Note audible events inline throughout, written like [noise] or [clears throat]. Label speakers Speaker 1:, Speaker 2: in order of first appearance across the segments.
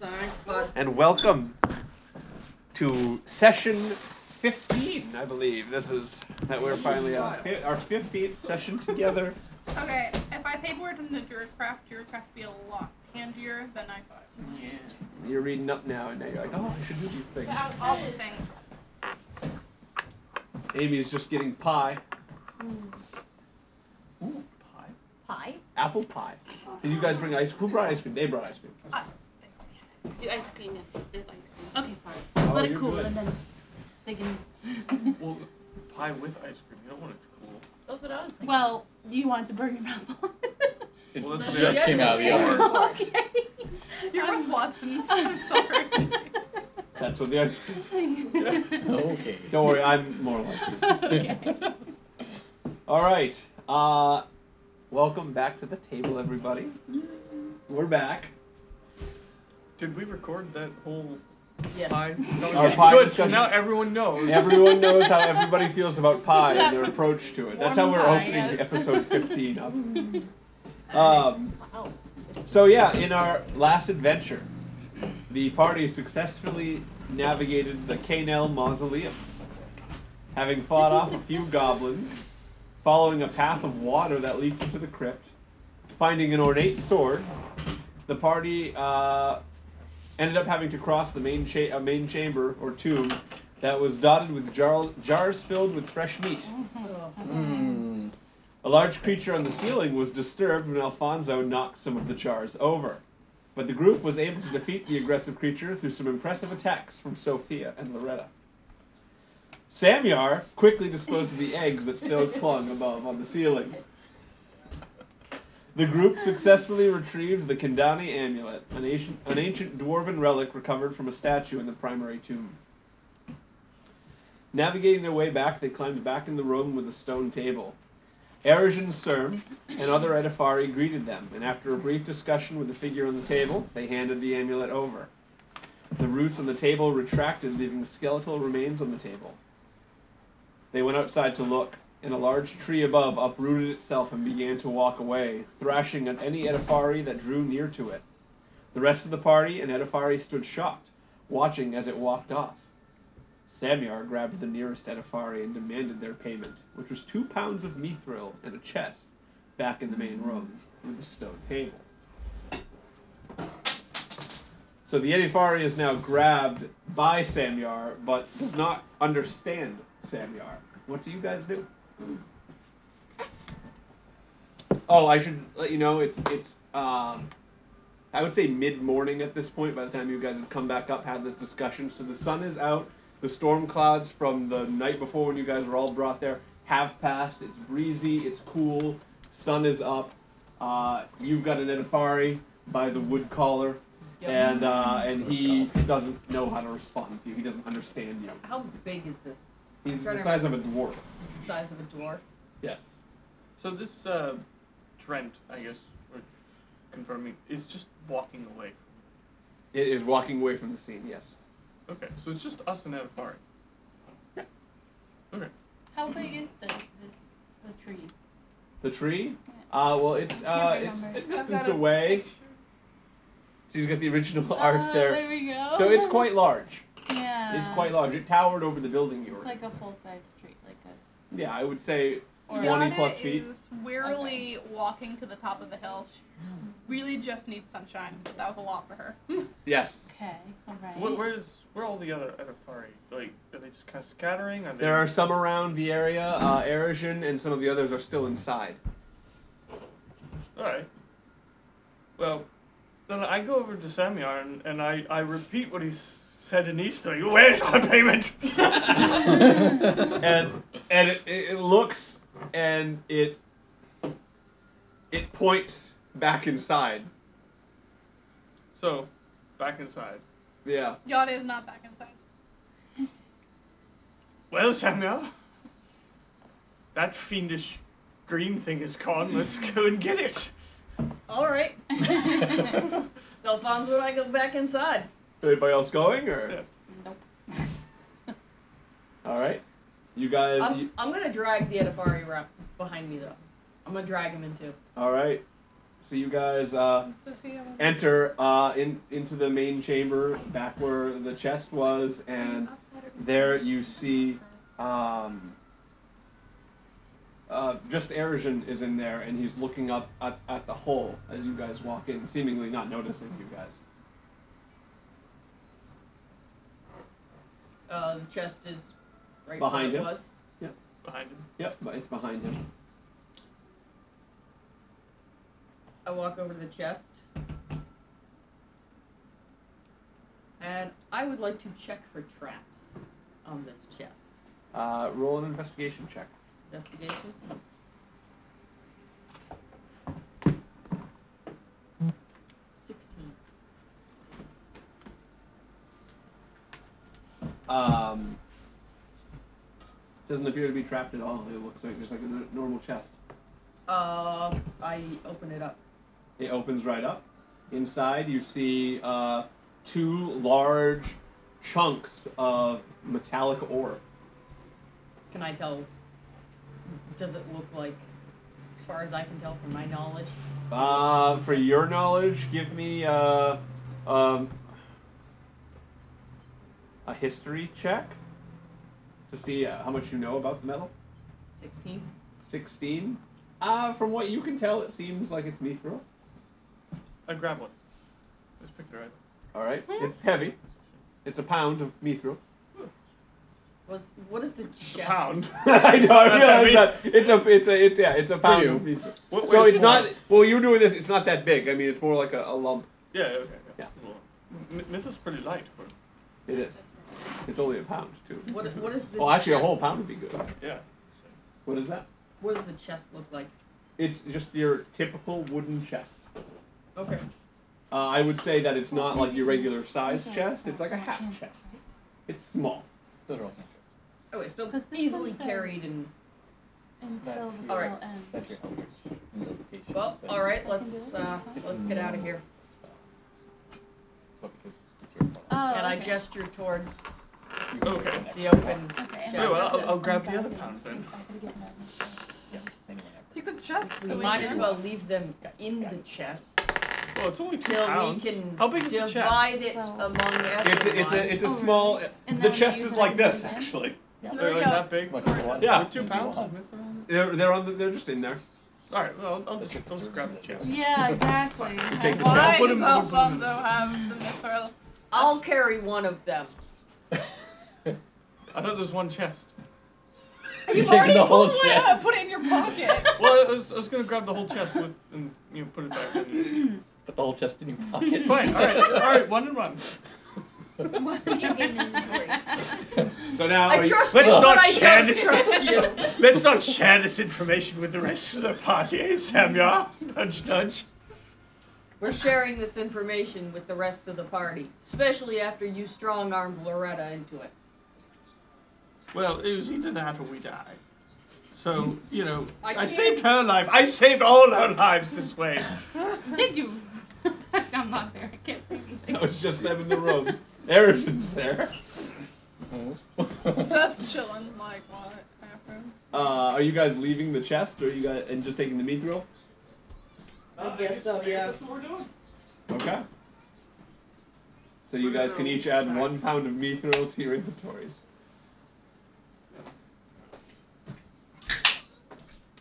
Speaker 1: Thanks, bud.
Speaker 2: and welcome to session 15, I believe. This is that we're finally uh, on fi- our 15th session together.
Speaker 3: Okay, if I paid more than the Druidcraft, Druidcraft would be a lot handier than I thought.
Speaker 2: You're reading up now, and now you're like, oh, I should do these things.
Speaker 3: Without all the things.
Speaker 2: Amy's just getting pie. Ooh, Hmm. pie.
Speaker 1: Pie?
Speaker 2: Apple pie. Did you guys bring ice? Who brought ice cream? They brought ice cream.
Speaker 3: Uh,
Speaker 1: Do ice cream, yes. There's ice cream. Okay, fine.
Speaker 2: Oh,
Speaker 1: Let it
Speaker 2: you're
Speaker 1: cool
Speaker 2: good.
Speaker 1: and then they can.
Speaker 4: [laughs] Well, pie with ice cream. You don't want it to cool.
Speaker 5: That's what I was thinking.
Speaker 1: well, you want to burn your mouth
Speaker 2: [laughs]
Speaker 1: on.
Speaker 4: Well,
Speaker 5: that's
Speaker 4: this
Speaker 5: what
Speaker 4: just
Speaker 5: I
Speaker 4: came
Speaker 1: [laughs]
Speaker 4: out of the
Speaker 5: said.
Speaker 4: oven.
Speaker 1: okay.
Speaker 3: You're
Speaker 1: I'm-
Speaker 3: with Watson's. I'm sorry.
Speaker 1: [laughs]
Speaker 2: That's what the ice cream.
Speaker 4: Okay.
Speaker 2: Don't worry, I'm more like.
Speaker 1: okay.
Speaker 2: All right. Uh, welcome back to the table, everybody. We're back.
Speaker 4: Did we record that whole
Speaker 5: Yeah.
Speaker 4: pie?
Speaker 2: Our pie
Speaker 4: Good. So
Speaker 2: discussion.
Speaker 4: now everyone knows.
Speaker 2: Everyone
Speaker 1: [laughs]
Speaker 2: knows how everybody feels about pie and their approach to it. That's how we're
Speaker 1: Warm pie,
Speaker 2: opening
Speaker 1: yeah.
Speaker 2: episode 15
Speaker 1: [laughs]
Speaker 2: up. Um,
Speaker 5: Wow.
Speaker 2: so, yeah, in our last adventure, the party successfully navigated the Kanel Mausoleum, having fought off a few goblins, following a path of water that leaked into the crypt, finding an ornate sword. The party uh, ended up having to cross the main, cha- uh, main chamber or tomb that was dotted with jar- jars filled with fresh meat.
Speaker 4: Mm.
Speaker 2: A large creature on the ceiling was disturbed when Alfonso knocked some of the jars over. But the group was able to defeat the aggressive creature through some impressive attacks from Sophia and Loretta. Samyar quickly disposed of the eggs that still clung above on the ceiling. The group successfully retrieved the Kandani amulet, an ancient, an ancient dwarven relic recovered from a statue in the primary tomb. Navigating their way back, they climbed back in the room with a stone table. Erjan Serm and other Edifari greeted them, and after a brief discussion with the figure on the table, they handed the amulet over. The roots on the table retracted, leaving skeletal remains on the table. They went outside to look, and a large tree above uprooted itself and began to walk away, thrashing at any Edifari that drew near to it. The rest of the party and Edifari stood shocked, watching as it walked off. Samyar grabbed the nearest Edifari and demanded their payment, which was two pounds of mithril and a chest, back in the main room with the stone table. So the Edifari is now grabbed by Samyar, but does not understand Samyar. What do you guys do? Oh, I should let you know it's it's uh, I would say mid morning at this point by the time you guys have come back up, had this discussion. So the sun is out, the storm clouds from the night before when you guys were all brought there have passed. It's breezy, it's cool, sun is up. Uh, you've got an Edifari by the wood collar,
Speaker 5: Yep.
Speaker 2: and uh, and he doesn't know how to respond to you. He doesn't understand you.
Speaker 5: How big is this?
Speaker 2: He's the size of a dwarf.
Speaker 5: Is the size of a dwarf?
Speaker 2: Yes.
Speaker 4: So this uh, Trent, I guess, we're confirming, is just walking away.
Speaker 2: It is walking away from the scene. Yes.
Speaker 4: From okay, so it's just us and Adafari.
Speaker 2: Yeah.
Speaker 4: Okay.
Speaker 1: How big is the, this, the tree?
Speaker 2: The tree? Uh, well, it's uh, it's
Speaker 1: remember.
Speaker 2: a
Speaker 3: I've
Speaker 2: distance
Speaker 3: got a
Speaker 2: away.
Speaker 3: picture.
Speaker 2: She's got the original
Speaker 1: Ah,
Speaker 2: art there,
Speaker 1: There we go.
Speaker 2: so it's quite large.
Speaker 1: oh. Yeah.
Speaker 2: It's quite large. It towered over the building you
Speaker 1: It's
Speaker 2: were.
Speaker 1: like a full size tree, like a.
Speaker 2: in. yeah, I would say
Speaker 1: Or
Speaker 2: 20
Speaker 3: Yana
Speaker 2: plus feet.
Speaker 3: is wearily walking to the top of the hill. She really just needs sunshine. That was a lot for
Speaker 5: [laughs]
Speaker 3: her.
Speaker 2: yes.
Speaker 1: Okay. All right.
Speaker 4: Wh where's where are all the other Adafari? Like, are they just kind of scattering? Are they
Speaker 2: There are some around the area. Uh, Erosian and some of the others are still inside.
Speaker 4: All right. Well, then I go over to Samyar and, and I, I repeat what he s- said in Easter. Where's our payment?
Speaker 2: and and it, it it looks and it it points back inside.
Speaker 4: so, back inside.
Speaker 1: [laughs]
Speaker 2: Yeah.
Speaker 3: Yana is not back inside.
Speaker 4: Well, Samyar, that fiendish green thing is gone. Let's go and get it.
Speaker 5: All right. Alfonso and I go back inside.
Speaker 2: Anybody else going or?
Speaker 4: Yeah.
Speaker 1: [laughs] Nope.
Speaker 2: All right. You guys. you-
Speaker 5: I'm, I'm gonna drag the Edifari ra- behind me though. I'm gonna drag him in too.
Speaker 2: all right. So you guys
Speaker 5: Um,
Speaker 2: uh,
Speaker 3: Sophia. what-
Speaker 2: enter uh, in into the main chamber, back where the chest was, and
Speaker 1: Upside or-
Speaker 2: there you [laughs] see um, uh, just Erosian is in there, and he's looking up at, at the hole as you guys walk in, seemingly not noticing you guys.
Speaker 5: Uh, the chest is right
Speaker 2: Behind
Speaker 5: where
Speaker 2: him.
Speaker 5: it was.
Speaker 4: behind him.
Speaker 2: Yep, but it's behind him.
Speaker 5: I walk over to the chest. And I would like to check for traps on this chest.
Speaker 2: Uh, roll an investigation check.
Speaker 5: Investigation? Sixteen.
Speaker 2: Um, doesn't appear to be trapped at all. It looks like just like a n- normal chest.
Speaker 5: Um, I open it up.
Speaker 2: It opens right up. Inside, you see uh, two large chunks of metallic ore.
Speaker 5: Can I tell? Does it look like, as far as I can tell from my knowledge?
Speaker 2: Uh, for your knowledge, give me uh, um, a history check to see uh, how much you know about the metal.
Speaker 5: 16?
Speaker 2: 16. Uh, from what you can tell, it seems like it's mithril.
Speaker 4: I grab one. Let's pick the right.
Speaker 2: All right. It's heavy. It's a pound of mithril.
Speaker 5: Was, what is the
Speaker 4: It's
Speaker 5: chest?
Speaker 4: a pound.
Speaker 2: [laughs] I
Speaker 4: It's
Speaker 2: know. I
Speaker 4: not that
Speaker 2: realize
Speaker 4: big.
Speaker 2: that. It's a. It's a. It's yeah. It's a pound
Speaker 4: you.
Speaker 2: of mithril.
Speaker 4: What
Speaker 2: So
Speaker 4: weighs
Speaker 2: it's
Speaker 4: more?
Speaker 2: not. Well, you're doing this. It's not that big. I mean, it's more like a, a lump.
Speaker 4: Yeah. Okay.
Speaker 2: Yeah.
Speaker 4: Well, m- Mithril's pretty light for.
Speaker 2: It is. It's only a pound too.
Speaker 5: What, what is the
Speaker 2: Well, actually, a
Speaker 5: chest-
Speaker 2: whole pound would be good.
Speaker 4: Yeah.
Speaker 2: What is that?
Speaker 5: What does the chest look like?
Speaker 2: It's just your typical wooden chest.
Speaker 5: Okay.
Speaker 2: Uh, I would say that it's not like your regular size chest. It's like a half chest. It's small.
Speaker 6: Literal.
Speaker 5: Okay, so
Speaker 1: 'Cause this
Speaker 5: easily
Speaker 1: one says-
Speaker 5: carried and
Speaker 1: Until the
Speaker 5: All right.
Speaker 1: spell ends.
Speaker 6: That's your helpers. in the location,
Speaker 5: well,
Speaker 6: but-
Speaker 5: all right.
Speaker 1: I can do
Speaker 5: Let's
Speaker 1: it.
Speaker 5: uh, let's get out of here.
Speaker 6: But because it's your fault.
Speaker 1: Oh,
Speaker 5: and I
Speaker 1: okay.
Speaker 5: gesture towards
Speaker 6: You can
Speaker 4: Okay.
Speaker 6: connect
Speaker 5: the
Speaker 6: with
Speaker 5: open.
Speaker 1: Okay, and
Speaker 5: Yeah,
Speaker 1: I
Speaker 5: well,
Speaker 1: have
Speaker 5: I'll-
Speaker 1: to
Speaker 4: I'll grab the
Speaker 1: untie
Speaker 4: other
Speaker 1: these.
Speaker 4: pound then.
Speaker 1: I gotta get mine.
Speaker 6: Yeah, anyone ever.
Speaker 3: Take the chest.
Speaker 1: We
Speaker 3: so we
Speaker 5: Might
Speaker 3: can-
Speaker 5: as well leave them in the chest
Speaker 4: Well, it's only two
Speaker 5: till we
Speaker 4: pounds.
Speaker 5: can
Speaker 4: How big is the chest?
Speaker 5: divide it
Speaker 1: Well-
Speaker 5: among everyone.
Speaker 2: It's a, it's a it's a
Speaker 1: Oh,
Speaker 2: small.
Speaker 1: really? And
Speaker 2: The
Speaker 1: now you
Speaker 2: chest
Speaker 1: use
Speaker 2: is
Speaker 1: it
Speaker 2: like
Speaker 1: as
Speaker 2: this
Speaker 1: an example?
Speaker 2: actually.
Speaker 6: Yeah.
Speaker 3: There
Speaker 4: They're
Speaker 3: we
Speaker 4: like
Speaker 3: go.
Speaker 4: that big.
Speaker 6: Look, it was-
Speaker 2: Yeah.
Speaker 4: With two
Speaker 6: you
Speaker 4: pounds
Speaker 6: want-
Speaker 4: of mithril.
Speaker 2: They're they're on the, they're just in
Speaker 6: [laughs]
Speaker 2: there.
Speaker 4: All right. Well, I'll, I'll
Speaker 6: Let's
Speaker 4: just
Speaker 6: get
Speaker 4: I'll just grab the
Speaker 6: through
Speaker 4: chest.
Speaker 6: this.
Speaker 1: Yeah, exactly.
Speaker 2: take the
Speaker 4: I'll
Speaker 3: Why
Speaker 4: put
Speaker 3: does
Speaker 4: him-
Speaker 3: all
Speaker 4: we'll put him in
Speaker 3: Alfonso
Speaker 4: the-
Speaker 3: have the mithril?
Speaker 5: I'll carry one of them.
Speaker 4: I thought there was one chest.
Speaker 6: You're
Speaker 3: You've already
Speaker 6: taking the whole
Speaker 3: pulled one
Speaker 6: chest.
Speaker 3: out. Put it in your pocket.
Speaker 7: [laughs]
Speaker 2: [laughs]
Speaker 4: Well, I was, I was gonna grab the whole chest with and you know, put it back. in.
Speaker 6: Put the whole chest in your pocket.
Speaker 4: Fine. All right. All right. One and one.
Speaker 1: [clears throat]
Speaker 6: [laughs]
Speaker 1: Why are you giving me three?
Speaker 2: So now
Speaker 5: I trust
Speaker 4: Let's
Speaker 5: you,
Speaker 2: [laughs]
Speaker 4: not
Speaker 5: but I
Speaker 4: share
Speaker 5: don't
Speaker 4: this. [laughs]
Speaker 5: trust you.
Speaker 4: Let's not share this information with the rest of the party, eh, Samyar? Nudge, nudge.
Speaker 5: We're sharing this information with the rest of the party, especially after you strong-armed Loretta into it.
Speaker 4: Well, it was either that or we die. So, you know,
Speaker 5: I
Speaker 4: I,
Speaker 5: can't-
Speaker 4: saved her life. I saved all our lives this way.
Speaker 2: [laughs]
Speaker 1: Did you? [laughs] I'm not there. I can't see anything.
Speaker 2: That was just them in the room. Erison's there.
Speaker 3: Just chilling, like what? Bathroom.
Speaker 2: Uh, are you guys leaving the chest, or you guys and just taking the meat grill?
Speaker 5: I guess so, yeah.
Speaker 2: Okay. So you guys can each add one pound of mithril to your inventories.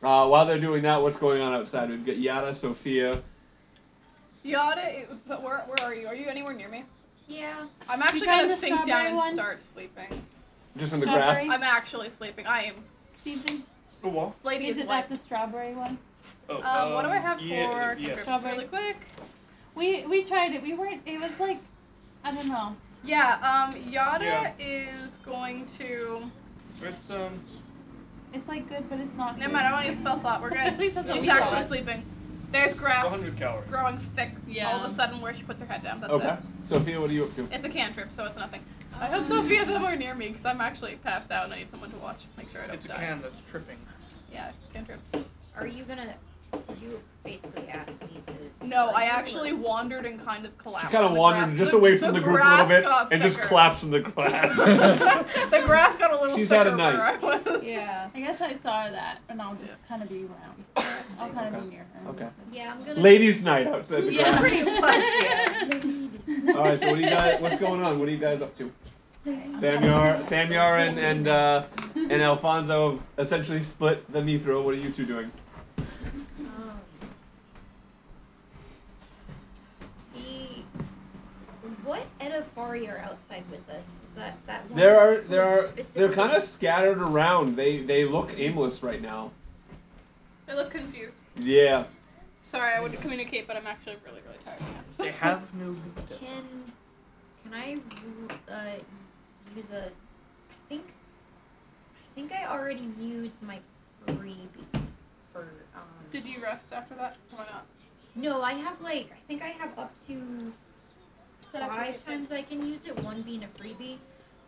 Speaker 2: Uh, while they're doing that, what's going on outside? We've got Yada, Sophia.
Speaker 3: Yada, it was- so where, where are you? Are you anywhere near me?
Speaker 1: Yeah.
Speaker 3: I'm actually
Speaker 1: got
Speaker 3: gonna
Speaker 1: the
Speaker 3: sink down
Speaker 1: strawberry
Speaker 3: and
Speaker 1: one?
Speaker 3: start sleeping.
Speaker 2: Just in the grass.
Speaker 1: Strawberry.
Speaker 3: I'm actually sleeping. I am.
Speaker 1: Stephen,
Speaker 4: Go walk.
Speaker 3: This lady
Speaker 1: is
Speaker 3: is
Speaker 1: it
Speaker 3: like.
Speaker 1: like the strawberry one?
Speaker 4: Oh,
Speaker 3: Um, what do I have
Speaker 4: yeah,
Speaker 3: for
Speaker 4: yeah.
Speaker 3: descriptions really quick?
Speaker 1: We we tried it. We weren't. It was like, I don't know.
Speaker 3: Yeah, um, Yada
Speaker 4: Yeah.
Speaker 3: is going to.
Speaker 4: It's, um,
Speaker 1: It's like good, but it's not.
Speaker 3: Never
Speaker 1: good.
Speaker 3: mind, I don't need a spell slot. We're
Speaker 1: [laughs]
Speaker 3: good.
Speaker 1: Leave us
Speaker 4: No,
Speaker 3: She's
Speaker 4: we
Speaker 1: alone.
Speaker 3: actually
Speaker 4: got it.
Speaker 3: sleeping. There's grass
Speaker 4: 100 calories.
Speaker 3: growing thick
Speaker 1: Yeah.
Speaker 3: all of a sudden where she puts her head down. That's
Speaker 2: Okay. Sophia, what are you up to?
Speaker 3: it. It's a cantrip, so it's nothing. I
Speaker 1: Um,
Speaker 3: hope Sophia's somewhere near me because I'm actually passed out and I need someone to watch. Make sure I don't
Speaker 4: It's a
Speaker 3: die.
Speaker 4: can that's tripping.
Speaker 3: Yeah, cantrip.
Speaker 8: Are you gonna You basically asked me to.
Speaker 3: No, I actually wandered and kind of collapsed.
Speaker 2: kind of
Speaker 3: on the
Speaker 2: wandered
Speaker 3: grass.
Speaker 2: just
Speaker 3: The-
Speaker 2: away from
Speaker 3: the
Speaker 2: the, group a little
Speaker 3: grass
Speaker 2: bit
Speaker 3: got
Speaker 2: and just
Speaker 3: thicker.
Speaker 2: collapsed in the grass.
Speaker 3: [laughs] the grass got a little
Speaker 2: She's
Speaker 3: thicker
Speaker 2: had a night.
Speaker 3: where I was.
Speaker 8: Yeah.
Speaker 7: I guess I saw that, and I'll just kind of be [coughs] around. I'll kind of
Speaker 2: Okay.
Speaker 7: be near
Speaker 1: [laughs]
Speaker 7: her.
Speaker 2: okay.
Speaker 8: Yeah, I'm gonna.
Speaker 2: Ladies' night outside the
Speaker 7: Yeah, [laughs]
Speaker 2: grass.
Speaker 7: pretty much. Yeah.
Speaker 1: [laughs]
Speaker 2: All right. So what do you guys? What's going on? What are you guys up to? Samyar, Samyar, and and uh,
Speaker 1: [laughs]
Speaker 2: and Alfonso essentially split the Mithra. What are you two doing?
Speaker 8: Um, The what Edifari are outside with us? Is that that one?
Speaker 2: There are there are they're
Speaker 8: specifically?
Speaker 2: kind of scattered around. They they look aimless right now.
Speaker 3: I look confused.
Speaker 2: Yeah.
Speaker 3: Sorry, I wouldn't communicate, but I'm actually really, really tired now. So.
Speaker 4: They have no.
Speaker 8: Can can I uh, use a? I think I think I already used my freebie for um.
Speaker 3: Did you rest after that? Why not?
Speaker 8: No, I have like I think I have up to
Speaker 3: That I can
Speaker 8: five
Speaker 3: use it.
Speaker 8: times I can use it. One being a freebie.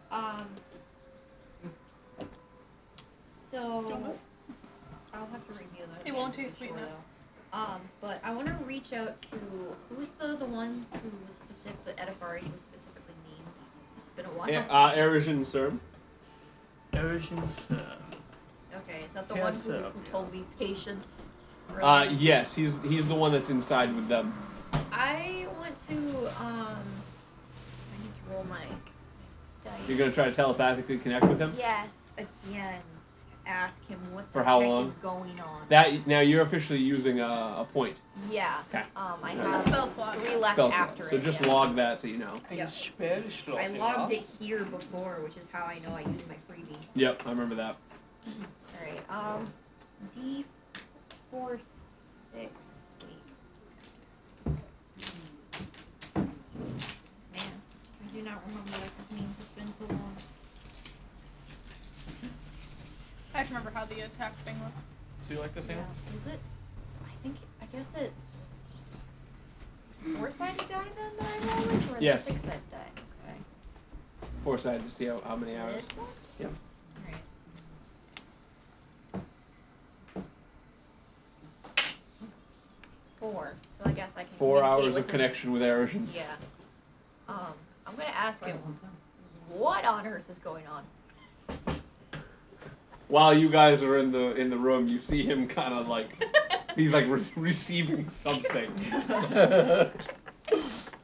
Speaker 8: Um.
Speaker 3: You want
Speaker 8: So
Speaker 3: this?
Speaker 8: I'll have to review that.
Speaker 3: It
Speaker 8: again
Speaker 3: won't
Speaker 8: for
Speaker 3: taste sweet
Speaker 8: sure,
Speaker 3: enough.
Speaker 8: though. Um, but I want to reach out to who's the the one who was specific the Edifari who was specifically named. It's been a while.
Speaker 2: E- Uh, Erisian Serm.
Speaker 4: Erosions. Uh,
Speaker 8: Okay, is that the
Speaker 4: Yes,
Speaker 8: one who,
Speaker 4: uh,
Speaker 8: who told me patience?
Speaker 2: Uh, yes, he's he's the one that's inside with them.
Speaker 8: I want to um. I need to roll my dice.
Speaker 2: You're gonna try to telepathically connect with him.
Speaker 8: Yes, again, to ask him what
Speaker 2: For
Speaker 8: the
Speaker 2: how
Speaker 8: heck
Speaker 2: long?
Speaker 8: is going on.
Speaker 2: That now you're officially using a, a point
Speaker 8: yeah.
Speaker 2: Okay.
Speaker 8: Um, I
Speaker 2: Alright.
Speaker 8: have
Speaker 3: Spell slot.
Speaker 8: three left
Speaker 2: spell slot.
Speaker 8: after
Speaker 2: So
Speaker 8: it.
Speaker 2: just
Speaker 8: yeah.
Speaker 2: log that so you know.
Speaker 8: Yeah.
Speaker 4: Spanish
Speaker 8: I logged it here before, which is how I know I used my freebie.
Speaker 2: Yep, I remember that.
Speaker 8: All right. Um, D four six. Wait. Man, I do not remember what this means. It's been so long.
Speaker 3: I have to remember how the attack thing [laughs] was.
Speaker 4: So you like this
Speaker 8: Yeah.
Speaker 4: hand?
Speaker 8: Is it? I think. I guess it's four-sided die then that I roll with, or the
Speaker 2: Yes.
Speaker 8: six-sided die. Okay.
Speaker 2: Four sides to see how, how many hours.
Speaker 8: This one?
Speaker 2: Yep.
Speaker 8: Alright. Four. So I guess I can.
Speaker 2: Four
Speaker 8: communicate
Speaker 2: hours of
Speaker 8: with him.
Speaker 2: connection with Erisian.
Speaker 8: Yeah. Um, I'm gonna ask him what on earth is going on.
Speaker 2: While you guys are in the in the room, you see him kind of like he's like re- receiving something.
Speaker 8: [laughs]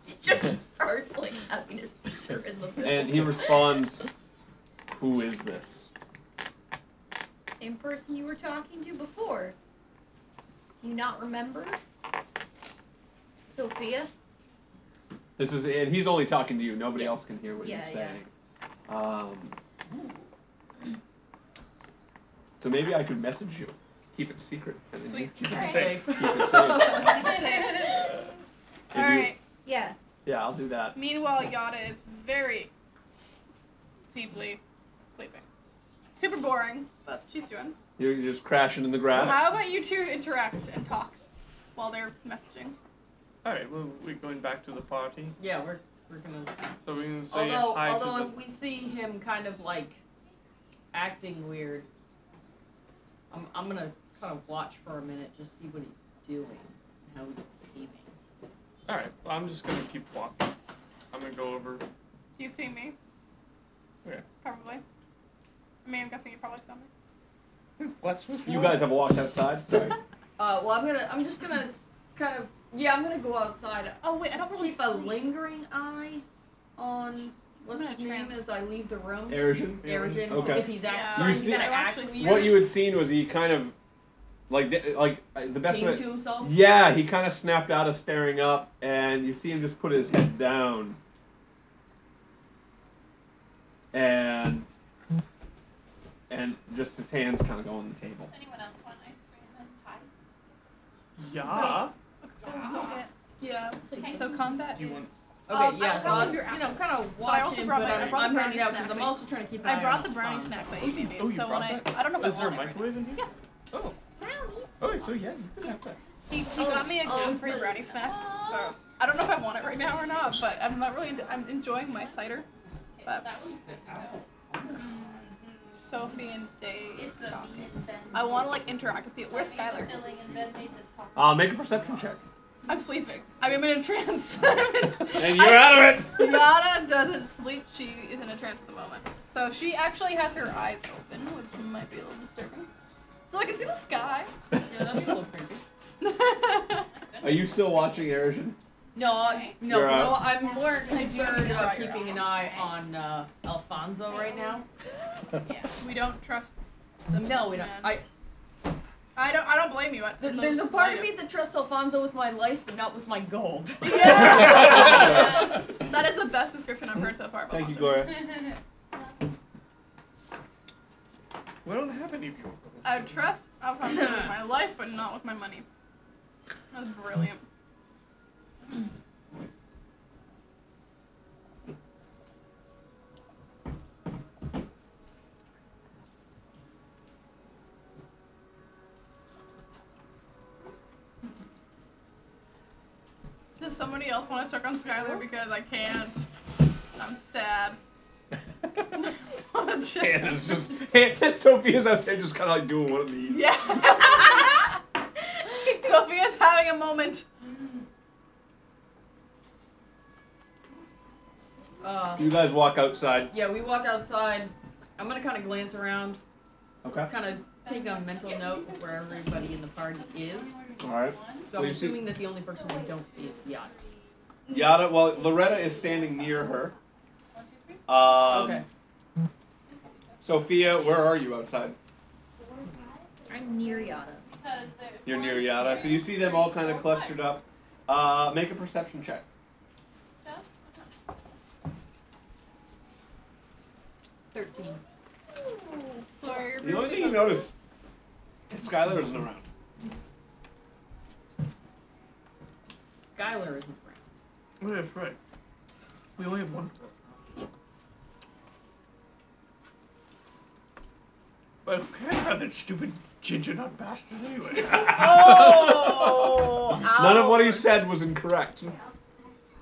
Speaker 8: He just starts like having a seizure in the middle.
Speaker 2: And he responds, "Who is this?"
Speaker 8: Same person you were talking to before. Do you not remember? Sophia?
Speaker 2: This is and he's only talking to you. Nobody
Speaker 8: Yeah.
Speaker 2: else can hear what
Speaker 8: Yeah,
Speaker 2: he's
Speaker 8: yeah.
Speaker 2: saying. Um, so maybe I could message you. Keep it secret. and then you
Speaker 3: Sweet.
Speaker 2: Keep it
Speaker 8: Alright.
Speaker 2: safe.
Speaker 5: Safe.
Speaker 2: Keep it safe.
Speaker 3: [laughs]
Speaker 2: If
Speaker 3: All
Speaker 2: you-
Speaker 3: right.
Speaker 8: Yes.
Speaker 2: Yeah, I'll do that.
Speaker 3: Meanwhile, Yada is very deeply sleeping. Super boring, but she's doing.
Speaker 2: You're you're just crashing in the grass.
Speaker 3: How about you two interact and talk while they're messaging?
Speaker 4: All right. Well, we're going back to the party,
Speaker 5: [laughs] Yeah, we're we're gonna.
Speaker 4: so we're gonna say
Speaker 5: Although
Speaker 4: hi
Speaker 5: although
Speaker 4: to
Speaker 5: if we see him kind of like acting weird, I'm I'm gonna kind of watch for a minute, just see what he's doing, and how he's behaving.
Speaker 4: the. All right. Well, I'm just gonna keep walking. I'm gonna go over.
Speaker 3: Do you see me?
Speaker 4: Where?
Speaker 3: Probably. I mean, I'm guessing you probably saw me.
Speaker 4: What's with
Speaker 2: You guys have walked outside.
Speaker 5: [laughs]
Speaker 2: Sorry.
Speaker 5: Uh, well, I'm gonna I'm just gonna kind of yeah, I'm gonna go outside.
Speaker 3: Oh wait, I don't really
Speaker 5: keep a
Speaker 3: sleep.
Speaker 5: lingering eye on what's
Speaker 3: gonna
Speaker 5: his name
Speaker 3: trans-
Speaker 5: as I leave the room.
Speaker 2: Erisian.
Speaker 5: Erigin,
Speaker 2: Okay.
Speaker 5: if he's
Speaker 3: Yeah.
Speaker 5: act-
Speaker 2: You
Speaker 5: starting
Speaker 2: see-
Speaker 5: to act
Speaker 3: Actually,
Speaker 5: weird,
Speaker 2: What you had seen was he kind of like di- like uh, the best
Speaker 5: came
Speaker 2: way.
Speaker 5: to himself.
Speaker 2: Yeah, he kind of snapped out of staring up, and you see him just put his head down. And and just his hands kind of go on the table.
Speaker 1: Anyone else want ice cream and pie?
Speaker 4: Yeah.
Speaker 3: Yeah. So combat
Speaker 4: You
Speaker 3: is.
Speaker 4: want?
Speaker 5: Okay,
Speaker 3: Um,
Speaker 5: yeah,
Speaker 3: I
Speaker 5: so
Speaker 3: also
Speaker 5: I'm,
Speaker 3: do
Speaker 5: you
Speaker 3: your
Speaker 5: know,
Speaker 3: apples.
Speaker 5: kind of
Speaker 3: But I also
Speaker 5: watching,
Speaker 3: brought
Speaker 5: but
Speaker 3: my- I
Speaker 5: I'm,
Speaker 3: brought the
Speaker 5: I'm
Speaker 3: brownie
Speaker 5: hanging out
Speaker 3: snack
Speaker 5: because I'm
Speaker 3: thing.
Speaker 5: also trying to keep an eye
Speaker 3: I
Speaker 5: on
Speaker 3: brought the
Speaker 5: his
Speaker 3: brownie
Speaker 5: phone.
Speaker 3: snack that you gave me,
Speaker 4: Oh, you
Speaker 3: so when
Speaker 4: brought
Speaker 3: I
Speaker 4: that?
Speaker 3: I don't know if
Speaker 4: Is
Speaker 3: I
Speaker 4: there a
Speaker 3: want it. right
Speaker 4: microwave in here?
Speaker 3: Yeah.
Speaker 4: Oh.
Speaker 8: Brownies?
Speaker 4: Oh, so yeah, you could have that.
Speaker 3: He, he got me a
Speaker 8: Oh,
Speaker 3: gluten-free
Speaker 8: really?
Speaker 3: brownie snack,
Speaker 8: Aw.
Speaker 3: so I don't know if I want it right now or not. But I'm not really. I'm enjoying my cider, but
Speaker 1: That one's good.
Speaker 3: so Sophie and Dave
Speaker 1: It's a me
Speaker 3: talking.
Speaker 1: and Ben.
Speaker 3: I want to like interact with people. Where's
Speaker 1: Sophie's
Speaker 3: Oh, Skylar?
Speaker 1: Filling and Ben made the talk.
Speaker 2: Uh, make a perception
Speaker 5: [laughs]
Speaker 2: check.
Speaker 3: I'm sleeping. I mean, I'm in a trance. [laughs] I'm in a-
Speaker 2: And you're out of it!
Speaker 3: Yada doesn't sleep. She is in a trance at the moment. So she actually has her eyes open, which might be a little disturbing. So I can see the sky. [laughs]
Speaker 5: Yeah, that'd be a little creepy.
Speaker 2: [laughs] Are you still watching Erosion?
Speaker 5: No, I- no,
Speaker 2: You're
Speaker 5: no.
Speaker 2: out.
Speaker 5: I'm more
Speaker 3: I do need
Speaker 5: concerned
Speaker 3: to
Speaker 5: about
Speaker 3: dry your
Speaker 5: keeping
Speaker 3: eye.
Speaker 5: an eye on uh, Alfonso right now.
Speaker 1: [laughs]
Speaker 3: yeah, we don't trust.
Speaker 5: No, we don't.
Speaker 3: man.
Speaker 5: I
Speaker 3: I don't. I don't blame you. I-
Speaker 5: th-
Speaker 3: no
Speaker 5: there's a part of me
Speaker 3: slightest.
Speaker 5: that trusts Alfonso with my life, but not with my gold.
Speaker 3: Yeah. That is the best description I've heard so far. About
Speaker 2: Thank you,
Speaker 3: Walter.
Speaker 2: Gloria.
Speaker 4: We don't have any of your
Speaker 3: I would trust Alfonso with my life, but not with my money. That's brilliant. Does somebody else want to check on Skylar because I can't? I'm sad. [laughs] Wanna check
Speaker 2: And [laughs]
Speaker 3: on-
Speaker 2: it's just [laughs] and Sophia's out there just kind of like doing one of these.
Speaker 3: [laughs] Yeah. Sophia's having a moment.
Speaker 5: Uh,
Speaker 2: You guys walk outside.
Speaker 5: yeah, we walk outside. I'm gonna kind of glance around,
Speaker 2: Okay.
Speaker 5: kind of take a mental note of where everybody in the party is.
Speaker 2: All right.
Speaker 5: So
Speaker 2: Well,
Speaker 5: I'm
Speaker 2: you see-
Speaker 5: assuming that the only person we don't see is Yacht.
Speaker 2: Yada. Well, Loretta is standing near her. Um,
Speaker 5: Okay.
Speaker 2: Sophia, where are you outside?
Speaker 8: I'm near Yada. [laughs]
Speaker 1: Because there's
Speaker 2: You're near
Speaker 1: one,
Speaker 2: Yada. So
Speaker 1: two,
Speaker 2: you see them all
Speaker 1: three,
Speaker 2: kind of
Speaker 1: four,
Speaker 2: clustered up. Uh, make a perception check.
Speaker 1: five.
Speaker 5: Thirteen.
Speaker 3: Sorry, you're
Speaker 2: The only
Speaker 3: really
Speaker 2: thing you
Speaker 3: close.
Speaker 2: notice is Skylar isn't around.
Speaker 5: Skylar isn't around.
Speaker 4: Oh, that's right. We only have one. But who cares about that stupid ginger nut bastard anyway?
Speaker 5: [laughs]
Speaker 3: Oh,
Speaker 2: None of what he
Speaker 3: ouch.
Speaker 2: said was incorrect.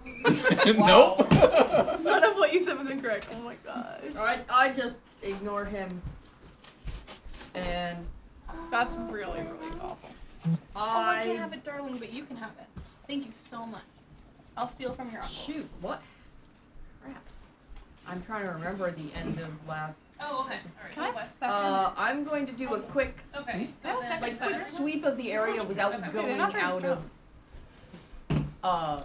Speaker 6: nope.
Speaker 3: None of what you said was incorrect. Oh my god.
Speaker 5: I I just ignore him, and
Speaker 3: That's really, really awful.
Speaker 1: Oh,
Speaker 3: Oh,
Speaker 5: I
Speaker 3: a darling, but you can have it. Thank you so much. I'll steal from your
Speaker 5: Shoot, what? Crap. I'm trying to remember the end of last.
Speaker 1: Oh, okay. All
Speaker 3: Can
Speaker 1: right.
Speaker 3: I West
Speaker 5: Uh, I'm going to do a quick,
Speaker 1: Okay.
Speaker 3: Can I have a
Speaker 1: then-
Speaker 3: second
Speaker 5: like, quick
Speaker 3: Second?
Speaker 5: sweep of the area without
Speaker 1: Okay,
Speaker 5: going
Speaker 3: they're not very
Speaker 5: out of. Uh,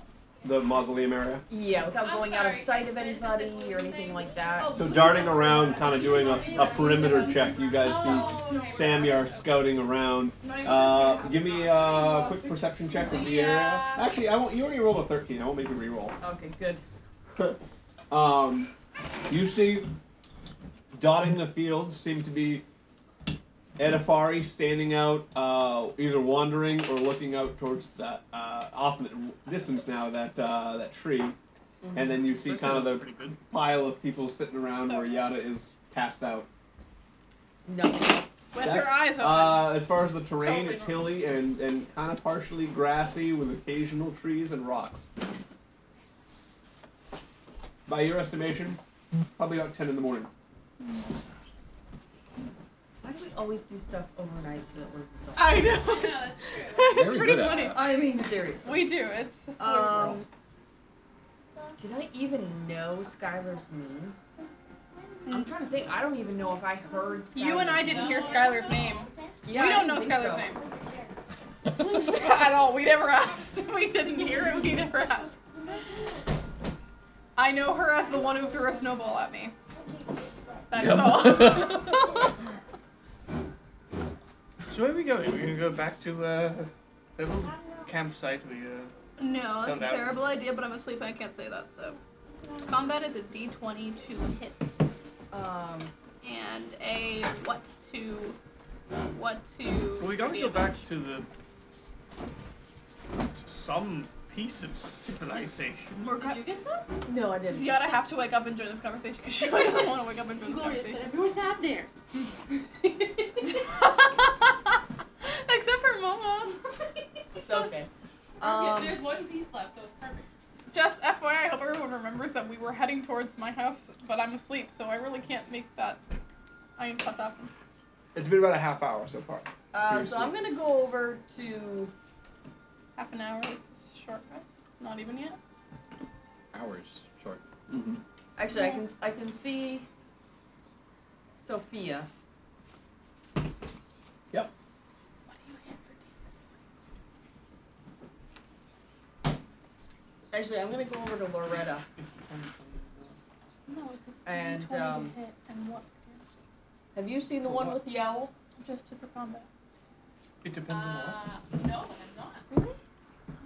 Speaker 2: The mausoleum area.
Speaker 5: yeah, without
Speaker 1: I'm
Speaker 5: going out of
Speaker 1: sorry,
Speaker 5: sight of
Speaker 1: it's- it's a
Speaker 5: anybody
Speaker 1: blue
Speaker 5: or anything
Speaker 1: thing.
Speaker 5: like that.
Speaker 3: Oh.
Speaker 2: So darting around, kind of doing a, a perimeter check, you guys see
Speaker 1: Oh, okay.
Speaker 2: Samyar scouting around. Uh, give me a quick perception check of the area.
Speaker 1: Yeah.
Speaker 2: Actually, I won't. You already rolled a thirteen. I won't make you re-roll.
Speaker 5: Okay, good.
Speaker 2: um, you see, dotting the field seem to be Edifari standing out, uh, either wandering or looking out towards that uh, off in the distance now that uh, that tree, and then you see
Speaker 4: That's
Speaker 2: kind of the
Speaker 4: pretty good.
Speaker 2: pile of people sitting around
Speaker 3: So-
Speaker 2: where Yada is passed out.
Speaker 5: No.
Speaker 3: With
Speaker 2: That's-
Speaker 7: [laughs]
Speaker 3: her eyes open.
Speaker 2: Uh, as far as the terrain,
Speaker 3: Totally
Speaker 2: it's hilly and, and kind of partially grassy with occasional trees and rocks. By your estimation, probably about 10 in the morning.
Speaker 5: Why do we always do stuff overnight so that we're exhausted?
Speaker 3: [laughs] I know.
Speaker 1: I know, that's true.
Speaker 3: it's
Speaker 6: Very
Speaker 3: pretty
Speaker 6: good at
Speaker 3: funny.
Speaker 6: that.
Speaker 5: I mean, seriously.
Speaker 3: We do. It's just
Speaker 5: Um, did I even know Skylar's name? I'm trying to think. I don't even know if I heard. Skylar's
Speaker 3: you and I didn't hear Skylar's name.
Speaker 5: Yeah,
Speaker 3: we
Speaker 5: I
Speaker 3: don't know
Speaker 5: didn't think
Speaker 3: Skylar's
Speaker 5: so.
Speaker 3: name. [laughs] at all. We never asked. [laughs] We didn't hear it. We never asked. I know her as the one who threw a snowball at me. That is
Speaker 4: [laughs]
Speaker 6: Yep.
Speaker 3: all.
Speaker 4: So where are we going? We're gonna go back to uh, the little campsite we uh,
Speaker 3: no, that's
Speaker 4: Don't
Speaker 3: a
Speaker 4: know.
Speaker 3: terrible idea, but I'm asleep and I can't say that, so. Combat is a d20 to hit,
Speaker 5: Um,
Speaker 3: and a what to. What to.
Speaker 4: Well, we gotta
Speaker 3: the
Speaker 4: go back
Speaker 3: advantage.
Speaker 4: to the to some piece of civilization.
Speaker 3: We're
Speaker 1: Did
Speaker 3: go-
Speaker 1: you get some?
Speaker 5: no, I
Speaker 3: Does
Speaker 5: didn't.
Speaker 3: Yada have to wake up and join this conversation? Because she [laughs] doesn't want to wake up and join this
Speaker 1: [laughs] Gloria
Speaker 3: conversation.
Speaker 1: said everyone's had theirs. [laughs]
Speaker 3: [laughs] Except for
Speaker 1: [laughs]
Speaker 3: Momo.
Speaker 5: It's
Speaker 1: yeah,
Speaker 5: okay. Um,
Speaker 1: there's one piece left, so it's perfect.
Speaker 3: Just FYI, I hope everyone remembers that we were heading towards my house, but I'm asleep, so I really can't make that I am fucked up.
Speaker 2: It's been about a half hour so far.
Speaker 5: Uh,
Speaker 2: You're
Speaker 5: so I'm
Speaker 2: asleep.
Speaker 5: gonna go over to.
Speaker 3: Half an hour is a short rest. Not even yet.
Speaker 6: Hours short.
Speaker 2: Mm-hmm.
Speaker 5: Actually, I can I can see. Sophia.
Speaker 3: What do you have for
Speaker 5: Actually, I'm gonna go over to Loretta.
Speaker 3: dinner? No, it's a
Speaker 5: And,
Speaker 3: D20
Speaker 5: um,
Speaker 3: to hit. And what?
Speaker 5: Have you seen the
Speaker 4: For
Speaker 5: one
Speaker 4: what?
Speaker 5: with the owl?
Speaker 3: Just for combat.
Speaker 4: It depends on what.
Speaker 1: Uh, no, I'm not.
Speaker 3: Really?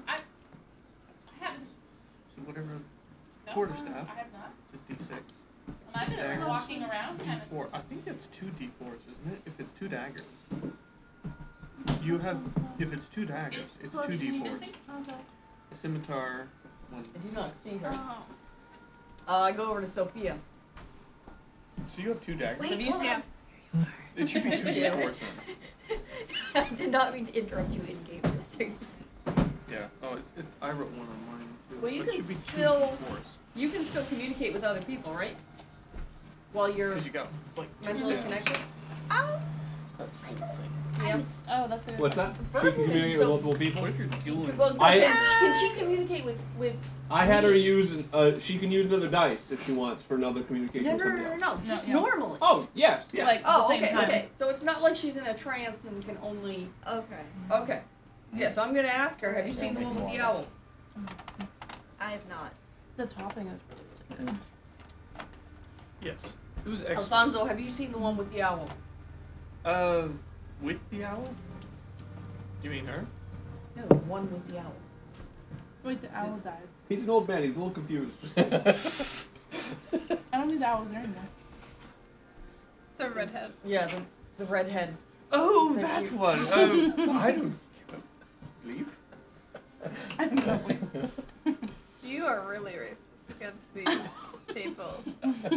Speaker 1: I, I haven't.
Speaker 4: So whatever,
Speaker 1: No,
Speaker 4: Quarterstaff.
Speaker 1: I have not.
Speaker 4: it's a d6,
Speaker 1: And I've been
Speaker 4: Daggers.
Speaker 1: walking around kind of.
Speaker 4: d4. I think that's two d4s, isn't it? If it's two daggers. You have, if it's two daggers,
Speaker 1: Is
Speaker 4: it's two
Speaker 1: Felicity
Speaker 4: d4s.
Speaker 1: missing?
Speaker 4: A scimitar, one.
Speaker 5: I do not see her.
Speaker 1: Oh.
Speaker 5: Uh, I go over to Sophia.
Speaker 4: So you have two daggers?
Speaker 8: Wait,
Speaker 5: have you
Speaker 8: hold
Speaker 5: seen?
Speaker 8: on.
Speaker 4: It should
Speaker 5: [laughs]
Speaker 4: be two
Speaker 5: Yeah.
Speaker 4: d4s then.
Speaker 8: I did not mean to interrupt you in game. [laughs] Just so you
Speaker 4: Yeah. Oh, it's, it, I wrote one on mine too.
Speaker 5: Well, you
Speaker 4: but it
Speaker 5: can
Speaker 4: should be
Speaker 5: still-
Speaker 4: two d4s.
Speaker 5: You can still communicate with other people, right? While you're
Speaker 4: Because you got like two
Speaker 5: mentally
Speaker 4: daggers.
Speaker 5: connected.
Speaker 3: Oh.
Speaker 4: That sort of thing.
Speaker 8: I
Speaker 5: Yeah.
Speaker 8: was-
Speaker 7: Oh, that's what it
Speaker 2: What's
Speaker 7: is.
Speaker 2: that? She
Speaker 5: Verbally,
Speaker 2: can communicate with
Speaker 5: so-
Speaker 2: multiple people.
Speaker 4: What if you're dealing?
Speaker 5: Well, no,
Speaker 2: I-
Speaker 5: can, can she communicate with with?
Speaker 2: I had her use. An, uh, she can use another dice if she wants for another communication
Speaker 5: No,
Speaker 2: with
Speaker 5: no,
Speaker 2: somebody
Speaker 5: no, no,
Speaker 2: else.
Speaker 5: no, just
Speaker 7: yeah.
Speaker 5: normally.
Speaker 2: Oh yes, yeah.
Speaker 7: Like, at the
Speaker 5: Oh,
Speaker 7: same
Speaker 5: okay,
Speaker 7: time.
Speaker 5: okay. So it's not like she's in a trance and can only.
Speaker 8: Okay.
Speaker 5: Okay. Yeah, so I'm gonna ask her. Have you seen the one with the owl?
Speaker 8: I have not.
Speaker 7: The topping is really, really good.
Speaker 4: Yes. It was excellent.
Speaker 5: Alfonso, have you seen the one with the owl?
Speaker 4: Uh, with the owl? You mean [laughs] her?
Speaker 5: No, the one with the owl.
Speaker 7: Wait, the owl died.
Speaker 2: He's an old man. He's a
Speaker 7: [laughs]
Speaker 2: little confused.
Speaker 7: I don't think the owl's there
Speaker 3: [laughs]
Speaker 7: anymore.
Speaker 3: The redhead.
Speaker 5: Yeah, the, the redhead.
Speaker 4: Oh,
Speaker 5: That
Speaker 4: that
Speaker 5: you- [laughs]
Speaker 4: one. Oh, I don't believe.
Speaker 7: I don't know.
Speaker 2: [laughs]
Speaker 3: You are really racist
Speaker 1: [laughs]
Speaker 3: against these people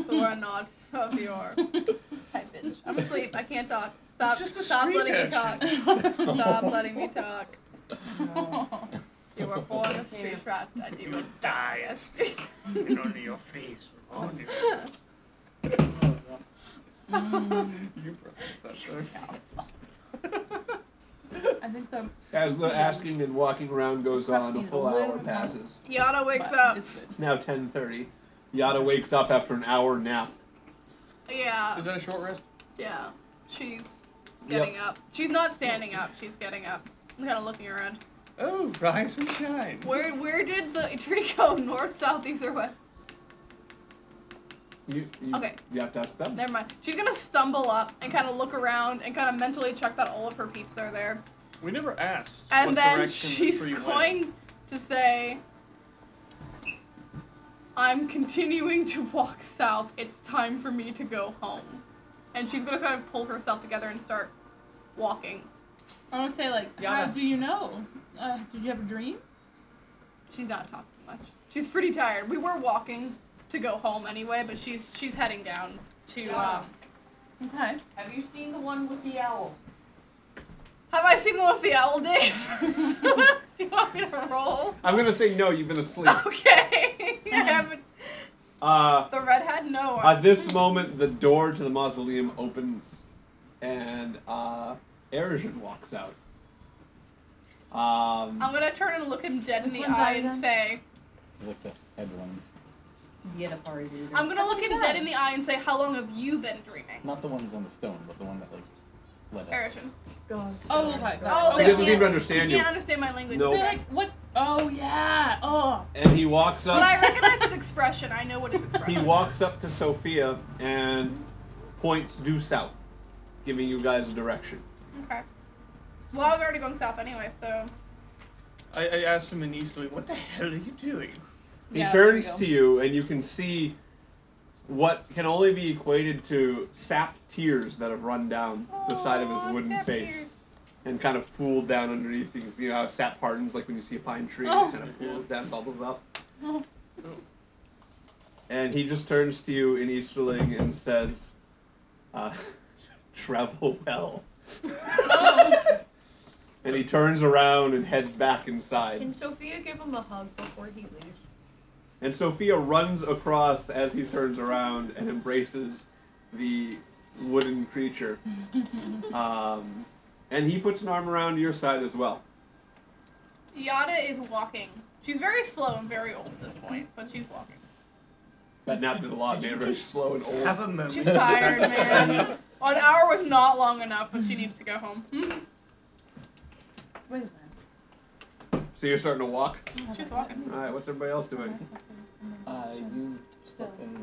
Speaker 3: who are not of
Speaker 7: [laughs]
Speaker 3: your type. Bitch. I'm asleep. I can't talk. Stop.
Speaker 4: just a
Speaker 3: stop
Speaker 4: street
Speaker 3: letting me
Speaker 4: urchin.
Speaker 3: talk. Stop [laughs] letting me talk. You were born a street
Speaker 5: Yeah.
Speaker 3: rat, and you
Speaker 4: You
Speaker 3: will die a [laughs] street.
Speaker 4: And only your face. On you. you
Speaker 3: [laughs]
Speaker 4: brought that back.
Speaker 7: I think the
Speaker 2: As the asking and walking around goes on, a full hour passes.
Speaker 3: Yada wakes up.
Speaker 7: It's good.
Speaker 2: It's now 10:30. Yada wakes up after an hour nap.
Speaker 3: Yeah,
Speaker 4: [laughs] Is that a short rest?
Speaker 3: yeah. She's getting up. She's not standing up. She's getting up. I'm kind of looking around.
Speaker 4: Oh, rise and shine.
Speaker 3: Where where did the [laughs] tree go? North, south, east, or west?
Speaker 2: You, you,
Speaker 3: Okay.
Speaker 2: you have to ask them.
Speaker 3: Never mind. She's gonna stumble up and kind of look around and kind of mentally check that all of her peeps are there.
Speaker 4: We never asked.
Speaker 3: And
Speaker 4: what
Speaker 3: then
Speaker 4: direction the
Speaker 3: she's
Speaker 4: tree went.
Speaker 3: going to say, I'm continuing to walk south. It's time for me to go home. And she's going to sort of pull herself together and start walking.
Speaker 7: I want to say like,
Speaker 5: Yada.
Speaker 7: how do you know? Uh, did you have a dream?
Speaker 3: She's not talking much. She's pretty tired. We were walking to go home anyway, but she's she's heading down to.
Speaker 5: Yeah.
Speaker 3: Um,
Speaker 7: Okay.
Speaker 5: Have you seen the one with the owl?
Speaker 3: have I seen the one with the owl, Dave? [laughs] Do you want me to roll?
Speaker 2: I'm gonna say no. You've been asleep.
Speaker 3: Okay. [laughs] I haven't.
Speaker 2: Uh,
Speaker 3: The redhead? No.
Speaker 2: at this moment, the door to the mausoleum opens, and uh, Erisian walks out. Um,
Speaker 3: I'm gonna turn and look him dead in
Speaker 7: Which
Speaker 3: the
Speaker 7: one's
Speaker 3: eye
Speaker 7: I
Speaker 3: and
Speaker 7: then?
Speaker 3: say,
Speaker 6: Look at everyone.
Speaker 5: The Edifari leader.
Speaker 3: I'm gonna look
Speaker 7: Which
Speaker 3: him
Speaker 7: one's
Speaker 3: dead
Speaker 7: I?
Speaker 3: in the eye and say, how long have you been dreaming,
Speaker 6: Not the ones on the stone, but the one that like led us.
Speaker 3: Erishin?
Speaker 7: Oh, okay.
Speaker 3: Oh,
Speaker 2: he
Speaker 7: okay.
Speaker 2: doesn't seem to understand
Speaker 3: He
Speaker 2: you,
Speaker 3: can't understand my language.
Speaker 2: No.
Speaker 7: So like, what? Oh yeah. Oh.
Speaker 2: and he walks
Speaker 3: But I
Speaker 2: up.
Speaker 3: recognize his expression. I know what his expression.
Speaker 2: [laughs] He walks up to Sophia and points due south, giving you guys a direction.
Speaker 3: is. Okay. Well, I'm already going south anyway, so
Speaker 4: I, I asked him in Easterly, what the hell are you doing?
Speaker 2: He
Speaker 7: Yeah, there you
Speaker 2: turns
Speaker 7: go.
Speaker 2: to you, and you can see what can only be equated to sap tears that have run down the side of
Speaker 3: Aw,
Speaker 7: Oh,
Speaker 2: his wooden
Speaker 3: sap
Speaker 2: face
Speaker 3: tears.
Speaker 2: and kind of pooled down underneath things. You know how sap hardens, like when you see a pine tree,
Speaker 7: Oh.
Speaker 2: it kind of pools down, bubbles up.
Speaker 7: Oh.
Speaker 2: And he just turns to you in Easterling and says, uh, [laughs] "Travel well."
Speaker 7: [laughs] Oh.
Speaker 2: and he turns around and heads back inside.
Speaker 8: Can Sophia give him a hug before he leaves?
Speaker 2: And Sophia runs across as he turns around and embraces the wooden
Speaker 3: [laughs]
Speaker 2: creature. Um, and he puts an arm around your side as well.
Speaker 3: Yada is walking. She's very slow and very old at this point, but she's walking.
Speaker 2: But not that a lot of
Speaker 4: Did you
Speaker 2: neighbors
Speaker 4: just
Speaker 2: slow and old.
Speaker 4: Have a moment.
Speaker 2: [laughs]
Speaker 3: She's tired, man. Well, an hour was not long enough, but she needs to go home. Hmm.
Speaker 7: Wait a minute.
Speaker 2: So you're starting to walk.
Speaker 3: She's walking.
Speaker 2: All right, what's everybody else doing?
Speaker 6: Uh, you slip in the.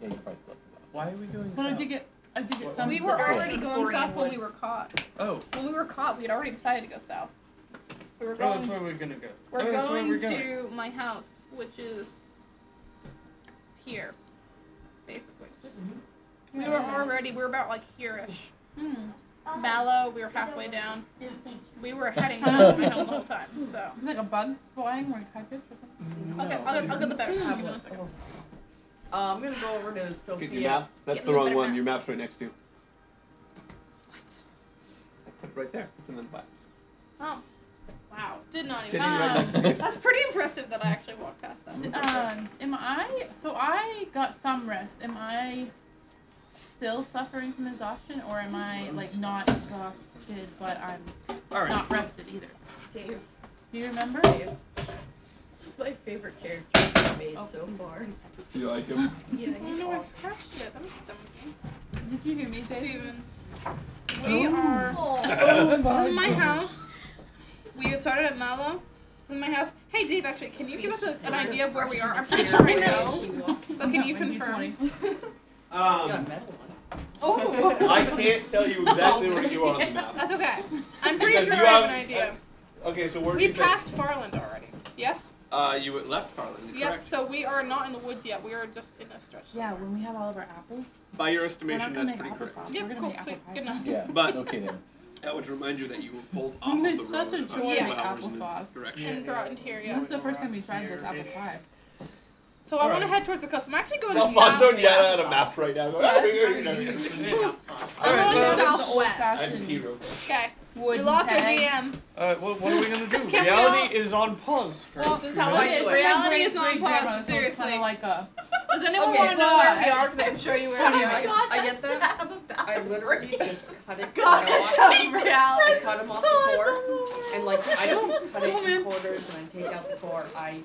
Speaker 6: Yeah, you probably slip in
Speaker 4: [laughs] Why are we going
Speaker 7: But I
Speaker 4: south?
Speaker 7: think it. I think it
Speaker 4: What-
Speaker 7: sounds.
Speaker 3: We were
Speaker 7: like-
Speaker 3: already going south when we were caught.
Speaker 4: Oh,
Speaker 3: When we were caught, we had already decided to go south. We were
Speaker 4: oh, that's
Speaker 3: going.
Speaker 4: where we're gonna go.
Speaker 3: We're
Speaker 4: oh, that's where
Speaker 3: going
Speaker 4: we're going.
Speaker 3: to my house, which is here, basically. We were already. We were about like here-ish.
Speaker 7: Hmm.
Speaker 3: Uh-huh. Mallow, we were halfway down. We were heading [laughs] towards my home the whole time. So
Speaker 7: Is it like a bug flying like high pitch or something?
Speaker 3: I'll get,
Speaker 4: No.
Speaker 3: I'll get, I'll get the better.
Speaker 5: I
Speaker 3: map.
Speaker 5: will.
Speaker 3: Give me [laughs] one second.
Speaker 5: Uh, I'm gonna go over to
Speaker 2: Get
Speaker 5: Sophia.
Speaker 2: your map. That's
Speaker 3: Get
Speaker 2: the
Speaker 3: me a
Speaker 2: wrong
Speaker 3: better
Speaker 2: one.
Speaker 3: map.
Speaker 2: Your map's right next to you. What? Right there. It's in the box.
Speaker 3: Oh, wow! Did not
Speaker 2: Sitting
Speaker 3: even.
Speaker 2: right
Speaker 7: Um,
Speaker 2: next to you.
Speaker 3: That's pretty impressive that I actually walked past that.
Speaker 7: Um, am I? So I got some rest. Am I still suffering from exhaustion, or am I like not exhausted but I'm
Speaker 4: All right.
Speaker 7: not rested either?
Speaker 5: Dave.
Speaker 7: Do you remember?
Speaker 5: This is my favorite character you've
Speaker 8: Oh.
Speaker 5: made so far.
Speaker 2: [laughs] You like him?
Speaker 3: [laughs]
Speaker 5: Yeah,
Speaker 3: I don't know. I scratched it. That was dumb. of me.
Speaker 7: Did you hear me say?
Speaker 3: Steven, Oh. we are
Speaker 5: Oh.
Speaker 2: Um,
Speaker 3: in my house. We had started at Mallow. It's in my house. Hey, Dave, actually, can you give us a, an idea of where we are? I'm pretty sure [laughs] I know.
Speaker 5: She walks.
Speaker 3: But can you
Speaker 7: Not when you're
Speaker 3: confirm?
Speaker 7: 20.
Speaker 5: Got
Speaker 2: Um,
Speaker 5: metal on.
Speaker 2: [laughs]
Speaker 3: Oh,
Speaker 2: I can't tell you exactly where you are on the
Speaker 3: [laughs]
Speaker 2: map.
Speaker 3: that's okay. I'm pretty
Speaker 2: Because
Speaker 3: sure
Speaker 2: you
Speaker 3: I have
Speaker 2: have-
Speaker 3: an
Speaker 2: uh,
Speaker 3: idea.
Speaker 2: Okay, so where
Speaker 3: We
Speaker 2: did you think-
Speaker 3: passed Farland already. Yes?
Speaker 2: Uh, you went left, Farland.
Speaker 3: Yep,
Speaker 2: Correct.
Speaker 3: so we are not in the woods yet. We are just in this stretch.
Speaker 7: Yeah, when we have all of our apples.
Speaker 2: By your
Speaker 7: We're not
Speaker 2: estimation,
Speaker 7: gonna
Speaker 2: that's
Speaker 7: make
Speaker 2: pretty
Speaker 7: apple
Speaker 2: correct.
Speaker 7: sauce.
Speaker 3: Yep,
Speaker 7: We're gonna
Speaker 3: cool,
Speaker 7: make apple
Speaker 3: sweet.
Speaker 7: pie.
Speaker 3: Good enough.
Speaker 6: the back.
Speaker 2: [laughs]
Speaker 6: Yeah.
Speaker 2: But-
Speaker 6: okay then.
Speaker 2: That would remind you that you were pulled off
Speaker 7: Mm,
Speaker 2: of the
Speaker 7: it's
Speaker 2: road
Speaker 7: such a
Speaker 2: about
Speaker 7: joy
Speaker 2: two
Speaker 3: like
Speaker 2: hours in
Speaker 7: applesauce.
Speaker 2: the direction.
Speaker 3: And brought into here, yeah.
Speaker 7: This is the first time we tried this apple pie.
Speaker 3: So I want to
Speaker 4: Alright.
Speaker 3: head towards the coast. I'm actually going
Speaker 2: So
Speaker 3: south.
Speaker 2: Alfonso and Yada had a map right now. [laughs] Going, "Ah, we're
Speaker 5: I'm
Speaker 2: gonna do
Speaker 5: used
Speaker 2: that."
Speaker 5: to being outside.
Speaker 3: I'm
Speaker 4: Alright,
Speaker 3: going
Speaker 4: well,
Speaker 7: This is the
Speaker 3: southwest.
Speaker 2: That's a
Speaker 7: old-fashioned
Speaker 2: hero.
Speaker 3: Okay. We
Speaker 7: wooden
Speaker 3: lost our
Speaker 7: peg.
Speaker 3: DM.
Speaker 4: All right. Uh, Well, what are we gonna do?
Speaker 3: [laughs] Can we
Speaker 4: Reality is on pause. For
Speaker 3: Well,
Speaker 4: a
Speaker 3: this is
Speaker 4: few
Speaker 3: how it
Speaker 4: minutes.
Speaker 3: is.
Speaker 7: Great-
Speaker 3: Reality
Speaker 7: great-
Speaker 3: is not
Speaker 7: great
Speaker 3: possible,
Speaker 7: grandma, so it's
Speaker 3: seriously.
Speaker 7: Kinda like a.
Speaker 3: Does anyone
Speaker 5: Okay.
Speaker 3: want to know where we
Speaker 7: But-
Speaker 3: are? Because I can show you where
Speaker 5: Oh
Speaker 3: we [laughs]
Speaker 5: my
Speaker 3: are.
Speaker 5: god,
Speaker 8: [laughs] I
Speaker 5: I
Speaker 8: guess
Speaker 5: get
Speaker 8: that.
Speaker 5: that.
Speaker 8: Have a
Speaker 5: I
Speaker 8: bathroom [laughs]
Speaker 5: literally just cut it.
Speaker 3: God,
Speaker 5: I
Speaker 3: that's
Speaker 5: walked
Speaker 3: so
Speaker 5: in, I
Speaker 3: reality.
Speaker 5: cut him off
Speaker 8: Oh,
Speaker 5: the core, and like I don't cut it in
Speaker 3: Woman.
Speaker 5: quarters and then take out the core. I,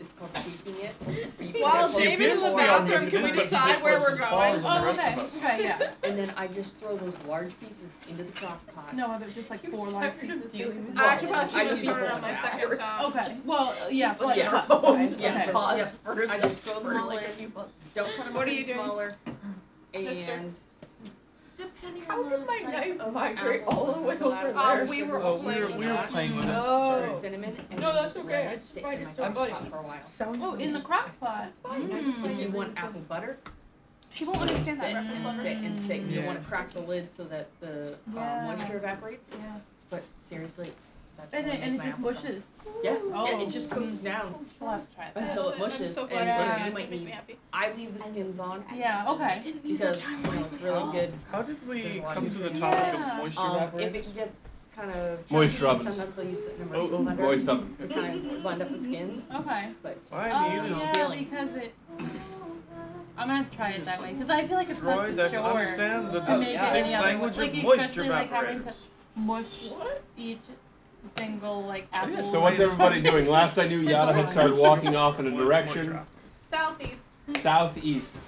Speaker 5: it's called taking it. You take
Speaker 3: While
Speaker 5: out the
Speaker 3: Dave is in the
Speaker 5: core,
Speaker 3: bathroom, can we
Speaker 4: But he just
Speaker 3: decide where we're
Speaker 4: presses pause
Speaker 3: going?
Speaker 4: on the
Speaker 7: Oh,
Speaker 4: rest
Speaker 7: okay.
Speaker 4: of us.
Speaker 7: Okay, yeah.
Speaker 5: And then I just throw those large pieces into the crock pot.
Speaker 7: No, they're just like four large pieces. basically.
Speaker 3: I actually probably
Speaker 5: I
Speaker 3: should have
Speaker 5: use
Speaker 3: started
Speaker 5: the
Speaker 3: on my
Speaker 5: whole
Speaker 3: second
Speaker 5: hours.
Speaker 3: time.
Speaker 7: Okay. Well, yeah. But
Speaker 5: yeah.
Speaker 7: [laughs] yeah.
Speaker 5: yeah.
Speaker 7: Okay.
Speaker 5: Pause.
Speaker 8: Yeah.
Speaker 5: I just throw
Speaker 8: for
Speaker 5: them all
Speaker 8: like a
Speaker 5: in.
Speaker 8: few months.
Speaker 5: Don't cut them
Speaker 3: What
Speaker 5: up
Speaker 3: are you
Speaker 5: any
Speaker 3: doing?
Speaker 5: smaller.
Speaker 3: Mister?
Speaker 5: And
Speaker 8: Depending
Speaker 5: How
Speaker 8: on
Speaker 5: did
Speaker 8: the
Speaker 5: my
Speaker 8: type
Speaker 5: knife
Speaker 8: of
Speaker 5: migrate
Speaker 8: apples
Speaker 5: all the
Speaker 8: and
Speaker 5: way over
Speaker 8: collateral.
Speaker 5: there?
Speaker 3: Oh, we were
Speaker 4: Oh, we
Speaker 3: playing
Speaker 4: were,
Speaker 3: with
Speaker 4: we were
Speaker 3: that.
Speaker 4: playing with it.
Speaker 5: Sorry,
Speaker 8: Oh.
Speaker 5: cinnamon. And
Speaker 4: No,
Speaker 5: then
Speaker 4: that's
Speaker 5: just
Speaker 4: okay.
Speaker 5: let
Speaker 4: I
Speaker 5: it
Speaker 4: just
Speaker 5: sit
Speaker 4: find
Speaker 5: in my
Speaker 4: it so
Speaker 5: crock pot
Speaker 4: funny.
Speaker 5: for a while.
Speaker 7: Oh, in the crock pot.
Speaker 5: If you
Speaker 7: Mm.
Speaker 5: want apple butter,
Speaker 3: She won't understand
Speaker 5: sit
Speaker 3: that
Speaker 5: and
Speaker 3: reference.
Speaker 5: sit and sit. You
Speaker 4: Yeah.
Speaker 5: want to crack the lid so that the uh,
Speaker 7: Yeah.
Speaker 5: moisture evaporates.
Speaker 7: Yeah.
Speaker 5: But seriously, that's
Speaker 7: And
Speaker 5: how I
Speaker 7: it,
Speaker 5: make
Speaker 7: and it
Speaker 5: my
Speaker 7: just
Speaker 5: apple
Speaker 7: mushes.
Speaker 5: sauce. Yeah,
Speaker 7: Oh.
Speaker 5: it, it just cooms down
Speaker 7: We'll have to try that.
Speaker 5: until it mushes, and whatever you might
Speaker 3: Makes me
Speaker 5: need.
Speaker 3: happy.
Speaker 5: I leave the skins on
Speaker 7: Yeah. Okay.
Speaker 5: because you know, it's really good.
Speaker 4: How did
Speaker 5: There's a
Speaker 4: we
Speaker 5: lot
Speaker 4: come
Speaker 5: of
Speaker 4: to the
Speaker 5: nutrients.
Speaker 4: topic
Speaker 7: Yeah.
Speaker 4: of moisture
Speaker 5: Um, if
Speaker 4: evaporation?
Speaker 5: it gets kind of
Speaker 2: Moist
Speaker 5: chunky,
Speaker 2: ovens.
Speaker 5: sometimes I use it in
Speaker 4: Oh,
Speaker 5: immersion
Speaker 4: oh,
Speaker 5: blender
Speaker 2: moist oven.
Speaker 5: to kind of blend up the skins.
Speaker 7: Okay.
Speaker 5: But
Speaker 4: Why
Speaker 7: Oh
Speaker 4: I need is
Speaker 7: yeah,
Speaker 5: feeling.
Speaker 7: because it. I'm gonna have to try it that way because I feel like it's
Speaker 4: Roy
Speaker 7: such
Speaker 4: that
Speaker 7: a chore.
Speaker 4: understands the
Speaker 7: to make it
Speaker 4: distinct
Speaker 7: any other
Speaker 4: language
Speaker 7: way.
Speaker 4: of
Speaker 7: Like,
Speaker 4: moisture
Speaker 7: especially, like, having to
Speaker 4: evaporators.
Speaker 7: mush each single like apple.
Speaker 2: Oh, So what's
Speaker 7: [laughs]
Speaker 2: everybody doing? Last I knew, Yada had started walking off in a
Speaker 4: Moisture
Speaker 2: direction
Speaker 4: evaporator.
Speaker 3: Southeast.
Speaker 2: southeast.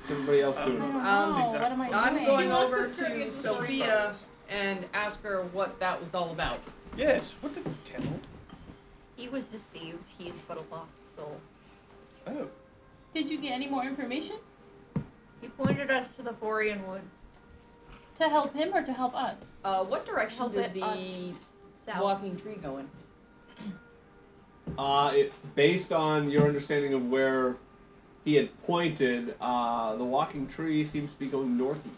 Speaker 2: What's everybody else
Speaker 7: I don't
Speaker 2: doing?
Speaker 7: know.
Speaker 5: Um,
Speaker 7: What am I doing?
Speaker 5: I'm going
Speaker 3: wants
Speaker 5: over
Speaker 3: to start
Speaker 5: to
Speaker 3: getting some
Speaker 5: Sophia and ask her what that was all about.
Speaker 4: Yes. What the devil?
Speaker 8: He was deceived. He is but a lost soul.
Speaker 4: Oh.
Speaker 7: Did you get any more information
Speaker 8: He pointed us to the Forian wood.
Speaker 7: to help him or to help us?
Speaker 5: [laughs] Uh, what direction
Speaker 8: Help
Speaker 5: did
Speaker 8: it
Speaker 5: the
Speaker 8: us. South.
Speaker 5: walking tree go in?
Speaker 2: Uh, it, based on your understanding of where he had pointed, uh, the walking tree seems to be going northeast.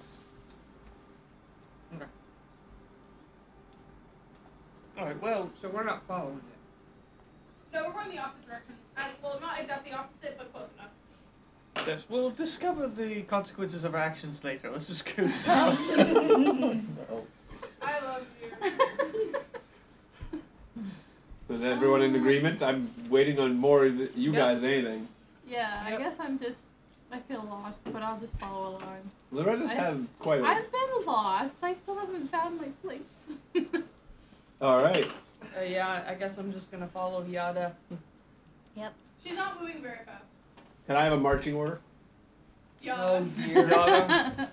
Speaker 4: All right. Well.
Speaker 5: So we're not following it.
Speaker 3: No, we're going the opposite direction. I, well, not exactly opposite, but close enough.
Speaker 4: Yes. We'll discover the consequences of our actions later. Let's just go south.
Speaker 2: [laughs]
Speaker 6: Oh,
Speaker 3: I love you.
Speaker 7: [laughs]
Speaker 2: So is everyone in agreement? I'm waiting on more of the- you
Speaker 7: Oh. Yep.
Speaker 2: guys anything.
Speaker 7: Yeah, I
Speaker 5: Yep.
Speaker 7: guess I'm just I feel lost, but I'll just follow along.
Speaker 2: Loretta's
Speaker 7: I-
Speaker 2: had quite a.
Speaker 7: I've been lost. I still haven't found my place.
Speaker 2: All right.
Speaker 5: Uh, yeah, I guess I'm just gonna follow Yada.
Speaker 3: She's not moving very fast.
Speaker 2: Can I have a marching order?
Speaker 5: Oh
Speaker 3: Yada.
Speaker 5: dear.
Speaker 3: Yada.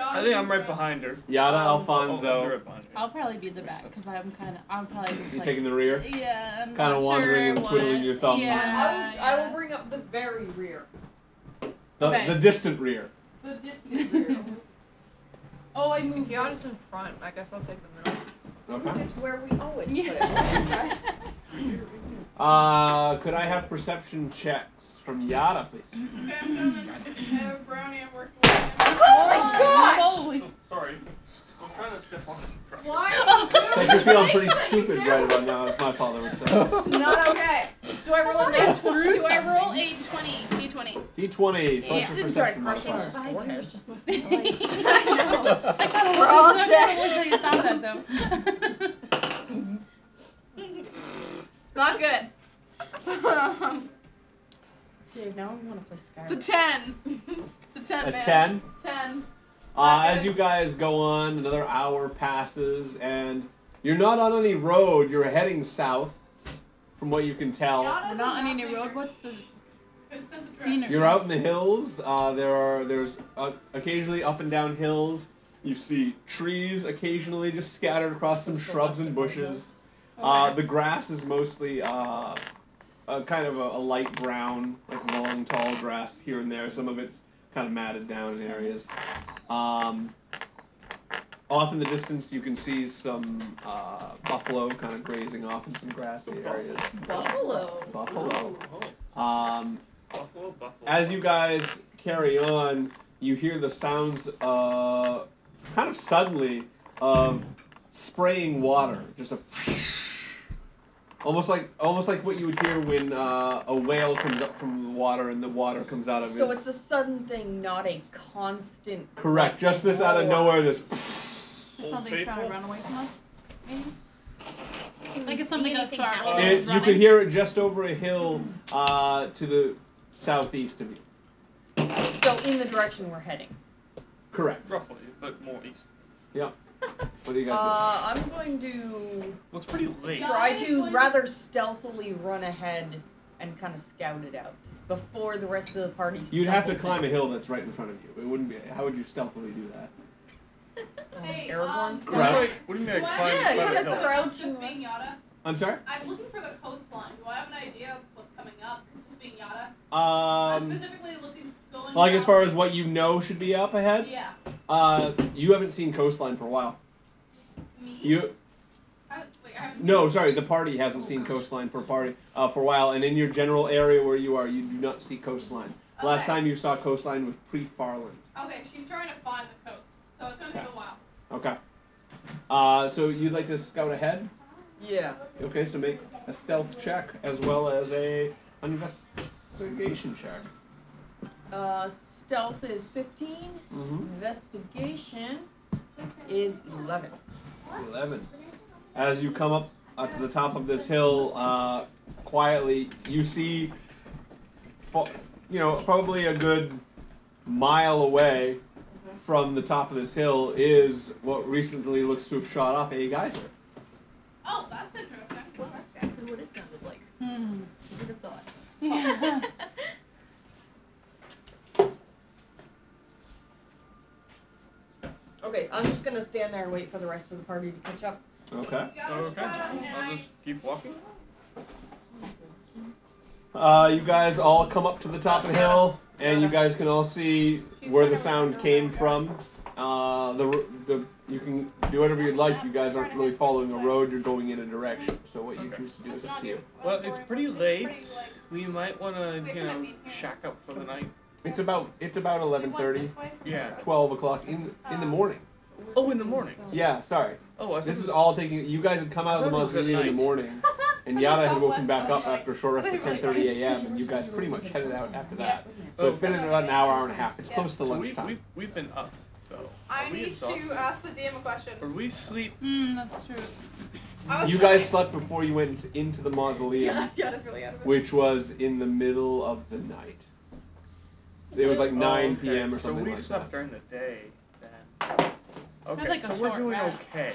Speaker 4: I think I'm right behind her.
Speaker 2: Yada
Speaker 5: Um,
Speaker 2: Alfonso.
Speaker 4: Oh, I'm right behind her.
Speaker 7: [laughs] I'll probably be the back because I'm kind of. I'm probably just
Speaker 2: you
Speaker 7: like.
Speaker 2: taking the rear?
Speaker 7: yeah, I'm
Speaker 2: Kinda
Speaker 7: not sure
Speaker 2: wandering and twiddling
Speaker 7: what-
Speaker 2: your thumbs.
Speaker 5: Uh,
Speaker 7: Yeah,
Speaker 5: I, will, I
Speaker 7: yeah.
Speaker 5: will
Speaker 7: [laughs]
Speaker 5: bring up the very rear.
Speaker 2: The,
Speaker 7: okay.
Speaker 2: the distant rear.
Speaker 5: The distant
Speaker 7: [laughs]
Speaker 5: rear.
Speaker 7: oh, I moved.
Speaker 5: Yada's in front. I guess I'll take the middle.
Speaker 2: Okay.
Speaker 5: It's where we always [laughs]
Speaker 7: Yeah.
Speaker 2: Uh, could I have perception checks from Yada, please?
Speaker 3: Okay, I'm coming. I have a brownie I'm working with.
Speaker 5: Oh
Speaker 7: Holy
Speaker 4: Sorry. I was trying to step on some crap.
Speaker 2: But you're feeling pretty stupid right about now, as my father would
Speaker 6: [laughs]
Speaker 2: say.
Speaker 6: Uh,
Speaker 2: [laughs]
Speaker 3: Not okay. Do I roll a nat
Speaker 7: Through
Speaker 3: Do I roll a 20? D20.
Speaker 2: D20 plus
Speaker 3: Yeah.
Speaker 2: your perception modifier.
Speaker 8: Five years just left me
Speaker 7: [laughs]
Speaker 8: like.
Speaker 7: I
Speaker 3: I
Speaker 7: kind of
Speaker 3: We're all
Speaker 7: wish I
Speaker 3: dead.
Speaker 7: saw that though.
Speaker 3: It's not good. Um,
Speaker 5: Dude, now I want to play
Speaker 3: it's a
Speaker 5: Skyrim.
Speaker 3: 10. It's a 10,
Speaker 2: A
Speaker 3: man.
Speaker 2: 10.
Speaker 3: 10.
Speaker 2: Uh, as you guys go on, another hour passes, and you're not on any road. You're heading south, from what you can tell.
Speaker 7: We're not on any road. What's the scenery?
Speaker 2: You're out in the hills. Uh, there are there's uh, occasionally up and down hills. You see trees occasionally just scattered across some shrubs and bushes. Uh, the grass is mostly uh, a kind of a, a light brown, like long, tall grass here and there. Some of it's kind of matted down in areas. Um, off in the distance, you can see some uh, buffalo kind of grazing off in some grassy areas.
Speaker 5: Buffalo.
Speaker 2: Buffalo. Um,
Speaker 4: Buffalo, buffalo.
Speaker 2: as you guys carry on, you hear the sounds, uh, kind of suddenly, of spraying water. Just a, [laughs] almost like almost like what you would hear when uh, a whale comes up from the water and the water comes out of
Speaker 5: So
Speaker 2: his.
Speaker 5: it's a sudden thing, not a constant.
Speaker 2: correct.
Speaker 5: like,
Speaker 2: Just this out of
Speaker 5: roar.
Speaker 2: nowhere. This. [laughs]
Speaker 4: Old
Speaker 7: Something's trying
Speaker 4: Faithful?
Speaker 7: to run away from us. Maybe.
Speaker 8: Can
Speaker 7: Like
Speaker 8: we
Speaker 7: if something
Speaker 8: see
Speaker 7: goes
Speaker 8: anything
Speaker 7: far,
Speaker 5: Oh,
Speaker 8: happen?
Speaker 7: It-
Speaker 2: It, you could hear it just over a hill uh, to the southeast of you.
Speaker 5: So in the direction we're heading.
Speaker 2: Correct.
Speaker 4: Roughly, but more east.
Speaker 2: What do you guys
Speaker 5: Uh, I'm going to
Speaker 4: Well, it's pretty late.
Speaker 5: try to rather stealthily run ahead and kind of scout it out before the rest of the party.
Speaker 2: do? You'd have to
Speaker 5: stumbles
Speaker 2: climb a
Speaker 5: in.
Speaker 2: hill that's right in front of you. It wouldn't be. How would you stealthily do that?
Speaker 5: Um,
Speaker 3: Hey,
Speaker 5: Aragorn
Speaker 3: um,
Speaker 5: style?
Speaker 4: What do I- what do you mean I
Speaker 3: Do I-
Speaker 4: climb,
Speaker 5: yeah,
Speaker 4: climb
Speaker 5: kinda
Speaker 4: a hill?
Speaker 5: crouch.
Speaker 3: Just being Yada.
Speaker 2: I'm sorry.
Speaker 3: I'm looking for the coastline. Do I have an idea of what's coming up? Just being Yada. I'm
Speaker 2: Um,
Speaker 3: specifically looking going.
Speaker 2: like as
Speaker 3: south.
Speaker 2: far as what you know should be up ahead,
Speaker 3: Yeah.
Speaker 2: uh, you haven't seen coastline for a while.
Speaker 3: Me.
Speaker 2: You
Speaker 3: I, wait, I haven't
Speaker 2: no,
Speaker 3: Seen
Speaker 2: sorry, the party hasn't seen coastline for a party uh, for a while, and in your general area where you are, you do not see coastline. Last
Speaker 3: Okay.
Speaker 2: time you saw coastline was pre-Farland.
Speaker 3: Okay, she's trying to find the coast, so it's gonna take a while.
Speaker 2: Okay. Uh, so you'd like to scout ahead?
Speaker 5: Yeah.
Speaker 2: Okay, so make a stealth check as well as a investigation check.
Speaker 5: Uh, stealth is 15.
Speaker 2: Mm-hmm.
Speaker 5: Investigation is 11.
Speaker 2: 11. As you come up uh, to the top of this hill, uh, quietly, you see, fo- you know, probably a good mile away from the top of this hill is what recently looks to have shot up a geyser.
Speaker 3: Oh, that's interesting.
Speaker 8: Well, that's exactly what it sounded like.
Speaker 7: Hmm.
Speaker 8: Would have [laughs] thought.
Speaker 7: Yeah.
Speaker 5: Okay, I'm just gonna stand there and wait for the rest of the party to catch up.
Speaker 2: Okay.
Speaker 3: Yada's
Speaker 4: Oh, Okay,
Speaker 3: got it, and
Speaker 4: I'll
Speaker 3: I-
Speaker 4: just keep walking.
Speaker 2: Uh, you guys all come up to the top of the hill, and you guys can all see where the sound came from. Uh, the, r- the you can do whatever you'd like. You guys aren't really following a road. You're going in a direction. So what you choose to do is up to you.
Speaker 4: Well, it's pretty late.
Speaker 3: Pretty, like,
Speaker 4: We might want to,
Speaker 3: Wait,
Speaker 4: you
Speaker 3: can I
Speaker 4: know,
Speaker 3: be in here?
Speaker 4: shack up for the night.
Speaker 2: It's about it's about eleven thirty,
Speaker 4: Yeah.
Speaker 3: [laughs]
Speaker 2: twelve o'clock in in the morning.
Speaker 4: Oh, in the morning.
Speaker 2: Yeah, sorry.
Speaker 4: Oh, I
Speaker 2: This
Speaker 4: thought
Speaker 2: is
Speaker 4: it was-
Speaker 2: all taking. You guys had come out of the
Speaker 4: I thought it was
Speaker 2: mausoleum in the
Speaker 4: at night.
Speaker 2: morning, and Yada had woken back up after a short rest at ten thirty a.m. And you guys pretty much headed out after that. So it's been about an hour, hour and a half. It's close to
Speaker 4: So we,
Speaker 2: lunchtime.
Speaker 4: we, we've been up, though.
Speaker 3: I
Speaker 4: Are we
Speaker 3: need
Speaker 4: exhausted?
Speaker 3: to uh, ask the DM a question.
Speaker 4: Are we sleep?
Speaker 7: Hmm. That's true.
Speaker 3: I was
Speaker 2: You
Speaker 3: trying-
Speaker 2: guys slept before you went into the
Speaker 3: [laughs]
Speaker 2: mausoleum,
Speaker 3: Yeah, Yada's really out of it.
Speaker 2: which was in the middle of the night. It was like 9
Speaker 4: Oh, okay.
Speaker 2: p.m. or
Speaker 4: so
Speaker 2: something
Speaker 4: we
Speaker 2: like
Speaker 4: slept
Speaker 2: that.
Speaker 4: during the day then. Okay,
Speaker 7: like, a
Speaker 4: so we're
Speaker 7: short
Speaker 4: doing
Speaker 7: rest.
Speaker 4: okay.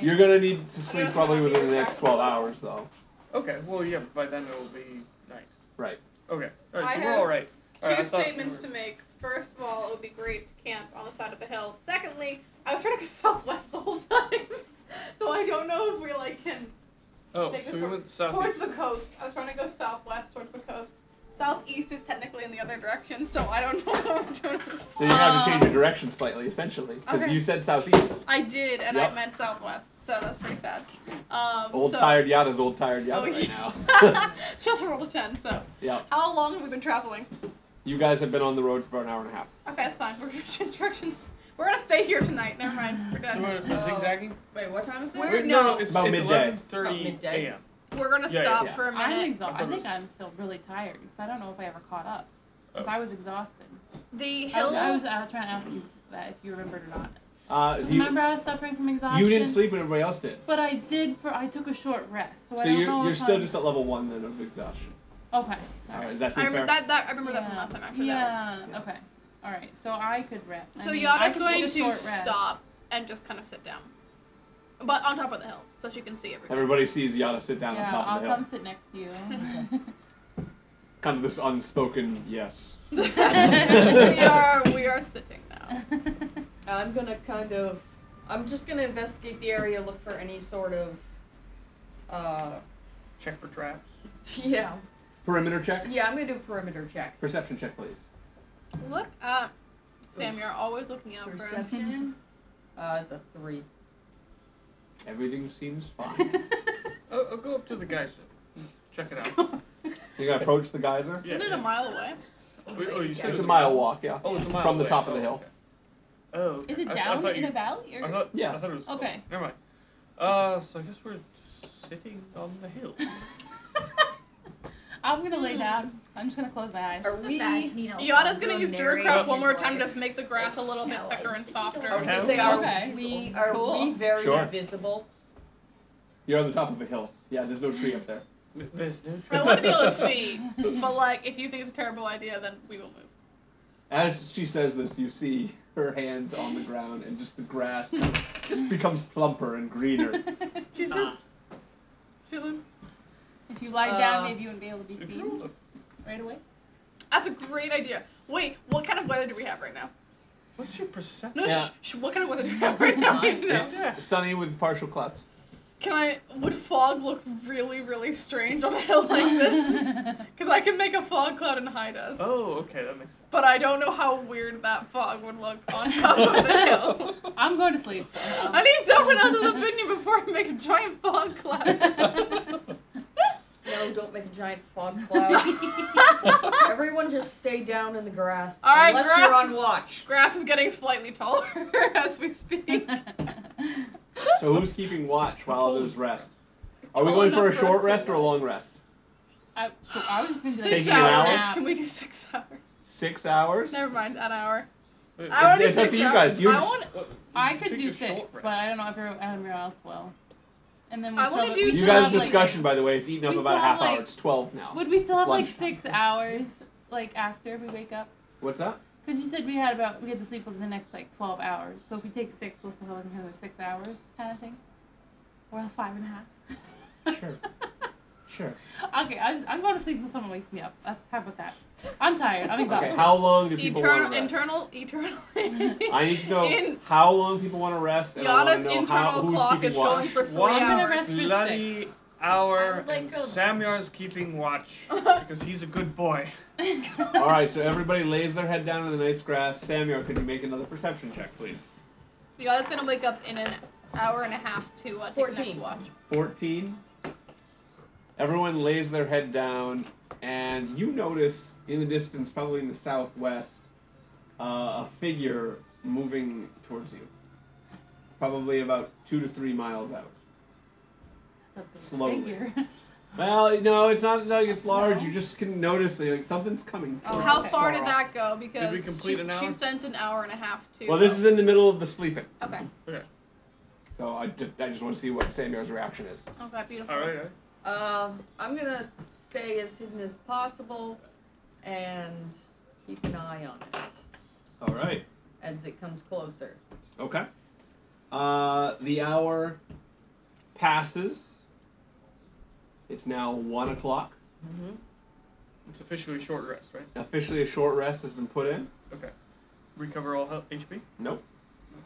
Speaker 2: You're gonna need to sleep probably within the next 12 hours, though.
Speaker 4: Okay, well yeah, by then it'll be night.
Speaker 2: Right.
Speaker 4: Okay, all right,
Speaker 3: I
Speaker 4: so
Speaker 3: have
Speaker 4: we're all right. All right, I
Speaker 3: Two
Speaker 4: thought we
Speaker 3: statements
Speaker 4: were-
Speaker 3: to make. First of all, it would be great to camp on the side of a hill. Secondly, I was trying to go [laughs] southwest the whole time, [laughs] so I don't know if we like can
Speaker 4: Oh,
Speaker 3: make
Speaker 4: so
Speaker 3: this
Speaker 4: we
Speaker 3: work.
Speaker 4: went
Speaker 3: towards
Speaker 4: southeast.
Speaker 3: the coast. I was trying to go southwest towards the coast. Southeast is technically in the other direction, so I don't [laughs] know what I'm doing.
Speaker 2: So you have to
Speaker 7: Um,
Speaker 2: change your direction slightly, essentially, because
Speaker 3: Okay.
Speaker 2: you said southeast.
Speaker 3: I did, and
Speaker 2: Yep.
Speaker 3: I meant southwest, so that's pretty sad. Um,
Speaker 2: Old
Speaker 3: so, [laughs]
Speaker 2: tired Yada's old tired Yada
Speaker 3: Oh,
Speaker 2: right
Speaker 3: yeah.
Speaker 7: [laughs]
Speaker 2: now.
Speaker 3: [laughs]
Speaker 2: [laughs]
Speaker 3: Just rolled a ten. So
Speaker 2: yeah.
Speaker 3: how long have we been traveling?
Speaker 2: You guys have been on the road for about an hour and a half.
Speaker 3: Okay, that's fine. We're [laughs] instructions. We're gonna stay here tonight. Never mind. We're
Speaker 4: So
Speaker 3: done.
Speaker 4: we're
Speaker 5: Oh.
Speaker 4: zigzagging?
Speaker 5: Wait, what time is it?
Speaker 3: We're-
Speaker 4: Wait,
Speaker 3: no.
Speaker 4: it's,
Speaker 2: About
Speaker 4: it's
Speaker 2: midday.
Speaker 4: 11.30
Speaker 5: About midday.
Speaker 4: a.m.
Speaker 3: We're gonna
Speaker 4: Yeah, yeah,
Speaker 3: stop
Speaker 2: yeah.
Speaker 3: for a
Speaker 7: I'm
Speaker 3: minute.
Speaker 7: exhausted.
Speaker 4: I
Speaker 7: I
Speaker 4: thought it
Speaker 7: think I'm still really tired because I don't know if I ever caught up because
Speaker 4: Oh.
Speaker 7: I was exhausted.
Speaker 3: The
Speaker 7: I was,
Speaker 3: hill.
Speaker 7: I was uh, trying to ask you that if you remembered or not.
Speaker 2: Uh,
Speaker 7: 'Cause
Speaker 2: do you,
Speaker 7: remember, I was suffering from exhaustion.
Speaker 2: you didn't sleep when everybody else did.
Speaker 7: But I did for I took a short rest, so, I
Speaker 2: So
Speaker 7: don't
Speaker 2: you're,
Speaker 7: know
Speaker 2: you're
Speaker 7: if
Speaker 2: still
Speaker 7: I'm-
Speaker 2: just at level one then of exhaustion.
Speaker 7: okay. All
Speaker 2: Alright,
Speaker 7: right.
Speaker 2: Does that
Speaker 3: I
Speaker 2: seem fair?
Speaker 3: remember that, that. I remember that from
Speaker 7: Yeah.
Speaker 3: last time. Actually, that
Speaker 7: yeah.
Speaker 2: Yeah.
Speaker 7: Okay. All right. So I could rest. I
Speaker 3: So
Speaker 7: mean, I
Speaker 3: Yada's
Speaker 7: could
Speaker 3: going
Speaker 7: take a
Speaker 3: to
Speaker 7: short rest.
Speaker 3: stop and just kind of sit down, but on top of the hill, so she can see everything.
Speaker 2: Everybody sees Yada sit down on
Speaker 7: Yeah,
Speaker 2: top
Speaker 7: I'll
Speaker 2: of the hill.
Speaker 7: come sit next to you.
Speaker 2: Kind of this unspoken yes.
Speaker 3: [laughs] we are we are sitting now.
Speaker 5: I'm gonna kind of, I'm just gonna investigate the area, look for any sort of, uh,
Speaker 4: Check for traps.
Speaker 5: [laughs] yeah,
Speaker 2: Perimeter check?
Speaker 5: yeah. I'm gonna do a perimeter check.
Speaker 2: Perception check, please.
Speaker 3: Look up, Sam. You're always looking out for us.
Speaker 5: Perception. Uh, it's a three.
Speaker 2: Everything seems
Speaker 7: [laughs]
Speaker 2: fine.
Speaker 4: Oh, oh, go up to the geyser. Check
Speaker 3: [laughs]
Speaker 4: it out.
Speaker 2: You're gonna approach the geyser?
Speaker 4: Yeah,
Speaker 3: Isn't it
Speaker 4: yeah.
Speaker 3: a mile away?
Speaker 4: Wait, oh, you said it
Speaker 2: It's
Speaker 4: was
Speaker 2: a mile walk, yeah.
Speaker 4: Oh, it's a mile
Speaker 2: From the
Speaker 4: away.
Speaker 2: top of the
Speaker 4: Oh,
Speaker 2: hill.
Speaker 4: okay. Oh. okay.
Speaker 7: Is it
Speaker 4: I th- I
Speaker 7: down
Speaker 4: thought
Speaker 7: in
Speaker 4: you-
Speaker 7: a valley? Or?
Speaker 4: I thought,
Speaker 2: Yeah.
Speaker 4: I thought it was. cool.
Speaker 7: Okay.
Speaker 4: Never mind. Uh, so I guess we're sitting on the hill.
Speaker 7: [laughs] I'm gonna lay down. I'm just gonna close my eyes.
Speaker 8: [laughs]
Speaker 5: Are we?
Speaker 3: Yada's gonna use Jurycraft
Speaker 4: narrating
Speaker 3: one more
Speaker 8: his
Speaker 3: time,
Speaker 8: life.
Speaker 3: just make the grass a little bit
Speaker 8: No, I
Speaker 3: thicker and
Speaker 8: just think
Speaker 3: softer.
Speaker 8: it'll
Speaker 5: I was gonna
Speaker 4: Okay.
Speaker 5: say, are
Speaker 7: Okay.
Speaker 5: we are
Speaker 7: Cool.
Speaker 5: we very
Speaker 2: Sure.
Speaker 5: visible?
Speaker 2: You're on the top of a hill. Yeah, there's no tree up there.
Speaker 4: There's no
Speaker 3: [laughs] I want to be able
Speaker 7: [laughs]
Speaker 3: to see, but like if you think it's a terrible idea, then we will move.
Speaker 2: As she says this, you see her hands on the ground and just the grass just becomes plumper and greener.
Speaker 3: She's just feeling.
Speaker 7: if you lie down,
Speaker 5: Uh,
Speaker 7: maybe you wouldn't be able to be
Speaker 4: If
Speaker 7: seen
Speaker 4: you
Speaker 7: right away.
Speaker 3: That's a great idea. Wait, what kind of weather do we have right now?
Speaker 4: what's your perception?
Speaker 3: No,
Speaker 2: Yeah.
Speaker 3: sh- sh- what kind of weather do we have right now? I need to know.
Speaker 2: It's [laughs] sunny with partial clouds.
Speaker 3: Can I? Would fog look really, really strange on a hill [laughs] like
Speaker 2: [laughs]
Speaker 3: this? Because I can make a fog cloud and hide us.
Speaker 4: Oh, okay, that makes sense.
Speaker 3: But I don't know how weird that fog would look on top of the hill.
Speaker 7: [laughs]
Speaker 2: [laughs]
Speaker 7: I'm going to sleep. so, um,
Speaker 3: I need someone else's opinion before I make a giant
Speaker 2: [laughs]
Speaker 3: fog cloud. [laughs]
Speaker 5: No, don't make a giant fog
Speaker 3: [laughs]
Speaker 5: cloud. Everyone just stay down in the grass.
Speaker 3: All right,
Speaker 5: unless
Speaker 3: grass
Speaker 5: you're on
Speaker 3: is-
Speaker 5: watch.
Speaker 3: Grass is getting slightly taller [laughs] as
Speaker 7: [laughs]
Speaker 2: [laughs]
Speaker 3: we [laughs] speak.
Speaker 2: So who's keeping watch while others rest? Are we
Speaker 3: Tall
Speaker 2: going for a
Speaker 3: enough for us
Speaker 2: short
Speaker 3: to
Speaker 2: rest or a
Speaker 3: walk.
Speaker 2: long rest?
Speaker 7: I, so I was just gonna
Speaker 3: Six
Speaker 2: Taking
Speaker 7: take
Speaker 2: an
Speaker 7: a
Speaker 2: hour?
Speaker 3: hours.
Speaker 7: nap.
Speaker 3: Can we do six hours?
Speaker 2: Six hours?
Speaker 3: Never mind, an hour.
Speaker 4: Wait,
Speaker 3: I want to do
Speaker 2: It's up
Speaker 3: six
Speaker 2: to you
Speaker 3: hours.
Speaker 2: guys. You
Speaker 3: I want.
Speaker 4: what-
Speaker 7: I
Speaker 4: you
Speaker 7: could
Speaker 4: take
Speaker 7: do
Speaker 4: a
Speaker 7: six,
Speaker 4: short
Speaker 7: but
Speaker 4: rest.
Speaker 7: I don't know if everyone- everyone else will. And then we
Speaker 3: I
Speaker 7: still
Speaker 3: wanna
Speaker 7: have-
Speaker 3: do
Speaker 7: we
Speaker 3: two
Speaker 2: You
Speaker 7: still
Speaker 3: hours.
Speaker 2: guys'
Speaker 7: have, like-
Speaker 2: discussion, by the way, it's eaten up
Speaker 7: we
Speaker 2: about a
Speaker 7: still
Speaker 2: half
Speaker 7: have,
Speaker 2: hour.
Speaker 7: like-
Speaker 2: It's 12 now.
Speaker 7: would we still
Speaker 2: It's
Speaker 7: have like
Speaker 2: lunchtime.
Speaker 7: six hours, like after we wake up?
Speaker 2: What's that?
Speaker 7: Because you said we had about we had to sleep within the next like twelve hours. So if we take six, we'll still have another six hours kind of thing. Or five and a half.
Speaker 2: Sure. Sure.
Speaker 7: [laughs] okay, I'm, I'm going to sleep until someone wakes me up. That's how about that. I'm tired. I'm exhausted.
Speaker 2: Okay, how long do people want
Speaker 3: Eternal,
Speaker 2: to rest?
Speaker 3: internal, eternal. [laughs]
Speaker 2: I need to know
Speaker 3: In-
Speaker 2: how long people want to rest, and
Speaker 3: Yada's
Speaker 2: I want to know
Speaker 3: internal
Speaker 2: how, who's
Speaker 3: clock
Speaker 2: keeping
Speaker 3: is
Speaker 2: watch.
Speaker 3: going for three
Speaker 4: One
Speaker 7: I'm gonna
Speaker 3: hours.
Speaker 7: rest for
Speaker 4: bloody
Speaker 7: six.
Speaker 4: hour,
Speaker 8: Let
Speaker 4: and
Speaker 8: go.
Speaker 4: Samyar's keeping watch
Speaker 3: [laughs]
Speaker 4: because he's a good boy.
Speaker 2: [laughs] All right, so everybody lays their head down in the nice grass. Samuel, could you make another perception check, please?
Speaker 3: Yada's gonna wake up in an hour and a half to uh, take the next
Speaker 5: 14.
Speaker 3: watch.
Speaker 2: 14. Everyone lays their head down, and you notice in the distance, probably in the southwest, uh, a figure moving towards you. Probably about two to three miles out.
Speaker 7: That's a big
Speaker 2: Slowly.
Speaker 7: figure.
Speaker 2: Well, no, it's not like it's large.
Speaker 7: No.
Speaker 2: You just can notice that like, something's coming.
Speaker 7: Oh,
Speaker 3: How
Speaker 7: okay.
Speaker 3: far did that go? Because
Speaker 4: complete
Speaker 3: she,
Speaker 4: an hour?
Speaker 3: she sent an hour and a half to. uh,
Speaker 2: Well, this is in the middle of the sleeping,
Speaker 3: Okay.
Speaker 2: so I just, I just want to see what Samuel's reaction is.
Speaker 3: Okay, Oh, beautiful.
Speaker 4: All right, all right.
Speaker 5: Um, I'm gonna stay as hidden as possible and keep an eye
Speaker 2: All right.
Speaker 5: as it comes closer.
Speaker 2: Okay. Uh, the hour passes. It's now one o'clock.
Speaker 5: Mm-hmm.
Speaker 4: It's officially short rest, right?
Speaker 2: Officially, a short rest has been put in.
Speaker 4: Okay. Recover all health, HP.
Speaker 2: Nope.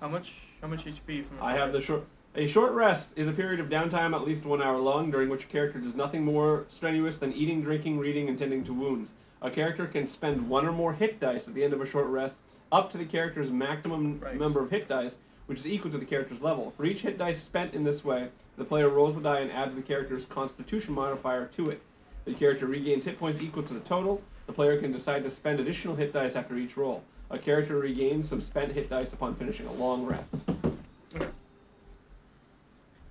Speaker 4: How much? How much HP from? a
Speaker 2: I have the
Speaker 4: rest?
Speaker 2: short. A short rest is a period of downtime at least one hour long during which a character does nothing more strenuous than eating, drinking, reading, and tending to wounds. A character can spend one or more hit dice at the end of a short rest, up to the character's maximum
Speaker 4: Right.
Speaker 2: number of hit dice, which is equal to the character's level. For each hit dice spent in this way, the player rolls the die and adds the character's constitution modifier to it. The character regains hit points equal to the total. The player can decide to spend additional hit dice after each roll. A character regains some spent hit dice upon finishing a long rest.
Speaker 4: Okay.
Speaker 7: [laughs]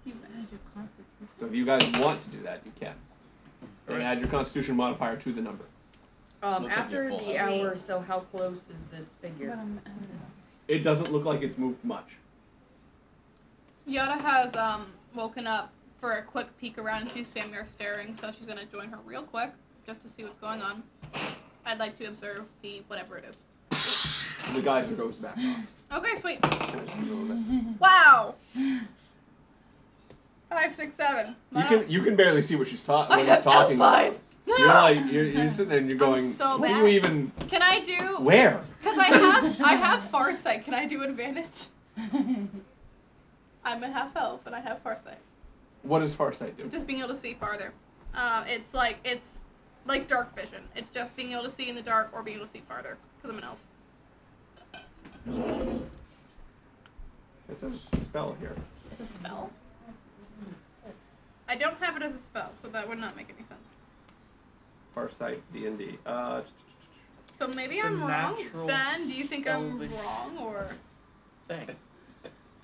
Speaker 7: You add your constitution.
Speaker 2: So if you guys want to do that, you can. And
Speaker 4: Alright.
Speaker 2: add your constitution modifier to the number.
Speaker 5: Um,
Speaker 6: Looks like
Speaker 5: after
Speaker 6: you're full.
Speaker 5: the hour, so how close is this figure?
Speaker 7: But I'm adding-
Speaker 2: It doesn't look like it's moved much.
Speaker 3: Yada has um, woken up for a quick peek around and sees Samir staring, so she's gonna join her real quick just to see what's going on. I'd like to observe the whatever it is.
Speaker 2: And the geyser goes
Speaker 3: [laughs]
Speaker 2: back on.
Speaker 3: Okay, sweet.
Speaker 2: Can I just do a little bit?
Speaker 3: Wow. Five, six, seven.
Speaker 2: You can you can barely see what she's ta-
Speaker 3: I [laughs]
Speaker 2: when he's
Speaker 3: have
Speaker 2: talking.
Speaker 3: elf
Speaker 2: about.
Speaker 3: eyes.
Speaker 2: You're like you're,
Speaker 3: [laughs]
Speaker 2: you're sitting there and you're going.
Speaker 3: so
Speaker 2: what
Speaker 3: bad.
Speaker 2: do you even
Speaker 3: Can I do?
Speaker 2: where?
Speaker 3: Because I
Speaker 2: [laughs]
Speaker 3: have I have farsight. Can I do advantage? I'm a half elf and I have farsight.
Speaker 2: What does Farsight do?
Speaker 3: Just being able to see farther. Uh, it's like it's like dark vision. It's just being able to see in the dark or being able to see farther. Because I'm an elf.
Speaker 2: It's a spell here.
Speaker 3: It's a spell. I don't have it as a spell, so that would not make any sense.
Speaker 2: Farsight D and D. Uh,
Speaker 3: So maybe
Speaker 4: It's a
Speaker 3: I'm wrong.
Speaker 4: natural
Speaker 3: Ben, do you think I'm
Speaker 4: spell that-
Speaker 3: wrong or?
Speaker 4: Thanks.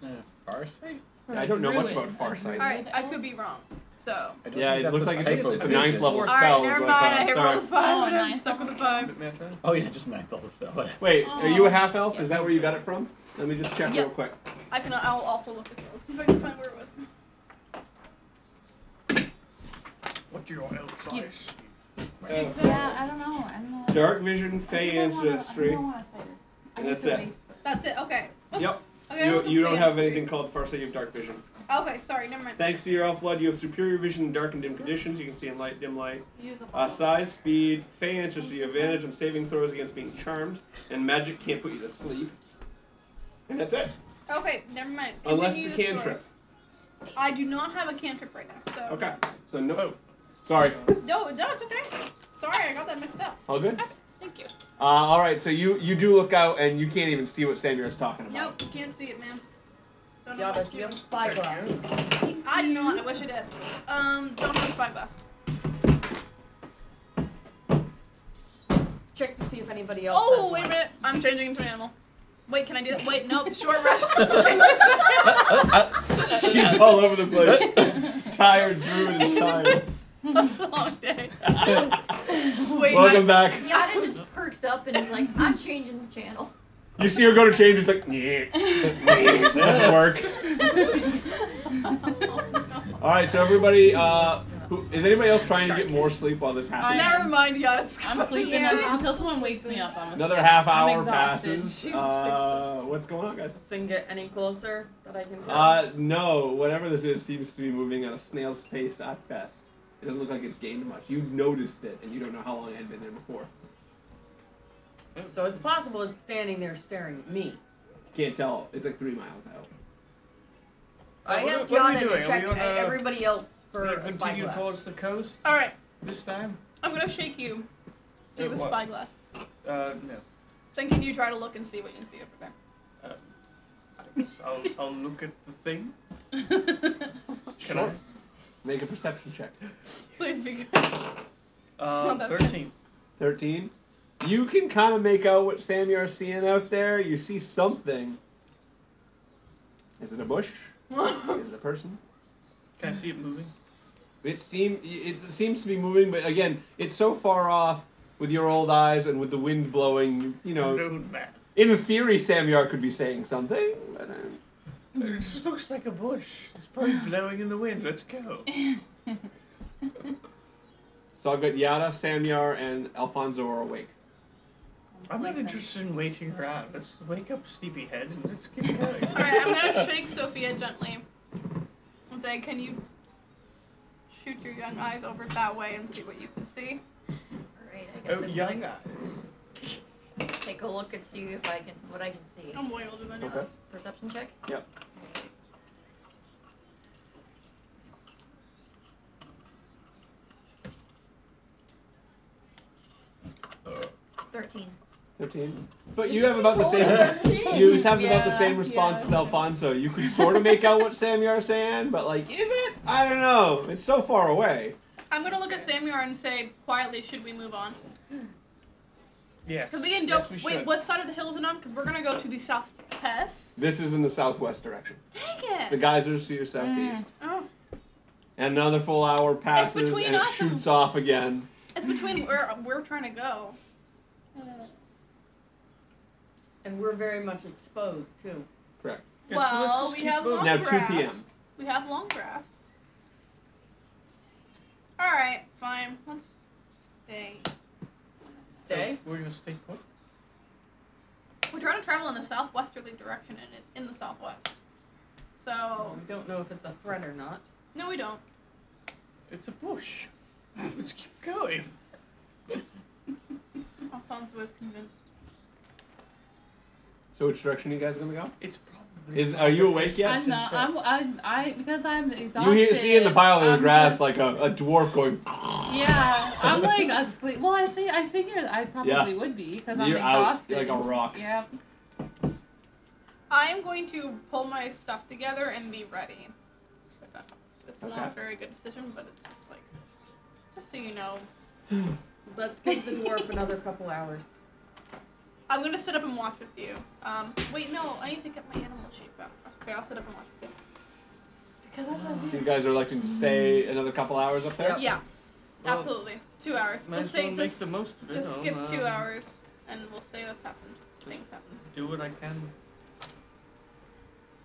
Speaker 6: Uh, Farsight?
Speaker 2: I don't know much
Speaker 5: Druid.
Speaker 2: about Farsight.
Speaker 3: All right, I could be wrong. So.
Speaker 6: I don't
Speaker 2: yeah,
Speaker 6: think
Speaker 2: it
Speaker 6: that's
Speaker 2: looks
Speaker 6: a
Speaker 2: like it's,
Speaker 6: typo
Speaker 2: just, it's a
Speaker 6: vision.
Speaker 2: ninth level
Speaker 3: All
Speaker 2: spell.
Speaker 3: right,
Speaker 2: is
Speaker 3: never
Speaker 2: what
Speaker 3: mind.
Speaker 2: I
Speaker 3: I
Speaker 2: thought.
Speaker 3: hit
Speaker 2: Sorry.
Speaker 3: roll the five,
Speaker 7: Oh,
Speaker 3: and I'm
Speaker 7: nice.
Speaker 3: stuck with the five.
Speaker 4: May I try?
Speaker 6: Oh yeah, just ninth level spell. [laughs] whatever.
Speaker 2: Wait, are you a
Speaker 7: Oh.
Speaker 2: half elf? Is
Speaker 3: Yes.
Speaker 2: that where you got it from? Let me just check
Speaker 3: Yeah.
Speaker 2: real quick.
Speaker 3: I can. I'll also look as well. See if I can find where it was.
Speaker 4: What do your elves
Speaker 7: You-
Speaker 4: eyes?
Speaker 2: Uh,
Speaker 7: yeah, I don't know. I don't know.
Speaker 2: Dark vision, uh,
Speaker 7: I think
Speaker 2: Fey
Speaker 7: I wanna- I
Speaker 2: ancestry.
Speaker 7: don't wanna say it. I
Speaker 2: And
Speaker 7: need
Speaker 2: that's
Speaker 7: to
Speaker 2: it.
Speaker 7: waste it.
Speaker 3: That's it. Okay. Let's-
Speaker 2: Yep.
Speaker 3: Okay,
Speaker 2: You,
Speaker 3: look at
Speaker 2: you don't
Speaker 3: the
Speaker 2: have
Speaker 3: fantasy.
Speaker 2: anything called Farsight, you have dark vision.
Speaker 3: Okay, sorry. Never mind.
Speaker 2: Thanks to your elf blood, you have superior vision in dark and dim conditions. You can see in light, dim light.
Speaker 7: Use a
Speaker 2: Uh,
Speaker 7: bottle.
Speaker 2: size, speed, Fey ancestry, advantage on saving throws against being charmed, and magic can't put you to sleep. And that's it.
Speaker 3: Okay, never mind. Continue
Speaker 2: Unless it's a
Speaker 3: the story.
Speaker 2: cantrip.
Speaker 3: I do not have a cantrip right now, so.
Speaker 2: Okay. So no.
Speaker 4: Oh.
Speaker 2: Sorry.
Speaker 3: No, no, it's okay. Sorry, I got that mixed up.
Speaker 2: All good.
Speaker 1: Thank you.
Speaker 2: Uh, all right. So you you do look out and you can't even see what Samuel's talking about.
Speaker 3: Nope, can't see it, man. Don't know
Speaker 5: Yada,
Speaker 3: what
Speaker 5: do you have a
Speaker 3: to.
Speaker 5: spyglass?
Speaker 3: I do not. I wish I did. Um, don't have a spyglass.
Speaker 5: Check to see if anybody else.
Speaker 3: Oh,
Speaker 5: has
Speaker 3: wait a
Speaker 5: one.
Speaker 3: minute. I'm changing into an animal. Wait, can I do that? Wait, nope. Short
Speaker 2: [laughs]
Speaker 3: rest. [laughs]
Speaker 2: She's all over the
Speaker 7: [laughs]
Speaker 2: place. tired. Druid is tired.
Speaker 3: Such a long
Speaker 2: [laughs]
Speaker 3: day.
Speaker 7: [laughs]
Speaker 3: Wait,
Speaker 2: Welcome back.
Speaker 8: Yada just [laughs] perks up and is like, I'm changing the channel. [laughs]
Speaker 2: You see her go to change. It's like, yeah,
Speaker 7: [laughs]
Speaker 2: doesn't work. All right, so everybody, uh, who, is anybody else trying to get more sleep while this
Speaker 3: my-
Speaker 2: happens?
Speaker 7: I-
Speaker 3: never mind, yeah, it's
Speaker 7: [laughs] I'm sleeping
Speaker 3: [laughs] Yeah.
Speaker 7: un- until someone wakes me up. I'm
Speaker 2: Another
Speaker 7: asleep.
Speaker 2: half
Speaker 7: I'm
Speaker 2: hour
Speaker 7: exhausted. [laughs]
Speaker 2: passes.
Speaker 3: Jesus,
Speaker 2: Uh, what's going on, guys?
Speaker 5: Does this thing get any closer that I can tell?
Speaker 2: Uh, no, whatever this is seems to be moving at a snail's pace at best. It doesn't look like it's gained much. You noticed it, and you don't know how long it had been there before.
Speaker 5: so it's possible it's standing there staring at me.
Speaker 2: Can't tell. It's like three miles out.
Speaker 5: I
Speaker 4: what are-
Speaker 5: asked
Speaker 4: what are we
Speaker 5: Yana to
Speaker 4: doing? Are
Speaker 5: check
Speaker 4: we on,
Speaker 5: e-
Speaker 4: uh,
Speaker 5: everybody else for
Speaker 4: Gonna
Speaker 5: a
Speaker 4: Continue
Speaker 5: spyglass.
Speaker 4: towards the coast
Speaker 3: All right,
Speaker 4: this time?
Speaker 3: I'm gonna shake you. Do you
Speaker 4: Uh,
Speaker 3: have a
Speaker 4: what?
Speaker 3: spyglass?
Speaker 4: Uh, no. Uh,
Speaker 3: Then can you try to look and see what you can see over there?
Speaker 4: I guess I'll, I'll look at the [laughs] thing. Can
Speaker 2: Sure. Make a perception check.
Speaker 3: Please be good. [laughs]
Speaker 4: I? Uh,
Speaker 3: Not that
Speaker 4: 13.
Speaker 2: 13. You can kind of make out what Sammy are seeing out there. You see something. Is it a bush? Is it a person?
Speaker 4: Can I see it moving?
Speaker 2: It seem it seems to be moving, but again, it's so far off with your old eyes and with the wind blowing. You, you know,
Speaker 4: No, man.
Speaker 2: in theory, Samyar could be saying something. But, uh,
Speaker 4: It just
Speaker 3: Mm.
Speaker 4: looks like a bush. It's
Speaker 3: [sighs]
Speaker 4: probably blowing in the wind. Let's go.
Speaker 2: so I've got Yada, Samyar, and Alfonso are awake.
Speaker 4: I'm not
Speaker 7: sleeping.
Speaker 4: interested in waiting around. Let's wake up Sleepyhead and let's keep going.
Speaker 3: [laughs] Alright, I'm
Speaker 4: [laughs]
Speaker 3: gonna shake Sophia gently and say, Can you shoot your young eyes over that way and see what you can see?
Speaker 8: Alright, I guess
Speaker 4: Oh,
Speaker 8: I'm
Speaker 4: young
Speaker 8: gonna
Speaker 4: eyes.
Speaker 8: take a look and see if I can what I can see.
Speaker 3: I'm way older than you.
Speaker 2: Okay.
Speaker 8: Perception check.
Speaker 2: Yep.
Speaker 8: Thirteen.
Speaker 2: 15. But you have
Speaker 5: Oh,
Speaker 2: about the
Speaker 5: [laughs]
Speaker 7: [laughs]
Speaker 2: same. You have about the
Speaker 7: Yeah,
Speaker 2: same response
Speaker 7: yeah.
Speaker 2: to Alfonso. You can sort of make out what Samyar's saying, but like, is it? I don't know. It's so far away.
Speaker 3: I'm gonna look at Samuel and say, quietly, should we move on?
Speaker 4: Yes.
Speaker 3: Because we can
Speaker 4: yes,
Speaker 3: don't.
Speaker 4: we
Speaker 3: wait,
Speaker 4: should.
Speaker 3: what side of the hill is it on? Because we're gonna go to the southwest.
Speaker 2: This is in the southwest direction.
Speaker 3: Dang
Speaker 2: The
Speaker 3: it!
Speaker 2: geysers to your
Speaker 7: Mm.
Speaker 2: southeast.
Speaker 3: Oh.
Speaker 2: And another full hour passes
Speaker 3: between
Speaker 2: and it
Speaker 3: us and-
Speaker 2: shoots off again.
Speaker 3: It's between where we're trying to go.
Speaker 5: And we're very much exposed too.
Speaker 4: Yes, so let's
Speaker 3: well,
Speaker 4: just
Speaker 3: we
Speaker 4: keep
Speaker 3: have
Speaker 2: It's
Speaker 4: moving.
Speaker 3: long-
Speaker 2: now 2
Speaker 3: Grass.
Speaker 2: p.m.
Speaker 3: We have long grass. All right, fine. Let's stay.
Speaker 5: Stay.
Speaker 4: We're gonna stay put.
Speaker 3: We're trying to travel in the southwesterly direction, and it's in the southwest. So
Speaker 5: We Oh, don't know if it's a threat or not.
Speaker 3: no, we don't.
Speaker 4: It's a bush. Let's keep going.
Speaker 3: Alfonso is convinced.
Speaker 2: So which direction are you guys gonna go?
Speaker 4: It's probably.
Speaker 2: Is are you awake yet?
Speaker 7: I'm not. I'm, I'm. I because I'm
Speaker 2: You
Speaker 7: exhausted.
Speaker 2: hear, see in the pile of the
Speaker 7: I'm
Speaker 2: grass
Speaker 7: just-
Speaker 2: like a, a dwarf going.
Speaker 7: [laughs] Yeah, I'm
Speaker 2: [laughs]
Speaker 7: like asleep. Well, I think I figured I probably would be because I'm
Speaker 2: You're out
Speaker 7: exhausted.
Speaker 2: like a rock.
Speaker 7: Yep.
Speaker 3: I am going to pull my stuff together and be ready. If that helps. It's not
Speaker 2: Okay.
Speaker 3: a very good decision, but it's just like, just so you know,
Speaker 5: Let's give the dwarf another couple hours.
Speaker 3: I'm gonna sit up and watch with you. Um, wait, no, I need to get my animal sheet back. That's okay, I'll sit up and watch with you. Because I love
Speaker 2: So
Speaker 3: you.
Speaker 2: you guys are electing to
Speaker 7: Mm.
Speaker 2: stay another couple hours up there.
Speaker 5: Yep.
Speaker 3: Yeah,
Speaker 4: Well,
Speaker 3: absolutely. Two hours.
Speaker 4: Might
Speaker 3: Just
Speaker 4: as well
Speaker 3: say,
Speaker 4: make
Speaker 3: just,
Speaker 4: the most of it.
Speaker 3: just
Speaker 4: I'll,
Speaker 3: skip two
Speaker 4: uh,
Speaker 3: hours, and we'll say that's happened. Things happen.
Speaker 4: Do what I can.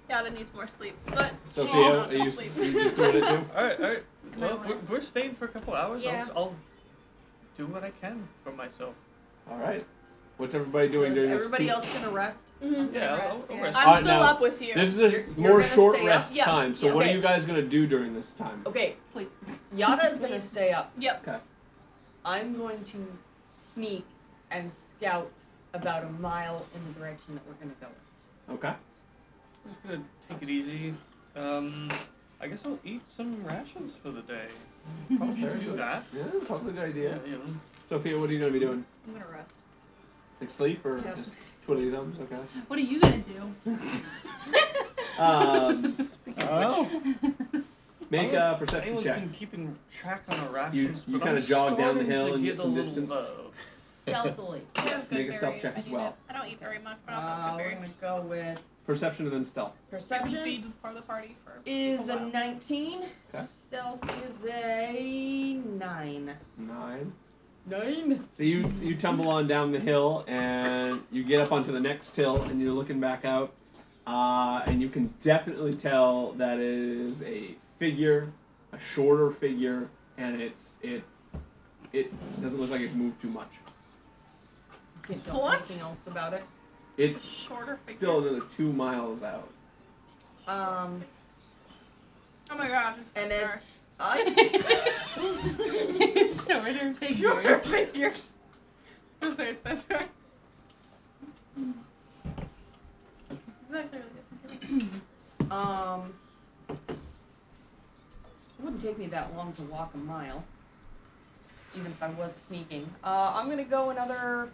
Speaker 3: Yada needs more sleep, but
Speaker 7: [laughs]
Speaker 3: she
Speaker 2: Sophia,
Speaker 3: will not
Speaker 2: are you,
Speaker 3: go sleep.
Speaker 2: you just
Speaker 3: [laughs]
Speaker 2: doing it too?
Speaker 4: All right, all right.
Speaker 7: Am I
Speaker 4: Well, if we're,
Speaker 7: allowed?
Speaker 4: we're staying for a couple hours.
Speaker 8: Yeah.
Speaker 4: I'll, I'll do what I can for myself.
Speaker 2: All right. What's everybody doing
Speaker 5: so is
Speaker 2: during
Speaker 5: everybody
Speaker 2: this? two-
Speaker 5: else gonna rest?
Speaker 3: Mhm.
Speaker 4: Yeah, I'll,
Speaker 5: Rest,
Speaker 4: I'll
Speaker 5: yeah.
Speaker 4: rest.
Speaker 3: I'm
Speaker 2: Alright,
Speaker 3: still
Speaker 2: now,
Speaker 3: up with you.
Speaker 2: This is a
Speaker 5: You're- you're
Speaker 2: more
Speaker 5: gonna
Speaker 2: short
Speaker 5: stay up?
Speaker 2: rest
Speaker 3: Yeah.
Speaker 2: time. So
Speaker 5: Yeah.
Speaker 2: what are
Speaker 5: Okay.
Speaker 2: you guys gonna do during this time?
Speaker 5: Okay.
Speaker 7: Sleep.
Speaker 5: Yada's gonna stay up.
Speaker 3: Yep.
Speaker 2: Okay.
Speaker 5: I'm going to sneak and scout about a mile in the direction that we're gonna go.
Speaker 2: Okay.
Speaker 4: I'm just gonna take it easy. Um, I guess I'll eat some rations for the day. Probably
Speaker 2: Very
Speaker 4: should do
Speaker 2: good.
Speaker 4: that.
Speaker 2: Yeah, probably a good idea.
Speaker 4: You know.
Speaker 2: Sophia, what are you gonna be doing?
Speaker 8: I'm gonna rest.
Speaker 2: Like sleep or
Speaker 5: Yeah.
Speaker 2: just twiddly your thumbs? Okay.
Speaker 7: What are you gonna do?
Speaker 2: [laughs] Um,
Speaker 7: [laughs]
Speaker 4: Oh.
Speaker 2: Make a perception
Speaker 4: Anyone's
Speaker 2: check.
Speaker 4: been keeping track on our rations,
Speaker 2: you
Speaker 4: but
Speaker 2: kinda
Speaker 4: I'm
Speaker 2: jog down the
Speaker 4: starting
Speaker 2: hill
Speaker 4: to
Speaker 2: and
Speaker 4: get
Speaker 2: get
Speaker 4: a
Speaker 2: some
Speaker 4: little
Speaker 2: distance.
Speaker 4: low.
Speaker 5: Stealthily.
Speaker 3: I have
Speaker 2: Make a
Speaker 3: good
Speaker 2: stealth
Speaker 3: berry.
Speaker 2: check
Speaker 7: I
Speaker 2: as
Speaker 7: do
Speaker 2: well.
Speaker 3: I don't eat very much, but I also
Speaker 5: Uh,
Speaker 3: have good
Speaker 5: we're
Speaker 3: berry.
Speaker 5: gonna go with
Speaker 2: Perception and then stealth.
Speaker 5: perception.
Speaker 3: Feed part of the party for.
Speaker 5: Is
Speaker 3: Oh,
Speaker 5: a
Speaker 3: wow.
Speaker 5: 19.
Speaker 2: Okay.
Speaker 5: Stealth is a 9.
Speaker 2: Nine.
Speaker 5: 9?
Speaker 2: So you you tumble on down the hill and you get up onto the next hill and you're looking back out, uh, and you can definitely tell that it is a figure, a shorter figure, and it's it it doesn't look like it's moved too much.
Speaker 5: Can't tell
Speaker 3: What?
Speaker 5: anything else about it.
Speaker 3: It's
Speaker 2: It's
Speaker 3: a shorter figure.
Speaker 2: still another two miles out.
Speaker 3: [laughs]
Speaker 5: Um,
Speaker 3: Oh my gosh, it's
Speaker 5: and
Speaker 3: bizarre.
Speaker 5: it's. I.
Speaker 7: Shorter figure.
Speaker 5: [laughs] Your figure.
Speaker 3: This is better. Exactly.
Speaker 5: Um, it wouldn't take me that long to walk a mile, even if I was sneaking. Uh, I'm gonna go another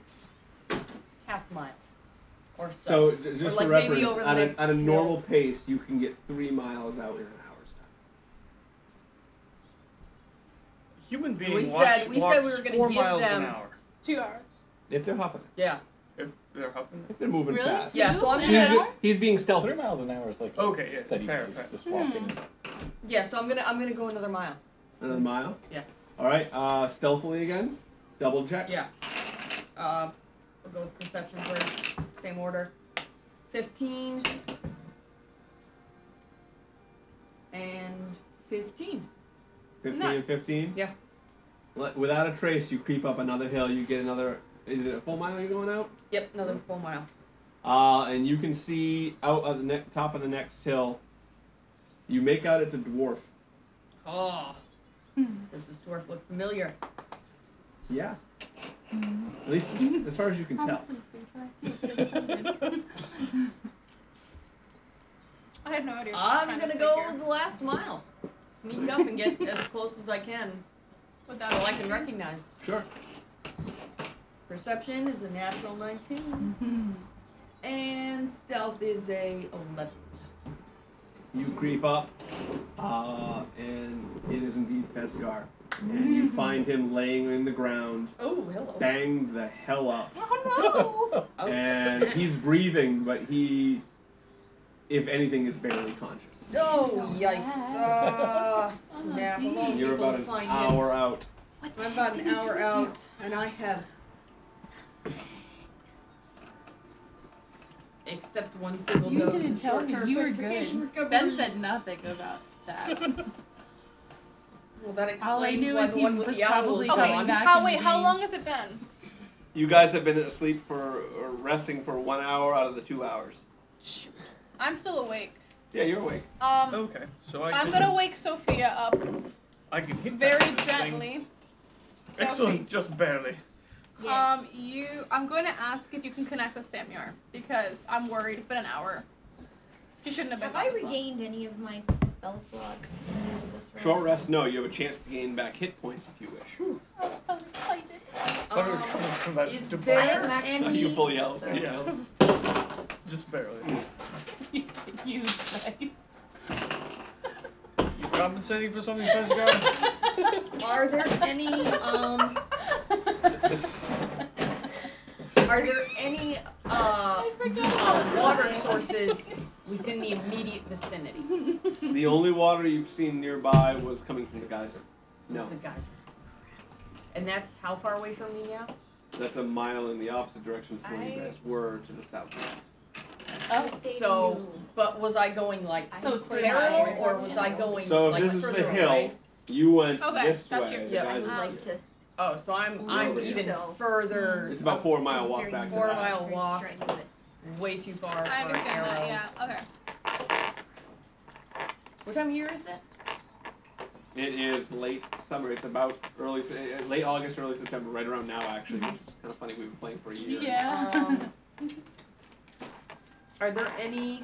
Speaker 5: half mile or
Speaker 2: So
Speaker 5: so.
Speaker 2: j- just
Speaker 5: like
Speaker 2: for
Speaker 5: maybe
Speaker 2: reference,
Speaker 5: over the
Speaker 2: at
Speaker 5: next
Speaker 2: a, at a
Speaker 5: hill.
Speaker 2: normal pace, you can get three miles out in an hour's time.
Speaker 4: Human being
Speaker 5: We
Speaker 4: walks,
Speaker 5: said- we said
Speaker 4: walks
Speaker 5: we were gonna
Speaker 4: four
Speaker 5: give
Speaker 4: miles
Speaker 5: them-
Speaker 4: an hour
Speaker 3: Two hours.
Speaker 2: If they're hopping,
Speaker 5: yeah.
Speaker 4: if they're huffing.
Speaker 2: if they're moving
Speaker 7: Really?
Speaker 2: fast.
Speaker 5: Yeah,
Speaker 7: You?
Speaker 5: so I'm
Speaker 7: An
Speaker 2: She's-
Speaker 7: hour?
Speaker 2: he's being
Speaker 6: Three
Speaker 2: stealthy.
Speaker 6: miles an hour is like
Speaker 4: Okay, yeah,
Speaker 6: steady
Speaker 4: fair,
Speaker 6: pace,
Speaker 4: fair.
Speaker 6: just walking.
Speaker 5: Yeah. So I'm gonna I'm gonna go another mile.
Speaker 2: Another mile?
Speaker 5: Mm. Yeah.
Speaker 2: Alright, uh, stealthily again. Double check.
Speaker 5: Yeah. Uh, we'll go with perception first. Same order. Fifteen. And fifteen.
Speaker 2: 15 and
Speaker 3: Nice.
Speaker 2: 15?
Speaker 5: Yeah.
Speaker 2: Le- Without a trace, you creep up another hill. You get another Is it a full mile you're going out?
Speaker 5: Yep, another full mile.
Speaker 2: Uh, and you can see out of the ne- top of the next hill. You make out it's a dwarf.
Speaker 5: Oh.
Speaker 7: Hmm.
Speaker 5: Does this dwarf look familiar?
Speaker 2: Yeah. At least as, as far as you can tell.
Speaker 3: I had no idea. what this
Speaker 5: I'm
Speaker 3: kind
Speaker 5: gonna
Speaker 3: of
Speaker 5: go
Speaker 3: figure-
Speaker 5: the last mile. Sneak up and get as close as I can
Speaker 3: without
Speaker 5: so I can recognize.
Speaker 2: Sure.
Speaker 5: Perception is a natural 19, and stealth is a 11.
Speaker 2: You creep up, uh, and it is indeed Fesgar. And you find him laying in the ground,
Speaker 5: Oh, hello.
Speaker 2: banged the hell up.
Speaker 5: [laughs]
Speaker 6: [laughs]
Speaker 5: Oh no!
Speaker 2: and he's breathing, but he, if anything, is barely conscious.
Speaker 5: Oh, yikes. Ah, snap. Of all
Speaker 7: geez.
Speaker 2: You're
Speaker 5: people
Speaker 2: about
Speaker 5: to
Speaker 2: an
Speaker 5: find
Speaker 2: hour out.
Speaker 5: him. I'm about an hour out, and I have. Except one single
Speaker 7: You
Speaker 5: dose
Speaker 7: didn't
Speaker 5: of
Speaker 7: tell me
Speaker 5: short-term
Speaker 7: you were
Speaker 5: transportation recovery.
Speaker 7: [laughs] Ben said nothing about that. [laughs]
Speaker 5: Well, that
Speaker 7: All I
Speaker 5: explains
Speaker 7: knew
Speaker 5: why
Speaker 7: is
Speaker 5: the
Speaker 7: he
Speaker 5: one with
Speaker 7: was
Speaker 5: the owl
Speaker 7: probably
Speaker 5: is
Speaker 3: Okay,
Speaker 7: going
Speaker 5: gone.
Speaker 7: back
Speaker 3: how,
Speaker 7: in
Speaker 3: wait,
Speaker 7: the
Speaker 3: how
Speaker 7: day.
Speaker 3: long has it been?
Speaker 2: You guys have been asleep for or resting for one hour out of the two hours.
Speaker 3: I'm still awake.
Speaker 2: Yeah, you're awake.
Speaker 3: Um,
Speaker 4: Okay, so Oh, I
Speaker 3: I'm
Speaker 4: can,
Speaker 3: gonna wake Sophia up
Speaker 4: I can hit
Speaker 3: very
Speaker 4: past this thing.
Speaker 3: gently.
Speaker 4: Excellent,
Speaker 3: Sophie,
Speaker 4: just barely.
Speaker 8: Yes.
Speaker 3: um, you, I'm going to ask if you can connect with Samyar because I'm worried. It's been an hour. She shouldn't have been.
Speaker 8: Have I
Speaker 3: gone this long.
Speaker 8: regained any of my spell slots? in this rest?
Speaker 2: Short rest, no. You have a chance to gain back hit points if you wish.
Speaker 8: Oh, I'm excited.
Speaker 4: Thought it was
Speaker 5: Um,
Speaker 4: coming from that
Speaker 5: is
Speaker 4: debris.
Speaker 8: I am
Speaker 5: There
Speaker 8: actually.
Speaker 2: you fully out.
Speaker 8: so-
Speaker 4: Yeah. Just barely.
Speaker 7: you guys.
Speaker 4: You compensating for something,
Speaker 5: [laughs]
Speaker 4: Fesgar?
Speaker 5: Are there any um? Are there any uh
Speaker 7: [laughs] I forgot about
Speaker 5: water
Speaker 7: that.
Speaker 5: sources within the immediate vicinity?
Speaker 2: the only water you've seen nearby was coming from the geyser. No,
Speaker 5: Those are guys. And that's how far away from me now?
Speaker 2: that's a mile in the opposite direction from where you
Speaker 8: I-
Speaker 2: guys were to the south.
Speaker 8: I'll
Speaker 7: Oh,
Speaker 8: save
Speaker 5: so-
Speaker 8: you.
Speaker 5: But was I going like
Speaker 8: I'm
Speaker 7: So it's
Speaker 8: quite
Speaker 5: parallel
Speaker 8: tired.
Speaker 5: or was I going
Speaker 2: So
Speaker 5: like
Speaker 2: if this is
Speaker 5: further
Speaker 2: the hill,
Speaker 5: away?
Speaker 2: you went
Speaker 5: Oh,
Speaker 3: Okay,
Speaker 2: this
Speaker 3: got
Speaker 2: way.
Speaker 3: you.
Speaker 2: the
Speaker 5: Yeah,
Speaker 8: I
Speaker 2: geyser
Speaker 8: would
Speaker 2: was
Speaker 8: like
Speaker 2: here.
Speaker 8: Um, to.
Speaker 5: Oh, so I'm I'm
Speaker 2: Over here.
Speaker 5: even
Speaker 8: So-
Speaker 5: further.
Speaker 2: It's about four mile
Speaker 8: it's
Speaker 2: walk
Speaker 8: very-
Speaker 2: back to
Speaker 5: Four
Speaker 2: the
Speaker 8: it's
Speaker 2: house.
Speaker 5: mile
Speaker 8: very
Speaker 5: walk.
Speaker 8: strenuous.
Speaker 7: Mm.
Speaker 5: way too far
Speaker 3: I
Speaker 5: for an
Speaker 3: understand
Speaker 5: arrow.
Speaker 3: that. Yeah. Okay.
Speaker 5: What time of year is it?
Speaker 2: It is late summer. It's about early, uh, late August, early September, right around now actually, which is kind of funny. We've been playing for a year.
Speaker 7: Yeah.
Speaker 5: Um, [laughs] Are there any?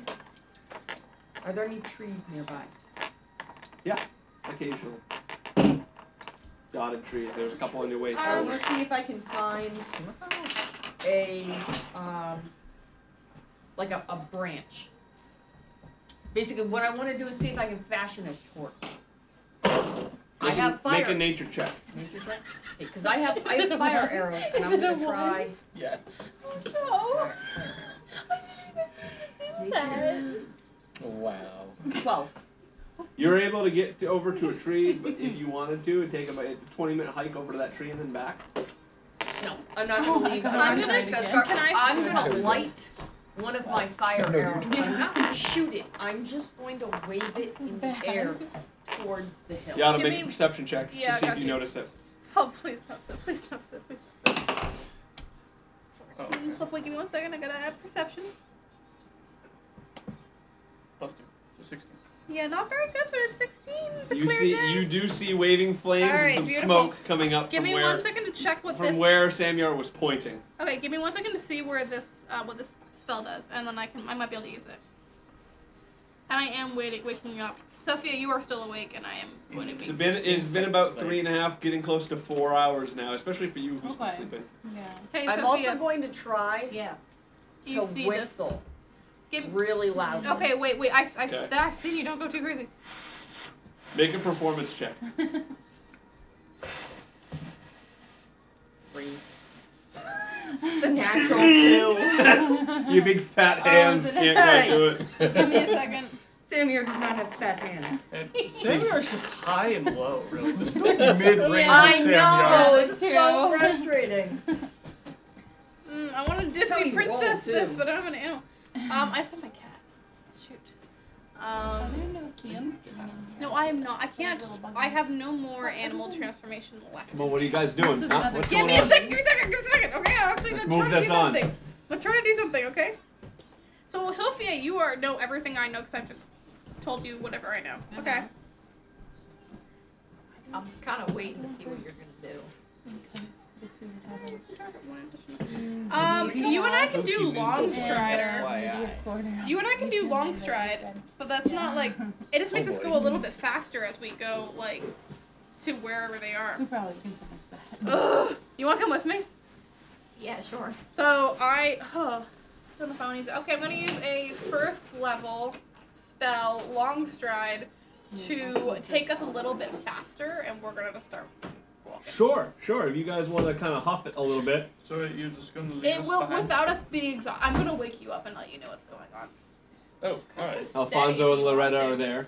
Speaker 5: Are there any trees nearby?
Speaker 2: Occasional dotted trees. There's a couple in your way.
Speaker 5: I
Speaker 3: Um,
Speaker 5: want to see if I can find a um, like a, a branch. Basically, what I want to do is see if I can fashion a torch. I
Speaker 2: Make a-
Speaker 5: have fire.
Speaker 2: Make a nature check.
Speaker 5: Because I have I
Speaker 7: Is it
Speaker 5: have
Speaker 7: a
Speaker 5: fire
Speaker 7: one?
Speaker 5: arrows, and
Speaker 7: [laughs] Is
Speaker 5: I'm
Speaker 7: it a
Speaker 5: gonna
Speaker 7: one?
Speaker 5: try.
Speaker 4: Yeah.
Speaker 7: No. I didn't even mean to do that.
Speaker 6: Wow.
Speaker 5: Twelve.
Speaker 2: You're able to get to, over to a tree, but if you wanted to, it'd take about it's a 20 minute hike over to that tree and then back.
Speaker 5: No, I'm not
Speaker 7: Oh
Speaker 5: gonna
Speaker 7: my
Speaker 5: leave.
Speaker 7: God.
Speaker 5: I'm,
Speaker 7: I'm gonna
Speaker 5: not trying to
Speaker 7: s-
Speaker 5: discard-
Speaker 3: can I s-
Speaker 5: I'm
Speaker 6: Here we
Speaker 5: gonna
Speaker 6: go.
Speaker 5: light one of my fire
Speaker 6: No, you
Speaker 5: arrows.
Speaker 7: don't.
Speaker 5: I'm not gonna shoot it. I'm just going to wave it
Speaker 7: This is
Speaker 5: in
Speaker 7: bad.
Speaker 5: the air towards the hill.
Speaker 2: You ought to
Speaker 3: Give
Speaker 2: make a
Speaker 3: me-
Speaker 2: perception check to see
Speaker 3: Yeah, I
Speaker 2: if
Speaker 3: got
Speaker 2: you,
Speaker 3: you.
Speaker 2: notice it.
Speaker 3: Oh, please stop so. Please stop so. Please stop so.
Speaker 4: Oh, okay.
Speaker 3: Can you Wait, give me one second. I gotta add perception.
Speaker 4: Plus two. So 16.
Speaker 3: Yeah, not very good, but it's 16. It's a
Speaker 2: You
Speaker 3: clear
Speaker 2: see,
Speaker 3: day.
Speaker 2: you do see waving flames
Speaker 3: All right,
Speaker 2: and some
Speaker 3: beautiful.
Speaker 2: smoke coming up
Speaker 3: Give
Speaker 2: from
Speaker 3: me
Speaker 2: where
Speaker 3: one second to check what
Speaker 2: from
Speaker 3: this.
Speaker 2: where Samyar was pointing.
Speaker 3: Okay, give me one second to see where this uh, what this spell does, and then I can I might be able to use it. And I am waiting, waking up. Sophia, you are still awake, and I am going to
Speaker 2: It's
Speaker 3: be.
Speaker 2: been it's been about three and a half, getting close to four hours now, especially for you who's
Speaker 7: Okay.
Speaker 2: been sleeping.
Speaker 7: Yeah.
Speaker 3: Hey,
Speaker 5: I'm also
Speaker 3: Sophia,
Speaker 5: going to try
Speaker 8: Yeah.
Speaker 3: do you
Speaker 5: to
Speaker 3: see this?
Speaker 5: whistle
Speaker 3: Give,
Speaker 5: really loudly.
Speaker 3: okay, wait, wait. I, I,
Speaker 2: Okay.
Speaker 3: I see you. Don't go
Speaker 2: [laughs]
Speaker 3: too crazy.
Speaker 2: Make a performance
Speaker 7: [laughs]
Speaker 2: check.
Speaker 5: Three. It's a [laughs] natural two.
Speaker 2: Your big fat
Speaker 7: Oh,
Speaker 2: hands
Speaker 7: did
Speaker 2: can't
Speaker 5: I?
Speaker 2: quite do it.
Speaker 3: Give me a second.
Speaker 5: Samir does not have fat hands.
Speaker 4: And Samuel's just high and low, really. Just no mid range.
Speaker 7: Yeah. I
Speaker 5: know.
Speaker 7: Yeah,
Speaker 5: Oh, it's
Speaker 7: me
Speaker 5: so
Speaker 7: too.
Speaker 5: frustrating.
Speaker 3: Mm, I want to
Speaker 5: Tell
Speaker 3: Disney
Speaker 5: me roll,
Speaker 3: princess this,
Speaker 5: too.
Speaker 3: but I don't have an animal. Um, I said my cat. Shoot.
Speaker 7: [laughs] Are
Speaker 3: Um,
Speaker 7: there no
Speaker 2: [laughs]
Speaker 7: sands?
Speaker 3: no, I am not. I can't. I have no more animal transformation left.
Speaker 2: Come on, what are you guys doing?
Speaker 7: This is
Speaker 2: huh?
Speaker 7: another-
Speaker 2: What's
Speaker 3: Give
Speaker 2: going
Speaker 3: me a
Speaker 2: on?
Speaker 3: second. Give me a second. Give me a second. Okay, I'm actually
Speaker 2: Let's
Speaker 3: gonna
Speaker 2: move
Speaker 3: try to do
Speaker 2: this on.
Speaker 3: something. I'm trying to do something. Okay. So Sophia, you are know everything I know because I've just told you whatever I know. Okay.
Speaker 5: I'm kind of waiting to see what you're gonna do.
Speaker 3: Um, you and I can do long
Speaker 7: Yeah.
Speaker 3: strider, You and I can do long stride. but that's not like it. Just makes
Speaker 6: Oh
Speaker 3: us
Speaker 6: boy.
Speaker 3: go a little bit faster as we go like to wherever they are.
Speaker 7: [laughs] We probably can finish that.
Speaker 3: Ugh. You want to come with me?
Speaker 8: Yeah, sure.
Speaker 3: So I, oh, on the phone. He's okay. I'm gonna use a first level spell, long stride, to take us a little bit faster, and we're gonna start.
Speaker 2: Sure, sure. If you guys want to kind of huff it a little bit,
Speaker 4: So you're just gonna leave
Speaker 3: It
Speaker 4: us
Speaker 3: will
Speaker 4: behind?
Speaker 3: without us being exhausted. I'm gonna wake you up and let you know what's going on.
Speaker 4: Oh, all right.
Speaker 3: Stay
Speaker 2: Alfonso
Speaker 3: if
Speaker 2: and
Speaker 3: you want
Speaker 2: Loretta
Speaker 3: to.
Speaker 2: are there.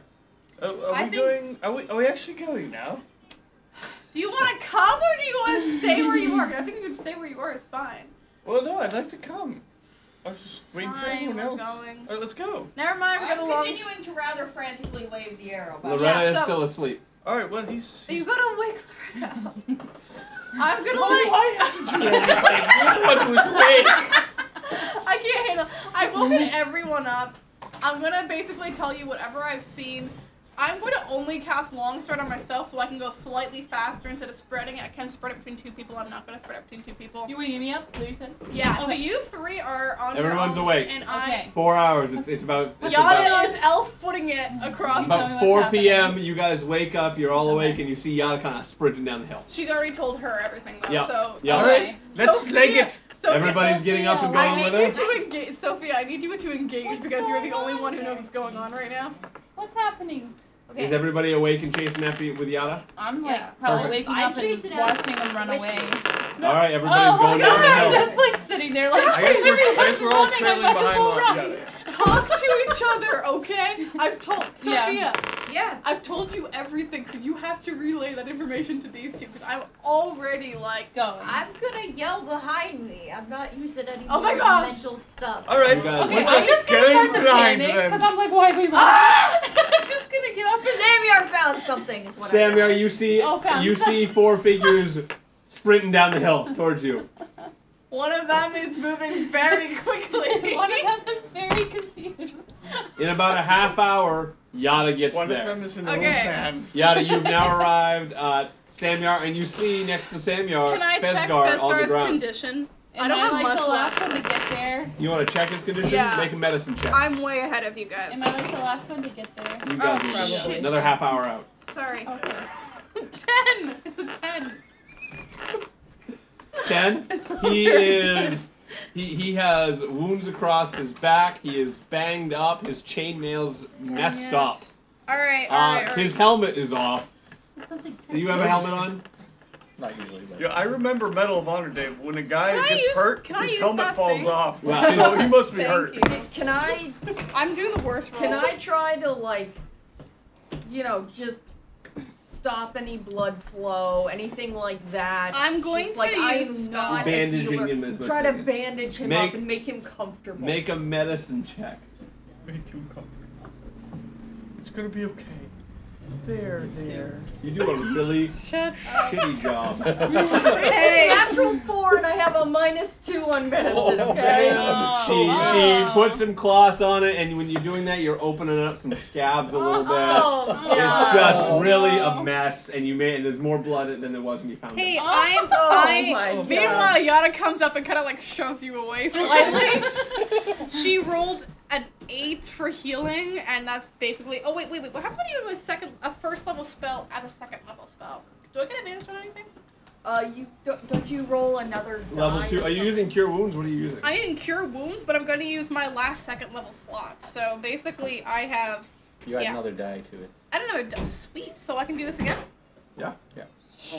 Speaker 4: Oh, are
Speaker 3: I
Speaker 4: we
Speaker 3: think-
Speaker 4: going? Are we? Are we actually going now?
Speaker 3: Do you want to come or do you want to stay where you are? I think if you can stay where you are, it's fine.
Speaker 4: Well, no. I'd like to come. I was just waiting for
Speaker 3: Fine,
Speaker 4: everyone
Speaker 3: we're
Speaker 4: else.
Speaker 3: going.
Speaker 4: All right, let's go.
Speaker 3: Never mind. We're
Speaker 5: I'm
Speaker 3: gonna long.
Speaker 5: continuing to rather frantically wave the arrow. By the way.
Speaker 2: Loretta is
Speaker 3: so-
Speaker 2: still asleep.
Speaker 4: All right. Well, he's.
Speaker 3: [laughs] You gotta wake Loretta. up. I'm gonna
Speaker 4: Why
Speaker 3: let.
Speaker 4: do I
Speaker 3: [laughs]
Speaker 4: have to do everything? You're the one who's awake.
Speaker 3: I can't handle. I've woken everyone up. I'm gonna basically tell you whatever I've seen. I'm gonna only cast long stride on myself so I can go slightly faster instead of spreading it. I can spread it between two people. I'm not gonna spread it between two people.
Speaker 7: You waking me up? Is that what you said?
Speaker 3: Yeah. So
Speaker 7: Okay.
Speaker 3: you three are on.
Speaker 2: Everyone's
Speaker 3: your own,
Speaker 2: awake.
Speaker 3: And
Speaker 7: Okay.
Speaker 2: Four hours. It's it's about
Speaker 3: I.
Speaker 2: it's about,
Speaker 3: Yana is elf footing it across.
Speaker 7: Tell me
Speaker 2: about
Speaker 7: what's
Speaker 2: 4
Speaker 7: happening.
Speaker 2: p.m. You guys wake up. You're all awake,
Speaker 7: Okay.
Speaker 2: and you see Yana kind of sprinting down the hill.
Speaker 3: She's already told her everything though.
Speaker 2: Yeah.
Speaker 3: So.
Speaker 2: Yeah.
Speaker 4: All right. Let's
Speaker 3: Sophia,
Speaker 4: leg it.
Speaker 3: Sophia-
Speaker 2: Everybody's getting up and
Speaker 7: Sophia,
Speaker 2: going
Speaker 3: I
Speaker 2: with
Speaker 3: need you
Speaker 2: her.
Speaker 3: to engage, Sophia. I need you to engage because you're the only one who knows what's going on
Speaker 7: [laughs]
Speaker 3: right now.
Speaker 7: What's happening?
Speaker 2: Is everybody awake and chasing after you with Yana?
Speaker 7: I'm like
Speaker 8: Yeah.
Speaker 7: probably
Speaker 2: Perfect.
Speaker 7: waking
Speaker 8: I'm
Speaker 7: up
Speaker 8: chasing
Speaker 7: and
Speaker 8: it out
Speaker 7: watching them run
Speaker 8: with-
Speaker 7: away.
Speaker 3: No.
Speaker 2: All right, everybody's
Speaker 7: oh
Speaker 2: going
Speaker 7: my
Speaker 2: down
Speaker 7: god,
Speaker 2: the
Speaker 7: [laughs]
Speaker 2: hill.
Speaker 7: just like sitting there like
Speaker 4: I guess we're, I guess we're all
Speaker 7: running,
Speaker 4: trailing
Speaker 7: I got this
Speaker 4: behind.
Speaker 7: whole
Speaker 4: Lon.
Speaker 7: run.
Speaker 4: Yeah, yeah.
Speaker 3: Talk to each other, okay? I've told
Speaker 7: Yeah.
Speaker 3: Sophia.
Speaker 5: Yeah.
Speaker 3: I've told you everything, so you have to relay that information to these two because I'm
Speaker 7: [laughs]
Speaker 3: already like.
Speaker 7: Going.
Speaker 8: I'm gonna yell behind me. I'm not using any
Speaker 3: Oh my
Speaker 8: more
Speaker 3: gosh.
Speaker 8: mental stuff.
Speaker 4: All right.
Speaker 2: You guys-
Speaker 7: Okay,
Speaker 4: we're
Speaker 8: [laughs]
Speaker 7: I'm just gonna
Speaker 4: going
Speaker 7: start to
Speaker 4: behind
Speaker 7: panic
Speaker 4: them.
Speaker 7: because I'm like, why are we running?
Speaker 3: Ah!
Speaker 7: [laughs] I'm just gonna get up and [laughs]
Speaker 8: Xamiar found something is what
Speaker 2: Samuel, you see
Speaker 7: Oh, found
Speaker 2: you
Speaker 7: some.
Speaker 2: see
Speaker 3: [laughs]
Speaker 2: four figures sprinting down the hill towards you.
Speaker 3: One of them is
Speaker 7: [laughs]
Speaker 3: moving very quickly.
Speaker 7: One of them is very confused.
Speaker 2: In about a half hour, Yada gets
Speaker 4: One
Speaker 2: there.
Speaker 4: of them is an
Speaker 3: Okay.
Speaker 4: old man.
Speaker 2: Yada, you've now arrived at Samyar, and you see next to Samyar
Speaker 3: Can I check
Speaker 2: Fezgar on the
Speaker 3: Fesgar's
Speaker 2: ground.
Speaker 3: condition?
Speaker 7: And
Speaker 3: I don't
Speaker 7: am
Speaker 3: have
Speaker 7: like
Speaker 3: much
Speaker 7: the
Speaker 3: left.
Speaker 7: last one to get there.
Speaker 2: You want to check his condition?
Speaker 3: Yeah.
Speaker 2: Make a medicine check.
Speaker 3: I'm way ahead of you guys.
Speaker 7: Am I like the last one to get there?
Speaker 2: you got
Speaker 3: Oh,
Speaker 2: this.
Speaker 3: probably.
Speaker 2: Another half hour
Speaker 3: [laughs]
Speaker 2: out.
Speaker 3: Sorry.
Speaker 7: Okay.
Speaker 3: ten. It's a ten.
Speaker 2: Ten.
Speaker 3: [laughs]
Speaker 2: He is. He, he has wounds across his back. He is banged up. His chain nails messed up.
Speaker 3: All right. All right.
Speaker 2: Uh, his helmet is off.
Speaker 7: Something
Speaker 2: Do you have a helmet on?
Speaker 6: Not usually, but
Speaker 4: Yeah, I remember Medal of Honor Day. When a guy
Speaker 3: Can I
Speaker 4: gets
Speaker 3: use-
Speaker 4: hurt,
Speaker 3: can I
Speaker 4: his
Speaker 3: use
Speaker 4: helmet
Speaker 3: that
Speaker 4: falls
Speaker 3: thing?
Speaker 4: off.
Speaker 2: Wow.
Speaker 4: So he must be
Speaker 3: Thank
Speaker 4: hurt.
Speaker 3: you.
Speaker 5: Can I?
Speaker 3: I'm doing the worst roll.
Speaker 5: Can I try to like, you know, just stop any blood flow, anything like that?
Speaker 3: I'm going
Speaker 5: Just, like,
Speaker 3: to
Speaker 5: I'm
Speaker 3: use
Speaker 5: not a
Speaker 2: Bandaging
Speaker 5: healer.
Speaker 2: him as much
Speaker 5: Try
Speaker 2: as
Speaker 5: to
Speaker 2: you can.
Speaker 5: bandage him
Speaker 2: Make-
Speaker 5: up and make him comfortable.
Speaker 2: Make a medicine check.
Speaker 4: Make him comfortable. It's gonna be okay. There, there.
Speaker 2: You do a really
Speaker 3: Shut
Speaker 2: shitty
Speaker 5: [laughs]
Speaker 2: job.
Speaker 3: Hey.
Speaker 5: Natural four, and I have a minus two on medicine.
Speaker 2: Oh,
Speaker 5: okay.
Speaker 2: man. She,
Speaker 7: Oh.
Speaker 2: she put some cloths on it, and when you're doing that, you're opening up some scabs a little bit.
Speaker 5: Oh,
Speaker 2: It's
Speaker 5: God.
Speaker 2: just really
Speaker 7: no.
Speaker 2: a mess, and you made and there's more blood in it than there was when you found
Speaker 3: Hey,
Speaker 2: it.
Speaker 3: I'm.
Speaker 5: Oh,
Speaker 3: I.
Speaker 5: my God.
Speaker 3: Meanwhile, Yada comes up and kind of like shoves you
Speaker 5: [laughs]
Speaker 3: away slightly. she rolled an eight for healing, and that's basically. Oh wait, wait, wait. What happened when you do a second, a first level spell as a second level spell? Do I get advantage on anything?
Speaker 5: Uh, you don't, don't you roll another
Speaker 2: [laughs]
Speaker 5: die
Speaker 2: Level
Speaker 5: or
Speaker 2: two. Are you
Speaker 5: something?
Speaker 2: using cure wounds? What are you using?
Speaker 3: I didn't cure wounds, but I'm going to use my last second level slot. So basically, I have.
Speaker 6: [laughs] you add
Speaker 3: Yeah.
Speaker 6: another die to it.
Speaker 3: I don't know. it does- Sweet. So I can do this again.
Speaker 2: Yeah.
Speaker 6: Yeah.
Speaker 3: Yeah.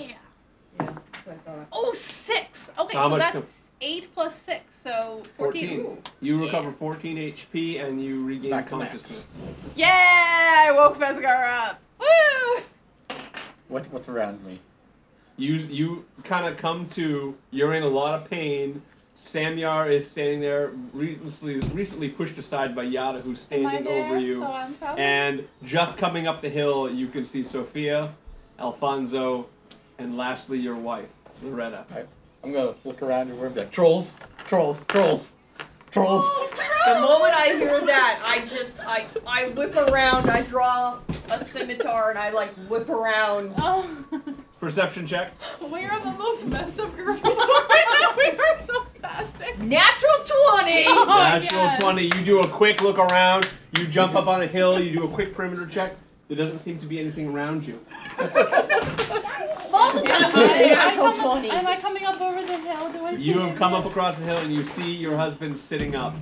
Speaker 5: Yeah, that's what I thought.
Speaker 3: Oh, six. Okay,
Speaker 2: How
Speaker 3: so
Speaker 2: much
Speaker 3: that's
Speaker 2: com-
Speaker 3: eight plus six, so fourteen.
Speaker 2: 14. You recover 14 HP and you regain
Speaker 6: Back to max.
Speaker 2: consciousness.
Speaker 3: Yeah, I woke Vesgar up. Woo!
Speaker 6: What what's around me?
Speaker 2: You you kind of come to. You're in a lot of pain. Samyar is standing there, recently recently pushed aside by Yada, who's
Speaker 7: Am I
Speaker 2: standing
Speaker 7: there?
Speaker 2: over you.
Speaker 7: So I'm probably-
Speaker 2: And just coming up the hill, you can see Sophia, Alfonso, and lastly your wife, Loretta.
Speaker 6: I'm gonna look around everywhere and be like, trolls, trolls, trolls, trolls.
Speaker 3: Oh,
Speaker 5: The moment I hear that, I just I I whip around, I draw a scimitar, and I like whip around.
Speaker 3: [laughs]
Speaker 7: Oh.
Speaker 2: Perception check.
Speaker 3: We are the most messed up group [laughs] of all right now. We are so plastic.
Speaker 5: Natural twenty.
Speaker 7: Oh,
Speaker 2: Natural
Speaker 7: yes.
Speaker 2: 20. You do a quick look around. You jump up on a hill. You do a quick perimeter check. There doesn't seem to be anything around you.
Speaker 5: [laughs] Natural
Speaker 7: Am I coming-
Speaker 5: twenty.
Speaker 7: Am I coming up over the hill? Do I see
Speaker 2: You have
Speaker 7: him
Speaker 2: come
Speaker 7: yet?
Speaker 2: up across the hill and you see your husband sitting up.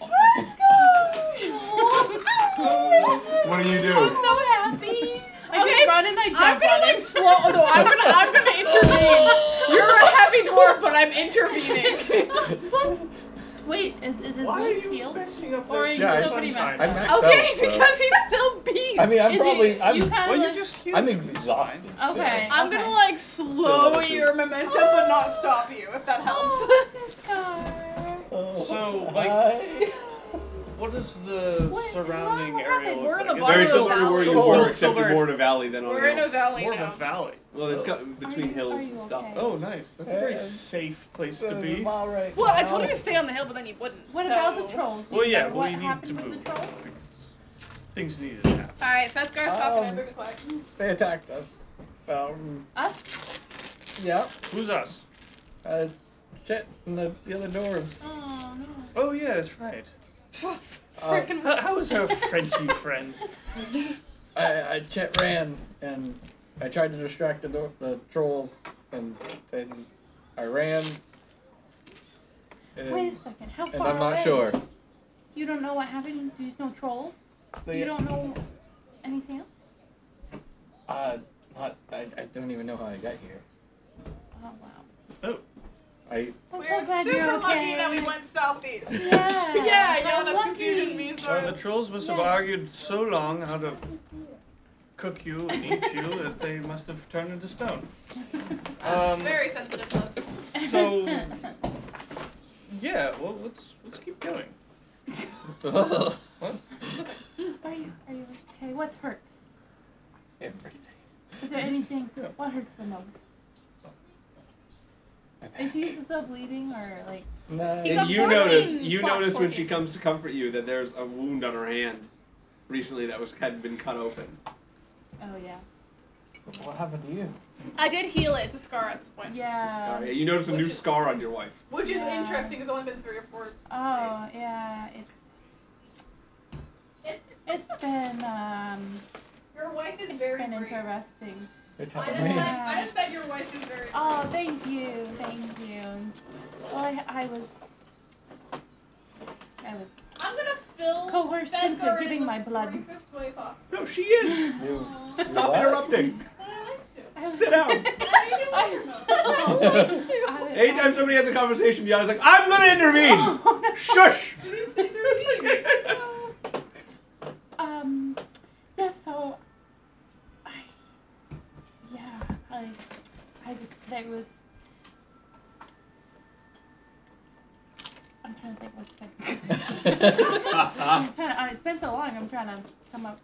Speaker 7: Let's go!
Speaker 2: [laughs] What do you
Speaker 7: I'm
Speaker 2: do?
Speaker 7: so happy. I
Speaker 3: Okay,
Speaker 7: just run and I jump
Speaker 3: I'm
Speaker 7: on
Speaker 3: gonna like
Speaker 7: him.
Speaker 3: slow. Oh, no, I'm gonna I'm gonna
Speaker 4: [laughs]
Speaker 3: intervene. You're a heavy dwarf, but I'm
Speaker 4: [laughs]
Speaker 7: [laughs]
Speaker 3: intervening.
Speaker 7: What? Wait, is, is his
Speaker 4: Why are
Speaker 7: wound
Speaker 4: you
Speaker 7: healed?
Speaker 4: messing up
Speaker 7: Or
Speaker 4: this
Speaker 7: you
Speaker 6: Yeah,
Speaker 7: still
Speaker 6: I-
Speaker 7: pretty
Speaker 4: sometime.
Speaker 7: messed
Speaker 6: I'm
Speaker 7: up?
Speaker 6: maxed
Speaker 3: Okay,
Speaker 6: out, so-
Speaker 3: because he's still beat.
Speaker 6: I mean, I'm
Speaker 7: Is he-
Speaker 6: probably,
Speaker 7: you
Speaker 6: I'm,
Speaker 7: kinda
Speaker 4: Well, you
Speaker 7: like, [laughs]
Speaker 4: just healed
Speaker 6: I'm
Speaker 4: me.
Speaker 6: exhausted. still.
Speaker 7: Okay.
Speaker 3: I'm gonna like slow
Speaker 6: Still-
Speaker 3: your momentum, but not stop you, if that [laughs]
Speaker 4: Oh.
Speaker 3: helps.
Speaker 6: Oh,
Speaker 4: So, like-
Speaker 6: [laughs] hi.
Speaker 4: What is the
Speaker 7: What is wrong?
Speaker 4: surrounding
Speaker 7: What
Speaker 4: area
Speaker 7: happened?
Speaker 4: look
Speaker 3: We're
Speaker 4: like?
Speaker 3: in the
Speaker 4: Is
Speaker 2: Very
Speaker 4: it
Speaker 3: Waterloo
Speaker 2: similar to where you
Speaker 4: Valley.
Speaker 2: were, except
Speaker 4: Silver-
Speaker 2: you're more in a valley than on
Speaker 3: We're
Speaker 2: a
Speaker 3: in a
Speaker 2: hill.
Speaker 3: valley
Speaker 4: More
Speaker 3: now.
Speaker 4: of a valley.
Speaker 2: Well, it's got between
Speaker 7: you- are
Speaker 2: hills
Speaker 7: you
Speaker 2: and stuff.
Speaker 7: okay?
Speaker 4: Oh, nice. That's a very
Speaker 6: Yeah.
Speaker 4: safe place
Speaker 6: This
Speaker 4: to
Speaker 6: is
Speaker 4: be.
Speaker 6: my right
Speaker 3: Well, I told
Speaker 6: now.
Speaker 3: you to stay on the hill, but then you wouldn't.
Speaker 7: What
Speaker 3: so-
Speaker 7: about the trolls?
Speaker 4: Well,
Speaker 7: You
Speaker 4: yeah,
Speaker 7: said
Speaker 4: well,
Speaker 7: what
Speaker 4: you need to
Speaker 7: happened with
Speaker 4: move.
Speaker 7: the trolls?
Speaker 4: Things needed to happen.
Speaker 3: All right, Fethgar, stop
Speaker 4: Oh.
Speaker 6: Um,
Speaker 3: it. Maybe quick.
Speaker 6: They attacked us. Um,
Speaker 7: Us?
Speaker 6: yeah.
Speaker 4: Who's us?
Speaker 6: Uh, shit, and the, the other dwarves.
Speaker 7: Oh, no.
Speaker 4: Oh, yeah, that's right. Oh,
Speaker 6: Uh,
Speaker 4: How, how
Speaker 7: [laughs]
Speaker 4: is our Frenchie friend?
Speaker 6: I, I Chet ran and I tried to distract the, dwar- the trolls and then I ran. And
Speaker 7: Wait a second. How
Speaker 6: and
Speaker 7: far
Speaker 6: I'm
Speaker 7: away?
Speaker 6: not sure.
Speaker 7: You don't know what happened? There's no trolls?
Speaker 6: They-
Speaker 7: You don't know anything else?
Speaker 6: Uh, not, I, I don't even know how I got here.
Speaker 7: Oh, wow.
Speaker 6: I [laughs]
Speaker 7: I'm
Speaker 3: We're
Speaker 7: so glad
Speaker 3: super
Speaker 7: you're okay.
Speaker 3: lucky that we went southeast.
Speaker 7: [laughs] Yeah.
Speaker 3: yeah, yeah,
Speaker 7: I'm
Speaker 3: that's
Speaker 7: lucky.
Speaker 3: confusion means
Speaker 4: Well, the
Speaker 3: our-
Speaker 4: trolls must have
Speaker 7: Yeah.
Speaker 4: argued so long how to cook you and eat you that they must have turned into stone. Um,
Speaker 3: very sensitive love.
Speaker 4: so, yeah, well, let's, let's keep going. What?
Speaker 7: [laughs] Are you, are you okay? What hurts?
Speaker 6: everything.
Speaker 7: Is there anything?
Speaker 4: Yeah.
Speaker 7: What hurts the most? Is he still bleeding or like?
Speaker 6: No.
Speaker 3: He
Speaker 2: And
Speaker 3: got
Speaker 2: you
Speaker 3: 14
Speaker 2: notice you
Speaker 3: plus
Speaker 2: notice when
Speaker 3: 14.
Speaker 2: she comes to comfort you that there's a wound on her hand recently that was had been cut open.
Speaker 7: Oh yeah.
Speaker 6: What happened to you?
Speaker 3: I did heal it. It's a scar at this point.
Speaker 7: Yeah.
Speaker 2: Sorry. You notice a new
Speaker 3: Which-
Speaker 2: scar on your wife.
Speaker 3: Which is
Speaker 7: Yeah.
Speaker 3: interesting. It's only been three or four.
Speaker 7: Oh yeah. It's it's been um
Speaker 3: Your wife is very
Speaker 7: been
Speaker 3: brave.
Speaker 7: interesting.
Speaker 6: You're
Speaker 3: I
Speaker 6: telling
Speaker 3: just,
Speaker 6: me.
Speaker 3: said, I just said your wife is very.
Speaker 7: Oh thank you, thank you. Well, I, I was I was
Speaker 3: I'm gonna fill.
Speaker 7: Coerced
Speaker 3: Fezgar
Speaker 7: into
Speaker 3: in
Speaker 7: giving
Speaker 3: the
Speaker 7: my blood.
Speaker 3: briefest way possible.
Speaker 2: No, she is.
Speaker 6: You-
Speaker 3: Oh,
Speaker 6: [laughs]
Speaker 2: Stop
Speaker 6: What?
Speaker 2: interrupting.
Speaker 3: I like to.
Speaker 7: [laughs] I was
Speaker 2: Sit down.
Speaker 3: I do like to.
Speaker 7: [laughs] I-
Speaker 2: Anytime somebody has a conversation, Yada's like, I'm gonna
Speaker 7: [laughs] Oh.
Speaker 2: intervene. Shush.
Speaker 7: um, yeah, so I, yeah, I, I just, that was, I'm trying to think
Speaker 2: [laughs]
Speaker 7: what's that. I'm trying to, uh, it's been so long, I'm trying to come up.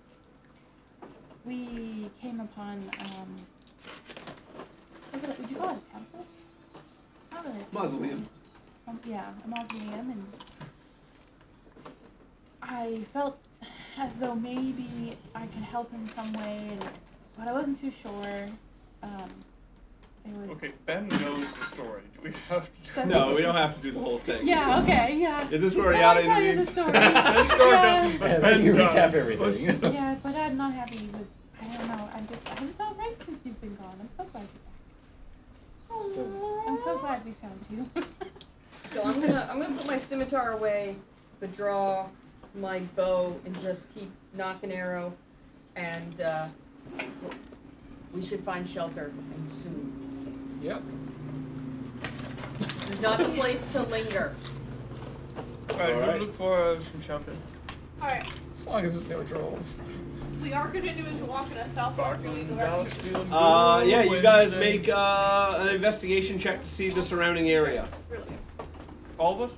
Speaker 7: We came upon, um, what's it, would you call it a temple? Not really a temple.
Speaker 2: Mausoleum.
Speaker 7: Um, yeah, a mausoleum, and I felt as though maybe I could help in some way, and, but I wasn't too sure. Um, it was
Speaker 4: Okay, Ben knows the story. Do we have to?
Speaker 7: That's-
Speaker 4: [laughs]
Speaker 2: No, we don't have to do the whole thing.
Speaker 7: Yeah. Okay. Yeah.
Speaker 2: Is this where
Speaker 7: Well,
Speaker 2: Yada
Speaker 7: I'll tell you the
Speaker 2: intervenes? [laughs]
Speaker 7: story.
Speaker 4: This story
Speaker 7: Yeah.
Speaker 4: doesn't, but
Speaker 6: Yeah,
Speaker 4: Ben
Speaker 6: you
Speaker 4: does.
Speaker 6: recap everything.
Speaker 4: Let's- let's-
Speaker 7: Yeah, but I'm not happy with. I don't know. I'm just. I haven't felt right since you've been gone. I'm so glad. You're back. I'm so glad we found you. [laughs]
Speaker 5: So I'm gonna I'm gonna put my scimitar away, but draw my bow and just keep knocking arrow, and uh, we should find shelter and soon.
Speaker 6: Yep.
Speaker 5: This is not the place to linger.
Speaker 4: Alright,
Speaker 6: Alright.
Speaker 4: we look for uh, some shelter.
Speaker 3: All right,
Speaker 6: [laughs] As long as there's no trolls.
Speaker 3: we are continuing to walk in a southwesterly
Speaker 4: Barkland,
Speaker 3: direction.
Speaker 4: Battlefield,
Speaker 2: Uh,
Speaker 4: Blue,
Speaker 2: yeah, you guys
Speaker 4: Wednesday.
Speaker 2: make uh, an investigation check to see the surrounding area.
Speaker 3: It's really.
Speaker 2: uh,
Speaker 4: All of us?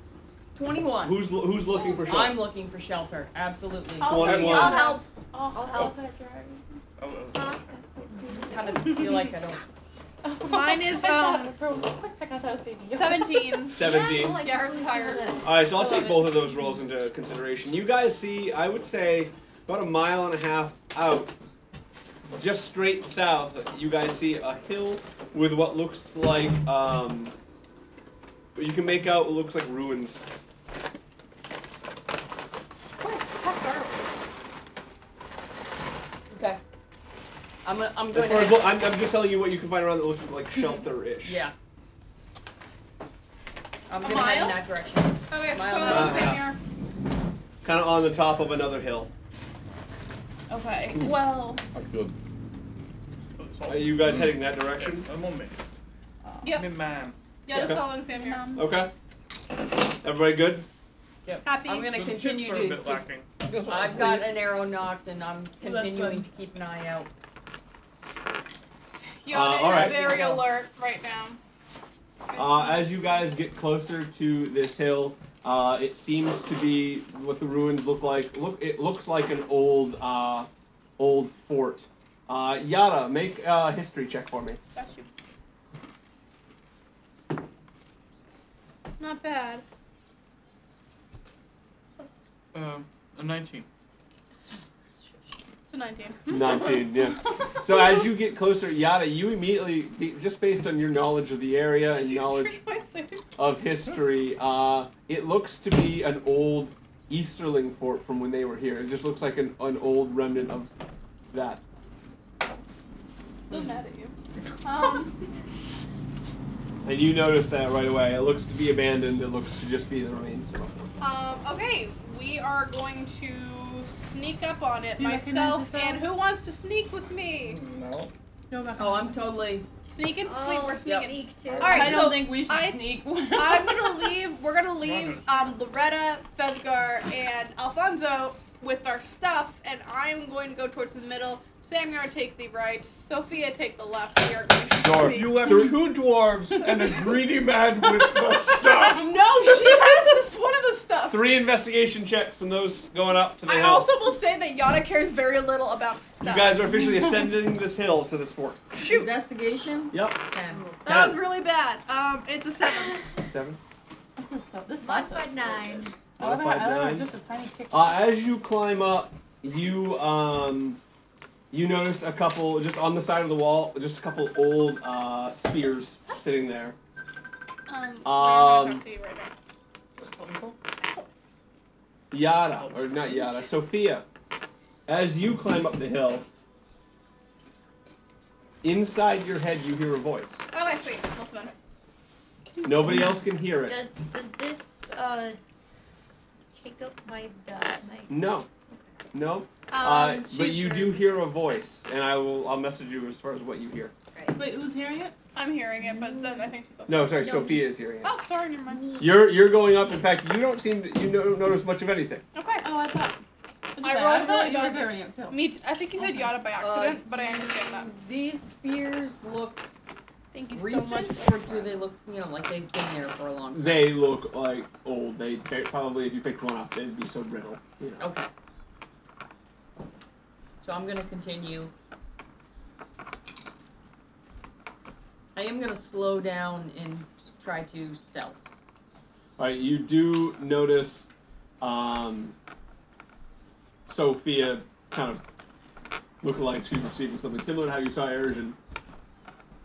Speaker 5: 21.
Speaker 2: Who's lo- who's looking for
Speaker 5: I'm
Speaker 2: shelter?
Speaker 5: looking for shelter. Absolutely.
Speaker 3: I'll,
Speaker 2: One
Speaker 3: send you-
Speaker 2: one.
Speaker 3: I'll [laughs] help.
Speaker 8: I'll help.
Speaker 4: Oh,
Speaker 8: Huh?
Speaker 5: Kind of feel like I
Speaker 3: [laughs]
Speaker 5: don't.
Speaker 3: Mine is,
Speaker 7: I thought
Speaker 3: um,
Speaker 7: it- for a quick second I thought it was baby Yoda. [laughs]
Speaker 3: 17.
Speaker 2: Seventeen.
Speaker 3: Yeah, her tired.
Speaker 2: All right, so I'll take
Speaker 7: Eleven.
Speaker 2: both of those rolls into consideration. You guys see, I would say, about a mile and a half out, just straight south, you guys see a hill with what looks like, um, you can make out what looks like ruins.
Speaker 5: Okay. I'm, I'm
Speaker 2: As
Speaker 5: going
Speaker 2: far as,
Speaker 5: to.
Speaker 2: what- I'm, I'm just telling you what you can find around that looks like shelter-ish.
Speaker 5: Yeah. I'm
Speaker 3: A
Speaker 5: going to head
Speaker 3: mile?
Speaker 5: in that direction.
Speaker 3: Okay,
Speaker 5: Mile
Speaker 3: put
Speaker 5: and
Speaker 3: it
Speaker 5: a
Speaker 3: on
Speaker 2: half.
Speaker 3: tenure.
Speaker 2: Kind of on the top of another hill.
Speaker 7: Okay. Well,
Speaker 6: I'm Oh,
Speaker 4: well.
Speaker 6: good.
Speaker 2: Are you guys heading that direction?
Speaker 4: I'm on me.
Speaker 3: Yep.
Speaker 4: Me, ma'am.
Speaker 3: Yeah, just
Speaker 2: Okay.
Speaker 3: following Samuel.
Speaker 7: um,
Speaker 2: Okay. Everybody good?
Speaker 3: Happy.
Speaker 5: I'm going to
Speaker 4: The chips
Speaker 5: continue
Speaker 4: are a
Speaker 5: to.
Speaker 4: bit
Speaker 5: to
Speaker 4: lacking.
Speaker 5: I've got an arrow knocked and I'm continuing
Speaker 7: good.
Speaker 5: to keep an eye out.
Speaker 3: Yana
Speaker 2: Uh,
Speaker 3: is
Speaker 2: alright.
Speaker 3: very alert right now.
Speaker 2: Uh, as you guys get closer to this hill, uh, it seems to be what the ruins look like. Look, it looks like an old, uh, old fort. Uh, Yada, make a history check for me.
Speaker 3: Got you. Not bad.
Speaker 4: Um, a 19.
Speaker 3: It's a [laughs] 19.
Speaker 2: Nineteen, yeah. So as
Speaker 3: [laughs]
Speaker 2: you get closer, Yada, you immediately, be- just based on your knowledge of the area and knowledge
Speaker 3: Treat my save.
Speaker 2: of history, uh, it looks to be an old Easterling fort from when they were here. It just looks like an, an old remnant of that.
Speaker 3: So mad at you. Um,
Speaker 2: And you notice that right away. It looks to be abandoned. It looks to just be the remains of a fort.
Speaker 3: um, okay, we are going to sneak up on it
Speaker 7: You recognize
Speaker 3: myself.
Speaker 7: the sound?
Speaker 3: And who wants to sneak with me?
Speaker 6: No.
Speaker 7: go back
Speaker 5: Oh,
Speaker 7: on.
Speaker 5: I'm totally.
Speaker 3: Sneak and sneak. We're sneaking.
Speaker 8: too.
Speaker 6: All
Speaker 3: Alright,
Speaker 7: I don't
Speaker 3: so
Speaker 7: think we should
Speaker 3: I-
Speaker 7: sneak.
Speaker 3: [laughs]
Speaker 7: [laughs]
Speaker 3: I'm gonna leave. We're gonna leave
Speaker 4: Robin.
Speaker 3: um, Loretta, Fezgar, and Alfonso with our stuff, and I'm going to go towards the middle. Samuel, take the right. Sophia, take the left. We are going to
Speaker 2: Sure.
Speaker 3: sneak.
Speaker 4: You left two dwarves and a greedy man with
Speaker 3: [laughs]
Speaker 4: the stuff.
Speaker 3: No, she has this one of the stuff.
Speaker 2: Three investigation checks from those going up to the
Speaker 3: I
Speaker 2: hill.
Speaker 3: also will say that Yana cares very little about
Speaker 2: you
Speaker 3: stuff.
Speaker 2: guys are officially ascending this hill to this fort.
Speaker 3: shoot.
Speaker 5: Investigation?
Speaker 2: Yep.
Speaker 5: 10.
Speaker 3: That was really bad. Um, it's a seven.
Speaker 2: Seven.
Speaker 7: this is so. This is so
Speaker 8: Modified nine.
Speaker 7: I love how- I love how it's
Speaker 2: Modified nine.
Speaker 7: just a tiny kick.
Speaker 2: Uh, as you climb up, you um, you notice a couple just on the side of the wall, just a couple old uh, spears sitting there.
Speaker 3: Um,
Speaker 2: Um,
Speaker 3: we're gonna talk to you right now.
Speaker 2: Yada, or not Yada, Sophia, as you climb up the hill, inside your head you hear a voice.
Speaker 3: Okay, sweet. Almost done.
Speaker 2: Nobody else can hear it.
Speaker 8: Does does this uh take up my die? My
Speaker 2: No. No. uh,
Speaker 3: Um,
Speaker 2: but
Speaker 3: she's
Speaker 2: you
Speaker 3: third.
Speaker 2: do hear a voice, and I will. I'll message you as far as what you hear.
Speaker 7: Wait, who's hearing it?
Speaker 3: I'm hearing it, but then I think she's also.
Speaker 2: No, sorry,
Speaker 8: No.
Speaker 2: Sophia is hearing it.
Speaker 3: Oh, sorry, never mind.
Speaker 8: me. [laughs]
Speaker 2: You're you're going up. In fact, you don't seem to, you don't notice much of anything.
Speaker 3: Okay.
Speaker 7: Oh, I thought. was it
Speaker 3: I
Speaker 7: that?
Speaker 3: rolled
Speaker 7: thought
Speaker 3: really
Speaker 7: you were
Speaker 3: bad.
Speaker 7: hearing [laughs] it too.
Speaker 3: Me, t- I think you said yada by accident, but I understand that.
Speaker 5: Uh, These spears look
Speaker 3: Thank you
Speaker 5: recent,
Speaker 3: so much.
Speaker 5: or do they look, you know, like they've been there for a long time?
Speaker 2: They look like old. They they- probably if you picked one up, they'd be so brittle. You know.
Speaker 5: Okay. So I'm gonna continue. I am gonna slow down and s- try to stealth.
Speaker 2: All right, you do notice, um, Sophia kind of looking like she's receiving something similar to how you saw Erisian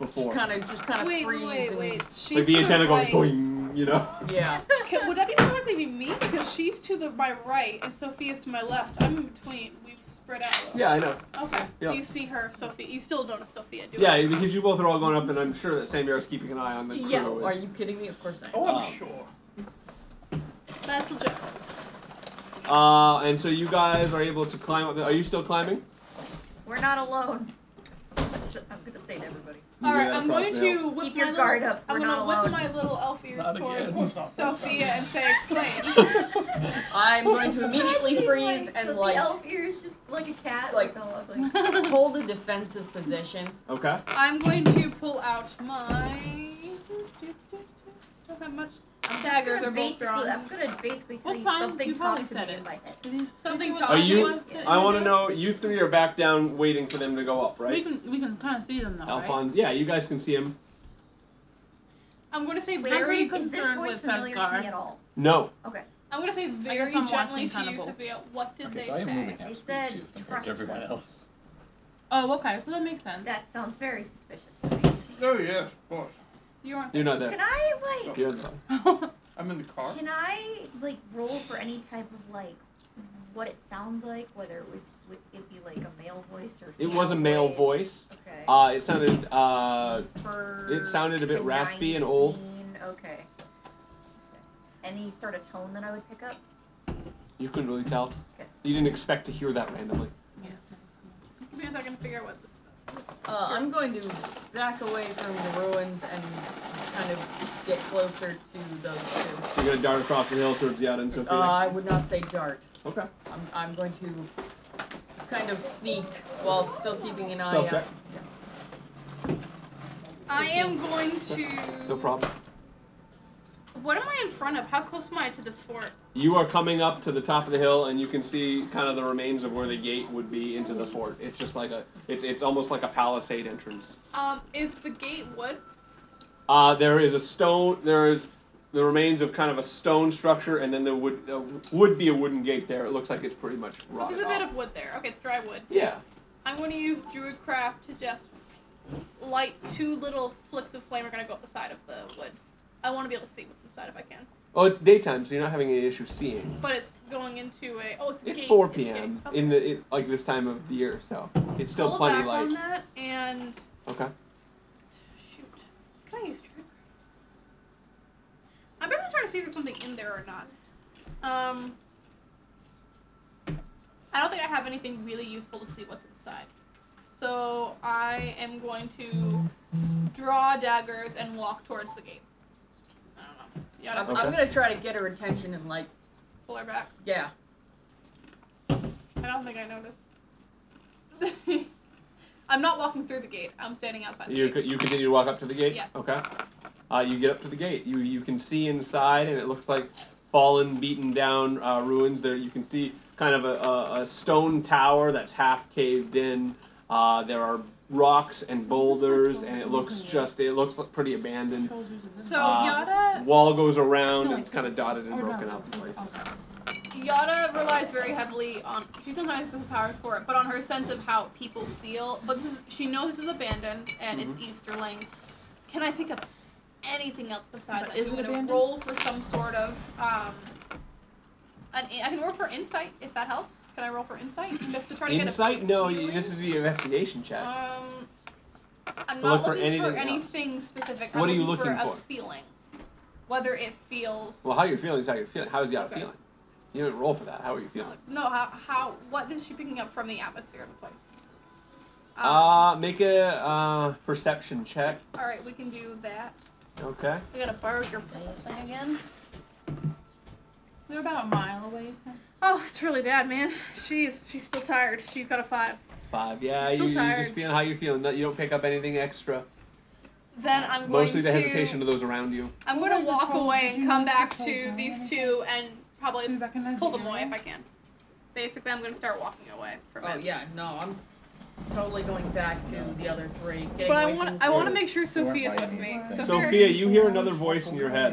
Speaker 5: Just
Speaker 2: before.
Speaker 5: kind of, just kind of
Speaker 3: Wait,
Speaker 5: freeze.
Speaker 3: wait, wait,
Speaker 5: and,
Speaker 3: wait. She's
Speaker 2: like the
Speaker 3: to
Speaker 2: antenna
Speaker 3: the
Speaker 2: going,
Speaker 3: right.
Speaker 2: boing, you know.
Speaker 5: Yeah.
Speaker 3: Can- would that be directly be me? Because she's to the my right and Sophia's to my left. I'm in between. We've spread out. a little.
Speaker 2: Yeah, I know.
Speaker 3: Okay.
Speaker 2: Yeah.
Speaker 3: So you see her, Sophia. You still notice Sophia, do
Speaker 2: Yeah,
Speaker 3: you?
Speaker 2: because you both are all going up, and I'm sure that Samir is keeping an eye on the crew.
Speaker 3: Yeah,
Speaker 5: Are
Speaker 2: as-
Speaker 5: you kidding me? Of course I.
Speaker 4: Oh,
Speaker 5: Am.
Speaker 4: I'm
Speaker 2: Um,
Speaker 4: sure.
Speaker 3: That's legit.
Speaker 2: Uh, and so you guys are able to climb up. The, are you still climbing?
Speaker 8: We're not alone. That's- I'm gonna say to everybody.
Speaker 2: You
Speaker 3: All right.
Speaker 2: gotta
Speaker 3: I'm
Speaker 2: cross
Speaker 3: going
Speaker 2: the hill.
Speaker 3: to whip
Speaker 8: Keep
Speaker 3: my
Speaker 8: your
Speaker 3: little,
Speaker 8: guard up.
Speaker 3: I'm
Speaker 8: We're
Speaker 3: gonna
Speaker 8: not
Speaker 3: whip
Speaker 8: alone.
Speaker 3: my little elf ears
Speaker 6: Not
Speaker 3: towards
Speaker 6: again.
Speaker 3: [laughs] Sophia and say,
Speaker 8: [laughs]
Speaker 3: "Explain."
Speaker 5: I'm going to immediately [laughs]
Speaker 8: She's
Speaker 5: freeze
Speaker 8: like,
Speaker 5: and
Speaker 8: with
Speaker 5: like
Speaker 8: the elf ears, just like a cat.
Speaker 5: Like-
Speaker 8: Like, all up,
Speaker 3: [laughs]
Speaker 8: like
Speaker 5: hold a defensive position.
Speaker 2: [laughs] Okay.
Speaker 3: I'm going to pull out my. Don't have much.
Speaker 8: I'm
Speaker 3: Daggers are
Speaker 8: just gonna
Speaker 3: both
Speaker 8: basically-
Speaker 3: drawn.
Speaker 8: I'm gonna basically tell
Speaker 7: What
Speaker 8: you
Speaker 7: time?
Speaker 8: something
Speaker 7: You probably
Speaker 8: talks to
Speaker 7: said
Speaker 8: me
Speaker 7: it.
Speaker 8: in my head.
Speaker 7: Did you-
Speaker 3: Something
Speaker 7: did
Speaker 3: talks
Speaker 2: Are
Speaker 7: what
Speaker 2: you-
Speaker 7: time was it
Speaker 2: I
Speaker 7: in
Speaker 2: want to
Speaker 7: the day?
Speaker 2: know. You three are back down, waiting for them to go up,
Speaker 7: We
Speaker 2: right?
Speaker 7: can we can kind of see them though, right?
Speaker 2: Alphonse, yeah, you guys can see him.
Speaker 3: I'm gonna say
Speaker 7: I'm
Speaker 3: very.
Speaker 7: pretty
Speaker 8: Is this
Speaker 7: concerned
Speaker 8: voice
Speaker 7: with
Speaker 8: familiar to
Speaker 7: Pesgar.
Speaker 8: me at all?
Speaker 2: No,
Speaker 3: I'm gonna say very
Speaker 7: I'm
Speaker 3: gently
Speaker 7: watching
Speaker 3: to you,
Speaker 7: Hannibal.
Speaker 3: Sophia. What did
Speaker 6: Okay,
Speaker 3: they
Speaker 6: so I am
Speaker 3: say?
Speaker 6: moving half
Speaker 8: They
Speaker 6: speed
Speaker 8: said
Speaker 6: too, compared
Speaker 8: trust
Speaker 6: to everyone
Speaker 8: us.
Speaker 6: else.
Speaker 7: Oh, okay, so that makes [laughs] sense.
Speaker 8: That sounds very suspicious to me.
Speaker 4: Oh yes, of course.
Speaker 3: You aren't.
Speaker 2: you're not
Speaker 8: Can
Speaker 2: there.
Speaker 8: I like?
Speaker 2: You're not.
Speaker 4: I'm in the car.
Speaker 8: Can I like roll for any type of like what it sounds like, whether it was would it be like a male voice or
Speaker 2: It
Speaker 8: female
Speaker 2: was a male voice.
Speaker 8: Okay.
Speaker 2: Uh, it sounded. Uh,
Speaker 8: For
Speaker 2: it sounded a bit raspy and old.
Speaker 8: 19, Okay. Any sort of tone that I would pick up?
Speaker 2: you couldn't really tell.
Speaker 8: Okay.
Speaker 2: You didn't expect to hear that randomly.
Speaker 3: Give me a second to figure out what this. this
Speaker 5: Uh, I'm going to back away from the ruins and kind of get closer to those two.
Speaker 2: You're gonna dart across the hill towards the audience.
Speaker 5: Uh,
Speaker 2: Sophia.
Speaker 5: I would not say dart.
Speaker 2: okay.
Speaker 5: I'm, I'm going to kind of sneak while still keeping an eye
Speaker 2: Stealth
Speaker 5: out.
Speaker 2: check.
Speaker 3: I am going to.
Speaker 2: No problem.
Speaker 3: What am I in front of? How close am I to this fort?
Speaker 2: You are coming up to the top of the hill, and you can see kind of the remains of where the gate would be into the fort. It's just like a. It's it's almost like a palisade entrance.
Speaker 3: Um, is the gate wood?
Speaker 2: Uh, there is a stone. There is the remains of kind of a stone structure, and then there would uh, would be a wooden gate there. It looks like it's pretty much
Speaker 3: Oh,
Speaker 2: rotted.
Speaker 3: there's a bit
Speaker 2: off.
Speaker 3: of wood there. Okay, it's dry wood. too.
Speaker 2: yeah.
Speaker 3: I'm going to use Druidcraft to just light two little flicks of flame. Are going to go up the side of the wood. I want to be able to see what's inside if I can.
Speaker 2: Oh, it's daytime, so you're not having any issue seeing.
Speaker 3: But it's going into a. Oh, it's a
Speaker 2: It's
Speaker 3: gate.
Speaker 2: 4
Speaker 3: It's a gate.
Speaker 2: p.m.
Speaker 3: Okay.
Speaker 2: in the it, like this time of the year, so it's still
Speaker 3: Hold
Speaker 2: plenty
Speaker 3: back
Speaker 2: light.
Speaker 3: on that and
Speaker 2: Okay.
Speaker 3: shoot. Can I use Druidcraft? I'm definitely trying to see if there's something in there or not. Um. I don't think I have anything really useful to see what's inside. So I am going to draw daggers and walk towards the gate. I don't know. You gotta
Speaker 5: I'm, I'm
Speaker 2: Okay.
Speaker 5: gonna try to get her attention and like,
Speaker 3: pull her back.
Speaker 5: yeah.
Speaker 3: I don't think I noticed. [laughs] I'm not walking through the gate. I'm standing outside the
Speaker 2: You
Speaker 3: gate.
Speaker 2: co- you continue to walk up to the gate.
Speaker 3: Yeah.
Speaker 2: Okay. Uh, you get up to the gate. You you can see inside, and it looks like fallen, beaten down uh, ruins. There you can see kind of a, a, a stone tower that's half caved in. Uh, there are rocks and boulders, and it looks just it looks like pretty abandoned.
Speaker 7: [laughs]
Speaker 3: So
Speaker 2: Uh,
Speaker 3: Yada
Speaker 2: Wall goes around, and it's kind of dotted and broken up in places.
Speaker 3: Yada relies very heavily on she doesn't have special powers for it, but on her sense of how people feel. But this is, she knows this is abandoned and
Speaker 2: Mm-hmm.
Speaker 3: it's Easterling. Can I pick up anything else besides
Speaker 7: But
Speaker 3: that?
Speaker 7: is
Speaker 3: I'm
Speaker 7: it
Speaker 3: gonna
Speaker 7: abandoned?
Speaker 3: roll for some sort of um. An, I can roll for insight if that helps. Can I roll for
Speaker 2: [clears throat]
Speaker 3: insight just to try to
Speaker 2: Insight?
Speaker 3: get a
Speaker 2: No,
Speaker 3: feeling?
Speaker 2: you, this is the investigation check.
Speaker 3: Um, I'm
Speaker 2: To
Speaker 3: not
Speaker 2: look for
Speaker 3: looking for
Speaker 2: anything else.
Speaker 3: anything specific.
Speaker 2: What
Speaker 3: I'm
Speaker 2: are you
Speaker 3: looking,
Speaker 2: looking
Speaker 3: a
Speaker 2: for?
Speaker 3: feeling, whether it feels
Speaker 2: well, how you're feeling is how you're feeling. How's Yada
Speaker 3: Okay.
Speaker 2: feeling? You didn't roll for that. How are you feeling?
Speaker 3: no. How how what is she picking up from the atmosphere of the place? Um,
Speaker 2: Uh, make a uh, perception check.
Speaker 3: all right, we can do that.
Speaker 2: Okay.
Speaker 3: We gotta borrow your thing again.
Speaker 7: They're about a mile away. so-
Speaker 3: Oh, it's really bad, man. She's she's still tired. She's got a five.
Speaker 2: Five. Yeah,
Speaker 3: Still
Speaker 2: you, you're just
Speaker 3: tired.
Speaker 2: feeling how you're feeling. No- You don't pick up anything extra.
Speaker 3: Then I'm going
Speaker 2: Mostly the
Speaker 3: to,
Speaker 2: hesitation of those around you.
Speaker 3: I'm gonna
Speaker 7: Where's the
Speaker 3: walk
Speaker 7: troll?
Speaker 3: away
Speaker 7: Did
Speaker 3: and
Speaker 7: you
Speaker 3: come
Speaker 7: notice
Speaker 3: back
Speaker 7: the
Speaker 3: to
Speaker 7: troll?
Speaker 3: these two and probably
Speaker 7: Do you recognize
Speaker 3: pull
Speaker 7: the
Speaker 3: them away
Speaker 7: area?
Speaker 3: if I can. Basically, I'm gonna start walking away from
Speaker 5: Oh
Speaker 3: it.
Speaker 5: yeah, no, I'm totally going back to the other three. Getting
Speaker 3: But I
Speaker 5: away
Speaker 3: want
Speaker 5: from the
Speaker 3: I want to
Speaker 5: three.
Speaker 3: make sure
Speaker 6: They weren't
Speaker 3: Sophia's with
Speaker 6: biting
Speaker 3: me.
Speaker 6: you, I think.
Speaker 2: Sophia, you hear another voice in your head.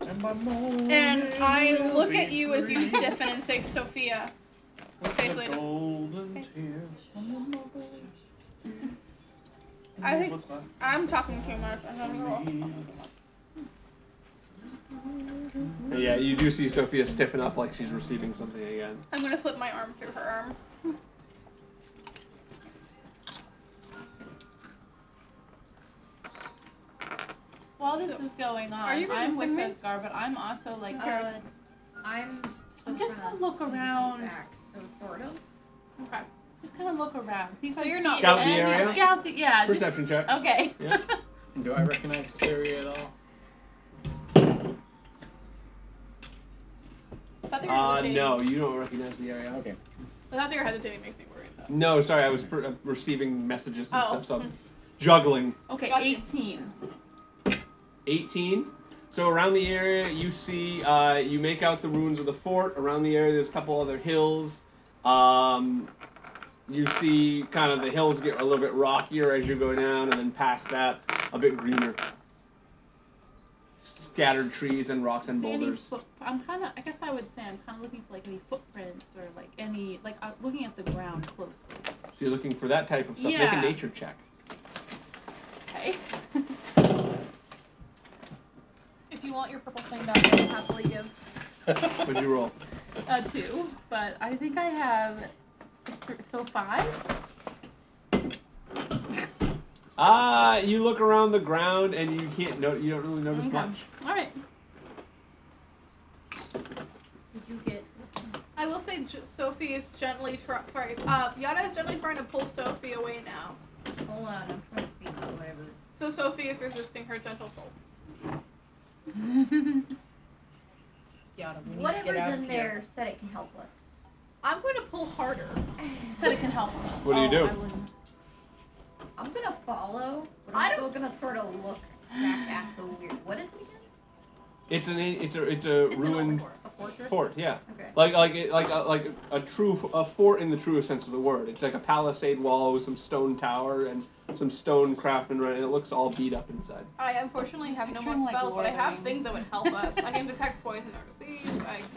Speaker 3: And I look at you as you stiffen and say, Sophia. basically just-
Speaker 4: golden tears.
Speaker 3: I think
Speaker 4: What's that?
Speaker 3: I'm talking too much. I'm gonna roll.
Speaker 2: Yeah, you do see Sophia stiffen up like she's receiving something again.
Speaker 3: I'm gonna slip my arm through her arm.
Speaker 7: While this is going on,
Speaker 3: Are you
Speaker 7: I'm with
Speaker 3: resisting me?
Speaker 7: Resgar, but I'm also like
Speaker 8: Uh, I'm.
Speaker 7: I'm
Speaker 8: still
Speaker 7: just gonna
Speaker 8: trying to
Speaker 7: look
Speaker 8: think
Speaker 7: around.
Speaker 8: Back, so sort of.
Speaker 7: Okay. Just kind of look around. See if
Speaker 3: So
Speaker 7: I
Speaker 3: you're
Speaker 7: see
Speaker 3: not
Speaker 2: Scout the
Speaker 7: any-
Speaker 2: area?
Speaker 7: Scout the yeah. just-
Speaker 2: Perception check.
Speaker 7: Okay. [laughs]
Speaker 2: [laughs] Yeah.
Speaker 6: Do I recognize this area at all?
Speaker 3: I thought they were
Speaker 2: Uh,
Speaker 3: hesitating.
Speaker 2: no, you don't recognize the area.
Speaker 6: Okay.
Speaker 3: I thought they were hesitating makes me worried though.
Speaker 2: No, sorry, I was per- uh, receiving messages and
Speaker 3: Oh.
Speaker 2: stuff, so I'm juggling.
Speaker 7: okay.
Speaker 3: Gotcha.
Speaker 7: Eighteen.
Speaker 2: 18. So around the area, you see, uh, you make out the ruins of the fort. Around the area, there's a couple other hills. Um, you see kind of the hills get a little bit rockier as you go down, and then past that, a bit greener. Scattered trees and rocks and
Speaker 7: See any
Speaker 2: boulders.
Speaker 7: foot- I'm kind of. I guess I would say I'm kind of looking for like any footprints or like any like uh, looking at the ground closely.
Speaker 2: So you're looking for that type of stuff.
Speaker 7: Yeah.
Speaker 2: Make a nature check.
Speaker 7: Okay. [laughs]
Speaker 3: If you want your purple thing back, I'll happily give.
Speaker 2: What'd you roll?
Speaker 7: uh, two, but I think I have th- so five.
Speaker 2: Ah, you look around the ground and you can't no, you don't really notice
Speaker 7: Okay.
Speaker 2: much.
Speaker 7: All right.
Speaker 8: Did you get?
Speaker 3: I will say J- Sophie is gently try- sorry, uh, Yana is gently trying to pull Sophie away now.
Speaker 8: Hold on, I'm trying to speak to whatever.
Speaker 3: So Sophie is resisting her gentle pull.
Speaker 8: Whatever's in there said it can help us.
Speaker 3: I'm going to pull harder.
Speaker 7: Said it can help.
Speaker 2: What do you
Speaker 7: Oh,
Speaker 2: do?
Speaker 7: I wouldn't-
Speaker 8: I'm gonna follow, but
Speaker 3: I
Speaker 8: I'm
Speaker 3: don't-
Speaker 8: still gonna sort of look back at the weird. What is it again?
Speaker 2: It's an it's a it's a
Speaker 3: It's an
Speaker 2: ruined
Speaker 3: old
Speaker 8: A fortress.
Speaker 2: fort. Yeah,
Speaker 8: Okay.
Speaker 2: like like it- like a, like a true a fort in the truest sense of the word. It's like a palisade wall with some stone tower and some stone craftsmen running. It looks all beat up inside.
Speaker 3: I unfortunately have no more
Speaker 7: Picturing, like,
Speaker 3: spells, but I
Speaker 7: Lord of the
Speaker 3: have
Speaker 7: Rings.
Speaker 3: things that would help us. I can detect poison or disease. I can't.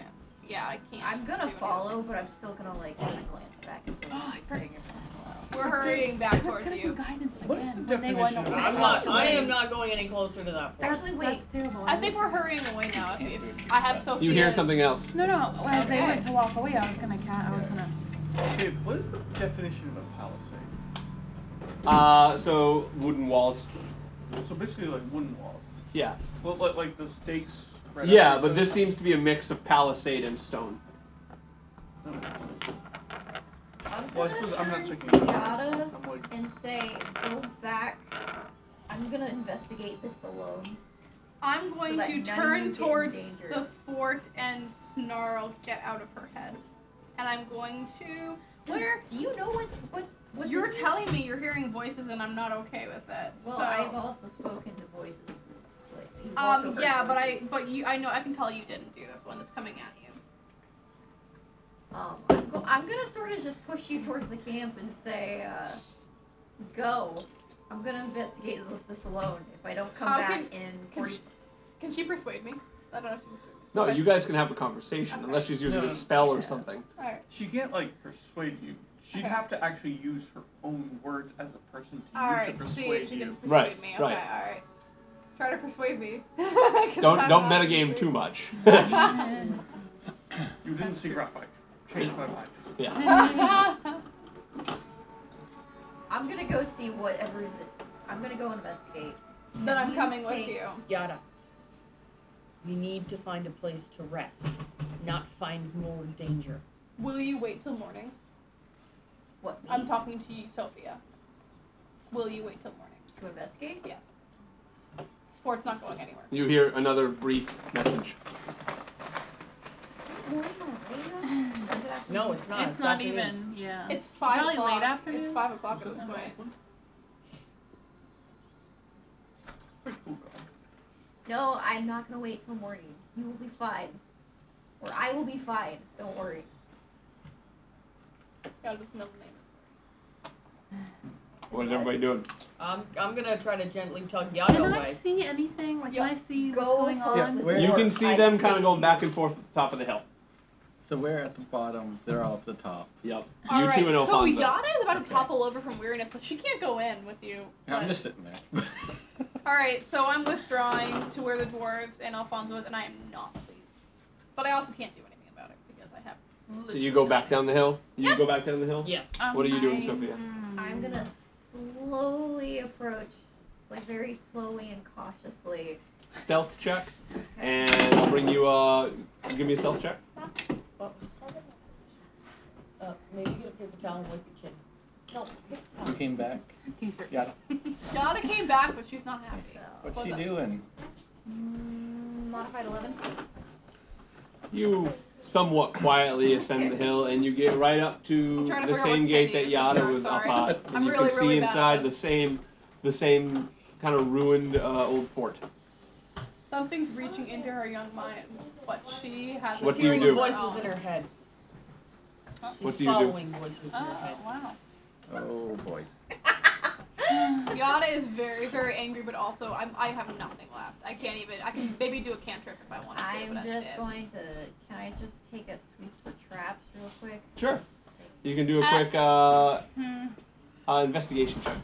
Speaker 3: Yeah, I can't.
Speaker 8: I'm
Speaker 3: do
Speaker 8: gonna
Speaker 3: anything.
Speaker 8: follow, but I'm still gonna like kinda glance back
Speaker 3: [gasps]
Speaker 8: at the
Speaker 7: Oh, I
Speaker 8: thing every once in a while.
Speaker 3: We're hurrying back
Speaker 7: I was
Speaker 3: towards
Speaker 7: gonna do
Speaker 3: you.
Speaker 7: guidance again.
Speaker 4: What is the
Speaker 7: when they went
Speaker 4: definition of-
Speaker 7: away.
Speaker 4: I'm
Speaker 5: not. I
Speaker 8: Wait.
Speaker 5: am not going any closer to that. Fortress.
Speaker 8: Actually, wait.
Speaker 7: That's terrible.
Speaker 3: I think we're hurrying away now. If, if I have Sophie.
Speaker 2: You hear
Speaker 3: as-
Speaker 2: something else.
Speaker 7: No, no. As they
Speaker 3: Okay.
Speaker 7: went to walk away, I was gonna cat. I was gonna.
Speaker 4: Babe, what is the definition of a palisade?
Speaker 2: Uh, so wooden walls.
Speaker 4: So basically, like wooden walls.
Speaker 2: Yeah.
Speaker 4: Well, like, like the stakes. spread out
Speaker 2: Yeah,
Speaker 4: into
Speaker 2: but
Speaker 4: the-
Speaker 2: this seems to be a mix of palisade and stone.
Speaker 8: I'm
Speaker 4: Well, I
Speaker 8: gonna
Speaker 4: suppose
Speaker 8: turn
Speaker 4: I'm not
Speaker 8: to
Speaker 4: checking.
Speaker 8: Yada
Speaker 4: I'm like,
Speaker 8: and say, go back. I'm gonna investigate this alone.
Speaker 3: I'm going
Speaker 8: that
Speaker 3: to
Speaker 8: none of you
Speaker 3: turn
Speaker 8: get in
Speaker 3: towards
Speaker 8: danger.
Speaker 3: the fort and snarl, get out of her head. And I'm going to.
Speaker 8: Does-
Speaker 3: Where?
Speaker 8: Do you know what what what?
Speaker 3: You're telling me you're hearing voices and I'm not okay with it.
Speaker 8: Well,
Speaker 3: so.
Speaker 8: I've also spoken to voices. Like, you've also
Speaker 3: um.
Speaker 8: heard
Speaker 3: Yeah, but I.
Speaker 8: voices.
Speaker 3: But you. I know. I can tell you didn't do this one. It's coming at you.
Speaker 8: Um, I'm, go- I'm gonna sort of just push you towards the camp and say, uh, go. I'm gonna investigate this, this alone. If I don't come
Speaker 3: How
Speaker 8: back in
Speaker 3: Can
Speaker 8: 40
Speaker 3: she, can she persuade me? I don't know if she can persuade me.
Speaker 2: No,
Speaker 3: Okay.
Speaker 2: you guys can have a conversation unless she's using
Speaker 4: No,
Speaker 2: a
Speaker 4: no.
Speaker 2: spell or something.
Speaker 3: Alright.
Speaker 4: she can't like persuade you. She'd
Speaker 3: Okay.
Speaker 4: have to actually use her own words as a person to use
Speaker 3: Alright,
Speaker 4: to
Speaker 3: to see if
Speaker 4: persuade
Speaker 3: she can
Speaker 4: you.
Speaker 3: persuade
Speaker 2: Right,
Speaker 3: me. Okay,
Speaker 2: right.
Speaker 3: alright. Try to persuade me. [laughs]
Speaker 2: Don't don't metagame too much.
Speaker 4: You didn't see graphite. Change my mind.
Speaker 2: yeah.
Speaker 8: I'm gonna go see whatever is it. I'm gonna go investigate.
Speaker 3: [laughs] then I'm
Speaker 8: You
Speaker 3: coming with
Speaker 8: take-
Speaker 3: you.
Speaker 5: Yada. We need to find a place to rest, not find more danger.
Speaker 3: Will you wait till morning?
Speaker 8: What? Me?
Speaker 3: I'm talking to you, Sophia. Will you wait till morning? [laughs]
Speaker 8: to investigate.
Speaker 3: Yes. Sport's not going anywhere.
Speaker 2: You hear another brief message.
Speaker 5: No, it's not.
Speaker 7: it's not even. Yeah.
Speaker 3: It's five
Speaker 7: Probably
Speaker 3: o'clock.
Speaker 7: late afternoon.
Speaker 3: It's five o'clock at this point.
Speaker 4: Pretty cool guy.
Speaker 8: No, I'm not gonna wait till morning. You will be fine, or I will be fine. Don't worry.
Speaker 3: God, his middle name
Speaker 2: What is everybody doing?
Speaker 5: I'm, I'm gonna try to gently tug Yada
Speaker 7: Can I
Speaker 5: away.
Speaker 7: see anything? Like,
Speaker 3: Yeah.
Speaker 7: can I see
Speaker 8: Go
Speaker 7: what's going
Speaker 6: Yeah,
Speaker 7: on?
Speaker 6: where-
Speaker 2: You can see
Speaker 8: I
Speaker 2: them kind of
Speaker 8: see.
Speaker 2: going back and forth at the top of the hill.
Speaker 6: So we're at the bottom. They're all at the top.
Speaker 2: Yep.
Speaker 3: is.
Speaker 2: you
Speaker 3: Alright,
Speaker 2: two and
Speaker 3: so
Speaker 2: Alfonso.
Speaker 3: Yana is about to
Speaker 6: Okay.
Speaker 3: topple over from weariness, so she can't go in with you.
Speaker 6: Yeah,
Speaker 3: but-
Speaker 6: I'm just sitting there. [laughs]
Speaker 3: All right, so I'm withdrawing to where the dwarves and Alfonso is, and I am not pleased. But I also can't do anything about it because I have.
Speaker 2: So
Speaker 3: literally
Speaker 2: you go back
Speaker 3: nothing.
Speaker 2: down the hill. You go back down the hill.
Speaker 5: Yes.
Speaker 7: Um,
Speaker 2: What are you doing,
Speaker 7: I-
Speaker 2: Sophia?
Speaker 7: hmm.
Speaker 8: I'm gonna slowly approach, like very slowly and cautiously.
Speaker 2: Stealth check, and I'll bring you. Uh, give me a stealth check.
Speaker 5: Uh, maybe get a paper towel and wipe your chin. No, paper
Speaker 6: you
Speaker 5: towel.
Speaker 6: came back.
Speaker 7: [laughs] T-shirt.
Speaker 6: Yada.
Speaker 3: Yana came back, but she's not happy.
Speaker 8: uh,
Speaker 6: What's
Speaker 3: What's
Speaker 6: she
Speaker 3: up?
Speaker 6: doing?
Speaker 8: Mm, modified 11.
Speaker 2: You somewhat quietly ascend the hill, and you get right up to
Speaker 3: I'm trying to
Speaker 2: the
Speaker 3: figure out
Speaker 2: same
Speaker 3: what
Speaker 2: gate
Speaker 3: [laughs] city
Speaker 2: that
Speaker 3: I'm
Speaker 2: Yada
Speaker 3: in,
Speaker 2: was
Speaker 3: sorry.
Speaker 2: up at. And
Speaker 3: I'm
Speaker 2: you
Speaker 3: really,
Speaker 2: can see
Speaker 3: really bad at
Speaker 2: inside the
Speaker 3: this.
Speaker 2: same, the same kind of ruined uh, old fort.
Speaker 3: Something's reaching into her young mind, but she has
Speaker 2: What
Speaker 3: a
Speaker 2: do you
Speaker 3: hearing
Speaker 2: do?
Speaker 3: of her
Speaker 5: Voices in
Speaker 3: own.
Speaker 5: her head.
Speaker 2: What
Speaker 5: She's
Speaker 2: do you do?
Speaker 5: following voices in her
Speaker 7: Oh,
Speaker 5: head.
Speaker 7: [laughs] wow. Hmm.
Speaker 6: Oh boy.
Speaker 3: Yana is very, very angry, but also I'm, I have nothing left. I can't even. I can maybe do a cantrip if I want to.
Speaker 8: I'm
Speaker 3: but that's
Speaker 8: just
Speaker 3: it.
Speaker 8: going to. Can I just take a sweep for traps real quick?
Speaker 2: Sure. You can do a
Speaker 7: Uh,
Speaker 2: quick uh,
Speaker 7: Hmm.
Speaker 2: uh, investigation check.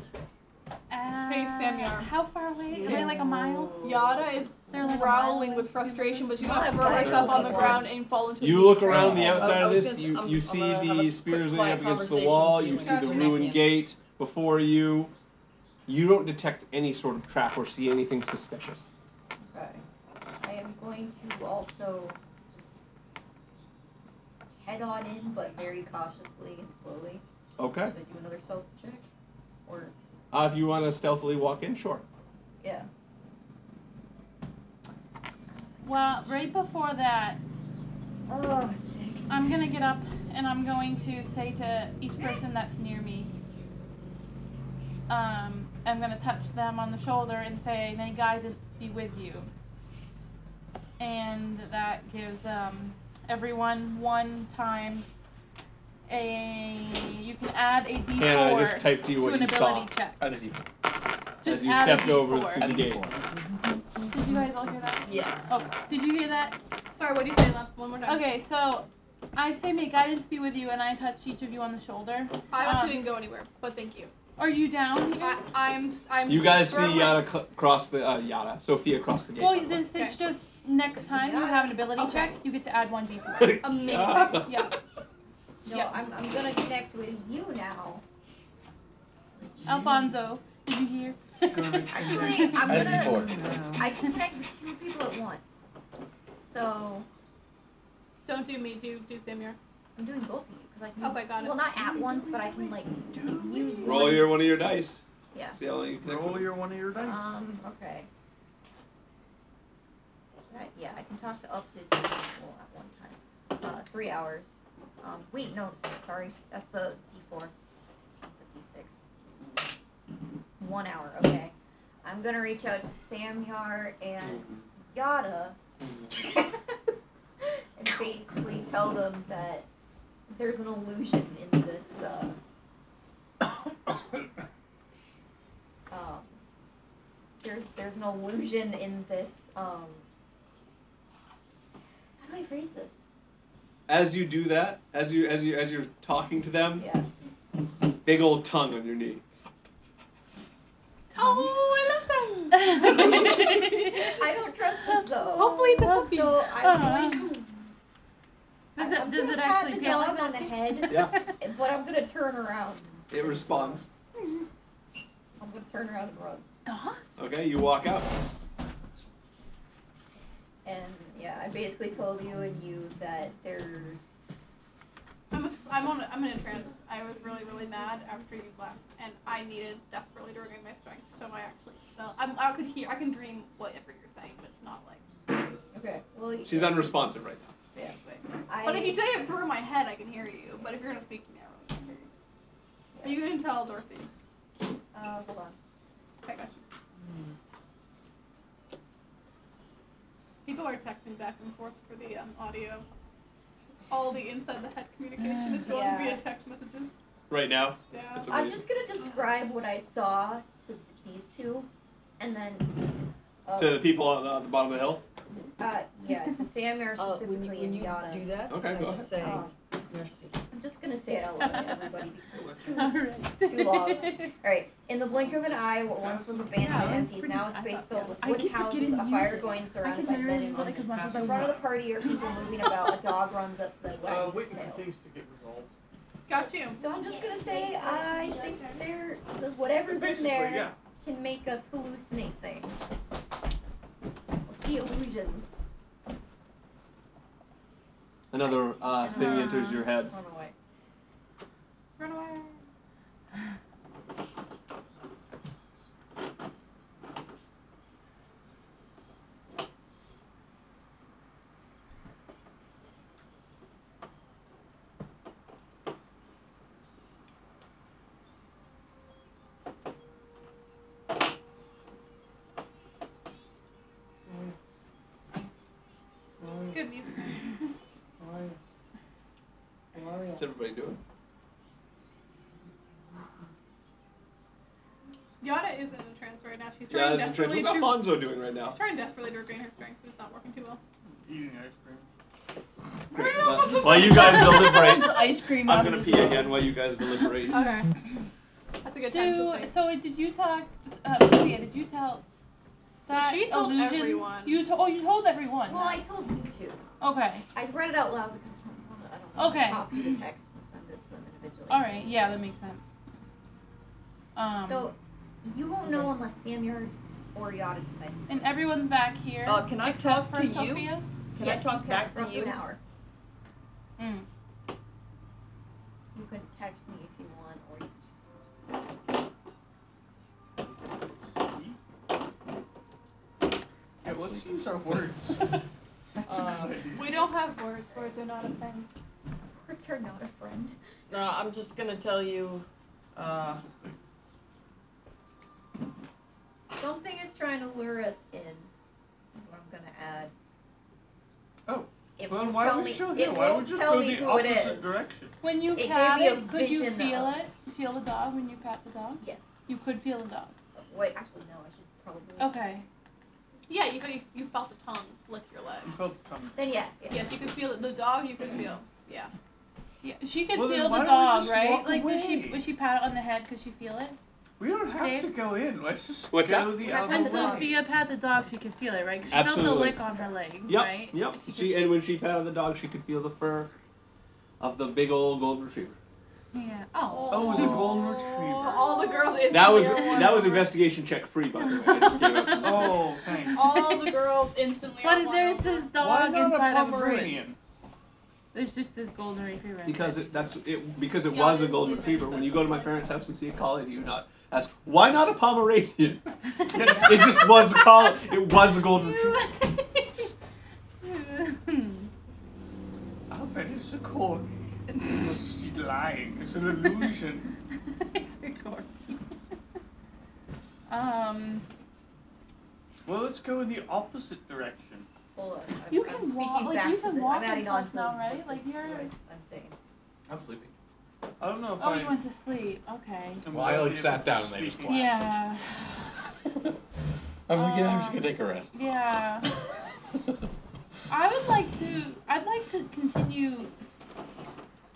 Speaker 7: Uh,
Speaker 3: Hey, Samyar.
Speaker 7: How far away? Is it like a mile?
Speaker 3: Yada is
Speaker 7: They're like a
Speaker 3: growling
Speaker 7: mile
Speaker 3: with
Speaker 7: away.
Speaker 3: frustration, but she's
Speaker 5: Not
Speaker 3: gonna
Speaker 5: a
Speaker 3: throw
Speaker 5: mile
Speaker 3: herself on the
Speaker 5: away.
Speaker 3: ground and fall into. a
Speaker 2: You
Speaker 3: deep
Speaker 2: look
Speaker 3: trance.
Speaker 2: around the
Speaker 5: I-
Speaker 2: outside
Speaker 5: I
Speaker 2: of
Speaker 5: was
Speaker 2: this.
Speaker 5: gonna
Speaker 2: You,
Speaker 5: s- I'm-
Speaker 2: you
Speaker 5: I'm
Speaker 2: see
Speaker 5: gonna have a
Speaker 2: the
Speaker 5: quick,
Speaker 2: spears laying
Speaker 5: quiet
Speaker 2: up against the
Speaker 5: conversation
Speaker 2: wall.
Speaker 5: with
Speaker 2: You
Speaker 5: you
Speaker 2: see
Speaker 3: and
Speaker 2: the
Speaker 3: your
Speaker 2: ruined
Speaker 5: nephew.
Speaker 2: gate before you. You don't detect any sort of trap or see anything suspicious.
Speaker 8: Okay. I am going to also just head on in, but very cautiously and slowly.
Speaker 2: Okay.
Speaker 8: Should I do another stealth check? Or
Speaker 2: Uh, if you want to stealthily walk in, sure.
Speaker 8: yeah.
Speaker 7: Well, right before that,
Speaker 8: Oh, six.
Speaker 7: I'm gonna get up and I'm going to say to each person that's near me, um, I'm gonna touch them on the shoulder and say, May guidance be with you. And that gives um, everyone one time a. You can add a d4
Speaker 2: Hannah, I just typed to you
Speaker 7: to
Speaker 2: what
Speaker 7: an
Speaker 2: you
Speaker 7: ability
Speaker 2: saw
Speaker 7: check.
Speaker 6: Added you.
Speaker 7: Just
Speaker 2: as you
Speaker 7: add a
Speaker 2: stepped over
Speaker 7: D4.
Speaker 2: through the gate.
Speaker 7: Did you guys all hear that?
Speaker 5: Yes.
Speaker 7: Oh, did you hear that?
Speaker 3: Sorry, what do you say, left? One more time.
Speaker 7: Okay, so I say, May guidance be with you, and I touch each of you on the shoulder.
Speaker 3: I actually
Speaker 7: um,
Speaker 3: didn't go anywhere, but thank you.
Speaker 7: Are you down here?
Speaker 3: I, I'm. I'm.
Speaker 2: You guys see
Speaker 3: throwing my-
Speaker 2: Yada cl- cross the uh, Yada Sophia cross the gate.
Speaker 7: Well,
Speaker 2: by the way.
Speaker 7: this, it's just next time you have an ability
Speaker 8: Okay.
Speaker 7: check, you get to add one
Speaker 2: [laughs]
Speaker 7: d4.
Speaker 5: [laughs]
Speaker 3: Amazing.
Speaker 2: Ah. [laughs]
Speaker 7: yeah.
Speaker 8: No,
Speaker 7: Yeah.
Speaker 8: I'm, I'm gonna connect with you now.
Speaker 7: Alfonso, did you hear?
Speaker 8: [laughs] Actually,
Speaker 7: [laughs]
Speaker 8: I'm
Speaker 6: Added
Speaker 8: gonna.
Speaker 6: before.
Speaker 8: I can connect with two people at once. So
Speaker 3: Don't do me. Do do Samir.
Speaker 8: I'm doing both of you because I can.
Speaker 3: Okay, Oh, got it.
Speaker 8: Well, not at once, but I can like use.
Speaker 2: Roll
Speaker 8: one-
Speaker 2: your one of your dice.
Speaker 8: Yeah.
Speaker 2: See how long you connect.
Speaker 4: Roll
Speaker 2: with-
Speaker 4: your one of your dice.
Speaker 8: Um. Okay. Should I- Yeah, I can talk to up to two people at one time. Uh, three hours. Um. Wait, no. s- Sorry, that's the D four. The D six. One hour. Okay. I'm gonna reach out to Samyar and Yada, [laughs] and basically tell them that there's an illusion in this. Uh, [coughs] um, there's there's an illusion in this. Um, how do I phrase this?
Speaker 2: As you do that, as you as you as you're talking to them,
Speaker 8: Yeah.
Speaker 2: big old tongue on your knee.
Speaker 3: Oh, I love that.
Speaker 7: [laughs]
Speaker 8: I don't trust this though.
Speaker 7: Hopefully the puppy. Uh-huh.
Speaker 8: So I'm going to.
Speaker 7: does
Speaker 8: I'm
Speaker 7: it does
Speaker 8: gonna
Speaker 7: it
Speaker 8: pat
Speaker 7: actually
Speaker 8: the
Speaker 7: feel
Speaker 8: dog
Speaker 7: like
Speaker 8: on the
Speaker 7: [laughs] that?
Speaker 8: head?
Speaker 2: Yeah.
Speaker 8: But I'm gonna turn around.
Speaker 2: It responds.
Speaker 8: I'm gonna turn around and run.
Speaker 7: Dog?
Speaker 2: Okay, you walk out.
Speaker 8: And yeah, I basically told you and you that there's.
Speaker 3: I'm, a, s- I'm on. A, I'm in a trance. I was really, really mad after you left, and I needed desperately to regain my strength. So I actually, so I'm, I could hear, I can dream whatever you're saying, but it's not like.
Speaker 8: Okay. Well, you-
Speaker 2: She's unresponsive right now.
Speaker 3: Yeah, but,
Speaker 8: I,
Speaker 3: but if you say it through my head, I can hear you. But if you're gonna speak to me, I really can't hear you. But you can tell Dorothy.
Speaker 8: Uh, hold on.
Speaker 3: I got you. People are texting back and forth for the um, audio. All the inside the head communication is going [sighs]
Speaker 8: Yeah.
Speaker 3: via text messages.
Speaker 2: Right now,
Speaker 3: Yeah.
Speaker 2: it's
Speaker 8: I'm
Speaker 2: amazing.
Speaker 8: just gonna describe what I saw to these two, and then. Uh,
Speaker 2: To the people at the, at the bottom of the hill.
Speaker 8: uh, yeah, to Sam Air
Speaker 7: Oh,
Speaker 5: Uh, when you,
Speaker 8: specifically
Speaker 5: when
Speaker 8: and
Speaker 5: you
Speaker 8: Yada.
Speaker 5: do that,
Speaker 2: Okay,
Speaker 5: I
Speaker 2: go
Speaker 5: just say
Speaker 8: Um,
Speaker 5: mercy.
Speaker 8: I'm just gonna say it out loud to everybody because it's too
Speaker 7: All right.
Speaker 8: Too long. Alright, in the blink of an eye, what once was
Speaker 7: Yeah,
Speaker 8: abandoned and
Speaker 7: that's
Speaker 8: empty is
Speaker 7: pretty-
Speaker 8: now a
Speaker 7: I
Speaker 8: space
Speaker 7: thought-
Speaker 8: filled with
Speaker 7: I
Speaker 8: wooden
Speaker 7: keep
Speaker 8: houses,
Speaker 7: forgetting
Speaker 8: a
Speaker 7: to
Speaker 8: fire
Speaker 7: use it.
Speaker 8: going
Speaker 7: [laughs] I can
Speaker 8: surrounded by men
Speaker 7: literally
Speaker 8: and
Speaker 7: use it like as
Speaker 8: women.
Speaker 7: much as I
Speaker 8: In front of
Speaker 7: want.
Speaker 8: the party
Speaker 7: [laughs]
Speaker 8: are people moving about, a dog runs up to the
Speaker 4: uh,
Speaker 8: wagon's
Speaker 4: waiting
Speaker 8: tail.
Speaker 4: for things to get resolved.
Speaker 3: Got you.
Speaker 8: So I'm just gonna say, I think there, the- whatever's in
Speaker 4: Basically, yeah.
Speaker 8: there can make us hallucinate things. The illusions.
Speaker 2: Another uh, thing enters your head.
Speaker 8: Run away.
Speaker 3: Run away. good music.
Speaker 5: Gloria. Gloria.
Speaker 2: What's everybody doing?
Speaker 3: Yada is in a trance right now. She's
Speaker 2: Yeah,
Speaker 3: trying
Speaker 2: that's interesting.
Speaker 3: desperately
Speaker 2: What's
Speaker 3: to.
Speaker 2: Alfonso doing right now?
Speaker 3: She's trying desperately to regain her strength, but it's not working too well.
Speaker 4: Eating ice cream.
Speaker 2: Great. Well, while you guys
Speaker 7: [laughs]
Speaker 2: deliberate,
Speaker 9: ice cream.
Speaker 2: I'm
Speaker 9: out
Speaker 2: gonna
Speaker 9: of
Speaker 2: pee
Speaker 9: his mouth.
Speaker 2: again while you guys
Speaker 3: [laughs]
Speaker 2: deliberate.
Speaker 3: Okay. That's a good time.
Speaker 7: Do
Speaker 3: to pee.
Speaker 7: so? Did you talk? Uh, Sophia, did you tell?
Speaker 3: So
Speaker 7: that
Speaker 3: she told
Speaker 7: illusions?
Speaker 3: everyone.
Speaker 7: You to- oh, you told everyone.
Speaker 8: Well, I told you to.
Speaker 7: okay.
Speaker 8: I read it out loud because I don't want to, I
Speaker 7: Okay.
Speaker 8: don't want to copy the text and send it to them individually.
Speaker 7: All right. Yeah, that makes sense. Um,
Speaker 8: So you won't know unless Samyard or Yada decide to.
Speaker 7: and everyone's back here.
Speaker 9: Uh, can I
Speaker 7: except
Speaker 9: talk
Speaker 7: for
Speaker 9: to you?
Speaker 7: Sophia.
Speaker 9: Can
Speaker 8: Yeah,
Speaker 9: I talk
Speaker 8: have
Speaker 9: back
Speaker 8: for up
Speaker 9: to you?
Speaker 8: An hour.
Speaker 7: Mm.
Speaker 8: You can text me if you want, or you can just.
Speaker 4: Yeah, let's use our
Speaker 8: [laughs] Uh,
Speaker 4: words.
Speaker 9: That's a good
Speaker 3: We don't have words. Words are not a thing.
Speaker 8: Words are not a friend.
Speaker 9: No, I'm just gonna tell you. Uh,
Speaker 8: Something is trying to lure us in. Is what I'm gonna add.
Speaker 4: Oh,
Speaker 8: It
Speaker 4: well,
Speaker 8: won't
Speaker 4: why
Speaker 8: tell
Speaker 4: are we
Speaker 8: me.
Speaker 4: still
Speaker 8: It
Speaker 4: here? Why
Speaker 8: won't
Speaker 4: would you
Speaker 8: tell
Speaker 4: go the
Speaker 8: me who it
Speaker 4: opposite
Speaker 8: is.
Speaker 4: direction?
Speaker 7: When you
Speaker 8: It gave
Speaker 7: pat
Speaker 8: me a
Speaker 7: it, could you
Speaker 8: vision
Speaker 7: feel
Speaker 8: of-
Speaker 7: it? Feel the dog when you pat the dog?
Speaker 8: Yes.
Speaker 7: You could feel the dog.
Speaker 8: Wait, actually, no. I should probably.
Speaker 7: Okay.
Speaker 3: Yeah, you, you you felt the tongue lick your leg.
Speaker 4: You felt the tongue.
Speaker 8: Then yes, yes.
Speaker 3: Yes, you could feel it. The dog, you could feel.
Speaker 7: Yeah, she could
Speaker 4: Well, then
Speaker 7: feel
Speaker 4: why
Speaker 7: the
Speaker 4: don't we
Speaker 7: dog,
Speaker 4: just
Speaker 7: right?
Speaker 4: walk
Speaker 7: Like, was
Speaker 4: away?
Speaker 7: she was she pat it on the head? Could she feel it?
Speaker 4: We don't have
Speaker 7: Dave?
Speaker 4: to go in. Let's just
Speaker 2: What's
Speaker 4: go
Speaker 2: that?
Speaker 4: the
Speaker 8: We're not
Speaker 4: other
Speaker 7: When
Speaker 8: trying to
Speaker 4: way.
Speaker 7: Sophia pat the dog, she could feel it, right? 'Cause She felt
Speaker 2: Absolutely.
Speaker 7: the lick on her leg,
Speaker 2: Yep,
Speaker 7: right?
Speaker 2: yep. She and when she patted the dog, she could feel the fur of the big old golden retriever.
Speaker 7: Yeah. Oh.
Speaker 4: Oh, [laughs] it was a golden retriever.
Speaker 3: Oh, All the girls in
Speaker 2: That was
Speaker 3: here were- [laughs]
Speaker 2: that was investigation check free, by the way. I just gave up some
Speaker 4: Oh, thanks.
Speaker 3: All the girls instantly.
Speaker 7: But
Speaker 3: are
Speaker 7: if
Speaker 3: won
Speaker 7: there's
Speaker 3: over.
Speaker 7: this
Speaker 4: Why
Speaker 7: dog
Speaker 4: not a
Speaker 7: inside of Bruins.
Speaker 4: Pomeranian?
Speaker 7: There's just this golden retriever. in [laughs]
Speaker 2: because
Speaker 7: there.
Speaker 2: it, that's it because it
Speaker 3: Yeah,
Speaker 2: was a
Speaker 3: it's
Speaker 2: golden
Speaker 3: sleeping,
Speaker 2: retriever.
Speaker 3: so
Speaker 2: When you go to my
Speaker 3: it's
Speaker 2: parents' house and see a collie, do you not ask why not a Pomeranian? [laughs] it just was a collie. It was a golden retriever.
Speaker 4: I'll bet it's a corgi. She's lying. It's an illusion.
Speaker 7: it's a corgi. [laughs] um,
Speaker 4: [laughs] Well, let's go in the opposite direction.
Speaker 8: Well, I'm,
Speaker 7: You
Speaker 8: I'm
Speaker 7: can
Speaker 8: speaking
Speaker 7: walk- like,
Speaker 8: back
Speaker 7: you
Speaker 8: to
Speaker 7: can
Speaker 8: the,
Speaker 7: walk
Speaker 8: I'm adding
Speaker 7: and
Speaker 8: on
Speaker 7: stuff now,
Speaker 8: to what
Speaker 7: right? Like,
Speaker 8: this-
Speaker 7: you're-
Speaker 8: what I'm saying.
Speaker 6: I'm sleeping.
Speaker 4: I don't know if
Speaker 7: oh,
Speaker 4: I.
Speaker 7: you went to sleep. Okay.
Speaker 4: am
Speaker 6: Well, I, like,
Speaker 4: really
Speaker 6: sat
Speaker 4: able to
Speaker 6: down and they
Speaker 4: speak
Speaker 6: just
Speaker 4: English.
Speaker 6: clapped.
Speaker 7: Yeah.
Speaker 6: I'm, gonna, I'm just
Speaker 7: Uh,
Speaker 6: gonna take a rest. [laughs]
Speaker 7: Yeah. I would like to. I'd like to continue.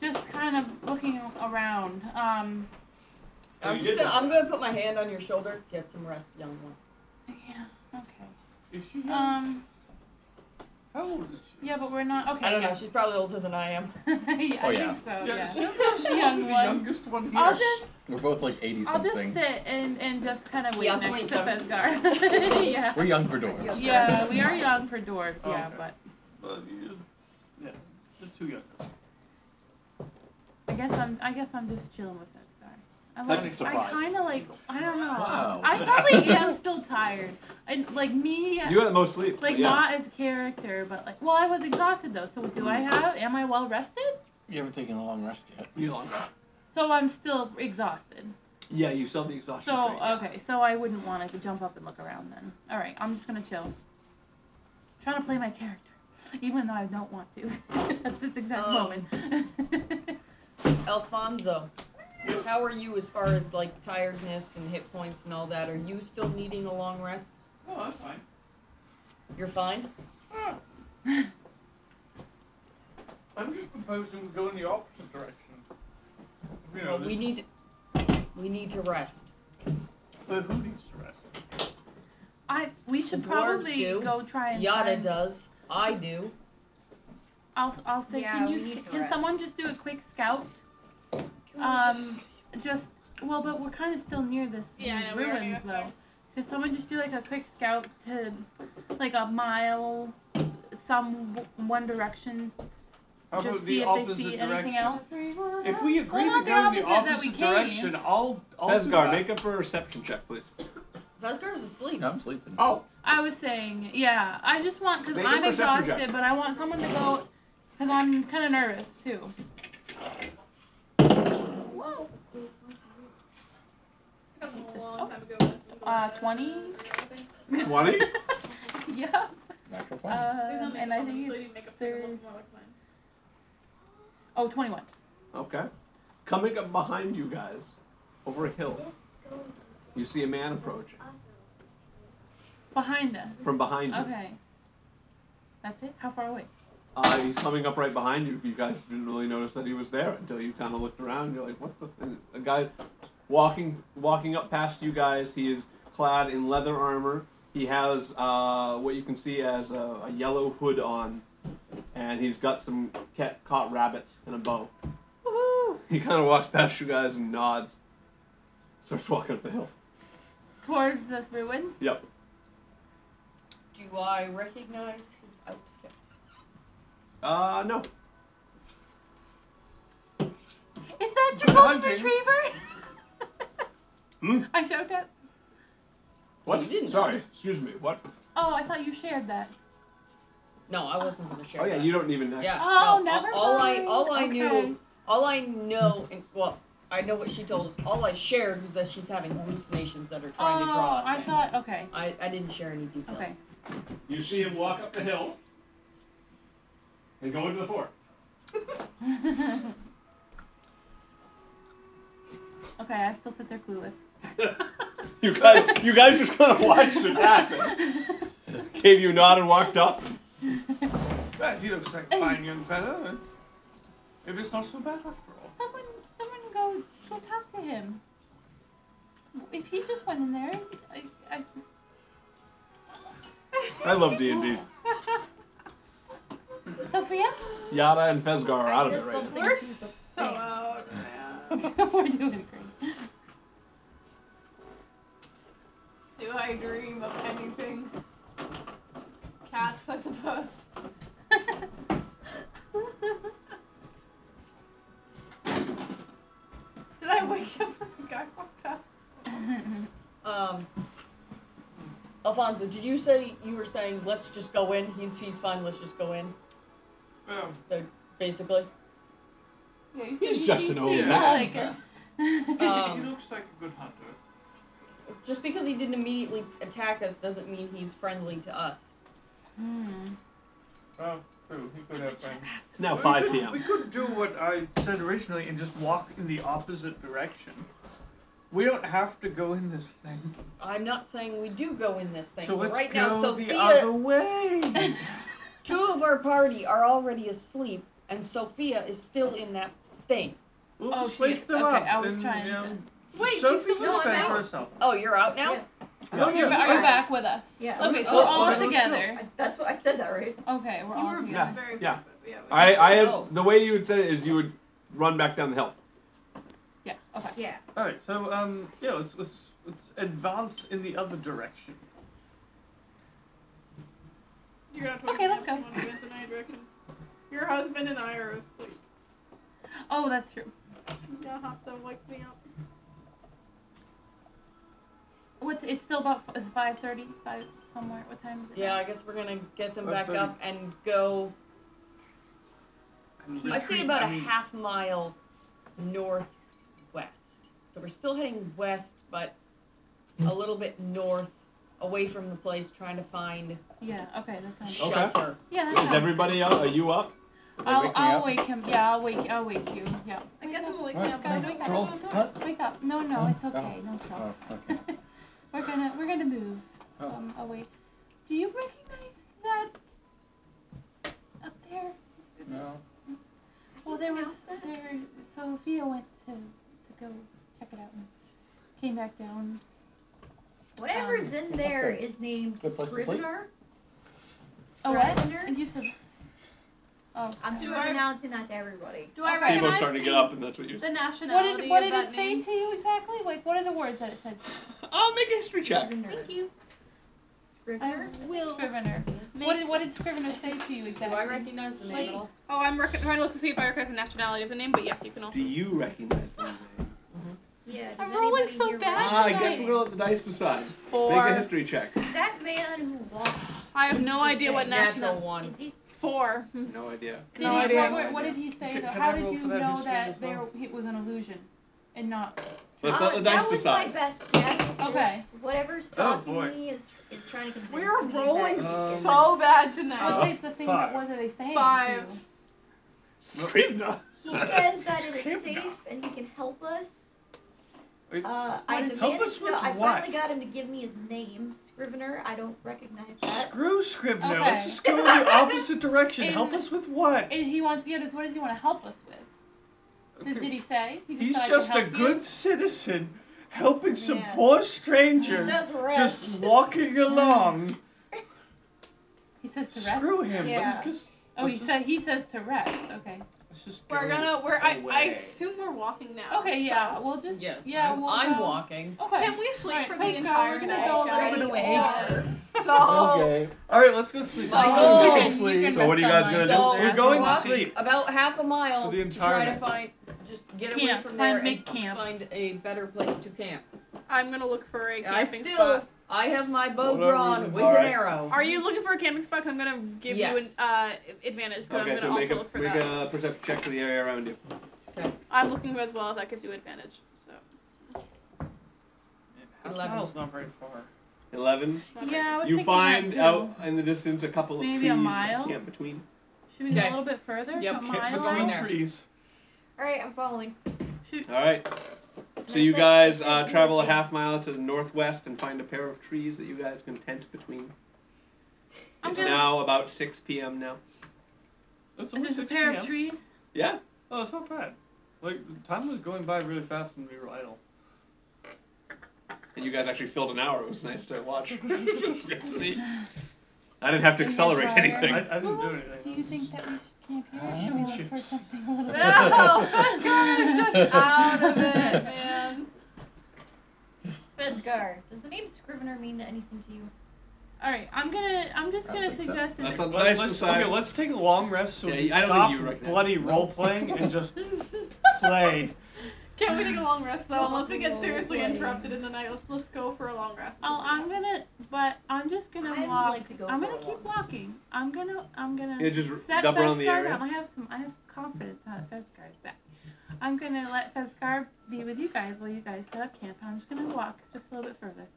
Speaker 7: Just kind of looking around.
Speaker 9: I'm
Speaker 7: Um.
Speaker 2: Oh, you
Speaker 9: just
Speaker 2: did
Speaker 9: gonna.
Speaker 2: this.
Speaker 9: I'm gonna put my hand on your shoulder. Get some rest, young one.
Speaker 7: Yeah. Okay.
Speaker 4: Is she young?
Speaker 7: Um.
Speaker 4: How old is she?
Speaker 7: Yeah, but we're not. Okay.
Speaker 9: I don't know.
Speaker 7: yeah.
Speaker 9: She's probably older than I am.
Speaker 7: [laughs] yeah,
Speaker 6: Oh,
Speaker 7: I
Speaker 6: yeah.
Speaker 7: think so.
Speaker 4: yeah,
Speaker 7: Yeah.
Speaker 4: she- she's probably
Speaker 7: Young
Speaker 4: the
Speaker 7: one.
Speaker 4: youngest one here.
Speaker 7: I'll
Speaker 4: [laughs]
Speaker 7: just
Speaker 6: We're both like 80
Speaker 7: I'll just
Speaker 6: something.
Speaker 7: sit and, and just kind of wait
Speaker 9: Yeah, I'm
Speaker 7: next to
Speaker 9: 27.
Speaker 7: Fezgar. [laughs] yeah.
Speaker 6: We're young for doors.
Speaker 7: Yeah, we are young for dwarves.
Speaker 4: Oh,
Speaker 7: yeah,
Speaker 4: okay.
Speaker 7: but
Speaker 4: Uh, you- yeah, the two youngest.
Speaker 7: I guess I'm I guess I'm just chilling with Fezgar. I
Speaker 2: That's
Speaker 7: like,
Speaker 2: a surprise.
Speaker 7: I kind of like I don't know.
Speaker 6: Wow.
Speaker 7: I probably am still tired. And like me,
Speaker 2: You had the most sleep. but
Speaker 7: like
Speaker 2: yeah.
Speaker 7: not as character, but like well, I was exhausted though. So do I have? Am I well rested?
Speaker 6: [laughs] You haven't taken a long rest yet.
Speaker 2: You don't-
Speaker 7: So I'm still exhausted.
Speaker 2: Yeah, you saw the exhaustion.
Speaker 7: So
Speaker 2: trait, yeah.
Speaker 7: okay, so I wouldn't want to jump up and look around then. All right, I'm just gonna chill. Trying to play my character, even though I don't want to [laughs] at this exact
Speaker 9: Um,
Speaker 7: moment. [laughs]
Speaker 9: Alfonso, how are you as far as like tiredness and hit points and all that? Are you still needing a long rest?
Speaker 4: Oh, that's fine.
Speaker 9: You're fine.
Speaker 7: [laughs]
Speaker 4: Ah. I'm just proposing we go in the opposite direction. You know,
Speaker 9: Well, we
Speaker 4: this-
Speaker 9: need. We need to rest.
Speaker 4: but who needs to rest?
Speaker 7: I we should
Speaker 9: dwarves
Speaker 7: probably
Speaker 9: do.
Speaker 7: go try and
Speaker 9: Yada
Speaker 7: find.
Speaker 9: does. I do.
Speaker 7: I'll I'll say,
Speaker 8: Yeah,
Speaker 7: can
Speaker 8: we
Speaker 7: you
Speaker 8: need
Speaker 7: sc-
Speaker 8: to
Speaker 7: can
Speaker 8: rest.
Speaker 7: someone just do a quick scout? Um, just well, but we're kind of still near this
Speaker 3: Yeah, I
Speaker 7: these
Speaker 3: know, we already
Speaker 7: ruins
Speaker 3: got
Speaker 7: though. Could someone just do like a quick scout to, like a mile, some w- one direction
Speaker 4: How
Speaker 7: just
Speaker 4: about
Speaker 7: see
Speaker 4: the
Speaker 7: if
Speaker 4: opposite
Speaker 7: they see anything
Speaker 4: direction?
Speaker 7: else.
Speaker 4: If we agree
Speaker 7: Well, not
Speaker 4: to
Speaker 7: the
Speaker 4: go in the
Speaker 7: opposite that we
Speaker 4: opposite
Speaker 7: came.
Speaker 4: direction, I'll. I'll do
Speaker 2: Asgard,
Speaker 4: that.
Speaker 2: make up for a perception check, please.
Speaker 9: Vesgar's asleep.
Speaker 6: Yeah, I'm sleeping.
Speaker 4: Oh,
Speaker 7: I was saying, yeah. I just want because
Speaker 2: Make a
Speaker 7: I'm
Speaker 2: perception check.
Speaker 7: exhausted, but I want someone to go because I'm kind of nervous too.
Speaker 8: Whoa.
Speaker 3: A long time ago.
Speaker 7: Oh. Uh, 20? [laughs]
Speaker 2: Twenty.
Speaker 7: yeah.
Speaker 6: Natural 20.
Speaker 7: Um, and I think
Speaker 3: Please
Speaker 7: it's
Speaker 3: make a
Speaker 7: thir-
Speaker 3: look more like mine.
Speaker 7: oh, 21.
Speaker 2: [laughs] Okay. Coming up behind you guys, over a hill, you see a man approaching
Speaker 7: Behind us.
Speaker 2: from behind you.
Speaker 7: Okay. That's it? How far away?
Speaker 2: Uh, he's coming up right behind you. You guys didn't really notice that he was there until you kind of looked around. You're like, what the? And a guy walking walking up past you guys. He is clad in leather armor. He has uh, what you can see as a, a yellow hood on, and he's got some ca caught rabbits and a bow. [laughs]
Speaker 7: Woohoo!
Speaker 2: He kind of walks past you guys and nods. Starts walking up the hill.
Speaker 7: Towards the ruins?
Speaker 2: Yep.
Speaker 5: Do I recognize his outfit?
Speaker 2: Uh, no.
Speaker 7: Is that your golden
Speaker 4: Dodging.
Speaker 7: retriever?
Speaker 2: Hmm?
Speaker 7: [laughs] I showed up.
Speaker 2: What?
Speaker 5: Oh, You didn't.
Speaker 2: Sorry. Excuse me. What?
Speaker 7: Oh, I thought you shared that.
Speaker 5: No, I wasn't gonna share.
Speaker 2: Oh yeah,
Speaker 5: that.
Speaker 2: you don't even.
Speaker 5: Yeah.
Speaker 7: Oh,
Speaker 5: no,
Speaker 7: never
Speaker 5: all, all I
Speaker 7: mind.
Speaker 5: all I
Speaker 7: Okay.
Speaker 5: knew all I know and well, I know what she told us. All I shared was that she's having hallucinations that are trying
Speaker 7: oh,
Speaker 5: to draw us.
Speaker 7: I
Speaker 5: in.
Speaker 7: thought, okay.
Speaker 5: I, I didn't share any details.
Speaker 7: Okay.
Speaker 2: You see him walk up the hill and go into the fort.
Speaker 7: [laughs] okay, I still sit there clueless. [laughs]
Speaker 2: You guys, you guys just [laughs] kind of watched it happen. Gave you a nod and walked up.
Speaker 4: Yeah, he looks like a fine young fellow. and Maybe it's not so bad after all.
Speaker 7: Someone, someone go, go talk to him. If he just went in there, I, I,
Speaker 2: I love D and D.
Speaker 7: [laughs] Sophia?
Speaker 2: Yada and Fezgar are out of
Speaker 8: I
Speaker 2: it
Speaker 8: said
Speaker 2: right
Speaker 8: something
Speaker 2: now.
Speaker 3: We're
Speaker 8: to the
Speaker 3: so
Speaker 8: fan.
Speaker 3: out, man.
Speaker 7: [laughs] We're doing great.
Speaker 3: Do I dream of anything? Cats, I
Speaker 7: [laughs]
Speaker 3: suppose. Did [laughs] I wake up when the guy walked past?
Speaker 5: Um Alfonso, did you say you were saying let's just go in? He's he's fine, let's just go in,
Speaker 4: Yeah. [laughs]
Speaker 5: basically.
Speaker 7: Yeah, you
Speaker 2: He's
Speaker 7: seem-
Speaker 2: just
Speaker 7: you
Speaker 2: an old
Speaker 7: seem
Speaker 2: man.
Speaker 7: like a- [laughs] Oh.
Speaker 5: Um,
Speaker 4: he looks like a good hunter.
Speaker 5: Just because he didn't immediately attack us doesn't mean he's friendly to us.
Speaker 7: Hmm.
Speaker 4: Oh, true. He could have been.
Speaker 2: It's now
Speaker 4: We
Speaker 2: 5
Speaker 4: could- We
Speaker 2: p.m.
Speaker 4: could do what I said originally and just walk in the opposite direction. We don't have to go in this thing.
Speaker 5: I'm not saying we do go in this thing.
Speaker 4: So
Speaker 5: but
Speaker 4: let's
Speaker 5: right
Speaker 4: go
Speaker 5: now, Sophia,
Speaker 4: the
Speaker 7: [laughs]
Speaker 4: other way.
Speaker 5: two of our party are already asleep, and Sophia is still in that thing.
Speaker 4: We'll
Speaker 7: Oh,
Speaker 4: just wake
Speaker 7: shit.
Speaker 4: them
Speaker 7: Okay,
Speaker 4: up
Speaker 7: I was
Speaker 4: and,
Speaker 7: trying
Speaker 4: you know,
Speaker 7: to-
Speaker 3: Wait,
Speaker 4: Sophie
Speaker 3: she's still
Speaker 4: can
Speaker 3: alive
Speaker 4: fend
Speaker 3: now?
Speaker 4: for herself.
Speaker 5: Oh, you're out now.
Speaker 8: Yeah.
Speaker 2: Yeah.
Speaker 7: Are you ba- are you
Speaker 8: Yes.
Speaker 7: back with us?
Speaker 8: Yeah.
Speaker 7: Okay, so
Speaker 5: Oh,
Speaker 7: we're all
Speaker 4: okay, let's go.
Speaker 7: together.
Speaker 8: That's what I said that right.
Speaker 7: Okay, we're
Speaker 3: You
Speaker 7: all
Speaker 3: were
Speaker 7: together.
Speaker 3: very
Speaker 2: Yeah.
Speaker 3: yeah, we-
Speaker 2: I, I
Speaker 5: Oh.
Speaker 2: had, the way you would say it is you would run back down the hill.
Speaker 7: Yeah, okay.
Speaker 8: Yeah.
Speaker 4: All right, so um, yeah, let's let's let's advance in the other direction.
Speaker 3: You're not talking
Speaker 7: Okay, let's
Speaker 3: about
Speaker 7: go.
Speaker 3: someone who went in any direction. Your husband and I are asleep.
Speaker 7: Oh, that's true.
Speaker 3: You'll have to wake me up.
Speaker 7: What's it's still about f- is it 5:30, 5 somewhere. What time is it?
Speaker 5: Yeah,
Speaker 7: now?
Speaker 5: I guess we're gonna get them
Speaker 4: Well,
Speaker 5: back
Speaker 4: so-
Speaker 5: up and go.
Speaker 4: And
Speaker 5: I'd say
Speaker 4: retreat.
Speaker 5: about
Speaker 4: I
Speaker 5: a
Speaker 4: mean,
Speaker 5: half mile northwest. So we're still heading west, but a little bit north, away from the place, trying to find
Speaker 7: Yeah. Okay, that sounds.
Speaker 2: Okay.
Speaker 5: shelter.
Speaker 7: Yeah, that
Speaker 2: Is
Speaker 7: sounds.
Speaker 2: everybody up? Are you up?
Speaker 7: I'll
Speaker 6: wake me
Speaker 7: I'll
Speaker 6: up?
Speaker 7: wake him. Yeah, I'll wake I'll wake you. Yeah.
Speaker 3: I guess I'm waking
Speaker 6: Alright,
Speaker 3: up.
Speaker 6: can I-
Speaker 3: Gotta wake up.
Speaker 6: Trolls, what?
Speaker 7: Wake up. No, no, it's
Speaker 6: Oh.
Speaker 7: okay. No
Speaker 6: Oh,
Speaker 7: stress.
Speaker 6: okay.
Speaker 7: [laughs] we're gonna we're gonna move
Speaker 6: Oh.
Speaker 7: um, away. Do you recognize that up there?
Speaker 6: No.
Speaker 7: Well, there was there. Sophia went to to go check it out and came back down.
Speaker 8: Whatever's
Speaker 7: Um,
Speaker 8: in there is named
Speaker 6: Good place to sleep.
Speaker 8: Scrivener.
Speaker 7: Oh, what?
Speaker 8: Scrivener.
Speaker 7: And you said. Oh.
Speaker 8: I'm
Speaker 3: Do
Speaker 8: just
Speaker 3: I-
Speaker 8: announcing that to everybody.
Speaker 3: Do I
Speaker 7: People
Speaker 2: People's
Speaker 3: recognize
Speaker 2: starting to get
Speaker 3: the-
Speaker 2: up, and that's what you.
Speaker 3: the
Speaker 7: What
Speaker 3: nationality
Speaker 7: did, what
Speaker 3: of
Speaker 7: did
Speaker 3: that
Speaker 7: it
Speaker 3: name?
Speaker 7: say to you exactly? Like, what are the words that it said? to
Speaker 2: I'll make a history
Speaker 4: [laughs]
Speaker 2: check.
Speaker 8: Scrivener.
Speaker 7: Thank you.
Speaker 8: Scrivener.
Speaker 7: will. Scrivener. What did, what did Scrivener say to you exactly?
Speaker 5: Do I recognize the name at all?
Speaker 3: Oh, I'm rec- trying to look to see if I recognize the nationality of the name, but yes, you can also.
Speaker 2: Do you recognize the name?
Speaker 8: Yeah.
Speaker 3: I'm
Speaker 8: does
Speaker 3: rolling
Speaker 8: anybody
Speaker 3: so
Speaker 8: here
Speaker 3: bad.
Speaker 2: Ah, I
Speaker 8: recognize-
Speaker 2: guess we're gonna let the dice decide. Make a
Speaker 3: Four.
Speaker 2: history check.
Speaker 8: That man who walked.
Speaker 3: I have no idea what
Speaker 5: Natural
Speaker 3: national.
Speaker 5: one.
Speaker 8: Is he?
Speaker 3: Four.
Speaker 2: No idea.
Speaker 7: Did
Speaker 4: No
Speaker 7: he,
Speaker 4: idea.
Speaker 7: What, what did he say?
Speaker 4: Can-
Speaker 7: though?
Speaker 4: can
Speaker 7: How
Speaker 4: I
Speaker 7: did
Speaker 4: roll
Speaker 7: you
Speaker 4: for that
Speaker 7: know
Speaker 4: history
Speaker 7: that
Speaker 4: as well?
Speaker 7: there it was an illusion? and not.
Speaker 2: Let's
Speaker 8: Uh,
Speaker 2: let the dice
Speaker 8: that was my
Speaker 2: decide.
Speaker 8: best guess. is
Speaker 7: Okay.
Speaker 8: Whatever's
Speaker 4: Oh,
Speaker 8: talking
Speaker 4: boy.
Speaker 8: to me is, is trying to convince
Speaker 3: We're
Speaker 8: me.
Speaker 3: rolling
Speaker 8: that
Speaker 2: Uh,
Speaker 4: Um,
Speaker 3: so bad
Speaker 7: What
Speaker 3: tonight.
Speaker 7: types of things?
Speaker 4: Uh, Five.
Speaker 7: What are they saying? to
Speaker 3: Five.
Speaker 7: you?
Speaker 2: Scrivener.
Speaker 8: He says that it
Speaker 4: Here
Speaker 8: is
Speaker 4: we go.
Speaker 8: safe and he can help us.
Speaker 4: Wait,
Speaker 8: Uh, I
Speaker 7: help
Speaker 8: demanded
Speaker 4: us
Speaker 8: to
Speaker 4: with
Speaker 8: know. I
Speaker 4: what?
Speaker 8: finally got him to give me his name, Scrivener. I don't recognize that.
Speaker 4: Screw Scribner. Let's
Speaker 7: Okay.
Speaker 4: just go in the opposite
Speaker 7: [laughs]
Speaker 4: direction.
Speaker 7: In-
Speaker 4: Help us with what?
Speaker 7: And he wants you to. What does he want to help us with? Did, did he say? He
Speaker 4: He's
Speaker 7: said I could
Speaker 4: just a
Speaker 7: help you?
Speaker 4: good citizen helping some
Speaker 7: Yeah.
Speaker 4: poor strangers
Speaker 8: says rest.
Speaker 4: just
Speaker 7: [laughs]
Speaker 4: walking along.
Speaker 7: He says to rest.
Speaker 4: Screw him.
Speaker 7: Yeah.
Speaker 4: Let's just
Speaker 7: Oh, he
Speaker 4: Let's
Speaker 7: said he says to rest. Okay.
Speaker 4: let's just go.
Speaker 3: We're gonna. We're. I, I
Speaker 4: away.
Speaker 3: assume we're walking now.
Speaker 7: Okay. Yeah. We'll just.
Speaker 9: Yes.
Speaker 7: Yeah.
Speaker 9: I'm,
Speaker 7: We'll
Speaker 9: I'm
Speaker 7: go-
Speaker 9: walking.
Speaker 7: Okay.
Speaker 3: Can we sleep
Speaker 7: Alright,
Speaker 3: for
Speaker 7: let's
Speaker 3: the
Speaker 7: go.
Speaker 3: entire
Speaker 7: We're gonna
Speaker 3: night?
Speaker 7: go a little
Speaker 3: guys?
Speaker 7: bit away.
Speaker 3: It is [laughs]
Speaker 7: Oh.
Speaker 3: So.
Speaker 6: Okay.
Speaker 4: All right, let's go sleep.
Speaker 7: So,
Speaker 4: Let's go
Speaker 9: Oh.
Speaker 4: sleep.
Speaker 7: you can, you can
Speaker 2: So what are you guys
Speaker 7: rest
Speaker 2: gonna do?
Speaker 7: on
Speaker 9: So
Speaker 7: those
Speaker 4: We're
Speaker 7: after
Speaker 4: going to
Speaker 7: walking.
Speaker 4: sleep.
Speaker 9: About half a mile
Speaker 4: For the
Speaker 9: to try
Speaker 4: entire
Speaker 9: to find, just get away
Speaker 7: Camp.
Speaker 9: from
Speaker 7: Find-
Speaker 9: there
Speaker 7: make
Speaker 9: and
Speaker 7: camp.
Speaker 9: find a better place to camp.
Speaker 3: I'm gonna look for a
Speaker 9: I
Speaker 3: camping
Speaker 9: still,
Speaker 5: [laughs]
Speaker 3: spot.
Speaker 9: I have my bow
Speaker 4: Whatever you-
Speaker 9: drawn with
Speaker 2: Alright.
Speaker 9: an arrow.
Speaker 3: Are you looking for a camping spot? 'Cause I'm gonna give you an
Speaker 9: Yes.
Speaker 3: uh, advantage, but
Speaker 2: Okay,
Speaker 3: I'm
Speaker 2: so
Speaker 3: gonna
Speaker 2: make
Speaker 3: also
Speaker 2: a,
Speaker 3: look for
Speaker 2: make
Speaker 3: that.
Speaker 2: a perception check for the area around you.
Speaker 3: I'm looking as well. That gives you advantage. So.
Speaker 4: Half
Speaker 9: Eleven.
Speaker 4: mile's not very far.
Speaker 2: 11.
Speaker 3: not very
Speaker 7: Yeah. I was
Speaker 2: You
Speaker 7: thinking that
Speaker 2: find
Speaker 7: too.
Speaker 2: out in the distance a couple of
Speaker 7: Maybe a
Speaker 2: trees and
Speaker 7: mile?
Speaker 2: camp between.
Speaker 7: Should we go
Speaker 9: Okay.
Speaker 7: a little bit further?
Speaker 9: Yep,
Speaker 7: A
Speaker 9: okay,
Speaker 7: mile
Speaker 9: we're going
Speaker 7: out?
Speaker 9: there.
Speaker 4: trees.
Speaker 8: All right, I'm following.
Speaker 2: All right.
Speaker 8: And
Speaker 2: So
Speaker 8: I
Speaker 2: you
Speaker 8: said- I
Speaker 2: guys
Speaker 8: said
Speaker 2: uh, travel a
Speaker 8: nothing.
Speaker 2: half mile to the northwest and find a pair of trees that you guys can tent between.
Speaker 7: I'm
Speaker 2: It's
Speaker 7: gonna-
Speaker 2: now about 6 p.m. now.
Speaker 4: It's
Speaker 7: And
Speaker 4: only
Speaker 7: There's a
Speaker 4: six
Speaker 7: pair of
Speaker 4: PM.
Speaker 7: trees.
Speaker 2: Yeah.
Speaker 4: Oh, it's not bad. Like the time was going by really fast when we were idle.
Speaker 2: And you guys actually filled an hour. It was nice to
Speaker 7: [laughs]
Speaker 2: watch. [laughs] It's good to see. I didn't have to accelerate
Speaker 7: Fire.
Speaker 4: I,
Speaker 2: anything.
Speaker 4: I didn't do
Speaker 7: Well, Do you
Speaker 4: anything.
Speaker 7: think that we should camp here? Or should we look for
Speaker 4: Chips.
Speaker 7: something a [laughs]
Speaker 6: [laughs]
Speaker 7: little bit?
Speaker 3: No, that's good. [laughs] Just out of it, man.
Speaker 8: Fedgar. Does the name Scrivener mean anything to you?
Speaker 7: All right, I'm gonna. I'm just
Speaker 6: I
Speaker 7: gonna
Speaker 6: think so.
Speaker 7: suggest
Speaker 2: That's
Speaker 7: that.
Speaker 2: on the
Speaker 4: Let,
Speaker 2: dice
Speaker 4: us
Speaker 2: decide.
Speaker 4: okay, let's take a long rest so
Speaker 2: Yeah,
Speaker 4: we
Speaker 2: I
Speaker 4: can
Speaker 2: don't
Speaker 4: stop
Speaker 2: think you recognize
Speaker 4: bloody
Speaker 2: it.
Speaker 4: role playing
Speaker 2: [laughs]
Speaker 4: and just
Speaker 7: [laughs]
Speaker 4: [laughs] play.
Speaker 3: Can't we take a long rest though? Unless we get seriously interrupted in the night, let's let's go for a long rest.
Speaker 7: Oh, I'm gonna. But I'm just gonna
Speaker 8: I'd
Speaker 7: walk.
Speaker 8: like to go
Speaker 7: I'm
Speaker 8: for
Speaker 7: gonna
Speaker 8: a
Speaker 7: keep
Speaker 8: walk.
Speaker 7: walking. I'm gonna. I'm gonna.
Speaker 2: Yeah, just
Speaker 7: set
Speaker 2: double
Speaker 7: Fezgar
Speaker 2: on the area.
Speaker 7: down. I have some. I have some confidence on Fezgar's back. I'm gonna let Fezgar be with you guys while you guys set up camp. I'm just gonna walk just a little bit further,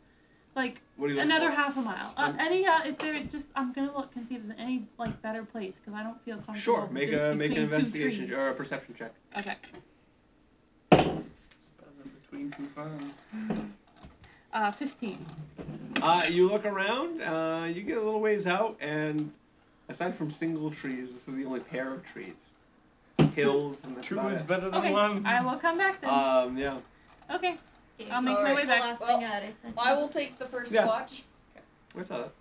Speaker 7: like
Speaker 2: What are you looking
Speaker 7: another
Speaker 2: for?
Speaker 7: half a mile. Uh,
Speaker 2: Um,
Speaker 7: any uh, if there just I'm gonna look and see if there's any like better place because I don't feel comfortable.
Speaker 2: Sure. Make
Speaker 7: just
Speaker 2: a make an
Speaker 7: between two
Speaker 2: investigation
Speaker 7: trees.
Speaker 2: or a perception check.
Speaker 7: Okay.
Speaker 4: Between two phones.
Speaker 7: Uh, 15.
Speaker 2: Uh, you look around, uh, you get a little ways out, and aside from single trees, this is the only pair of trees. Hills and that's
Speaker 4: Two
Speaker 2: about
Speaker 4: is
Speaker 2: it.
Speaker 4: better than
Speaker 7: Okay,
Speaker 4: one.
Speaker 7: I will come back then.
Speaker 2: Um, yeah.
Speaker 7: okay,
Speaker 8: Okay,
Speaker 7: I'll make
Speaker 8: well,
Speaker 7: my
Speaker 9: alright,
Speaker 7: way
Speaker 8: the
Speaker 7: back.
Speaker 8: last
Speaker 9: Well,
Speaker 8: thing that I sent
Speaker 9: I
Speaker 8: you.
Speaker 9: will take the first
Speaker 2: Yeah.
Speaker 9: watch.
Speaker 2: I saw that.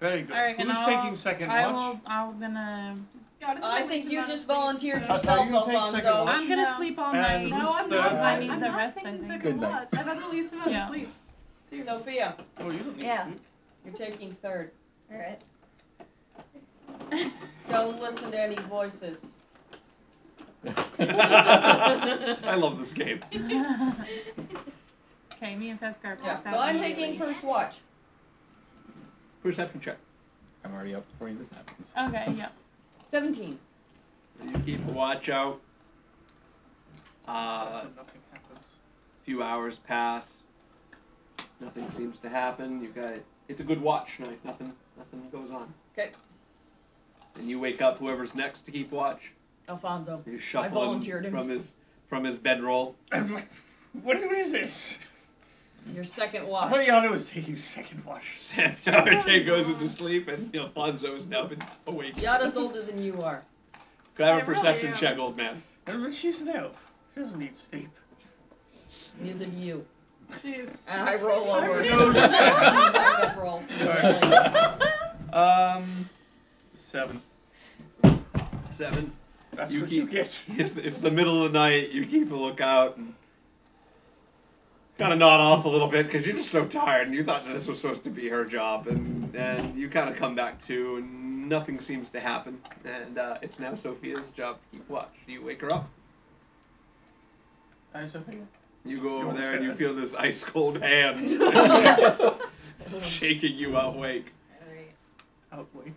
Speaker 4: Very good.
Speaker 7: Alright, and
Speaker 4: Who's
Speaker 7: I'll-
Speaker 4: taking second
Speaker 7: I
Speaker 4: watch?
Speaker 7: will. I'm gonna.
Speaker 9: I think you just volunteered
Speaker 4: so-
Speaker 9: yourself,
Speaker 4: Are you gonna take
Speaker 9: Alfonso.
Speaker 4: second watch?
Speaker 7: I'm gonna
Speaker 3: No.
Speaker 7: sleep all night.
Speaker 4: And
Speaker 3: No, I'm not.
Speaker 6: Uh,
Speaker 3: I
Speaker 7: I need
Speaker 3: I'm
Speaker 7: the
Speaker 3: not
Speaker 7: rest, I
Speaker 3: Taking
Speaker 7: think.
Speaker 3: second
Speaker 6: Good night.
Speaker 3: watch. I've had the
Speaker 5: [laughs]
Speaker 3: least [laughs] amount
Speaker 7: Yeah.
Speaker 3: of sleep.
Speaker 9: Sophia,
Speaker 4: Oh, you don't need
Speaker 8: Yeah.
Speaker 4: to sleep.
Speaker 9: you're taking third.
Speaker 8: All right.
Speaker 9: Don't listen to any voices.
Speaker 2: I love this game.
Speaker 7: [laughs] okay, me and Fescar.
Speaker 9: Yeah,
Speaker 7: pass
Speaker 9: so
Speaker 7: out
Speaker 9: I'm
Speaker 7: immediately.
Speaker 9: taking first watch.
Speaker 2: Perception check.
Speaker 6: [laughs] I'm already up before this happens.
Speaker 7: Okay, yeah.
Speaker 9: 17.
Speaker 2: You keep a watch out. Uh,
Speaker 4: That's when nothing happens.
Speaker 2: few hours pass. Nothing seems to happen. You got it's a good watch night. Nothing nothing goes on.
Speaker 9: 'Kay.
Speaker 2: And you wake up whoever's next to keep watch.
Speaker 9: Alfonso.
Speaker 2: You shuffle
Speaker 9: volunteered
Speaker 2: him
Speaker 9: him.
Speaker 2: from his from his bedroll. [laughs]
Speaker 4: I'm like, [laughs] what, what is this?
Speaker 9: Your second
Speaker 4: I
Speaker 9: watch.
Speaker 4: thought Yana was taking second watch.
Speaker 3: [laughs]
Speaker 2: Santante goes into sleep and Alfonso is now been awake.
Speaker 9: Yada's older than you are.
Speaker 2: Could I have
Speaker 3: I
Speaker 2: a
Speaker 3: really
Speaker 2: perception
Speaker 3: am.
Speaker 2: check, old man?
Speaker 4: And she's an elf. She doesn't need sleep.
Speaker 9: Neither do you.
Speaker 3: Jeez.
Speaker 9: And I roll
Speaker 4: [laughs]
Speaker 9: over.
Speaker 4: No, no.
Speaker 9: I roll.
Speaker 4: Um, seven.
Speaker 2: Seven.
Speaker 4: That's
Speaker 2: You keep-
Speaker 4: what
Speaker 2: [laughs]
Speaker 4: you get.
Speaker 2: It's, it's the middle of the night. You keep a lookout and kind of nod off a little bit because you're just so tired and you thought that this was supposed to be her job and and you kind of come back to and nothing seems to happen and uh, it's now Sophia's job to keep watch. You wake her up.
Speaker 4: Hi, Sophia.
Speaker 2: You go over
Speaker 4: You're
Speaker 2: there and you
Speaker 4: upset.
Speaker 2: feel this ice cold hand shaking you awake.
Speaker 4: Outwake.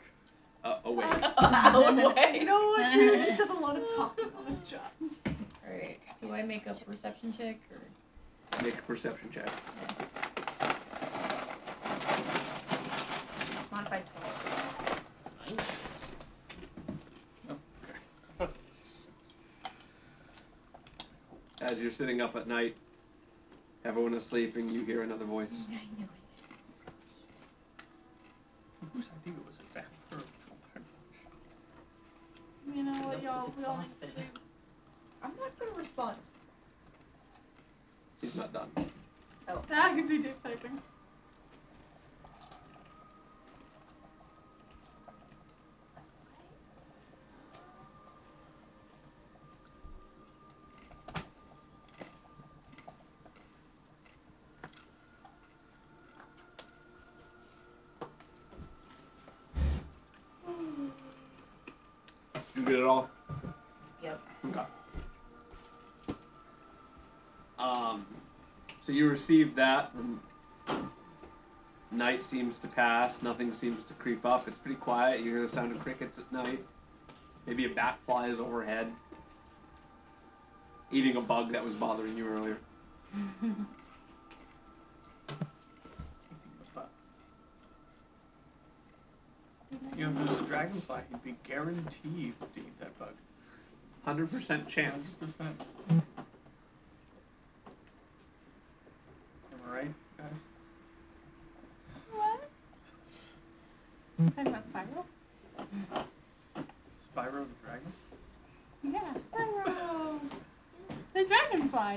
Speaker 2: Uh, awake.
Speaker 9: Alright.
Speaker 3: You know what, dude? He does a lot of talking on this job.
Speaker 8: All right. Do I
Speaker 10: make a perception check or?
Speaker 2: Make a perception check.
Speaker 8: Modified 12.
Speaker 2: As you're sitting up at night, everyone is sleeping, you hear another voice.
Speaker 10: I knew it.
Speaker 4: Whose idea was it that?
Speaker 7: You know what,
Speaker 5: Nope,
Speaker 7: y'all?
Speaker 5: it's
Speaker 7: We all
Speaker 5: exhausted.
Speaker 7: sleep.
Speaker 5: I'm not gonna respond.
Speaker 2: He's not done.
Speaker 3: Ah, I can see Dick typing.
Speaker 2: You get it all?
Speaker 8: Yep.
Speaker 2: Okay. Um, so you receive that, and night seems to pass. Nothing seems to creep up. It's pretty quiet. You hear the sound of crickets at night. Maybe a bat flies overhead, eating a bug that was bothering you earlier.
Speaker 4: You know, if it was a dragonfly, he'd be guaranteed to eat that bug.
Speaker 2: Hundred percent chance.
Speaker 4: 100%. Am I right, guys?
Speaker 7: What? Talking about Spiral?
Speaker 4: Spyro the dragon?
Speaker 7: Yeah, Spiral. the dragonfly.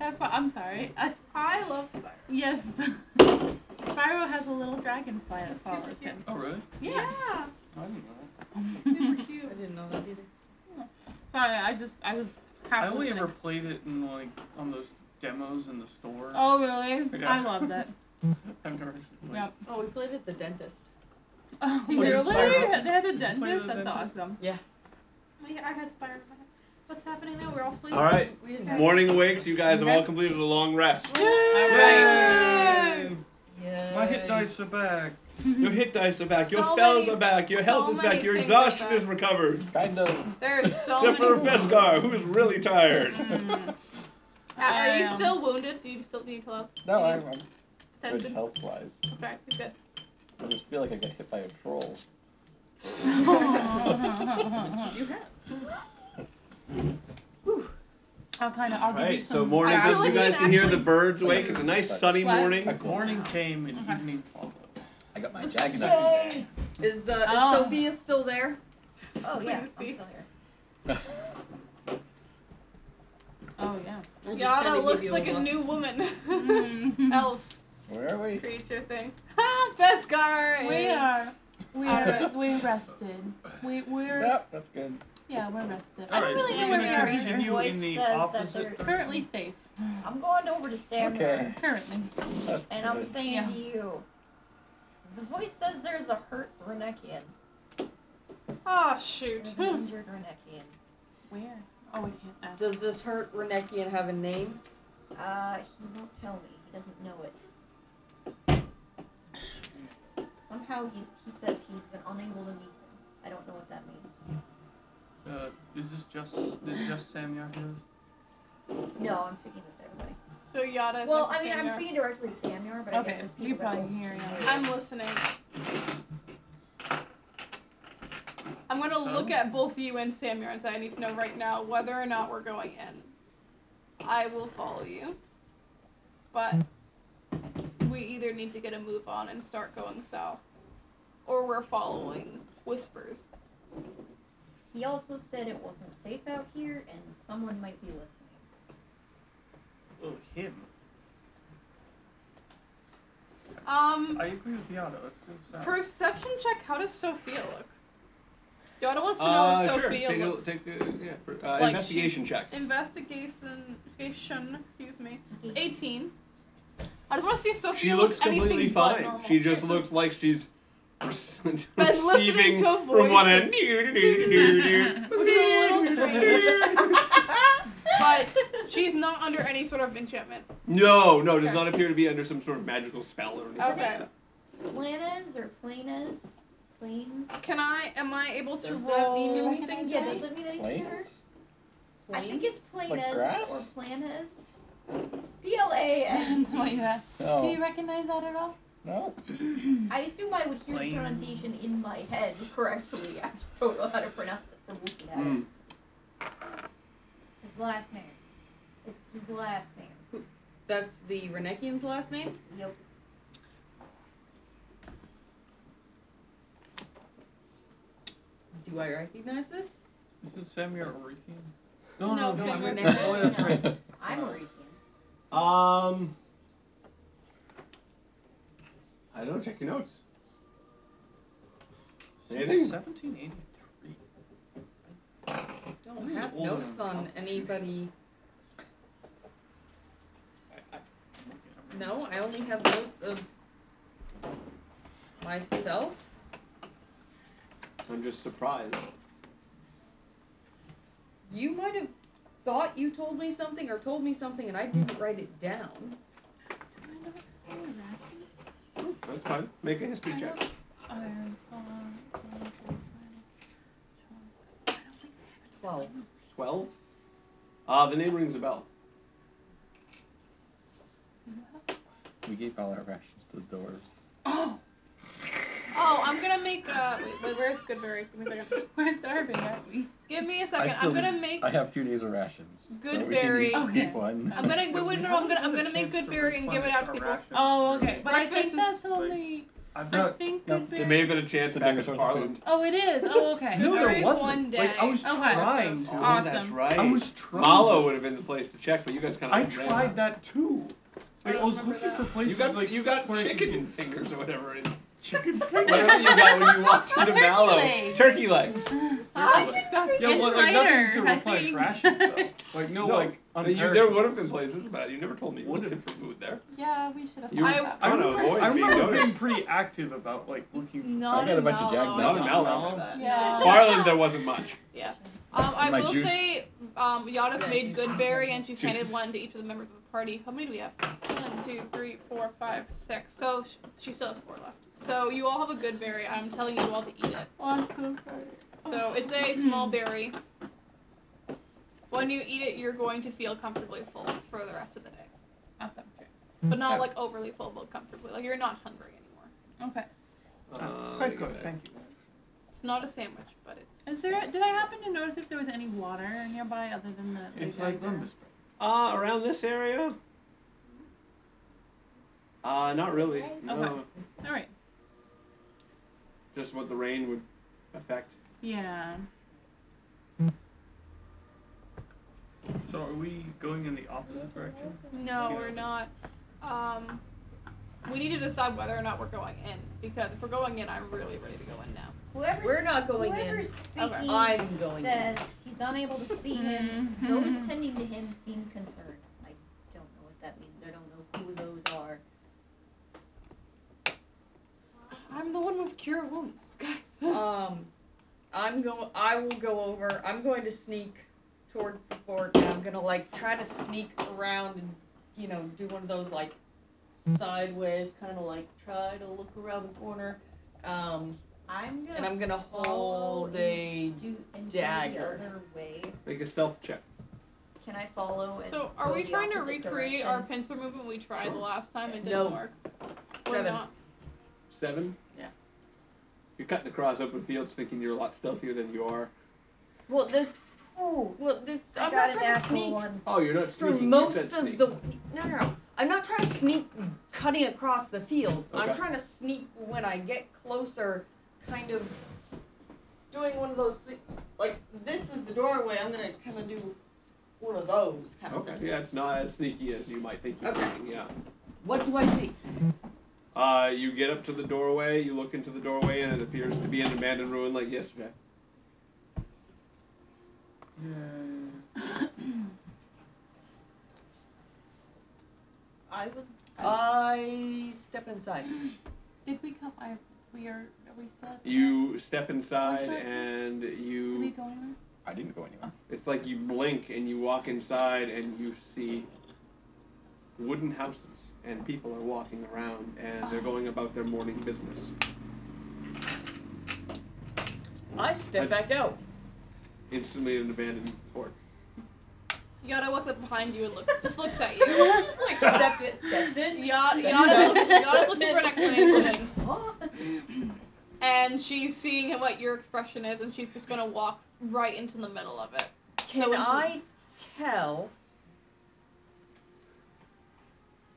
Speaker 7: That fi- I'm sorry. Uh,
Speaker 3: I love Spider.
Speaker 7: yes. [laughs] Spiral has a little dragonfly that
Speaker 3: That's super
Speaker 7: follows
Speaker 3: cute.
Speaker 7: him.
Speaker 4: Oh, really?
Speaker 7: Yeah.
Speaker 4: I didn't know
Speaker 7: [laughs]
Speaker 3: Super
Speaker 5: I
Speaker 3: cute.
Speaker 5: didn't know that either.
Speaker 7: Sorry, I just I was.
Speaker 4: that.
Speaker 7: half
Speaker 4: I only
Speaker 7: listening.
Speaker 4: ever played it in, like, on those demos in the store.
Speaker 7: Oh really?
Speaker 4: Yeah.
Speaker 7: I loved
Speaker 4: [laughs]
Speaker 7: it.
Speaker 4: I've never actually played
Speaker 7: Yep.
Speaker 9: Oh, we played at the dentist.
Speaker 7: Oh,
Speaker 4: Wait,
Speaker 7: really?
Speaker 4: Spiral-
Speaker 7: They had a
Speaker 4: Wait,
Speaker 7: dentist.
Speaker 4: the
Speaker 7: That's
Speaker 4: dentist?
Speaker 7: awesome.
Speaker 3: We, I had Spider. What's happening now? We're all sleeping.
Speaker 2: All right.
Speaker 5: We didn't.
Speaker 3: Okay.
Speaker 2: Morning awakes. You guys have all completed a long rest.
Speaker 7: All [laughs]
Speaker 4: it.
Speaker 7: right.
Speaker 4: Yay!
Speaker 5: Yeah.
Speaker 4: My hit dice are back.
Speaker 2: Your hit dice are back. Your
Speaker 3: So
Speaker 2: spells
Speaker 3: many-
Speaker 2: are back. Your
Speaker 3: so
Speaker 2: health is back.
Speaker 3: many
Speaker 2: Your
Speaker 3: things are
Speaker 2: exhaustion
Speaker 3: back.
Speaker 2: is recovered.
Speaker 6: [laughs] Kind of.
Speaker 3: There's so
Speaker 2: Except for
Speaker 3: many.
Speaker 2: Vesgar, who is really tired.
Speaker 7: Mm.
Speaker 3: Uh, are you
Speaker 7: Um,
Speaker 3: still wounded? Do you still need help?
Speaker 6: No, I'm, I'm good
Speaker 3: Attention.
Speaker 6: health wise.
Speaker 3: Okay, you're good.
Speaker 6: I just feel like I got hit by a troll.
Speaker 5: You have.
Speaker 7: I'll kind of. I'll give you
Speaker 2: Right,
Speaker 7: some.
Speaker 2: so morning
Speaker 3: I
Speaker 2: comes.
Speaker 3: really
Speaker 2: You guys
Speaker 3: need
Speaker 2: can hear the
Speaker 3: actually
Speaker 2: birds
Speaker 6: to-
Speaker 2: wake. It's a nice sunny
Speaker 7: What?
Speaker 2: morning.
Speaker 6: That's cool.
Speaker 4: Morning came and
Speaker 7: Okay.
Speaker 4: evening followed.
Speaker 6: I got my
Speaker 3: This
Speaker 6: jagged
Speaker 3: is
Speaker 6: knife.
Speaker 5: Is, uh,
Speaker 7: Oh.
Speaker 5: is Sophia still there?
Speaker 8: Oh, yeah. I'm
Speaker 3: Please be.
Speaker 8: still here.
Speaker 7: Oh
Speaker 3: [laughs]
Speaker 7: yeah.
Speaker 5: We'll just kinda
Speaker 3: Yara
Speaker 5: give
Speaker 3: looks
Speaker 5: you
Speaker 3: like a
Speaker 5: look.
Speaker 3: new woman.
Speaker 7: Mm.
Speaker 3: [laughs] Elf
Speaker 6: [laughs] Where are we?
Speaker 3: creature thing. [laughs] Ha! Beskar!
Speaker 7: we
Speaker 3: is-
Speaker 7: are. We
Speaker 4: [laughs]
Speaker 7: are. We rested. We we're.
Speaker 6: Yep, that's good.
Speaker 7: Yeah, we're rested. I
Speaker 4: All
Speaker 7: don't
Speaker 4: right,
Speaker 7: really
Speaker 4: so
Speaker 7: know
Speaker 4: we're
Speaker 7: where we are
Speaker 4: gonna
Speaker 7: either.
Speaker 4: continue
Speaker 8: Voice
Speaker 4: in the
Speaker 8: says that
Speaker 4: opposite.
Speaker 8: they're-
Speaker 7: Currently safe.
Speaker 8: I'm going over to Sam.
Speaker 6: Okay.
Speaker 7: Currently.
Speaker 6: That's
Speaker 8: And I'm
Speaker 6: good.
Speaker 8: saying
Speaker 7: Yeah.
Speaker 8: to you, the voice says there's a hurt Renekian.
Speaker 3: Oh, shoot.
Speaker 8: There's an injured Renekian.
Speaker 7: Where? Oh, I can't [laughs] ask.
Speaker 5: Does this hurt Renekian have a name?
Speaker 8: Uh, he won't tell me. He doesn't know it. Somehow he's, he says he's been unable to meet them. I don't know what that means.
Speaker 4: Uh, is this just is just Sam Yarkins?
Speaker 8: No, I'm speaking this to everybody.
Speaker 3: So Yada is
Speaker 8: well,
Speaker 3: next
Speaker 8: I
Speaker 3: to
Speaker 8: mean, I'm
Speaker 3: Samyar.
Speaker 8: speaking directly to Samyar, but I
Speaker 7: Okay,
Speaker 8: guess if
Speaker 7: you
Speaker 8: people that
Speaker 7: probably
Speaker 8: don't-
Speaker 7: hear him.
Speaker 3: I'm listening. I'm gonna look
Speaker 4: So?
Speaker 3: at both of you and Samyar and say, I need to know right now whether or not we're going in. I will follow you. But we either need to get a move on and start going south, or we're following whispers.
Speaker 8: He also said it wasn't safe out here, and someone might be listening.
Speaker 4: Oh, him.
Speaker 3: Um,
Speaker 4: I agree with Yada. Let's go Sam.
Speaker 3: perception check. How does Sophia look? Yada wants to know
Speaker 2: Uh,
Speaker 3: what
Speaker 2: sure.
Speaker 3: Sophia
Speaker 2: Take a,
Speaker 3: looks.
Speaker 2: take a, yeah, for- uh,
Speaker 3: she-
Speaker 2: investigation check.
Speaker 3: Investigation, excuse me. It's
Speaker 5: Mm-hmm.
Speaker 3: 18. I just want to see if Sophia
Speaker 2: She looks completely
Speaker 3: anything but
Speaker 2: fine.
Speaker 3: normal.
Speaker 2: She just
Speaker 3: Seriously.
Speaker 2: looks like she's [laughs] receiving
Speaker 3: listening to a
Speaker 2: from one
Speaker 3: voice.
Speaker 2: end.
Speaker 3: [laughs] Which is a little strange.
Speaker 6: [laughs]
Speaker 3: but she's not under any sort of enchantment.
Speaker 2: No, no, does
Speaker 3: Okay.
Speaker 2: not appear to be under some sort of magical spell or anything. like
Speaker 3: Okay.
Speaker 2: that.
Speaker 8: Planas or planas? Planes?
Speaker 3: Can I? Am I able to
Speaker 5: Does that
Speaker 3: roll?
Speaker 5: mean
Speaker 8: Yeah, does it mean anything to her?
Speaker 6: Planes?
Speaker 8: I think it's
Speaker 6: Like
Speaker 8: planas or
Speaker 6: grass?
Speaker 8: planas. P L A N.
Speaker 7: That's what you asked. Do you
Speaker 6: No.
Speaker 7: recognize that at all?
Speaker 6: Oh, No.
Speaker 8: I assume I would hear the
Speaker 4: Planes.
Speaker 8: pronunciation in my head correctly. I just don't know how to pronounce it from looking at it.
Speaker 2: Mm.
Speaker 10: His last name. It's his last name.
Speaker 5: That's the Renekian's last name?
Speaker 8: Yep.
Speaker 5: Do I recognize this?
Speaker 4: Is it Samuel Rikian?
Speaker 3: No,
Speaker 4: no,
Speaker 3: Samuel
Speaker 8: [laughs]
Speaker 4: I'm-
Speaker 5: Rikian.
Speaker 4: Oh, that's right.
Speaker 8: I'm a
Speaker 5: Uh,
Speaker 8: Rikian.
Speaker 2: Um, I don't know, check your notes. Anything?
Speaker 4: 1783.
Speaker 5: I
Speaker 4: This
Speaker 5: don't
Speaker 4: is
Speaker 5: have
Speaker 4: older
Speaker 5: notes
Speaker 4: than
Speaker 5: on
Speaker 4: Constitution.
Speaker 5: anybody.
Speaker 4: I'm looking at it.
Speaker 5: No, I only have notes of myself.
Speaker 2: I'm just surprised.
Speaker 5: You might have thought you told me something or told me something and I didn't write it down.
Speaker 2: Mm, That's fine. Make a history check.
Speaker 7: Iron Farm, Iron Farm,
Speaker 5: Twelve.
Speaker 2: Twelve. Uh, the name rings a bell.
Speaker 6: We gave all our rations to the dwarves.
Speaker 7: Oh, [laughs]
Speaker 3: Oh, I'm gonna make. Uh, wait, wait, where's Goodberry? Give me a second.
Speaker 7: we're starving, aren't we?
Speaker 3: Give me a second.
Speaker 6: I still
Speaker 3: I'm gonna
Speaker 6: need-
Speaker 3: make.
Speaker 6: I have two days of rations. so we can
Speaker 3: Goodberry.
Speaker 6: each
Speaker 7: Okay.
Speaker 6: keep one.
Speaker 3: I'm
Speaker 8: [laughs]
Speaker 3: gonna. Wait, wait, no, no, I'm gonna. I'm gonna make
Speaker 4: Chance to
Speaker 3: Goodberry and give it out to
Speaker 4: replenish
Speaker 3: people.
Speaker 4: our rations.
Speaker 7: Oh, okay. But I
Speaker 3: Breakfast
Speaker 7: think
Speaker 3: is
Speaker 7: that's
Speaker 4: like-
Speaker 7: only.
Speaker 4: I've
Speaker 7: I
Speaker 4: got.
Speaker 7: think
Speaker 6: no,
Speaker 7: good
Speaker 2: There may have been a chance
Speaker 6: It's a
Speaker 2: back in
Speaker 6: different
Speaker 2: Parliament.
Speaker 7: Oh, it is. Oh, okay.
Speaker 4: [laughs] No, there
Speaker 3: Goodberry's
Speaker 4: wasn't.
Speaker 3: one day.
Speaker 4: Like, I was
Speaker 7: Okay.
Speaker 4: trying to.
Speaker 7: Oh, Awesome. that's
Speaker 2: right.
Speaker 4: I was trying.
Speaker 2: Malo would have been the place to check, but you guys kind of.
Speaker 4: I tried that too. Like,
Speaker 3: I
Speaker 4: I,
Speaker 3: don't
Speaker 4: was
Speaker 3: remember
Speaker 4: looking
Speaker 3: that.
Speaker 4: for places
Speaker 2: You got
Speaker 4: like
Speaker 2: you got
Speaker 4: where-
Speaker 2: chicken fingers or whatever.
Speaker 7: [laughs]
Speaker 2: It, [laughs]
Speaker 4: Chicken
Speaker 2: whatever
Speaker 4: fingers.
Speaker 2: you got when you walked
Speaker 7: A
Speaker 2: into
Speaker 7: turkey
Speaker 2: Mallow.
Speaker 7: leg. [laughs]
Speaker 2: Turkey legs.
Speaker 3: Ah, disgusting.
Speaker 4: yeah, well, like nothing to
Speaker 7: Oh, Cider, I
Speaker 4: replace
Speaker 7: think.
Speaker 4: rations though. Like no,
Speaker 2: No,
Speaker 4: like
Speaker 2: You, there would have been places, but you never told me you were
Speaker 4: Would have.
Speaker 2: looking for food
Speaker 7: [laughs]
Speaker 2: there.
Speaker 7: [laughs] Yeah, we should have.
Speaker 2: You
Speaker 7: thought
Speaker 2: were
Speaker 7: about
Speaker 4: I
Speaker 2: trying to
Speaker 4: remember,
Speaker 2: avoid
Speaker 4: I
Speaker 2: being
Speaker 4: remember being
Speaker 2: noticed.
Speaker 4: pretty active about like looking.
Speaker 3: Not
Speaker 6: I got a bunch of
Speaker 3: mellow. I
Speaker 6: Jack
Speaker 2: Daniels.
Speaker 3: don't
Speaker 2: Not a
Speaker 3: remember that.
Speaker 7: that. Yeah.
Speaker 2: Farland, there wasn't much.
Speaker 3: Um, I
Speaker 6: My
Speaker 3: will
Speaker 6: juice.
Speaker 3: say, um, Yada's made good berry, and she's handed
Speaker 6: Juices.
Speaker 3: one to each of the members of the party. How many do we have? One, two, three, four, five, six. So sh- she still has four left. So you all have a good berry. I'm telling you all to eat it.
Speaker 7: Oh, I'm so sorry.
Speaker 3: So it's a small berry. When you eat it, you're going to feel comfortably full for the rest of the day,
Speaker 7: Awesome.
Speaker 3: but not like overly full, but comfortably. Like you're not hungry anymore.
Speaker 7: Okay.
Speaker 2: Uh, let
Speaker 4: Quite good,
Speaker 2: me go back.
Speaker 4: thank you.
Speaker 3: It's not a sandwich, but
Speaker 7: Is
Speaker 3: it's.
Speaker 7: there? Did I happen to notice if there was any water nearby other than the?
Speaker 4: It's
Speaker 7: the
Speaker 4: like
Speaker 7: geyser?
Speaker 4: lumber spray.
Speaker 2: Uh, around this area? Uh, not really. No.
Speaker 7: Okay. All right.
Speaker 2: Just what the rain would affect.
Speaker 7: Yeah.
Speaker 4: So are we going in the opposite direction?
Speaker 3: No, we're not. Um, we need to decide whether or not we're going in because if we're going in, I'm really ready to go in now.
Speaker 8: Whoever's,
Speaker 5: We're not going in.
Speaker 8: whoever's speaking
Speaker 3: Okay.
Speaker 5: I'm going in.
Speaker 8: says he's unable to see him. [laughs] Those
Speaker 7: Mhm.
Speaker 8: tending to him seem concerned. I don't know what that means. I don't know who those are.
Speaker 3: I'm the one with cure wounds, [laughs] guys.
Speaker 5: Um, I'm go. I will go over. I'm going to sneak towards the fort, and I'm gonna like try to sneak around and you know do one of those like sideways kind of like try to look around the corner. Um,
Speaker 8: I'm gonna
Speaker 5: and I'm gonna
Speaker 8: follow
Speaker 5: hold a.
Speaker 8: and do and do
Speaker 5: dagger.
Speaker 8: the other way.
Speaker 2: Make a stealth check.
Speaker 8: Can I follow? And
Speaker 3: So, are
Speaker 8: go
Speaker 3: we
Speaker 8: the
Speaker 3: trying to
Speaker 8: opposite
Speaker 3: recreate
Speaker 8: direction?
Speaker 3: our pincer movement we tried the last time and didn't
Speaker 5: No.
Speaker 3: work? We're
Speaker 5: Seven.
Speaker 3: not.
Speaker 2: Seven?
Speaker 5: Yeah.
Speaker 2: You're cutting across open fields thinking you're a lot stealthier than you are.
Speaker 5: Well, the
Speaker 8: Ooh,
Speaker 5: well, the,
Speaker 8: I
Speaker 5: I'm not
Speaker 8: got a
Speaker 5: trying to
Speaker 8: natural
Speaker 5: sneak
Speaker 8: one.
Speaker 2: Oh, you're not
Speaker 5: through
Speaker 2: sneaking. you
Speaker 5: most
Speaker 2: said
Speaker 5: of
Speaker 2: sneak.
Speaker 5: the. No, no, no. I'm not trying to sneak cutting across the fields. I'm
Speaker 2: Okay.
Speaker 5: trying to sneak when I get closer, kind of doing one of those. thi- Like, this is the doorway. I'm going to kind of do one of those kind
Speaker 2: Okay,
Speaker 5: of thing.
Speaker 2: yeah, it's not as sneaky as you might think you're
Speaker 5: Okay.
Speaker 2: being, yeah.
Speaker 5: What do I see?
Speaker 2: Uh, you get up to the doorway, you look into the doorway, and it appears to be an abandoned ruin like yesterday.
Speaker 7: [laughs]
Speaker 5: I was. I step inside.
Speaker 7: Did we come? I. We are. Are we still? At the-
Speaker 2: You step inside,
Speaker 7: What's that?
Speaker 2: and
Speaker 7: Did
Speaker 2: you.
Speaker 7: we go anywhere?
Speaker 6: I didn't go anywhere.
Speaker 2: It's like you blink and you walk inside and you see wooden houses and people are walking around and
Speaker 5: Oh.
Speaker 2: they're going about their morning business.
Speaker 5: I step
Speaker 2: I-
Speaker 5: back out. [laughs]
Speaker 2: Instantly an abandoned fort.
Speaker 3: Yada walks up behind you and looks just looks at you.
Speaker 8: [laughs]
Speaker 5: Just like step it, steps in.
Speaker 3: Yada,
Speaker 5: steps
Speaker 3: Yada's,
Speaker 5: out.
Speaker 3: look, Yada's looking
Speaker 5: [laughs]
Speaker 3: for an
Speaker 8: [laughs]
Speaker 3: explanation,
Speaker 5: Oh.
Speaker 3: and she's seeing what your expression is, and she's just gonna walk right into the middle of it.
Speaker 5: Can
Speaker 3: So into-
Speaker 5: I tell?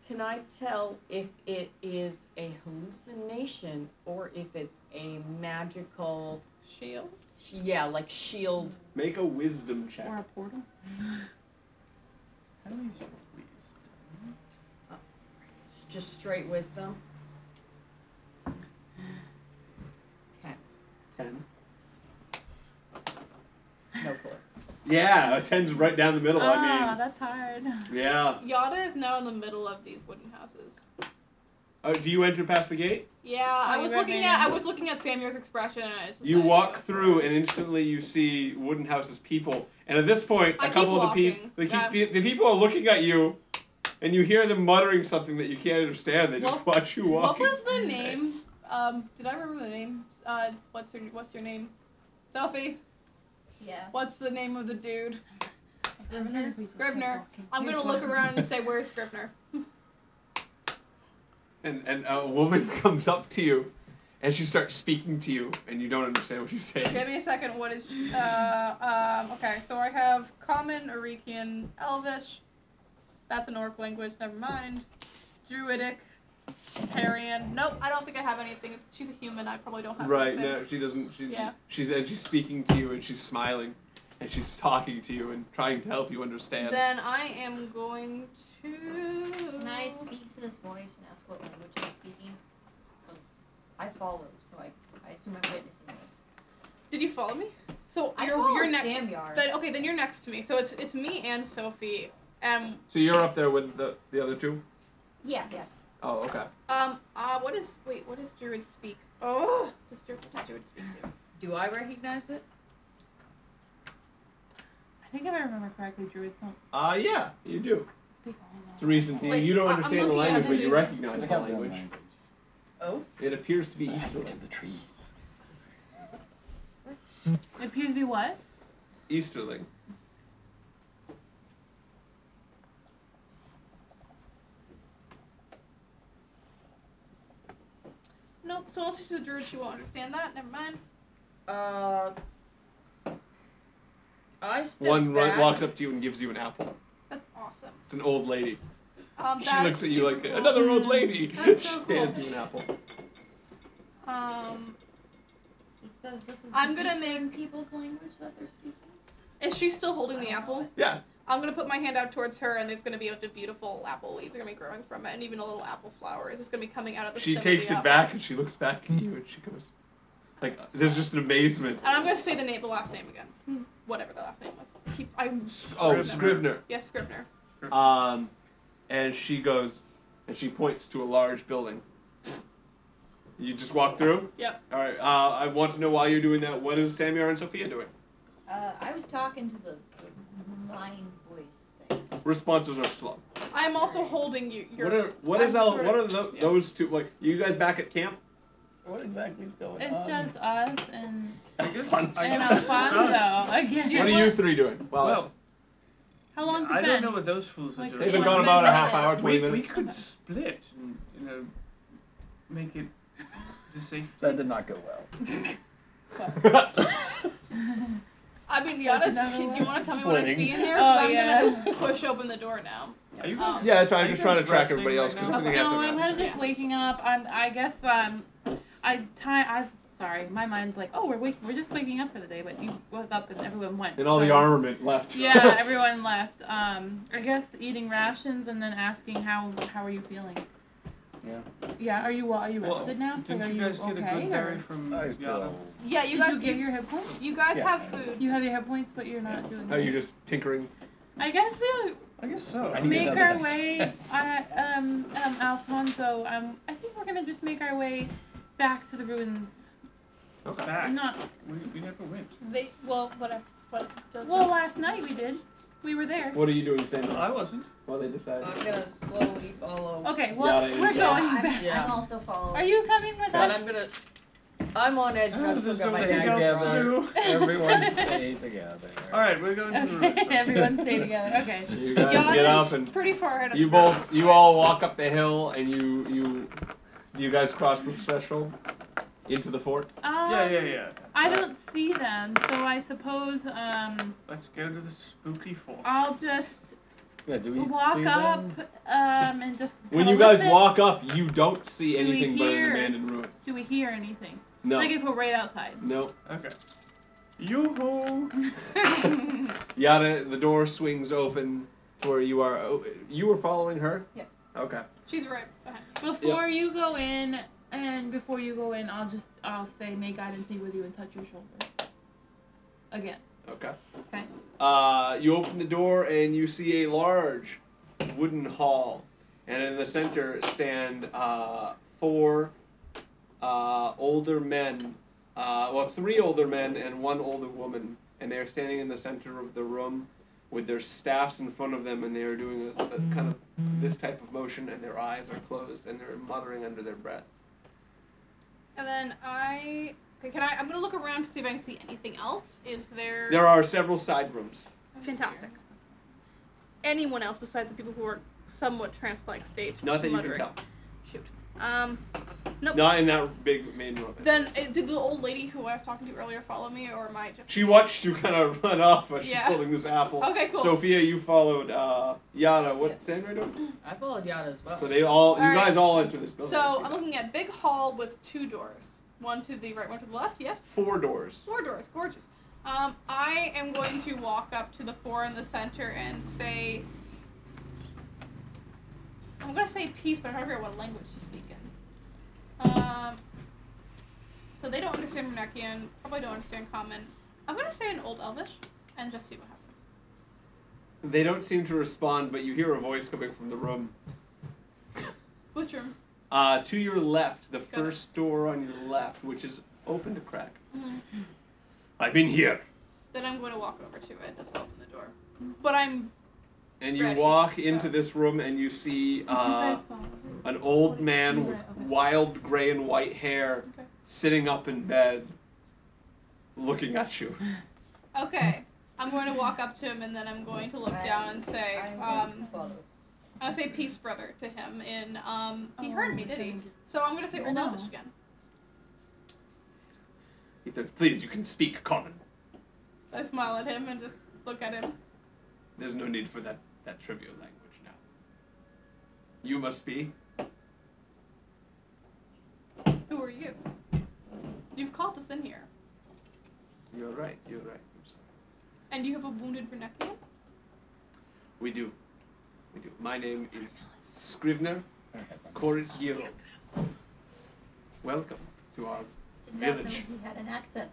Speaker 5: Can I tell if it is a hallucination or if it's a magical?
Speaker 3: Shield.
Speaker 5: sh- Yeah, like shield.
Speaker 2: Make a wisdom check.
Speaker 7: Or a portal.
Speaker 4: How do you
Speaker 5: s- Just straight wisdom. Ten.
Speaker 2: Ten.
Speaker 5: No clue.
Speaker 2: Yeah, a ten's right down the middle.
Speaker 7: ah,
Speaker 2: I
Speaker 7: that's hard. [laughs]
Speaker 2: mean, yeah.
Speaker 3: Yada is now in the middle of these wooden houses.
Speaker 2: Uh, do you enter past the gate?
Speaker 3: Yeah, I
Speaker 7: you
Speaker 3: was
Speaker 7: guys
Speaker 3: looking
Speaker 7: may
Speaker 3: at
Speaker 7: not-
Speaker 3: I was looking at Samuel's expression. And I just
Speaker 2: You
Speaker 3: decided to go
Speaker 2: walk
Speaker 3: for
Speaker 2: through,
Speaker 3: it.
Speaker 2: and instantly you see Woodenhouse's people. And at this point, a
Speaker 3: I keep
Speaker 2: couple of the people
Speaker 3: walking.
Speaker 2: the,
Speaker 3: Yeah.
Speaker 2: keep, the people are looking at you, and you hear them muttering something that you can't understand. They just
Speaker 3: What-
Speaker 2: watch you
Speaker 3: What
Speaker 2: walking.
Speaker 3: was the name? Um, did I remember the name? Uh, what's your what's your name? Sophie.
Speaker 10: Yeah.
Speaker 3: What's the name of the dude?
Speaker 10: Scrivener?
Speaker 3: Scrivener. I'm gonna look around and say, "Where's Scrivener?"
Speaker 2: And and a woman [laughs] comes up to you, and she starts speaking to you, and you don't understand what she's saying.
Speaker 3: Give me a second. What is? Uh, um, okay, so I have Common, Arikian, Elvish. That's an Orc language. Never mind. Druidic, Tarian. Nope, I don't think I have anything. If she's a human. I probably don't have.
Speaker 2: Right?
Speaker 3: Anything.
Speaker 2: No, she doesn't. She,
Speaker 3: Yeah.
Speaker 2: She's and she's speaking to you, and she's smiling, and she's talking to you, and trying to help you understand.
Speaker 3: Then I am going to.
Speaker 10: Can I speak to this voice and ask what language they're speaking?
Speaker 8: Because I follow, so I, I assume I'm witnessing this.
Speaker 3: Did you follow me? So
Speaker 8: I
Speaker 3: you're
Speaker 8: follow
Speaker 3: you're next.
Speaker 8: Samyar.
Speaker 3: Then okay, then you're next to me. So it's it's me and Sophie. Um
Speaker 2: so you're up there with the the other two.
Speaker 8: yeah, yeah.
Speaker 2: Oh, okay.
Speaker 3: um uh what is wait what does Druid speak? Oh, does Druid what does Druid speak to?
Speaker 5: Do I recognize it?
Speaker 7: I think if I remember correctly, druids don't
Speaker 2: Uh, yeah, you do.
Speaker 7: speak all
Speaker 2: It's
Speaker 7: that.
Speaker 2: a recent thing.
Speaker 3: Wait,
Speaker 2: You don't
Speaker 3: I- I'm
Speaker 2: understand the
Speaker 3: looking at
Speaker 2: language, but
Speaker 3: it.
Speaker 2: you recognize the
Speaker 6: Look out for that
Speaker 2: language.
Speaker 6: language.
Speaker 5: Oh,
Speaker 2: It appears to be Easterling.
Speaker 6: the trees.
Speaker 7: It appears to be what?
Speaker 2: Easterling.
Speaker 3: Nope, so unless she's a druid she won't understand that. Never mind.
Speaker 5: uh, I step
Speaker 2: One
Speaker 5: back.
Speaker 2: ru- walks up to you and gives you an apple.
Speaker 3: That's awesome.
Speaker 2: It's an old lady.
Speaker 3: Um
Speaker 2: She
Speaker 3: that's
Speaker 2: looks at you
Speaker 3: super
Speaker 2: like
Speaker 3: cool.
Speaker 2: another old lady. [laughs]
Speaker 3: That's so
Speaker 2: she
Speaker 3: cool.
Speaker 2: hands you an apple.
Speaker 3: Um
Speaker 10: He says this is
Speaker 3: I'm
Speaker 10: the
Speaker 3: gonna
Speaker 10: Eastern
Speaker 3: make-
Speaker 10: people's language that they're speaking.
Speaker 3: is she still holding the
Speaker 10: I don't know
Speaker 3: apple?
Speaker 10: it.
Speaker 2: Yeah.
Speaker 3: I'm gonna put my hand out towards her and there's gonna be a bunch of beautiful apple leaves are gonna be growing from it and even a little apple flower is just gonna be coming out of the
Speaker 2: She
Speaker 3: stem of
Speaker 2: takes
Speaker 3: the
Speaker 2: it
Speaker 3: apple.
Speaker 2: back and she looks back at you and she goes, like, there's just an amazement.
Speaker 3: And I'm gonna say the name, the last name again. Whatever the last name was. Keep, I'm.
Speaker 2: Oh,
Speaker 4: Scrivener.
Speaker 2: Scrivener.
Speaker 3: Yes, Scrivener.
Speaker 2: Um, and she goes, and she points to a large building. You just walk through?
Speaker 3: Yep.
Speaker 2: All right. Uh, I want to know why you're doing that. What is Samir and Sophia doing?
Speaker 8: Uh, I was talking to the, the mind voice thing.
Speaker 2: Responses are slow.
Speaker 3: I'm also holding you. Your,
Speaker 2: What are what
Speaker 3: I'm
Speaker 2: is all,
Speaker 3: sort
Speaker 2: what
Speaker 3: of-
Speaker 2: are tho-
Speaker 3: yeah.
Speaker 2: those two like? You guys back at camp?
Speaker 6: What exactly is going on?
Speaker 7: It's just us and
Speaker 2: [laughs]
Speaker 4: I guess-
Speaker 2: Fun
Speaker 4: I
Speaker 7: and
Speaker 4: guess
Speaker 7: our
Speaker 4: it's
Speaker 7: fun
Speaker 4: us.
Speaker 7: though. Again.
Speaker 2: What are you three doing? Well,
Speaker 4: Well,
Speaker 7: How long's it
Speaker 4: I
Speaker 7: been? [laughs]
Speaker 4: don't know what those fools are
Speaker 7: Like,
Speaker 2: they've
Speaker 4: doing.
Speaker 2: been
Speaker 7: It's
Speaker 2: gone
Speaker 7: been
Speaker 2: about a half
Speaker 7: minutes.
Speaker 2: hour, twenty
Speaker 4: We, we
Speaker 2: minutes.
Speaker 4: could split and, you know, make it the safety.
Speaker 6: That did not go well.
Speaker 3: I mean, Yada's.
Speaker 7: That's another
Speaker 3: Do
Speaker 7: one.
Speaker 3: you want to tell me what I
Speaker 6: Splitting.
Speaker 3: see in there? 'Cause
Speaker 7: Oh,
Speaker 3: I'm
Speaker 7: yeah.
Speaker 3: gonna just push open the door now.
Speaker 4: Are you
Speaker 3: Um,
Speaker 4: guys-
Speaker 2: yeah, that's right. I'm
Speaker 4: are
Speaker 2: just
Speaker 4: you
Speaker 2: trying
Speaker 4: guys
Speaker 2: to track
Speaker 4: resting
Speaker 2: everybody else
Speaker 4: right
Speaker 2: because
Speaker 4: now?
Speaker 2: everything
Speaker 7: no,
Speaker 2: has to
Speaker 7: I'm
Speaker 2: happen.
Speaker 7: kind of just waking up. I'm. I guess. Um, I time. I. Sorry, my mind's like, oh, we're wake, We're just waking up for the day. But you woke up and everyone went.
Speaker 2: [laughs] And all the
Speaker 7: so-
Speaker 2: armament left. [laughs]
Speaker 7: Yeah, everyone left. Um, I guess eating rations and then asking how how are you feeling.
Speaker 6: Yeah.
Speaker 7: Yeah. Are you well? Are you
Speaker 4: Well,
Speaker 7: rested now? So are
Speaker 4: Didn't you guys get
Speaker 7: okay?
Speaker 4: a good
Speaker 7: or-
Speaker 4: berry from
Speaker 6: I
Speaker 4: Yada?
Speaker 6: feel
Speaker 3: Yeah,
Speaker 7: Did
Speaker 3: you guys.
Speaker 7: get
Speaker 3: You,
Speaker 7: your hit points.
Speaker 3: you guys
Speaker 6: Yeah.
Speaker 3: have food.
Speaker 7: You have your hit points, but you're not doing.
Speaker 2: Are you
Speaker 7: it.
Speaker 2: just tinkering?
Speaker 7: I guess we'll
Speaker 4: I guess so.
Speaker 6: I need
Speaker 7: make
Speaker 6: another
Speaker 7: our
Speaker 6: dice.
Speaker 7: way. Uh, um, um, Alfonso. Um, I think we're gonna just make our way back to the ruins.
Speaker 2: Okay.
Speaker 4: Back.
Speaker 7: Not
Speaker 4: We, we never went.
Speaker 3: They well, whatever. What,
Speaker 7: well. Last night we did. We were there.
Speaker 2: What are you doing, Samir?
Speaker 4: I wasn't.
Speaker 2: Well, they decide.
Speaker 5: I'm
Speaker 4: uh,
Speaker 5: gonna slowly follow.
Speaker 7: Okay. Well,
Speaker 2: Yeah,
Speaker 7: we're
Speaker 2: yeah.
Speaker 7: going
Speaker 8: I'm,
Speaker 7: back.
Speaker 5: Yeah.
Speaker 8: I'm also following.
Speaker 7: Are you coming with
Speaker 5: But
Speaker 7: us?
Speaker 5: I'm gonna.
Speaker 9: I'm on
Speaker 4: [laughs]
Speaker 5: [laughs]
Speaker 9: edge.
Speaker 5: I still got my
Speaker 4: nothing
Speaker 5: dagger
Speaker 4: else to
Speaker 5: on.
Speaker 4: do.
Speaker 6: Everyone stay [laughs] together.
Speaker 4: All right, we're going to the
Speaker 7: [laughs] Okay,
Speaker 4: roadside.
Speaker 7: everyone stay together. Okay.
Speaker 2: You guys
Speaker 3: Yana's
Speaker 2: get up and
Speaker 3: pretty far ahead of
Speaker 2: you
Speaker 3: the
Speaker 2: both
Speaker 3: curve.
Speaker 2: you all walk up the hill and you you you guys cross the threshold into the fort.
Speaker 7: Um,
Speaker 4: Yeah, yeah, yeah.
Speaker 7: I don't see them, so I suppose um,
Speaker 4: Let's go to the spooky fort.
Speaker 7: I'll just
Speaker 6: Yeah, do we
Speaker 7: walk
Speaker 6: see
Speaker 7: up
Speaker 6: them?
Speaker 7: um, and just.
Speaker 2: When
Speaker 7: kinda
Speaker 2: you guys
Speaker 7: listen.
Speaker 2: walk up, you don't see
Speaker 7: Do we
Speaker 2: anything but an
Speaker 7: hear?
Speaker 2: abandoned ruin.
Speaker 7: do we hear anything?
Speaker 2: No,
Speaker 7: Like if we're right outside.
Speaker 2: [laughs]
Speaker 7: [laughs]
Speaker 2: no.
Speaker 4: Okay. Yoo hoo!
Speaker 2: Yada, the door swings open to where you are. Oh, you were following her.
Speaker 10: Yeah.
Speaker 2: Okay.
Speaker 3: She's right behind.
Speaker 7: before you go in, and before you go in, I'll just I'll say, "May God and be with you," and touch your shoulder. Again.
Speaker 2: Okay.
Speaker 7: Okay.
Speaker 2: Uh, you open the door and you see a large wooden hall, and in the center stand uh, four uh, older men. Uh, well, three older men and one older woman, and they are standing in the center of the room with their staffs in front of them, and they are doing a, a kind of this type of motion, and their eyes are closed, and they're muttering under their breath.
Speaker 3: And then I. Okay, can I? I'm gonna look around to see if I can see anything else. Is there?
Speaker 2: There are several side rooms.
Speaker 3: Fantastic. Anyone else besides the people who are somewhat trance-like state?
Speaker 2: Not that
Speaker 3: muttering.
Speaker 2: you can
Speaker 3: Shoot. Um.
Speaker 2: tell.
Speaker 3: Nope.
Speaker 2: Not in that big main room.
Speaker 3: Then uh, did the old lady who I was talking to earlier follow me, or am I just?
Speaker 2: She watched you kind of run off as she's
Speaker 3: Yeah.
Speaker 2: holding this apple.
Speaker 3: Okay, cool.
Speaker 2: Sophia, you followed uh, Yada. What Sandra doing?
Speaker 9: I followed Yada as well.
Speaker 2: So they all, you
Speaker 3: All right.
Speaker 2: guys all enter this building.
Speaker 3: so um,
Speaker 2: I see
Speaker 3: I'm
Speaker 2: that.
Speaker 3: looking at big hall with two doors, one to the right, one to the left. Yes.
Speaker 2: four doors.
Speaker 3: Four doors, gorgeous. Um, I am going to walk up to the four in the center and say, I'm gonna say peace, but I'm trying to figure out what language to speak in. Um, so they don't understand Renekian, probably don't understand Common. I'm gonna say in Old Elvish and just see what happens.
Speaker 2: They don't seem to respond, but you hear a voice coming from the room.
Speaker 3: Which room?
Speaker 2: Uh, to your left, the
Speaker 3: it.
Speaker 2: first door on your left, which is open to crack.
Speaker 8: Mm-hmm.
Speaker 3: Mhm.
Speaker 2: I've been here.
Speaker 3: Then I'm going to walk over to it. Just open the door. But I'm
Speaker 2: And you
Speaker 3: Ready.
Speaker 2: walk into this room and you see uh, an old man with wild gray and white hair
Speaker 3: Okay.
Speaker 2: sitting up in bed looking at you.
Speaker 3: okay. I'm going to walk up to him and then I'm going to look
Speaker 8: I-
Speaker 3: down and say,
Speaker 8: I'm
Speaker 3: um,
Speaker 8: just follow.
Speaker 3: I say peace, brother, to him. In um, he heard me, did he? So I'm gonna say old
Speaker 7: No.
Speaker 3: Elvish again.
Speaker 2: He said, Please, you can speak common.
Speaker 3: I smile at him and just look at him.
Speaker 2: There's no need for that, that trivial language now. You must be.
Speaker 3: Who are you? You've called us in here,
Speaker 2: You're right, you're right. I'm sorry.
Speaker 3: and you have a wounded Vernekian.
Speaker 2: We do. We do. My name is Scrivener Chorus Giro. Welcome to our
Speaker 10: Did not know
Speaker 2: Village.
Speaker 10: he had an [laughs] accent.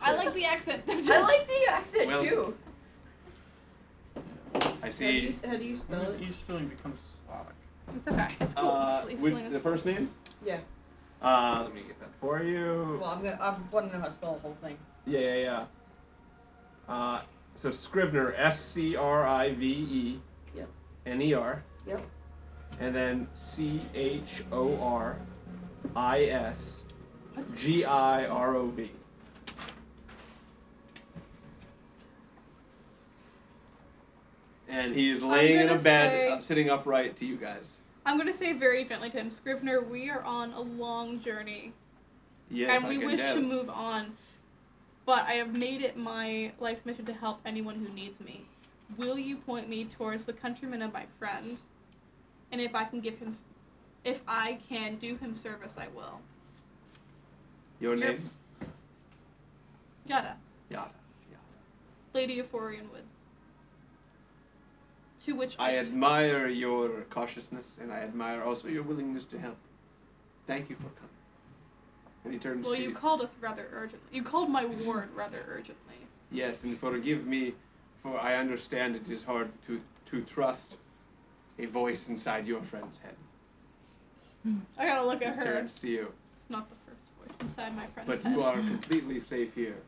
Speaker 3: I like the accent. [laughs]
Speaker 8: I like [laughs] the accent
Speaker 2: Well-
Speaker 8: too.
Speaker 2: I
Speaker 5: How do you,
Speaker 2: see
Speaker 5: how do you spell it?
Speaker 4: He's feeling becomes Slavic.
Speaker 3: It's okay. It's cool.
Speaker 2: uh,
Speaker 3: Sling- sling
Speaker 2: with
Speaker 3: is
Speaker 2: the
Speaker 3: cool.
Speaker 2: first name?
Speaker 4: Mm-hmm.
Speaker 5: Yeah.
Speaker 2: Uh, let me get that for you.
Speaker 5: Well, I'm gonna. I want to know how to spell the whole thing.
Speaker 2: Yeah, yeah, yeah. Uh, so Scrivener, S C R I V E
Speaker 5: Yep.
Speaker 2: N E R.
Speaker 5: Yep.
Speaker 2: And then C H O R I S G I R O V. And he is laying in a
Speaker 3: gonna
Speaker 2: bed,
Speaker 3: say-
Speaker 2: up, sitting upright to you guys.
Speaker 3: I'm gonna say very gently to him, Scrivener, we are on a long journey,
Speaker 2: Yes,
Speaker 3: and
Speaker 2: I
Speaker 3: we
Speaker 2: can
Speaker 3: wish
Speaker 2: tell.
Speaker 3: to move on. But I have made it my life's mission to help anyone who needs me. Will you point me towards the countryman of my friend? And if I can give him, s- if I can do him service, I will.
Speaker 2: Your
Speaker 3: Your-
Speaker 2: name?
Speaker 3: Yada,
Speaker 2: Yada.
Speaker 3: Lady of Forian Woods. To which
Speaker 2: I
Speaker 3: I,
Speaker 2: admire your cautiousness, and I admire also your willingness to help. Thank you for coming. And he turns
Speaker 3: well,
Speaker 2: to
Speaker 3: you called us rather urgently. You called my ward rather urgently.
Speaker 2: Yes, and forgive me, for I understand it is hard to, to trust a voice inside your friend's head.
Speaker 3: I gotta look
Speaker 2: He
Speaker 3: at her.
Speaker 2: turns to you,
Speaker 3: It's not the first voice inside my friend's
Speaker 2: but
Speaker 3: head.
Speaker 2: you are completely safe here.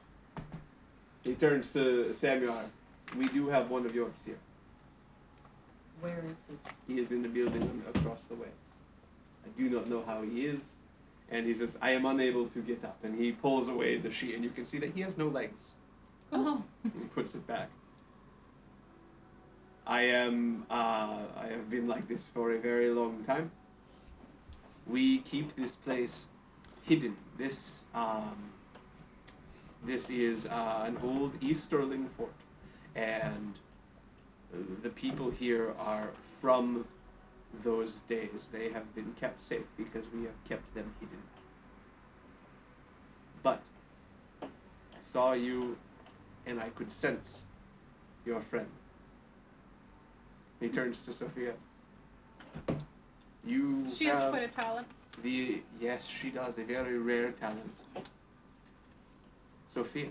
Speaker 2: He turns to Samuel. We do have one of yours here.
Speaker 5: Where is he?
Speaker 2: He is in the building across the way. I do not know how he is. and he says, "I am unable to get up." And he pulls away the sheet, and you can see that he has no legs.
Speaker 7: Oh.
Speaker 2: and puts it back. I am. Uh, I have been like this for a very long time. We keep this place hidden. This um, this is uh, an old Easterling fort, and the people here are from those days. They have been kept safe because we have kept them hidden. But I saw you and I could sense your friend. He turns to Sophia. You
Speaker 3: She has
Speaker 2: have
Speaker 3: quite a talent.
Speaker 2: the yes, she does a very rare talent. Sophia.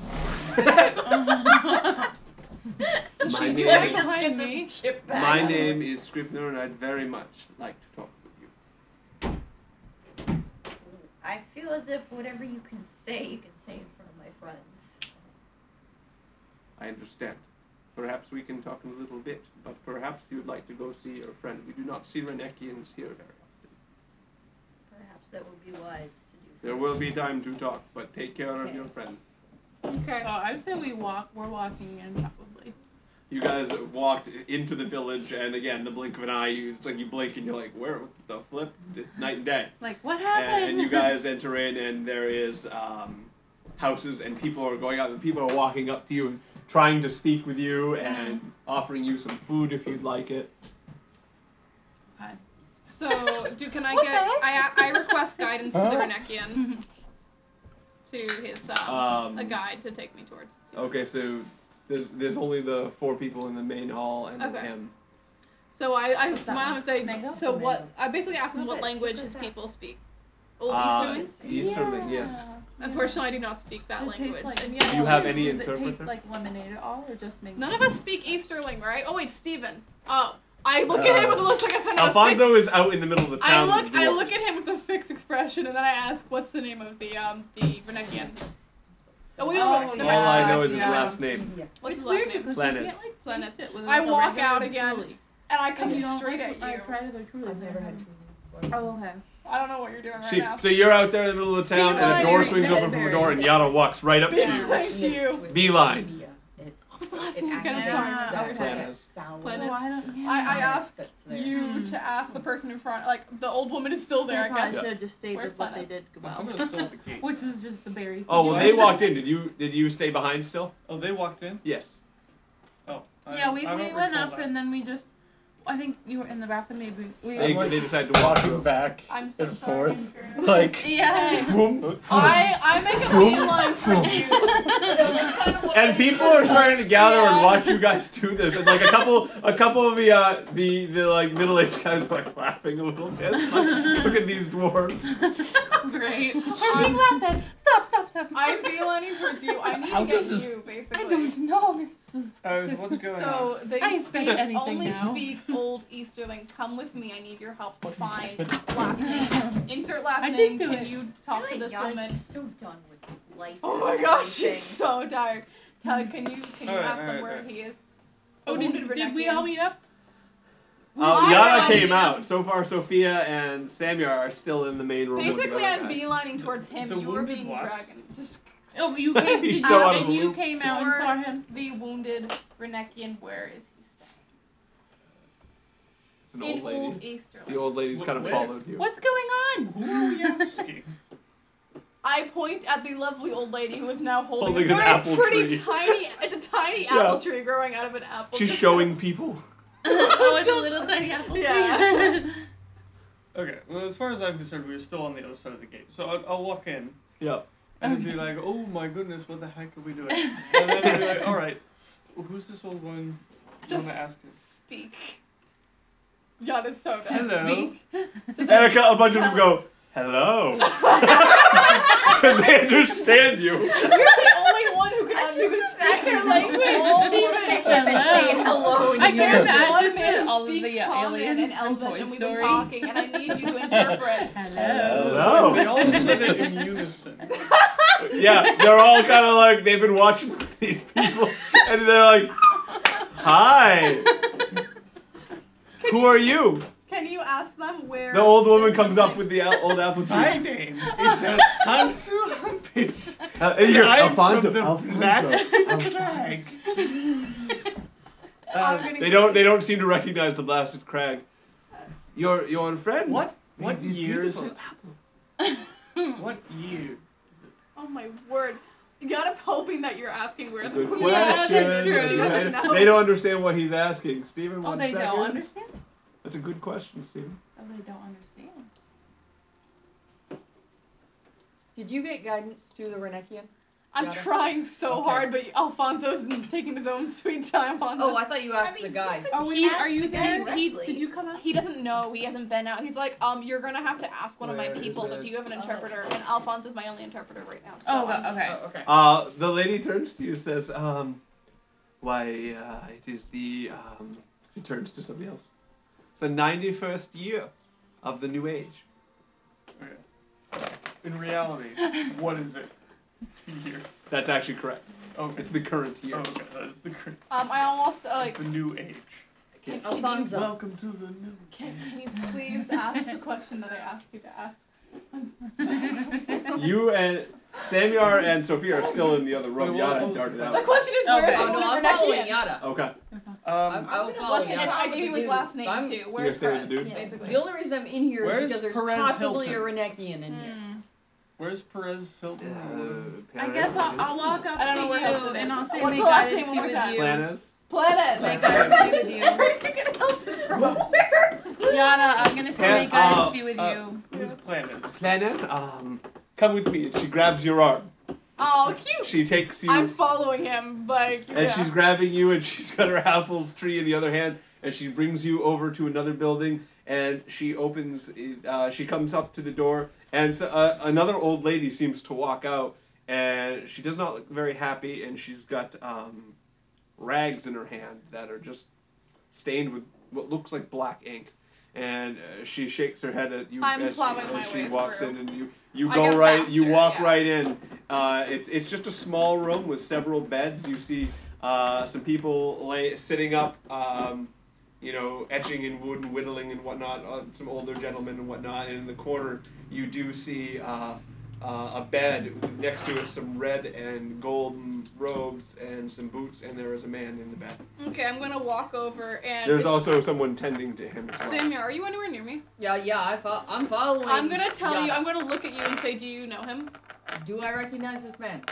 Speaker 7: Oh. [laughs]
Speaker 2: My
Speaker 5: She-
Speaker 2: name-
Speaker 5: you ever just
Speaker 7: Behind
Speaker 5: get this
Speaker 7: me?
Speaker 5: chip back?
Speaker 2: My name is Scribner, and I'd very much like to talk with you.
Speaker 8: I feel as if whatever you can say, you can say in front of my friends.
Speaker 2: I understand. Perhaps we can talk in a little bit, but perhaps you'd like to go see your friend. We do not see Renekians here very often.
Speaker 8: Perhaps that would be wise to do.
Speaker 2: There will be time to talk, but take care of
Speaker 8: Okay.
Speaker 2: your friend.
Speaker 3: Okay.
Speaker 7: So I would say we walk. We're walking in probably.
Speaker 2: You guys walked into the village, and again, the blink of an eye, you, it's like you blink and you're like, where the flip? It's night and day.
Speaker 7: Like what happened?
Speaker 2: And, and you guys enter in, and there is um, houses, and people are going out, and people are walking up to you and trying to speak with you
Speaker 3: Mm-hmm.
Speaker 2: and offering you some food if you'd like it.
Speaker 7: Okay. [laughs]
Speaker 3: So, do can I
Speaker 7: What
Speaker 3: get?
Speaker 7: the
Speaker 3: I
Speaker 7: heck?
Speaker 3: I request guidance to the
Speaker 7: [laughs]
Speaker 6: Huh?
Speaker 3: Renekian to his um,
Speaker 2: Um,
Speaker 3: a guide to take me towards.
Speaker 2: Okay, so there's there's only the four people in the main hall and
Speaker 3: Okay.
Speaker 2: him.
Speaker 3: So I, I
Speaker 5: What's that
Speaker 3: smile
Speaker 5: one?
Speaker 3: and say,
Speaker 5: Mango?
Speaker 3: so
Speaker 5: Mango.
Speaker 3: what? I basically asked him
Speaker 10: Not
Speaker 3: what
Speaker 10: that
Speaker 3: language
Speaker 10: stupid
Speaker 3: his
Speaker 10: that-
Speaker 3: people speak. Old
Speaker 2: Uh,
Speaker 3: Easterlings.
Speaker 2: Easterling,
Speaker 7: yeah.
Speaker 2: yes.
Speaker 3: Unfortunately, I do not speak that
Speaker 7: It tastes
Speaker 3: language.
Speaker 7: like-
Speaker 3: and yet,
Speaker 2: Do you have any
Speaker 7: Does it taste
Speaker 2: interpreter?
Speaker 7: like lemonade at all, or just mango?
Speaker 3: none of us speak Easterling, right? Oh wait, Stephen. Oh, I look at him with a looks like I've had a fixed-
Speaker 2: Uh, Alfonso is out in the middle of the
Speaker 3: I
Speaker 2: town.
Speaker 3: look,
Speaker 2: with
Speaker 3: I look
Speaker 2: dwarves.
Speaker 3: at him with a fixed expression, and then I ask, "What's the name of the um the Renekian?" Oh, we don't
Speaker 7: Oh,
Speaker 3: look at the
Speaker 7: yeah.
Speaker 2: All I know is his
Speaker 7: Yeah.
Speaker 2: last name.
Speaker 3: What's
Speaker 7: it's
Speaker 3: his
Speaker 7: weird
Speaker 3: last name?
Speaker 7: because
Speaker 2: Planet.
Speaker 7: you can't like
Speaker 3: Planet.
Speaker 7: place it with
Speaker 3: I
Speaker 7: like, a
Speaker 3: walk
Speaker 7: regular
Speaker 3: out again,
Speaker 7: Truly.
Speaker 3: And I
Speaker 7: And
Speaker 3: come
Speaker 7: you don't
Speaker 3: straight
Speaker 7: like-
Speaker 3: at you.
Speaker 7: I tried other Trulies.
Speaker 9: I've never had
Speaker 7: Oh, okay.
Speaker 3: I don't know what you're doing right
Speaker 2: She,
Speaker 3: now.
Speaker 2: so you're out there in the middle of town, and a
Speaker 3: Beeline
Speaker 2: door
Speaker 3: is
Speaker 2: swings open from the door, and Yana walks right up to
Speaker 3: Beeline.
Speaker 2: you.
Speaker 3: to you.
Speaker 2: Beeline.
Speaker 3: What was the last name again? I'm sorry.
Speaker 7: Yeah,
Speaker 2: okay.
Speaker 3: Planet.
Speaker 7: So I don't. Yeah.
Speaker 3: I, I asked you [laughs]
Speaker 7: Hmm.
Speaker 3: to ask the person in front. Like the old woman is still
Speaker 7: They
Speaker 3: there, I
Speaker 7: probably
Speaker 3: guess.
Speaker 7: should have just stayed
Speaker 3: Where's
Speaker 7: with what they did well,
Speaker 5: [laughs]
Speaker 7: which was just the berries.
Speaker 2: Oh, well,
Speaker 4: well,
Speaker 2: they
Speaker 4: I-
Speaker 2: walked in. Did you did you stay behind still?
Speaker 4: Oh, they walked in.
Speaker 2: Yes.
Speaker 4: Oh. I
Speaker 7: Yeah,
Speaker 4: don't-
Speaker 7: we,
Speaker 4: I
Speaker 7: we
Speaker 4: don't
Speaker 7: went
Speaker 4: recall
Speaker 7: up
Speaker 4: that.
Speaker 7: and then we just. I think you were in the bathroom. Maybe we.
Speaker 2: They,
Speaker 6: like-
Speaker 2: they decided to walk.
Speaker 6: Walking back
Speaker 3: I'm so
Speaker 6: and
Speaker 3: sorry.
Speaker 6: forth, like.
Speaker 7: yeah.
Speaker 6: Vroom, [laughs]
Speaker 3: I I make a beeline for you.
Speaker 2: And people are starting to gather and
Speaker 7: Yeah.
Speaker 2: watch you guys do this, and like a couple, a couple of the uh, the the like middle aged guys are like laughing a little bit. Like, look at these dwarves.
Speaker 7: Great. We're being laughed at. Stop, stop, stop.
Speaker 3: I'm beelining towards you. I need
Speaker 6: How
Speaker 3: to get
Speaker 6: does this-
Speaker 3: you basically.
Speaker 7: I don't know, Mrs.
Speaker 4: Oh,
Speaker 7: This
Speaker 4: what's
Speaker 7: is
Speaker 4: going on?
Speaker 3: So they
Speaker 7: I ain't
Speaker 3: speak
Speaker 7: speak anything
Speaker 3: only
Speaker 7: now.
Speaker 3: speak old Easterling. Come with me. I need your help to find last name. Insert last
Speaker 7: I did
Speaker 3: name.
Speaker 7: do
Speaker 3: Can
Speaker 7: it.
Speaker 3: you talk to
Speaker 8: Like,
Speaker 3: this
Speaker 8: God,
Speaker 3: woman?
Speaker 8: She's so done with life.
Speaker 3: Oh
Speaker 8: and
Speaker 3: my gosh,
Speaker 8: everything.
Speaker 3: she's so tired. Tell can you can you
Speaker 4: Alright,
Speaker 3: ask them
Speaker 4: alright,
Speaker 3: where
Speaker 4: alright.
Speaker 3: he is?
Speaker 7: Oh, did, did we all meet up?
Speaker 2: Uh,
Speaker 3: Why
Speaker 2: Yana
Speaker 3: not?
Speaker 2: came out. So far, Sophia and Samyar are still in the main room. with the
Speaker 3: Basically,
Speaker 2: other
Speaker 3: I'm
Speaker 2: guy.
Speaker 3: beelining towards him.
Speaker 4: The
Speaker 3: you were
Speaker 4: wounded
Speaker 3: being
Speaker 4: what?
Speaker 3: dragon. Just
Speaker 7: Oh, you came.
Speaker 2: He's
Speaker 7: Did
Speaker 2: so
Speaker 7: you,
Speaker 2: out of
Speaker 7: and
Speaker 2: the
Speaker 7: you
Speaker 2: loop.
Speaker 7: came out
Speaker 3: Or-
Speaker 7: and saw him.
Speaker 3: the wounded Renekian. Where is he staying?
Speaker 2: It's an old
Speaker 3: In
Speaker 2: lady.
Speaker 3: old Easterling.
Speaker 2: The old lady's kind of
Speaker 4: Where?
Speaker 2: followed you.
Speaker 7: What's going on?
Speaker 4: Who are we
Speaker 7: [laughs]
Speaker 4: asking?
Speaker 3: I point at the lovely old lady who is now holding,
Speaker 2: Holding
Speaker 3: a
Speaker 2: an
Speaker 3: very
Speaker 2: apple tree. [laughs]
Speaker 3: pretty tiny. It's a tiny
Speaker 2: Yeah.
Speaker 3: apple tree growing out of an apple.
Speaker 2: She's
Speaker 3: tree.
Speaker 2: showing people.
Speaker 7: oh, it's a little tiny apple.
Speaker 3: Yeah.
Speaker 7: [laughs]
Speaker 4: Okay. Well, as far as I'm concerned, we are still on the other side of the gate. So I'll, I'll walk in
Speaker 2: Yep.
Speaker 4: and be like, "Oh my goodness, what the heck are
Speaker 7: [laughs]
Speaker 4: we doing?" And then I'll be like, "All right, who's this old woman?" I'm
Speaker 3: Just
Speaker 4: gonna ask her.
Speaker 3: speak. Yana's so dead. [laughs]
Speaker 4: Hello.
Speaker 3: Just
Speaker 2: Erica, a bunch of them go,
Speaker 6: [laughs]
Speaker 2: hello. Because they understand you.
Speaker 3: You're the
Speaker 2: [laughs]
Speaker 3: only one who can
Speaker 8: I'm
Speaker 3: understand
Speaker 8: just
Speaker 3: speak their
Speaker 8: imagining
Speaker 3: language.
Speaker 9: Oh,
Speaker 8: all the
Speaker 3: Steven.
Speaker 5: [laughs]
Speaker 8: saying hello
Speaker 7: I
Speaker 8: in
Speaker 7: guess
Speaker 8: unison.
Speaker 7: I
Speaker 3: One
Speaker 7: just
Speaker 3: man
Speaker 7: did all of
Speaker 3: speaks
Speaker 7: the
Speaker 3: common
Speaker 7: aliens
Speaker 3: and
Speaker 7: from
Speaker 3: Elvish,
Speaker 7: Toy
Speaker 3: and we've been
Speaker 7: Story.
Speaker 3: talking, and I need you to interpret.
Speaker 7: [laughs]
Speaker 6: Hello.
Speaker 4: They all said it in unison.
Speaker 2: Yeah, they're all kind of like, they've been watching these people, and they're
Speaker 7: Oh,
Speaker 2: like, hi, who are you?
Speaker 3: [laughs] Can you ask them where.
Speaker 2: The old woman
Speaker 3: it's
Speaker 2: comes up
Speaker 3: coming.
Speaker 2: with the al- old apple tree.
Speaker 4: My name is Alfonso
Speaker 2: [laughs]
Speaker 4: Hampus.
Speaker 2: Uh, here,
Speaker 4: I'm
Speaker 2: Alfonso,
Speaker 4: from the
Speaker 2: Alfonso,
Speaker 4: Plastic
Speaker 2: Alfonso.
Speaker 4: Crag.
Speaker 3: I'm
Speaker 4: Uh,
Speaker 3: gonna
Speaker 2: They
Speaker 3: get-
Speaker 2: don't. They don't seem to recognize the blasted crag. Your your friend.
Speaker 4: What? What
Speaker 2: He's
Speaker 4: year is it?
Speaker 2: beautiful.
Speaker 4: What year?
Speaker 3: Oh my word. God's hoping that you're asking where.
Speaker 2: Good
Speaker 3: the-
Speaker 7: [laughs]
Speaker 2: question.
Speaker 7: Yeah, that's true. [laughs]
Speaker 3: She doesn't
Speaker 2: Right?
Speaker 3: know.
Speaker 2: They don't understand what he's asking, Stephen.
Speaker 7: Oh,
Speaker 2: one
Speaker 7: they do don't
Speaker 2: second.
Speaker 7: understand.
Speaker 2: That's a good question, Stephen.
Speaker 7: Oh, they don't understand.
Speaker 9: Did you get guidance to the Renekian?
Speaker 3: I'm
Speaker 9: Got it.
Speaker 3: trying so
Speaker 9: Okay.
Speaker 3: hard, but Alfonso's taking his own [laughs] sweet time on
Speaker 9: Oh,
Speaker 3: this.
Speaker 9: I thought you asked
Speaker 10: I
Speaker 9: the
Speaker 10: mean,
Speaker 9: guy.
Speaker 7: Oh,
Speaker 10: He
Speaker 7: he,
Speaker 10: asked
Speaker 7: are you
Speaker 10: the guy
Speaker 7: there? He,
Speaker 10: directly.
Speaker 7: did you come out?
Speaker 3: He doesn't know. He hasn't been out. He's like, um, you're gonna have to ask one of my
Speaker 6: Where is
Speaker 3: people.
Speaker 6: it?
Speaker 3: But do you have an
Speaker 10: Oh.
Speaker 3: interpreter? And Alfonso's my only interpreter right now. So
Speaker 7: Oh,
Speaker 3: um,
Speaker 7: go- okay.
Speaker 9: Oh, okay.
Speaker 2: Uh, the lady turns to you and says, um, why, uh, it is the, um, she turns to somebody else. It's the 91st year of the new age.
Speaker 4: In reality, what is it? Year.
Speaker 2: That's actually correct.
Speaker 4: Okay.
Speaker 2: It's the current year.
Speaker 4: Oh, okay. That is the cr-
Speaker 3: Um, I almost uh, like.
Speaker 4: the new age.
Speaker 3: Can, can you,
Speaker 5: Alfonso.
Speaker 4: Welcome to the new.
Speaker 3: can, can you please ask the question that I asked you to ask?
Speaker 7: Hmm.
Speaker 2: [laughs] You and Samyar and Sophia are still in the other room.
Speaker 4: Wait,
Speaker 2: Yana
Speaker 4: what
Speaker 2: had
Speaker 4: was
Speaker 2: darted
Speaker 4: the-
Speaker 2: out.
Speaker 3: The question is where is
Speaker 9: Oh,
Speaker 3: the
Speaker 9: no,
Speaker 3: one
Speaker 9: I'm
Speaker 3: in Renekian?
Speaker 9: following Yada.
Speaker 2: Okay.
Speaker 9: I'm,
Speaker 4: Um,
Speaker 9: I will
Speaker 10: gonna
Speaker 9: follow
Speaker 3: What's in,
Speaker 9: Yada.
Speaker 3: and I gave you his
Speaker 9: Dude,
Speaker 3: last name
Speaker 9: I'm-
Speaker 3: too.
Speaker 2: You're
Speaker 3: Where's
Speaker 2: staying
Speaker 3: Perez?
Speaker 2: with the dude?
Speaker 3: Basically.
Speaker 9: The only reason I'm in here is
Speaker 4: Where's
Speaker 9: because there's
Speaker 4: Perez
Speaker 9: possibly
Speaker 4: Hilton?
Speaker 9: a Renekian in here.
Speaker 7: Hmm.
Speaker 4: where's Perez
Speaker 2: Uh,
Speaker 4: Hilton?
Speaker 7: I guess I'll, I'll walk up
Speaker 3: I don't
Speaker 7: to
Speaker 3: know where
Speaker 7: you
Speaker 3: Hilton
Speaker 7: and
Speaker 3: is.
Speaker 7: I'll say,
Speaker 3: What's
Speaker 7: "May
Speaker 3: the
Speaker 7: God
Speaker 3: last
Speaker 7: be
Speaker 3: name one more
Speaker 7: with
Speaker 3: time?
Speaker 7: you."
Speaker 2: Planet.
Speaker 3: Planet.
Speaker 7: Like,
Speaker 3: Where
Speaker 7: I'm happy
Speaker 10: [laughs]
Speaker 7: with you.
Speaker 3: did you get Hilton from?
Speaker 7: Yana, I'm gonna say, may
Speaker 2: Yes,
Speaker 7: God
Speaker 2: uh,
Speaker 7: be with
Speaker 4: uh,
Speaker 7: you.
Speaker 4: Who's Planet?
Speaker 2: Planet, um, come with me. And she grabs your arm.
Speaker 3: Oh, cute.
Speaker 2: She takes you.
Speaker 3: I'm following him, like.
Speaker 2: And
Speaker 3: yeah.
Speaker 2: she's grabbing you, and [laughs] she's got her apple tree in the other hand, and she brings you over to another building, and she opens, uh, she comes up to the door, and so, uh, another old lady seems to walk out, and she does not look very happy, and she's got um, rags in her hand that are just stained with what looks like black ink. And uh, she shakes her head at you
Speaker 3: I'm
Speaker 2: as she,
Speaker 3: plowing
Speaker 2: as
Speaker 3: my
Speaker 2: she
Speaker 3: way
Speaker 2: walks
Speaker 3: through.
Speaker 2: in, and you, you
Speaker 3: I
Speaker 2: go
Speaker 3: go
Speaker 2: right, you
Speaker 3: faster,
Speaker 2: walk
Speaker 3: yeah.
Speaker 2: right in. Uh, it's it's just a small room with several beds. You see uh, some people lay sitting up, um, you know, etching in wood and whittling and whatnot. Uh, some older gentlemen and whatnot. And in the corner, you do see uh, uh, a bed with next to it some red and golden robes and some boots, and there is a man in the bed.
Speaker 3: Okay, I'm gonna walk over and.
Speaker 2: There's also someone tending to him. as well.
Speaker 3: Samir, are you anywhere near me?
Speaker 9: Yeah, yeah, I fo- I'm following.
Speaker 3: I'm gonna tell you.
Speaker 9: Yada.
Speaker 3: I'm gonna look at you and say, "Do you know him?"
Speaker 9: Do I recognize this man?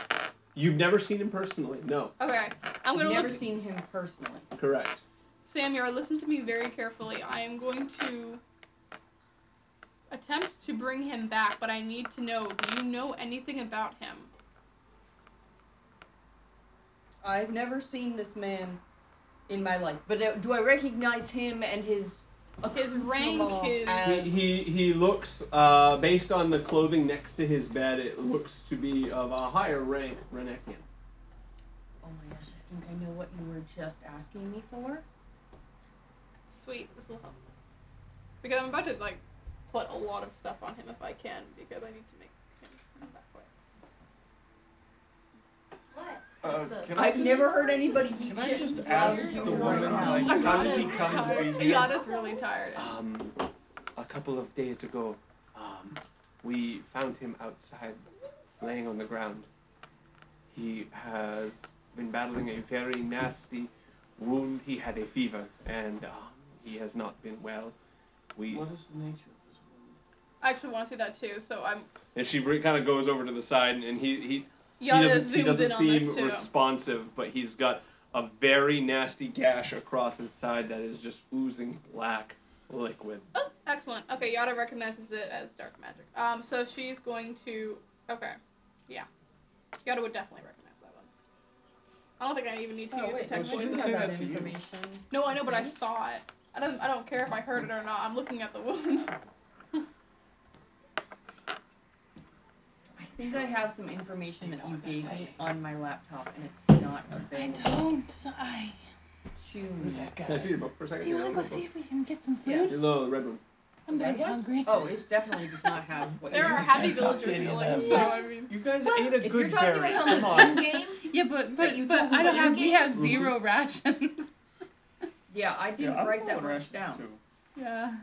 Speaker 2: You've never seen him personally. No,
Speaker 3: Okay. I'm gonna
Speaker 9: Never
Speaker 3: look.
Speaker 9: seen him personally.
Speaker 2: correct.
Speaker 3: Samir, listen to me very carefully. I am going to attempt to bring him back, but I need to know. Do you know anything about him?
Speaker 9: I've never seen this man in my life. But uh, do I recognize him and his
Speaker 3: His rank,
Speaker 9: accoutrement
Speaker 3: his-
Speaker 9: as-
Speaker 2: He, he, he looks, uh, based on the clothing next to his bed, it looks to be of a higher rank Renekian.
Speaker 9: Oh my gosh, I think I know what you were just asking me for.
Speaker 3: Sweet, this will help. Because I'm about to like put a lot of stuff on him if I can, because I need to make him come back quick.
Speaker 10: What?
Speaker 4: Uh,
Speaker 10: Just a-
Speaker 4: can I
Speaker 9: I've
Speaker 4: just-
Speaker 9: never heard anybody eat
Speaker 4: Can I
Speaker 9: shit
Speaker 4: just
Speaker 9: in Oh,
Speaker 4: ask
Speaker 9: flowers
Speaker 4: the
Speaker 9: in
Speaker 4: woman,
Speaker 9: house.
Speaker 4: like,
Speaker 3: I'm
Speaker 4: how does he
Speaker 3: so
Speaker 4: come to
Speaker 3: tired.
Speaker 4: be here?
Speaker 3: Yada's really tired.
Speaker 2: Um, a couple of days ago, um, we found him outside, laying on the ground. He has been battling a very nasty wound. He had a fever, and um, he has not been well. We
Speaker 4: What is the nature of this woman?
Speaker 3: I actually want to see that too, so I'm
Speaker 2: and she kind of goes over to the side, and he he he
Speaker 3: Yada
Speaker 2: doesn't, he
Speaker 3: zooms
Speaker 2: doesn't
Speaker 3: in on
Speaker 2: seem
Speaker 3: this too.
Speaker 2: responsive, but he's got a very nasty gash across his side that is just oozing black liquid.
Speaker 3: Oh, excellent. Okay, Yada recognizes it as dark magic. Um, so she's going to. Okay, yeah, Yada would definitely recognize that one. I don't think I even need to
Speaker 9: Oh,
Speaker 3: use
Speaker 9: wait,
Speaker 3: detect
Speaker 4: well, she
Speaker 3: voices.
Speaker 4: didn't say that to you.
Speaker 9: information.
Speaker 3: No, I know,
Speaker 7: Hmm?
Speaker 3: but I saw it. I don't. I don't care if I heard it or not. I'm looking at the
Speaker 7: [laughs]
Speaker 3: wound.
Speaker 9: I think I have some information that you gave me on my laptop and it's not
Speaker 7: I
Speaker 9: available
Speaker 7: don't. I.
Speaker 9: to me.
Speaker 2: Can I see your book for a second?
Speaker 7: Do you
Speaker 2: Yeah,
Speaker 7: want to go
Speaker 2: I'll read the
Speaker 7: see
Speaker 2: book.
Speaker 7: if we can get some food?
Speaker 9: Yeah.
Speaker 2: Here's a little red one.
Speaker 7: I'm very
Speaker 9: Red one?
Speaker 7: hungry.
Speaker 9: Oh, it definitely does not have what
Speaker 3: there
Speaker 9: you
Speaker 3: are
Speaker 9: need.
Speaker 3: happy
Speaker 6: can't talk to
Speaker 3: villagers
Speaker 6: any of
Speaker 3: kneeling,
Speaker 6: them.
Speaker 3: so I mean.
Speaker 4: You guys
Speaker 7: But
Speaker 4: ate a
Speaker 8: If
Speaker 4: good
Speaker 8: you're talking
Speaker 4: berry.
Speaker 8: about something in game,
Speaker 7: Yeah, but but
Speaker 8: you
Speaker 7: but
Speaker 8: told me
Speaker 7: I don't
Speaker 8: about your
Speaker 7: have. We
Speaker 8: game.
Speaker 7: have 0 [laughs] rations.
Speaker 9: Yeah, I didn't
Speaker 4: Yeah, I'm
Speaker 9: write that
Speaker 4: going
Speaker 9: much
Speaker 4: rations
Speaker 9: down.
Speaker 4: too.
Speaker 7: yeah.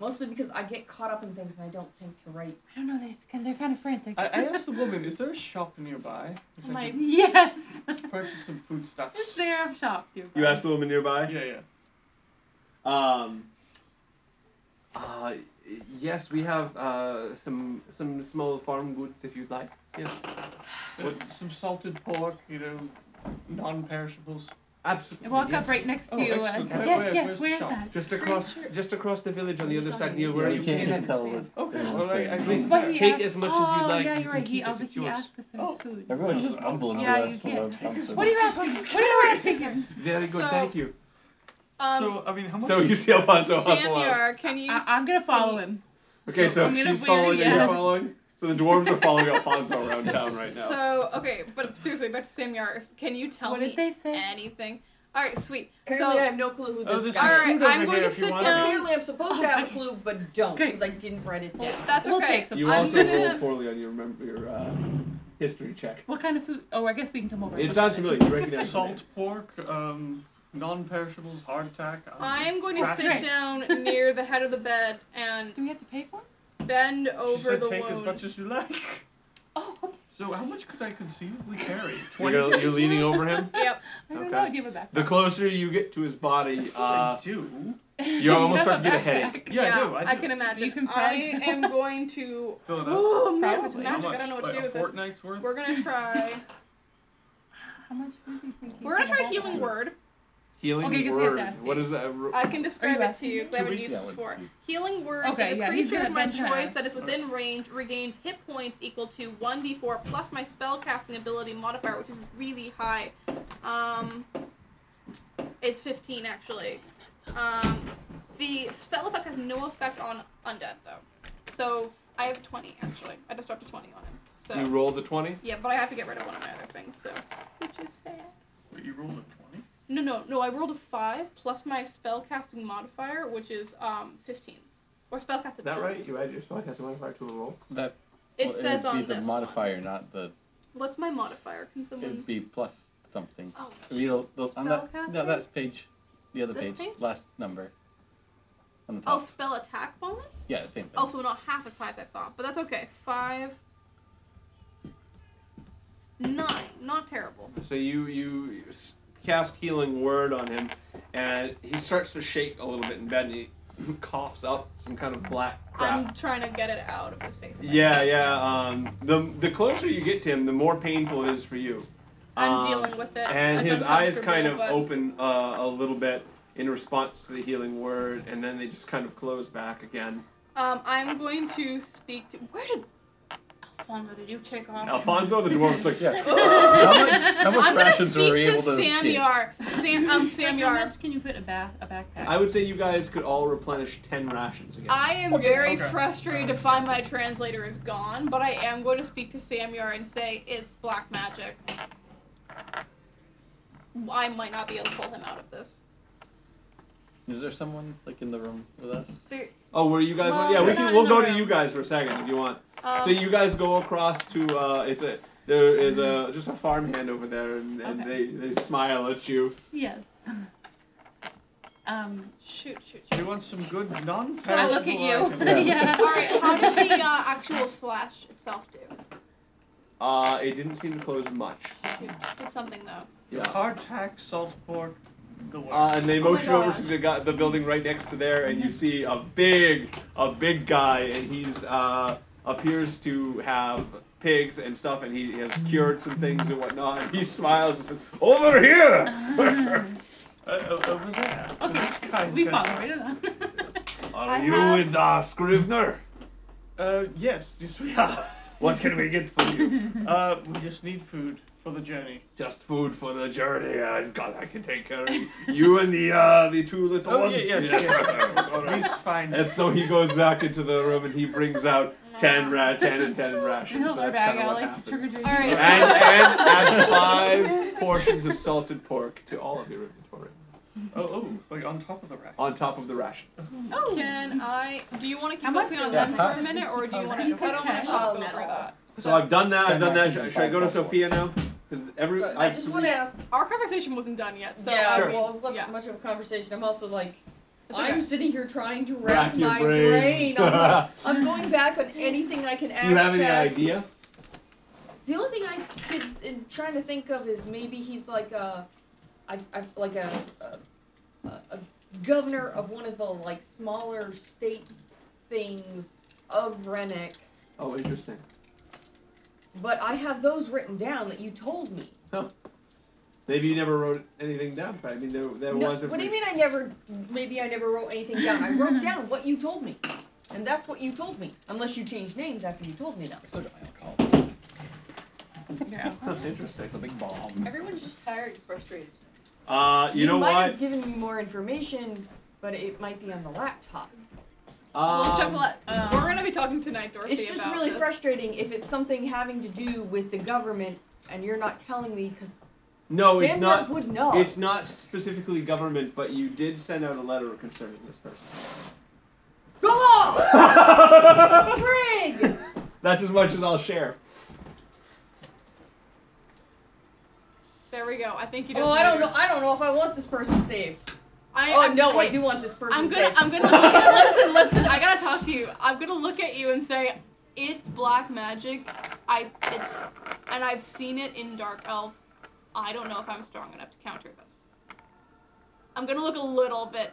Speaker 5: Mostly because I get caught up in things and I don't think to write.
Speaker 7: I don't know. They can, they're kind of frantic. [laughs]
Speaker 4: I, I asked the woman, is there a shop nearby? If I
Speaker 7: like,
Speaker 4: could
Speaker 7: yes.
Speaker 4: purchase some food stuff.
Speaker 7: it's there. I've shopped you.
Speaker 2: You asked the woman nearby?
Speaker 4: Yeah, yeah.
Speaker 2: Um, uh, yes, we have uh, some some small farm goods if you'd like. Yes,
Speaker 4: What, some salted pork, you know, non-perishables.
Speaker 2: absolutely.
Speaker 7: I walk
Speaker 2: yes.
Speaker 7: up right next to
Speaker 4: Oh,
Speaker 7: you and
Speaker 4: excellent.
Speaker 7: say,
Speaker 4: Where-
Speaker 7: yes,
Speaker 4: where-
Speaker 7: yes,
Speaker 4: where's the
Speaker 7: where's
Speaker 4: shop?
Speaker 7: that?
Speaker 2: Just across, just across the village on the other side, near where
Speaker 6: Yeah,
Speaker 2: you
Speaker 6: we can't
Speaker 7: [laughs]
Speaker 2: came
Speaker 6: get
Speaker 2: in.
Speaker 6: colored.
Speaker 4: Okay,
Speaker 6: Yeah,
Speaker 4: well, I, I
Speaker 6: that's
Speaker 4: live
Speaker 6: it.
Speaker 7: But
Speaker 4: there.
Speaker 7: he
Speaker 2: Take
Speaker 7: asked,
Speaker 2: as much
Speaker 7: oh,
Speaker 2: as you'd like.
Speaker 7: yeah,
Speaker 2: You
Speaker 7: you're
Speaker 2: can
Speaker 7: right. He,
Speaker 2: keep it.
Speaker 7: ob-
Speaker 2: It's
Speaker 7: he
Speaker 2: yours.
Speaker 7: asked if there's
Speaker 4: Oh.
Speaker 7: food.
Speaker 6: Everyone's just
Speaker 4: Yeah,
Speaker 6: bumbling
Speaker 7: you
Speaker 6: to us
Speaker 7: can't.
Speaker 6: about something.
Speaker 7: What are you asking? What are you asking him?
Speaker 2: Very good,
Speaker 3: So-
Speaker 2: thank you.
Speaker 3: Um,
Speaker 4: so, I mean, how much
Speaker 2: So [laughs] you
Speaker 4: is
Speaker 2: see Alfonso hustle out.
Speaker 3: Samir, can you?
Speaker 7: I, I'm gonna follow him.
Speaker 2: Okay, so
Speaker 7: I'm gonna
Speaker 2: she's
Speaker 7: weird
Speaker 2: following.
Speaker 7: you
Speaker 2: and You're
Speaker 7: out.
Speaker 4: Oh,
Speaker 2: following. So the dwarves are following Alfonso around town right now.
Speaker 3: So okay, but seriously, back to Samir. Can you tell
Speaker 7: What
Speaker 3: me Eh,
Speaker 7: did they say?
Speaker 3: anything? All right, sweet.
Speaker 5: Apparently,
Speaker 3: so
Speaker 5: I have no clue who
Speaker 4: Oh,
Speaker 5: this
Speaker 4: this
Speaker 5: guy
Speaker 3: all
Speaker 5: is. Oh,
Speaker 4: He's
Speaker 3: right,
Speaker 4: over
Speaker 3: I'm going
Speaker 4: here
Speaker 3: to
Speaker 4: if you
Speaker 3: sit
Speaker 4: want
Speaker 3: down.
Speaker 5: Apparently, I'm supposed to have a clue, but don't
Speaker 7: Great.
Speaker 5: because I didn't write it down.
Speaker 3: That's
Speaker 7: We'll
Speaker 3: okay.
Speaker 7: take some.
Speaker 2: You
Speaker 3: I'm
Speaker 2: also
Speaker 3: gonna-
Speaker 2: rolled poorly on your remember your uh, history check.
Speaker 7: What kind of food? Oh, I guess we can come over. and
Speaker 2: It
Speaker 7: look
Speaker 2: sounds
Speaker 7: at
Speaker 2: familiar. You recognize the name.
Speaker 4: Salt pork, um, non-perishables, Um, heart attack.
Speaker 3: I'm going to
Speaker 4: Right.
Speaker 3: sit down near the head of the bed and
Speaker 7: Do we have to pay for it?
Speaker 3: bend
Speaker 4: She
Speaker 3: over
Speaker 4: said
Speaker 3: the
Speaker 4: take as
Speaker 3: wound.
Speaker 4: much as you like.
Speaker 7: Oh, okay.
Speaker 4: So how much could I conceivably carry?
Speaker 2: You're,
Speaker 4: 20
Speaker 2: gonna, [laughs] you're
Speaker 4: days?
Speaker 2: leaning over him.
Speaker 3: [laughs] Yep.
Speaker 7: I don't
Speaker 2: Okay.
Speaker 7: know. Give it back.
Speaker 2: The
Speaker 7: [laughs]
Speaker 2: closer you get to his body,
Speaker 4: Yes,
Speaker 2: uh,
Speaker 4: I do.
Speaker 2: you almost
Speaker 7: have
Speaker 2: start to get a
Speaker 7: backpack.
Speaker 2: headache.
Speaker 4: [laughs] Yeah, I do. I, do.
Speaker 3: can imagine.
Speaker 7: You can
Speaker 4: [laughs]
Speaker 3: I
Speaker 7: probably-
Speaker 3: am going to.
Speaker 4: Fill it up.
Speaker 3: Ooh, I'm mad it's
Speaker 7: Probably.
Speaker 3: magic.
Speaker 4: How
Speaker 3: I
Speaker 4: much?
Speaker 3: don't know what to
Speaker 4: Like
Speaker 3: do
Speaker 4: a
Speaker 3: with this.
Speaker 4: fortnight's worth?
Speaker 3: We're gonna try.
Speaker 7: How much food do you think?
Speaker 3: We're gonna
Speaker 7: he's
Speaker 3: try
Speaker 7: have?
Speaker 3: healing word.
Speaker 2: Healing
Speaker 7: Okay, 'cause we have to
Speaker 2: word.
Speaker 7: ask
Speaker 2: What
Speaker 7: it.
Speaker 2: is that? Ro-
Speaker 3: I can describe it to
Speaker 7: asking
Speaker 3: you
Speaker 7: me?
Speaker 3: because I haven't
Speaker 6: Two
Speaker 3: used
Speaker 6: weeks?
Speaker 3: it before. Healing word
Speaker 7: Okay,
Speaker 3: is a
Speaker 7: yeah, he's
Speaker 3: creature
Speaker 7: gonna
Speaker 3: of my
Speaker 7: bend her.
Speaker 3: choice that is within range regains hit points equal to 1d4 plus my spell casting ability modifier, which is really high. Um, it's 15 actually. Um, the spell effect has no effect on undead though. So I have 20 actually. I just dropped a 20 on him. So
Speaker 2: You roll the twenty.
Speaker 3: yeah, but I have to get rid of one of my other things. So which is sad.
Speaker 4: Wait, you rolled a 20?
Speaker 3: No, no, no. I rolled a five plus my spell casting modifier, which is um fifteen, or spell cast
Speaker 2: Is that right? You add your spell casting modifier to a roll.
Speaker 6: That
Speaker 3: It
Speaker 6: well,
Speaker 3: says
Speaker 6: it'd be
Speaker 3: on
Speaker 6: the
Speaker 3: this.
Speaker 6: modifier, not the.
Speaker 3: one. Mm-hmm. What's my modifier? Can someone?
Speaker 6: It'd be plus something.
Speaker 3: Oh,
Speaker 6: It'd be the- the- on that, no,
Speaker 3: Spellcasting?
Speaker 6: that's page, the other
Speaker 3: This
Speaker 6: page,
Speaker 3: page?
Speaker 6: last number. On the top.
Speaker 3: oh, spell attack bonus.
Speaker 6: yeah, same thing.
Speaker 3: Oh, so not half as high as I thought, but that's okay. Five, six, nine. Not terrible.
Speaker 2: So you you s- cast healing word on him, and he starts to shake a little bit in bed. And he [laughs] coughs up some kind of black crap.
Speaker 3: I'm trying to get it out of his face.
Speaker 2: Yeah, yeah. Um, the the closer you get to him, the more painful it is for you.
Speaker 3: I'm
Speaker 2: Um,
Speaker 3: dealing
Speaker 7: [laughs]
Speaker 3: with it.
Speaker 2: And
Speaker 3: It's
Speaker 2: his eyes kind of
Speaker 3: uncomfortable,
Speaker 2: open
Speaker 3: but-
Speaker 2: uh, a little bit in response to the healing word, and then they just kind of close back again.
Speaker 3: Um, I'm going to speak to. Where did?
Speaker 7: Alfonso, did you take off?
Speaker 2: Alfonso the dwarf's like,
Speaker 6: Yeah.
Speaker 3: how
Speaker 6: much- how much
Speaker 3: I'm gonna
Speaker 6: rations
Speaker 3: speak
Speaker 6: were we
Speaker 3: to
Speaker 6: able to get?
Speaker 3: Samyar.
Speaker 7: [laughs] Like,
Speaker 3: Sam, I'm
Speaker 7: how
Speaker 3: Samyar.
Speaker 7: much can you fit a bath a backpack?
Speaker 2: I would say you guys could all replenish ten rations again.
Speaker 3: I am
Speaker 4: Okay,
Speaker 3: very
Speaker 4: okay.
Speaker 3: frustrated to find my translator is gone, but I am going to speak to Samyar and say it's black magic. I might not be able to pull him out of this.
Speaker 6: Is there someone like in the room with us?
Speaker 3: There-
Speaker 2: oh, where you guys?
Speaker 7: Well,
Speaker 2: went? Yeah,
Speaker 7: we're
Speaker 2: we
Speaker 7: not
Speaker 2: can.
Speaker 7: in
Speaker 2: We'll
Speaker 7: the
Speaker 2: go to
Speaker 7: room.
Speaker 2: you guys for a second if you want.
Speaker 3: um,
Speaker 2: so you guys go across to uh, it's a there is a just a farmhand over there, and, and
Speaker 7: Mm-hmm. Okay.
Speaker 2: they they smile at you.
Speaker 7: Yes. [laughs] Um,
Speaker 3: shoot, shoot,
Speaker 4: She
Speaker 3: shoot.
Speaker 4: wants some good non
Speaker 3: So I
Speaker 7: look at you.
Speaker 3: [laughs]
Speaker 6: Yeah.
Speaker 7: yeah.
Speaker 3: All right, how
Speaker 7: [laughs]
Speaker 3: does the uh, actual slash itself do?
Speaker 2: Uh, it didn't seem to close much.
Speaker 3: Shoot, did something though.
Speaker 2: Yeah.
Speaker 4: Hardtack, salt pork, the works.
Speaker 2: Uh, and they
Speaker 3: Oh my
Speaker 2: motion over
Speaker 3: gosh.
Speaker 2: to the guy, the building right next to there, and you see a big, a big guy, and he's uh, appears to have pigs and stuff, and he has cured some things and whatnot. And he [laughs] smiles and says, "Over
Speaker 3: [laughs]
Speaker 2: here."
Speaker 4: Uh, o- over there.
Speaker 7: Okay,
Speaker 4: This kind
Speaker 7: we
Speaker 4: of-
Speaker 7: follow right along.
Speaker 2: Are
Speaker 3: I have-
Speaker 2: with uh, Scrivener?
Speaker 4: Uh, yes, yes we are. [laughs]
Speaker 2: What can we get for
Speaker 3: [laughs]
Speaker 2: you?
Speaker 4: Uh, we just need food for the journey.
Speaker 2: Just food for the journey. I've got. I can take care of you. you and the uh, the two little
Speaker 4: Oh,
Speaker 2: ones.
Speaker 4: yeah,
Speaker 2: Yes,
Speaker 4: yes, yes.
Speaker 2: sir. All right.
Speaker 4: He's fine.
Speaker 2: And so he goes back into the room and he brings out ten ra- ten and ten rations.
Speaker 7: Held
Speaker 2: so
Speaker 7: our
Speaker 2: that's
Speaker 7: bag
Speaker 2: kind of
Speaker 7: out
Speaker 2: what
Speaker 7: like trick or
Speaker 2: happens.
Speaker 7: treating.
Speaker 3: All
Speaker 2: And,
Speaker 3: right.
Speaker 2: and add five portions of salted pork to all of your inventory
Speaker 4: oh, oh, like on top of the rack.
Speaker 2: on top of the rations.
Speaker 7: Oh.
Speaker 3: Can I? Do you want to
Speaker 7: How
Speaker 3: keep
Speaker 7: much
Speaker 3: focusing on
Speaker 7: do you
Speaker 3: them for
Speaker 6: have?
Speaker 3: a minute, or do you want to?
Speaker 7: He's
Speaker 3: Because I don't want
Speaker 7: okay.
Speaker 3: to talk over
Speaker 5: Not at all.
Speaker 3: that.
Speaker 2: So I've done that. I've
Speaker 6: Ten
Speaker 2: done that.
Speaker 6: rations and
Speaker 2: Should I go to
Speaker 6: five salted pork.
Speaker 2: Sophia now? Because every
Speaker 5: But I
Speaker 2: I've-
Speaker 5: just want to ask.
Speaker 3: Our conversation wasn't done yet, so
Speaker 5: yeah,
Speaker 2: Sure.
Speaker 5: well, it wasn't
Speaker 3: yeah.
Speaker 5: much of a conversation. I'm also like, I'm sitting here trying to
Speaker 2: Rack
Speaker 5: rack
Speaker 2: your
Speaker 5: my
Speaker 2: brain.
Speaker 5: brain.
Speaker 2: [laughs]
Speaker 5: I'm, like, I'm going back on anything I can access.
Speaker 2: Do you have any idea?
Speaker 5: The only thing I could am trying to think of is maybe he's like a, I, I, like a, a, a governor of one of the like smaller state things of Rennick.
Speaker 2: Oh, interesting.
Speaker 5: But I have those written down that you told me.
Speaker 2: Maybe you never wrote anything down, but I mean, there, there
Speaker 5: No,
Speaker 2: was a.
Speaker 5: what do you mean I never? Maybe I never wrote anything down. I wrote down what you told me, and that's what you told me. Unless you changed names after you told me that.
Speaker 6: Still got my alcohol.
Speaker 7: Yeah.
Speaker 2: [laughs] Interesting.
Speaker 6: It's a big bomb.
Speaker 11: Everyone's just tired and frustrated.
Speaker 2: Uh, you know
Speaker 5: might
Speaker 2: what?
Speaker 5: have given me more information, but it might be on the laptop.
Speaker 3: Well,
Speaker 2: Um,
Speaker 3: Chocolate,
Speaker 7: um,
Speaker 3: we're gonna be talking tonight, Dorothy.
Speaker 5: It's just
Speaker 3: about
Speaker 5: really
Speaker 3: this.
Speaker 5: frustrating if it's something having to do with the government and you're not telling me because
Speaker 2: no, it's not.
Speaker 5: would know.
Speaker 2: It's not specifically government, but you did send out a letter concerning this
Speaker 5: Oh,
Speaker 2: person.
Speaker 5: [laughs] frig!
Speaker 2: That's as much as I'll [laughs] share.
Speaker 3: There we go. I think you just.
Speaker 5: oh, I don't
Speaker 3: made
Speaker 5: know.
Speaker 3: her.
Speaker 5: I don't know if I want this person saved.
Speaker 3: I,
Speaker 5: oh
Speaker 3: I'm-
Speaker 5: no, I
Speaker 3: hey,
Speaker 5: do want this person
Speaker 3: I'm gonna,
Speaker 5: saved.
Speaker 3: I'm gonna look
Speaker 5: [laughs]
Speaker 3: at, listen, listen. I gotta talk to you. I'm gonna look at you and say, it's black magic. I, it's, and I've seen it in dark elves. I don't know if I'm strong enough to counter this. I'm gonna look a little bit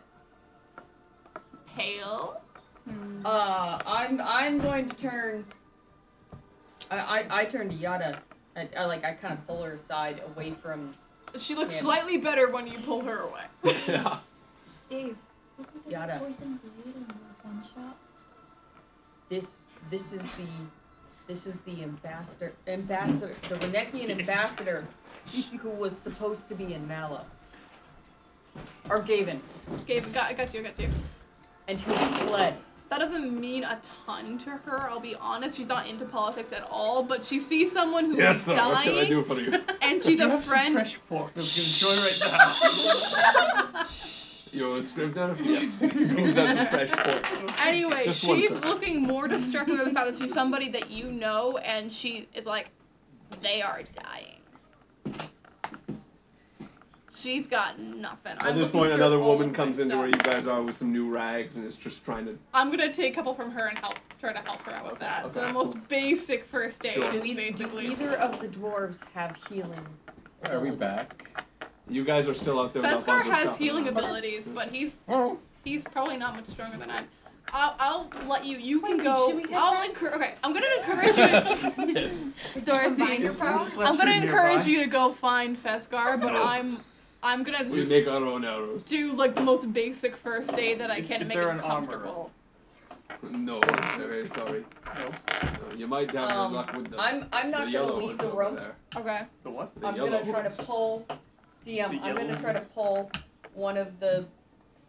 Speaker 3: pale.
Speaker 7: Hmm.
Speaker 5: Uh, I'm I'm going to turn. I I, I turn to Yada. I, I like I kind of pull her aside away from.
Speaker 3: She looks
Speaker 5: Yeah.
Speaker 3: slightly better when you pull her away.
Speaker 2: yeah.
Speaker 10: Dave, wasn't there
Speaker 5: Yada.
Speaker 10: poison weed in the one shop?
Speaker 5: This this is the this is the ambassador ambassador the Renekian ambassador who was supposed to be in Mallow. Or Gavin,
Speaker 3: Okay, got, I got you, I got you.
Speaker 5: and who fled.
Speaker 3: That doesn't mean a ton to her, I'll be honest. She's not into politics at all, but she sees someone who's dying,
Speaker 2: it for you?
Speaker 5: [laughs]
Speaker 3: and
Speaker 4: If
Speaker 3: she's
Speaker 4: you
Speaker 3: a
Speaker 4: have some
Speaker 3: friend.
Speaker 4: fresh pork that we can enjoy right now.
Speaker 2: You want script out of [laughs] Yes. Brings out some fresh
Speaker 3: [laughs]
Speaker 2: pork.
Speaker 3: Anyway,
Speaker 2: Just one
Speaker 3: she's
Speaker 2: sec.
Speaker 3: looking more distracted by the fact that she's somebody that you know, and she is like, they are dying. She's got nothing.
Speaker 2: At
Speaker 3: I'm
Speaker 2: this
Speaker 3: looking
Speaker 2: point,
Speaker 3: through
Speaker 2: another
Speaker 3: all
Speaker 2: woman
Speaker 3: of my
Speaker 2: comes into
Speaker 3: stuff.
Speaker 2: where you guys are with some new rags and is just trying to.
Speaker 3: I'm gonna take a couple from her and help try to help her out with that.
Speaker 2: okay,
Speaker 3: the most
Speaker 2: cool.
Speaker 3: basic first aid
Speaker 2: Sure.
Speaker 3: is
Speaker 5: Do, e- do
Speaker 3: basically
Speaker 5: either of the dwarves have healing?
Speaker 6: Are we
Speaker 5: abilities?
Speaker 6: back?
Speaker 2: You guys are still out there. with all
Speaker 3: Feskar
Speaker 2: kinds of
Speaker 3: has
Speaker 2: stuff. [laughs]
Speaker 3: healing abilities, but he's
Speaker 6: Oh.
Speaker 3: he's probably not much stronger than I'm. I'll, I'll let you. You can
Speaker 10: Wait,
Speaker 3: go.
Speaker 10: should we get
Speaker 3: I'll
Speaker 10: that?
Speaker 3: encourage. Okay, I'm gonna encourage
Speaker 2: [laughs]
Speaker 3: you, to,
Speaker 2: Yes.
Speaker 3: Dorothy.
Speaker 10: Your powers?
Speaker 3: I'm gonna encourage you to go find Feskar, but
Speaker 2: No.
Speaker 3: I'm I'm gonna
Speaker 2: We
Speaker 3: s-
Speaker 2: make our own arrows.
Speaker 3: do like the most basic first aid that I
Speaker 4: Is-
Speaker 3: can to
Speaker 4: is
Speaker 3: make
Speaker 4: there
Speaker 3: him
Speaker 4: an armor?
Speaker 3: comfortable.
Speaker 2: No, I'm very sorry. No, You might have
Speaker 5: Um,
Speaker 2: luck with the,
Speaker 5: I'm I'm
Speaker 2: the
Speaker 5: not
Speaker 2: yellow
Speaker 5: gonna leave
Speaker 2: ones
Speaker 5: the
Speaker 2: over
Speaker 5: room.
Speaker 2: there.
Speaker 3: Okay.
Speaker 4: The what?
Speaker 2: The
Speaker 5: I'm
Speaker 2: yellow
Speaker 5: gonna try to
Speaker 2: ones.
Speaker 5: pull. DM,
Speaker 4: The
Speaker 5: I'm gonna
Speaker 4: yellow
Speaker 5: try to
Speaker 4: ones.
Speaker 5: pull one of the,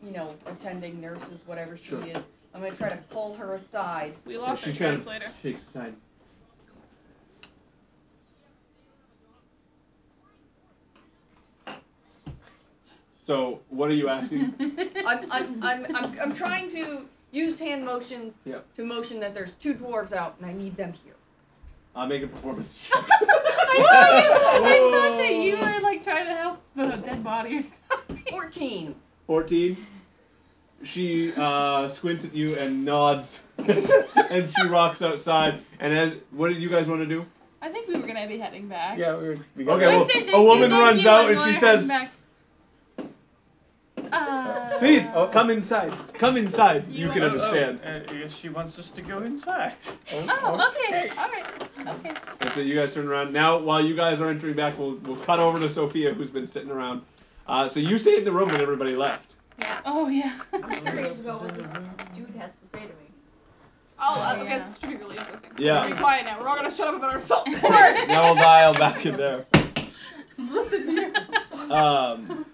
Speaker 5: you know, attending nurses, whatever she
Speaker 2: Sure.
Speaker 5: is. I'm gonna try to pull her aside.
Speaker 3: We lost
Speaker 2: she
Speaker 3: our
Speaker 2: can-
Speaker 3: translator.
Speaker 2: Shake his hand. So, what are
Speaker 7: [laughs]
Speaker 2: you asking?
Speaker 3: [laughs]
Speaker 5: I'm I'm I'm I'm, I'm trying to use hand motions
Speaker 2: Yeah.
Speaker 5: to motion that there's two dwarves out and I need them
Speaker 3: [laughs]
Speaker 5: here.
Speaker 2: I'll make a performance.
Speaker 7: I thought, you, I thought that you were like trying to help the dead body or something.
Speaker 5: Fourteen.
Speaker 2: 14. She uh, squints at you and nods. [laughs] and she rocks outside. And as, what did you guys want to do?
Speaker 7: I think we were gonna be heading back.
Speaker 6: Yeah, we were. We
Speaker 2: Okay, well,
Speaker 7: Wasted
Speaker 2: a
Speaker 7: it,
Speaker 2: woman
Speaker 7: you
Speaker 2: runs
Speaker 7: guys
Speaker 2: out
Speaker 7: knew
Speaker 2: and
Speaker 7: when
Speaker 2: she
Speaker 7: we were
Speaker 2: says,
Speaker 7: heading back. Uh,
Speaker 2: Please, oh, come inside. Come inside. You,
Speaker 7: You
Speaker 2: can
Speaker 7: are-
Speaker 2: understand.
Speaker 4: Uh, she wants us to go inside.
Speaker 7: Oh, okay. All right. Okay.
Speaker 2: And so you guys turn around. Now, while you guys are entering back, we'll, we'll cut over to Sophia, who's been sitting around. Uh, so you stayed in the room when everybody left.
Speaker 7: Oh yeah.
Speaker 8: I'm
Speaker 7: [laughs]
Speaker 8: curious about
Speaker 2: [laughs]
Speaker 8: what this dude has to say to me.
Speaker 3: Oh,
Speaker 7: Yeah.
Speaker 3: okay. This should be really interesting.
Speaker 2: Yeah.
Speaker 3: Be quiet now. We're all gonna shut up about
Speaker 2: [laughs]
Speaker 3: our salt pork.
Speaker 2: Now we'll dial back in there.
Speaker 7: Listen to your
Speaker 2: Um,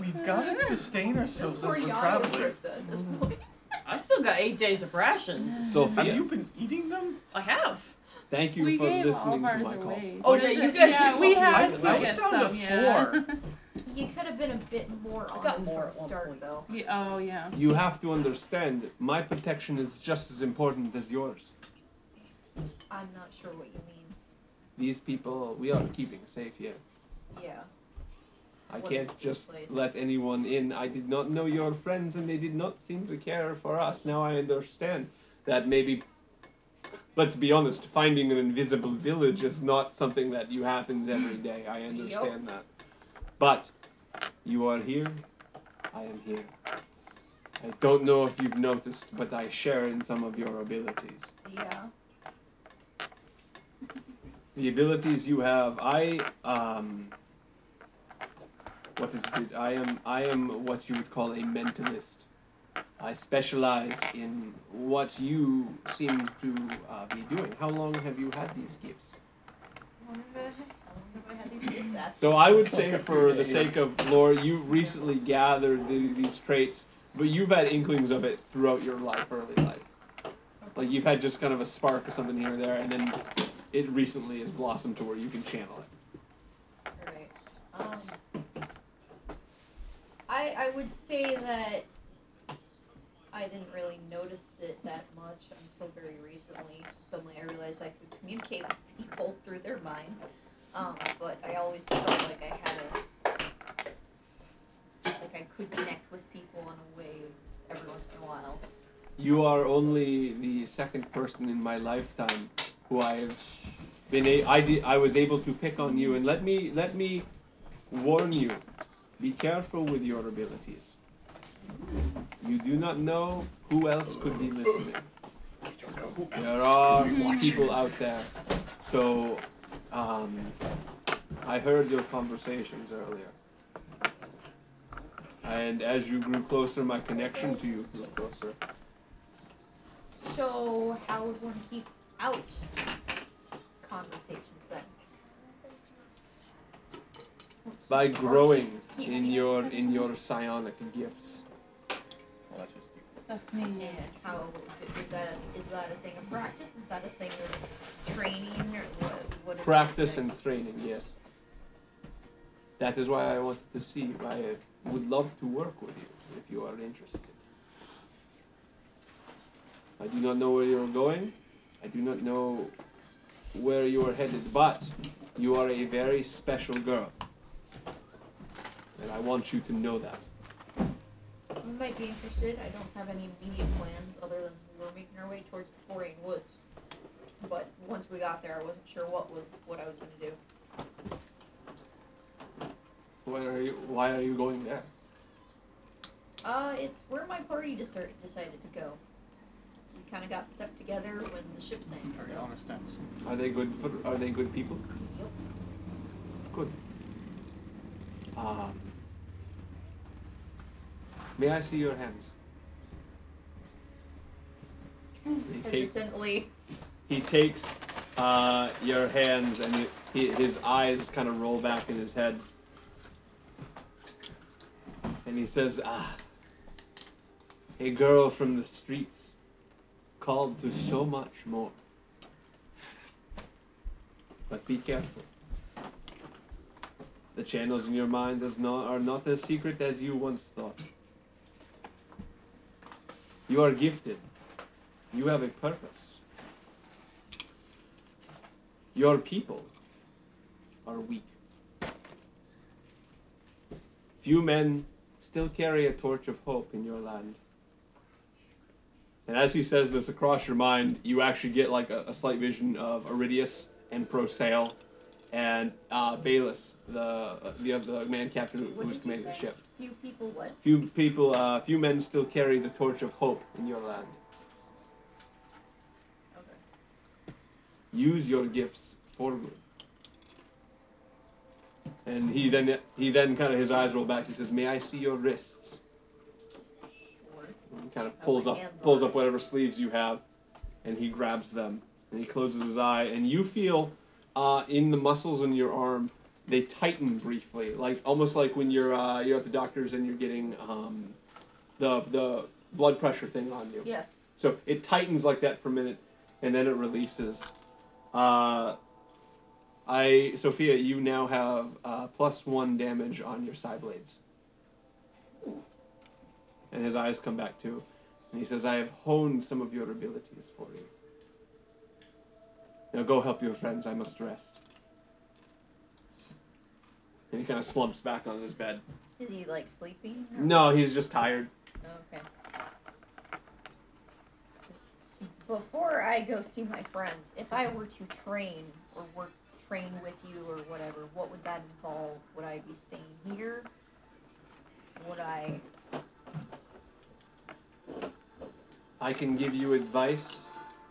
Speaker 4: We've got to sustain ourselves as we're traveling.
Speaker 8: at this point.
Speaker 5: I still got eight days of rations.
Speaker 4: Have
Speaker 2: Sophia,
Speaker 4: you been eating them?
Speaker 5: I have.
Speaker 2: thank you
Speaker 7: We
Speaker 2: for
Speaker 7: gave all
Speaker 2: listening
Speaker 7: of
Speaker 2: to
Speaker 7: ours
Speaker 2: my call.
Speaker 7: away.
Speaker 5: Oh,
Speaker 7: What
Speaker 5: yeah,
Speaker 7: is
Speaker 5: you
Speaker 7: it?
Speaker 5: guys
Speaker 7: Yeah,
Speaker 5: gave
Speaker 7: we
Speaker 5: all of
Speaker 7: had
Speaker 4: ours.
Speaker 7: to
Speaker 4: I was
Speaker 7: get
Speaker 4: down to
Speaker 7: some. Yeah. [laughs]
Speaker 10: You could have been a bit more
Speaker 5: I got
Speaker 10: honest
Speaker 5: more
Speaker 10: from
Speaker 5: at
Speaker 10: the
Speaker 5: one
Speaker 10: start,
Speaker 5: point.
Speaker 10: though.
Speaker 7: yeah. Oh yeah.
Speaker 2: You have to understand, my protection is just as important as yours.
Speaker 8: I'm not sure what you mean.
Speaker 2: These people, we are keeping safe here.
Speaker 8: Yeah.
Speaker 2: I
Speaker 10: What is
Speaker 2: can't
Speaker 10: this
Speaker 2: just
Speaker 10: place?
Speaker 2: let anyone in. I did not know your friends, and they did not seem to care for us. Now I understand that maybe, let's be honest, finding an invisible village is not something that you happens
Speaker 10: [laughs]
Speaker 2: every day. I understand that, but you are here. I am here. I don't know if you've noticed, but I share in some of your abilities.
Speaker 12: Yeah.
Speaker 2: the abilities you have. I um what is it? I am I am what you would call a mentalist. I specialize in what you seem to uh, be doing. How long have you had these gifts? So I would say, for the sake of lore, you recently gathered the, these traits, but you've had inklings of it throughout your life, early life. Like you've had just kind of a spark or something here or there, and then it recently has blossomed to where you can channel it.
Speaker 10: Alright. Um, I I would say that I didn't really notice it that much until very recently. Suddenly I realized I could communicate with people through their mind. Um, but I always felt like I had a like I could connect with people in a way every once in a while.
Speaker 2: You are only the second person in my lifetime who I have been a- I, di- I was able to pick on you and let me let me warn you be careful with your abilities you do not know who else could be listening there are people out there so um, I heard your conversations earlier and as you grew closer my connection to you grew closer
Speaker 10: So how would one keep out conversations then?
Speaker 2: by growing in your in your psionic gifts.
Speaker 7: That's me.
Speaker 10: And how is that a, is that a thing of practice? Is that a thing of training or what? what is
Speaker 2: Practice and training, yes. That is why I wanted to see. you. I uh, would love to work with you if you are interested. I do not know where you're going. I do not know where you are headed, but you are a very special girl. And I want you to know that.
Speaker 10: I might be interested. I don't have any immediate plans other than we were making our way towards the Forian Woods. But once we got there, I wasn't sure what was what I was going to do.
Speaker 2: Where are you, why are you going there?
Speaker 10: Uh, it's where my party desert decided to go. We kind of got stuck together when the ship sank.
Speaker 4: Very
Speaker 10: So.
Speaker 4: honest sense.
Speaker 2: Are they good? For, are they good people?
Speaker 10: Yep.
Speaker 2: Good. Um, may I see your hands? He takes,
Speaker 10: Hesitantly.
Speaker 2: he takes uh, your hands and it, he, his eyes kind of roll back in his head. And he says, Ah, a girl from the streets called to so much more. But be careful. The channels in your mind does not, are not as secret as you once thought. You are gifted. You have a purpose. Your people are weak. Few men still carry a torch of hope in your land. And as he says this across your mind, you actually get like a, a slight vision of Iridius and Prosail and uh, Bayless, the, uh, the other man captain who,
Speaker 10: What
Speaker 2: who's
Speaker 10: did you
Speaker 2: commanding the
Speaker 10: say?
Speaker 2: ship.
Speaker 10: Few people what?
Speaker 2: Few people, uh, few men still carry the torch of hope in your land.
Speaker 10: Okay.
Speaker 2: Use your gifts for good. And he then he then kind of his eyes roll back. He says, "May I see your wrists?"
Speaker 10: Sure.
Speaker 2: And he kind of
Speaker 10: my
Speaker 2: pulls up
Speaker 10: hands
Speaker 2: pulls
Speaker 10: are-
Speaker 2: up whatever sleeves you have, and he grabs them. And he closes his eye, and you feel uh, in the muscles in your arm they tighten briefly, like almost like when you're uh, you're at the doctor's and you're getting um, the the blood pressure thing on you.
Speaker 10: Yeah.
Speaker 2: So it tightens like that for a minute, and then it releases. Uh, I Sophia, you now have uh, plus one damage on your side blades. And his eyes come back too, and he says, "I have honed some of your abilities for you. Now go help your friends. I must rest." And he kind of slumps back on his bed.
Speaker 8: Is he like sleeping?
Speaker 2: No, he's just tired.
Speaker 8: Okay. Before I go see my friends, if I were to train or work train with you or whatever, what would that involve? Would I be staying here? Would I?
Speaker 2: I can give you advice,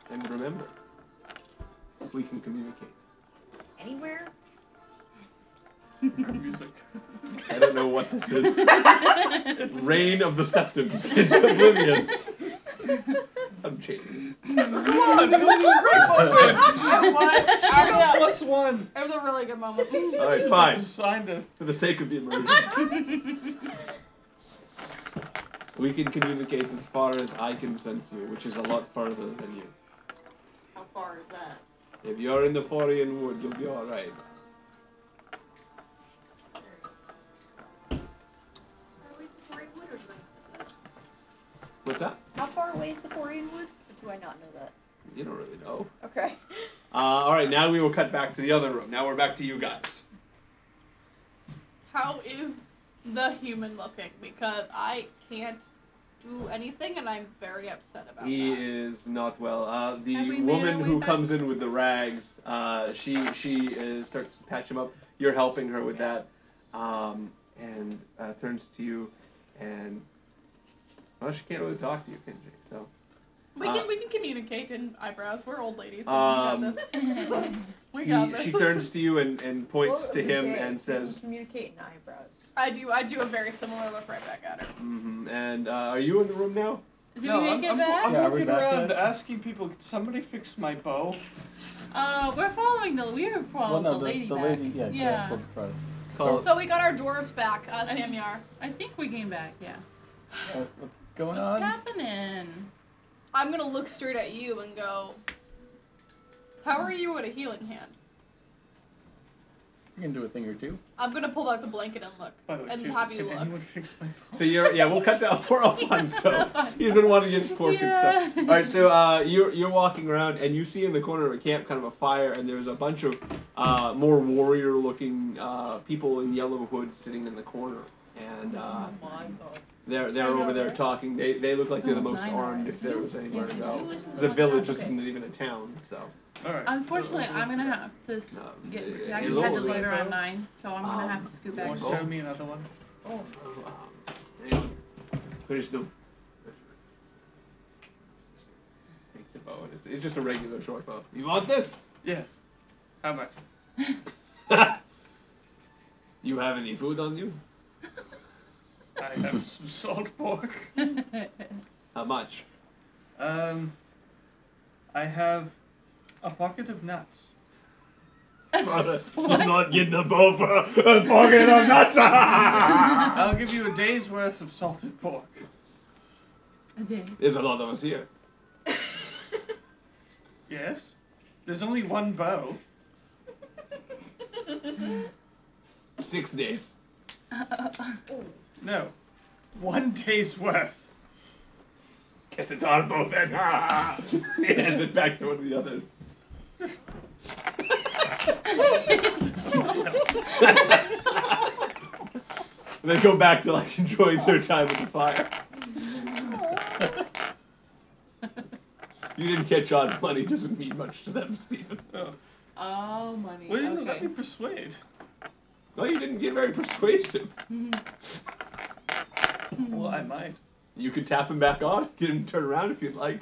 Speaker 2: and remember, we can communicate.
Speaker 8: Anywhere?
Speaker 5: [laughs]
Speaker 4: music.
Speaker 2: I don't know what this is. [laughs] Reign of the Septims. It's oblivion. I'm changing.
Speaker 4: Come on, it was a
Speaker 7: [laughs]
Speaker 4: great moment.
Speaker 3: I was. I was-
Speaker 4: Plus one.
Speaker 3: It was a really good moment.
Speaker 2: All right, fine.
Speaker 4: It's Like a sign to
Speaker 2: For the sake of the immersion, we can communicate as far as I can sense you, which is a lot farther than you.
Speaker 1: How far is that?
Speaker 2: If you're in the Forian wood, you'll be all right. What's that?
Speaker 8: How far away is the Forian Wood? Or do I not know that?
Speaker 2: You don't really know.
Speaker 8: Okay.
Speaker 2: Uh, all right, now we will cut back to the other room. Now we're back to you guys.
Speaker 3: How is the human looking? Because I can't do anything, and I'm very upset about
Speaker 2: He
Speaker 3: that.
Speaker 2: is not well. Uh,
Speaker 7: Have we
Speaker 2: the
Speaker 7: made
Speaker 2: woman
Speaker 7: our
Speaker 2: who
Speaker 7: way back?
Speaker 2: comes in with the rags, uh, she she uh, starts to patch him up. You're helping her with that, um, and uh, turns to you, and well, she can't really talk to you, can she?
Speaker 7: Oh
Speaker 2: So
Speaker 3: We can
Speaker 2: uh,
Speaker 3: we can communicate in eyebrows. We're old ladies. We,
Speaker 2: Um, [laughs]
Speaker 3: we got this. We
Speaker 2: he-
Speaker 3: got this.
Speaker 2: she turns to you and, and points to him and says,
Speaker 8: Communicate in eyebrows.
Speaker 3: I do I do a very similar look right back at her.
Speaker 2: mm "And uh, are you in the room now?"
Speaker 7: Did
Speaker 4: no,
Speaker 7: we
Speaker 4: I'm,
Speaker 7: make
Speaker 4: I'm,
Speaker 7: it back?
Speaker 4: I'm
Speaker 6: Yeah, are we
Speaker 4: looking
Speaker 6: back
Speaker 4: around
Speaker 6: yet?
Speaker 4: asking people, can somebody fix my bow?
Speaker 7: Uh, we're following the we were
Speaker 6: well,
Speaker 7: following
Speaker 6: no,
Speaker 7: Oh, the, lady
Speaker 6: the
Speaker 7: back.
Speaker 6: lady, yeah,
Speaker 7: Yeah.
Speaker 6: Pulled the price.
Speaker 4: Oh.
Speaker 2: Call,
Speaker 3: So we got our dwarves back, uh, Samyar.
Speaker 7: I think we came back. Yeah.
Speaker 6: What, Uh, what's going
Speaker 7: What's
Speaker 6: on?
Speaker 7: happening?
Speaker 3: I'm gonna look straight at you and go. How are you with a healing hand?
Speaker 6: You can do a thing or two.
Speaker 3: I'm gonna pull back the blanket and look.
Speaker 4: By the way,
Speaker 3: and
Speaker 4: seriously,
Speaker 3: have you
Speaker 4: can
Speaker 3: look.
Speaker 4: anyone fix my bow?
Speaker 2: so you're yeah. We'll cut down [laughs] oh poor Alfonso. He's been wanting to get pork and stuff.
Speaker 7: Yeah.
Speaker 2: All right, so uh, you're you're walking around and you see in the corner of a camp kind of a fire, and there's a bunch of uh, more warrior-looking uh, people in yellow hoods sitting in the corner, and uh, they're they're over there talking. They they look like they're the
Speaker 7: Sounds
Speaker 2: most
Speaker 7: nine
Speaker 2: armed
Speaker 7: hours.
Speaker 2: if there was anywhere to go.
Speaker 8: Jewish
Speaker 2: It's a village, this
Speaker 8: Okay.
Speaker 2: isn't even a town, so
Speaker 4: All right.
Speaker 7: Unfortunately, I'm gonna have to s-
Speaker 2: No, it-
Speaker 7: get.
Speaker 2: it
Speaker 7: Jackie had
Speaker 2: looks
Speaker 7: to leave
Speaker 4: like-
Speaker 7: around nine, so I'm gonna
Speaker 2: Um,
Speaker 7: have to scoot
Speaker 4: You
Speaker 7: back.
Speaker 4: want to serve me another one?
Speaker 2: um, and there's no. Takes a bow. and It's, it's just a regular short bow. You want this?
Speaker 4: Yes. How much?
Speaker 2: [laughs] you have any food on you?
Speaker 4: I [laughs] have some salt pork.
Speaker 2: How much?
Speaker 4: Um, I have a pocket of nuts.
Speaker 2: [laughs] Brother, I'm not getting a bow for a pocket of nuts.
Speaker 4: I'll give you a day's worth of salted pork.
Speaker 7: [laughs]
Speaker 4: [laughs]
Speaker 7: Okay.
Speaker 2: [laughs]
Speaker 7: [laughs]
Speaker 2: There's a lot of us here.
Speaker 4: Yes. There's only one bow.
Speaker 2: Six days.
Speaker 4: No. One day's worth.
Speaker 2: Guess it's our bow then. [laughs] he hands it back to one of the others. [laughs] they go back to like enjoying their time at the fire. you didn't catch on. Money doesn't mean much to them, Stephen.
Speaker 4: Oh.
Speaker 7: Oh, money.
Speaker 4: Well, you didn't let
Speaker 7: okay.
Speaker 4: me persuade.
Speaker 2: No, you didn't get very persuasive.
Speaker 4: Well, I might. [laughs]
Speaker 2: You could tap him back on, get him to turn around if you'd [laughs] like.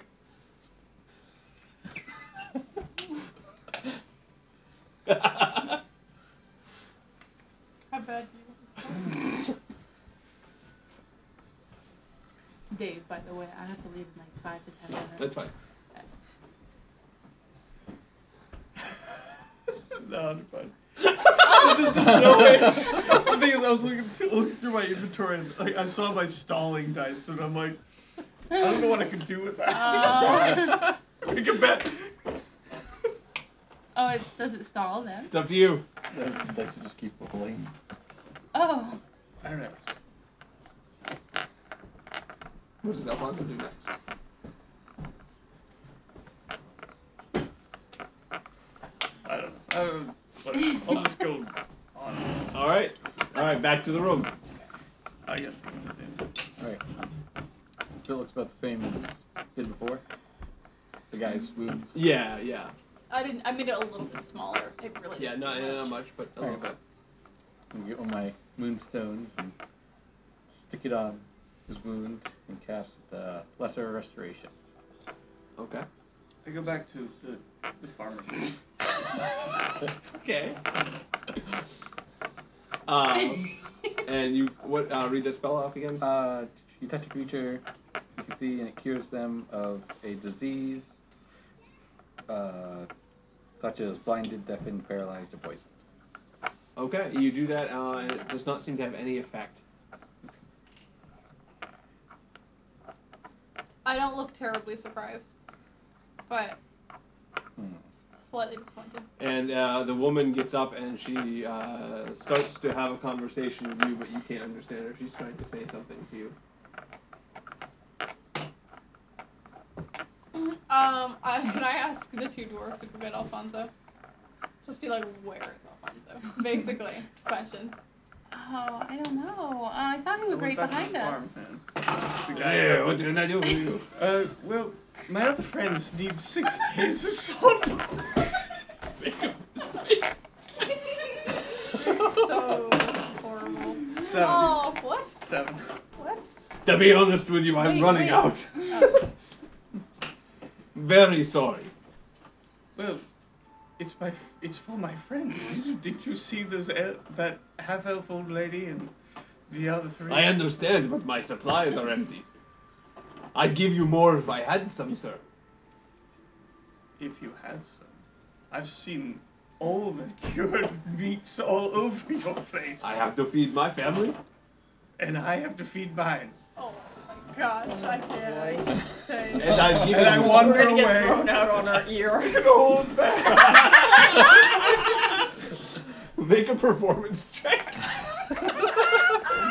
Speaker 3: How bad do you?
Speaker 7: Dave, by the way, I have to leave in like five to ten minutes.
Speaker 2: That's fine.
Speaker 4: No, I'm fine. this is no way. The thing is, I was looking, th- looking through my inventory and like, I saw my stalling dice, and I'm like, I don't know what I could do with that.
Speaker 7: [laughs] Oh.
Speaker 4: [laughs] we can bet.
Speaker 7: oh, it's does it stall then?
Speaker 2: It's up to you.
Speaker 6: The dice just keep rolling.
Speaker 7: Oh,
Speaker 4: I don't know.
Speaker 2: What does Alfonso do next?
Speaker 4: I don't know. I don't know. Whatever. I'll just go on.
Speaker 2: All right. right, back to the room.
Speaker 4: I guess.
Speaker 6: Alright. Still looks about the same as did before. The guy's wounds.
Speaker 2: Yeah, yeah,
Speaker 3: I didn't. I made it a little bit smaller. It really.
Speaker 2: yeah.
Speaker 3: didn't
Speaker 2: Not,
Speaker 3: do
Speaker 2: not
Speaker 3: much.
Speaker 2: much, but a little bit.
Speaker 6: and get all my moonstones and stick it on his wound and cast uh, lesser [laughs] restoration.
Speaker 2: Okay.
Speaker 4: I go back to the, the pharmacy.
Speaker 2: Okay. Um, and you what? Uh, read that spell off again.
Speaker 6: Uh, you touch a creature you can see, and it cures them of a disease uh, such as blinded, deafened, paralyzed, or poisoned.
Speaker 2: Okay, you do that, uh, and it does not seem to have any effect.
Speaker 3: I don't look terribly surprised, but
Speaker 6: Hmm. [laughs]
Speaker 3: slightly disappointed.
Speaker 2: And uh, the woman gets up and she uh, starts to have a conversation with you, but you can't understand her. She's trying to say something to you.
Speaker 3: Um, I, can I ask the two dwarfs to prevent Alfonso? Just be like, where is Alfonso? Basically, [laughs] question.
Speaker 7: Oh, I don't know. Uh, I thought he
Speaker 4: I
Speaker 7: was
Speaker 4: went
Speaker 7: right
Speaker 4: back to
Speaker 7: behind
Speaker 4: the
Speaker 7: us.
Speaker 4: farm, man. The guy-
Speaker 2: did I do?
Speaker 4: Uh, well, my other friends
Speaker 7: [laughs]
Speaker 4: need six days of salt.
Speaker 3: so horrible.
Speaker 4: [laughs] Seven.
Speaker 3: Oh, what?
Speaker 4: Seven.
Speaker 3: What?
Speaker 2: [laughs] to be honest with you, I'm
Speaker 3: Wait,
Speaker 2: running
Speaker 3: wait.
Speaker 2: out. [laughs]
Speaker 3: Oh.
Speaker 2: Very sorry.
Speaker 4: Well, it's my, it's for my friends.
Speaker 7: [laughs]
Speaker 4: Did you, did you see those el- that half elf old lady and the other three?
Speaker 2: I understand, but my supplies are empty. I'd give you more if I had some, sir.
Speaker 4: If you had some, I've seen all the [laughs] cured meats all over your face,
Speaker 2: I have to feed my family.
Speaker 4: and I have to feed mine.
Speaker 3: Oh my gosh, I can't. Say.
Speaker 2: And I've given
Speaker 4: And I
Speaker 2: you some.
Speaker 4: wander
Speaker 9: We're gonna get
Speaker 4: away.
Speaker 9: thrown out on our
Speaker 4: [laughs]
Speaker 9: ear.
Speaker 4: Hold back.
Speaker 9: [laughs]
Speaker 2: Make a performance check. [laughs]
Speaker 4: oh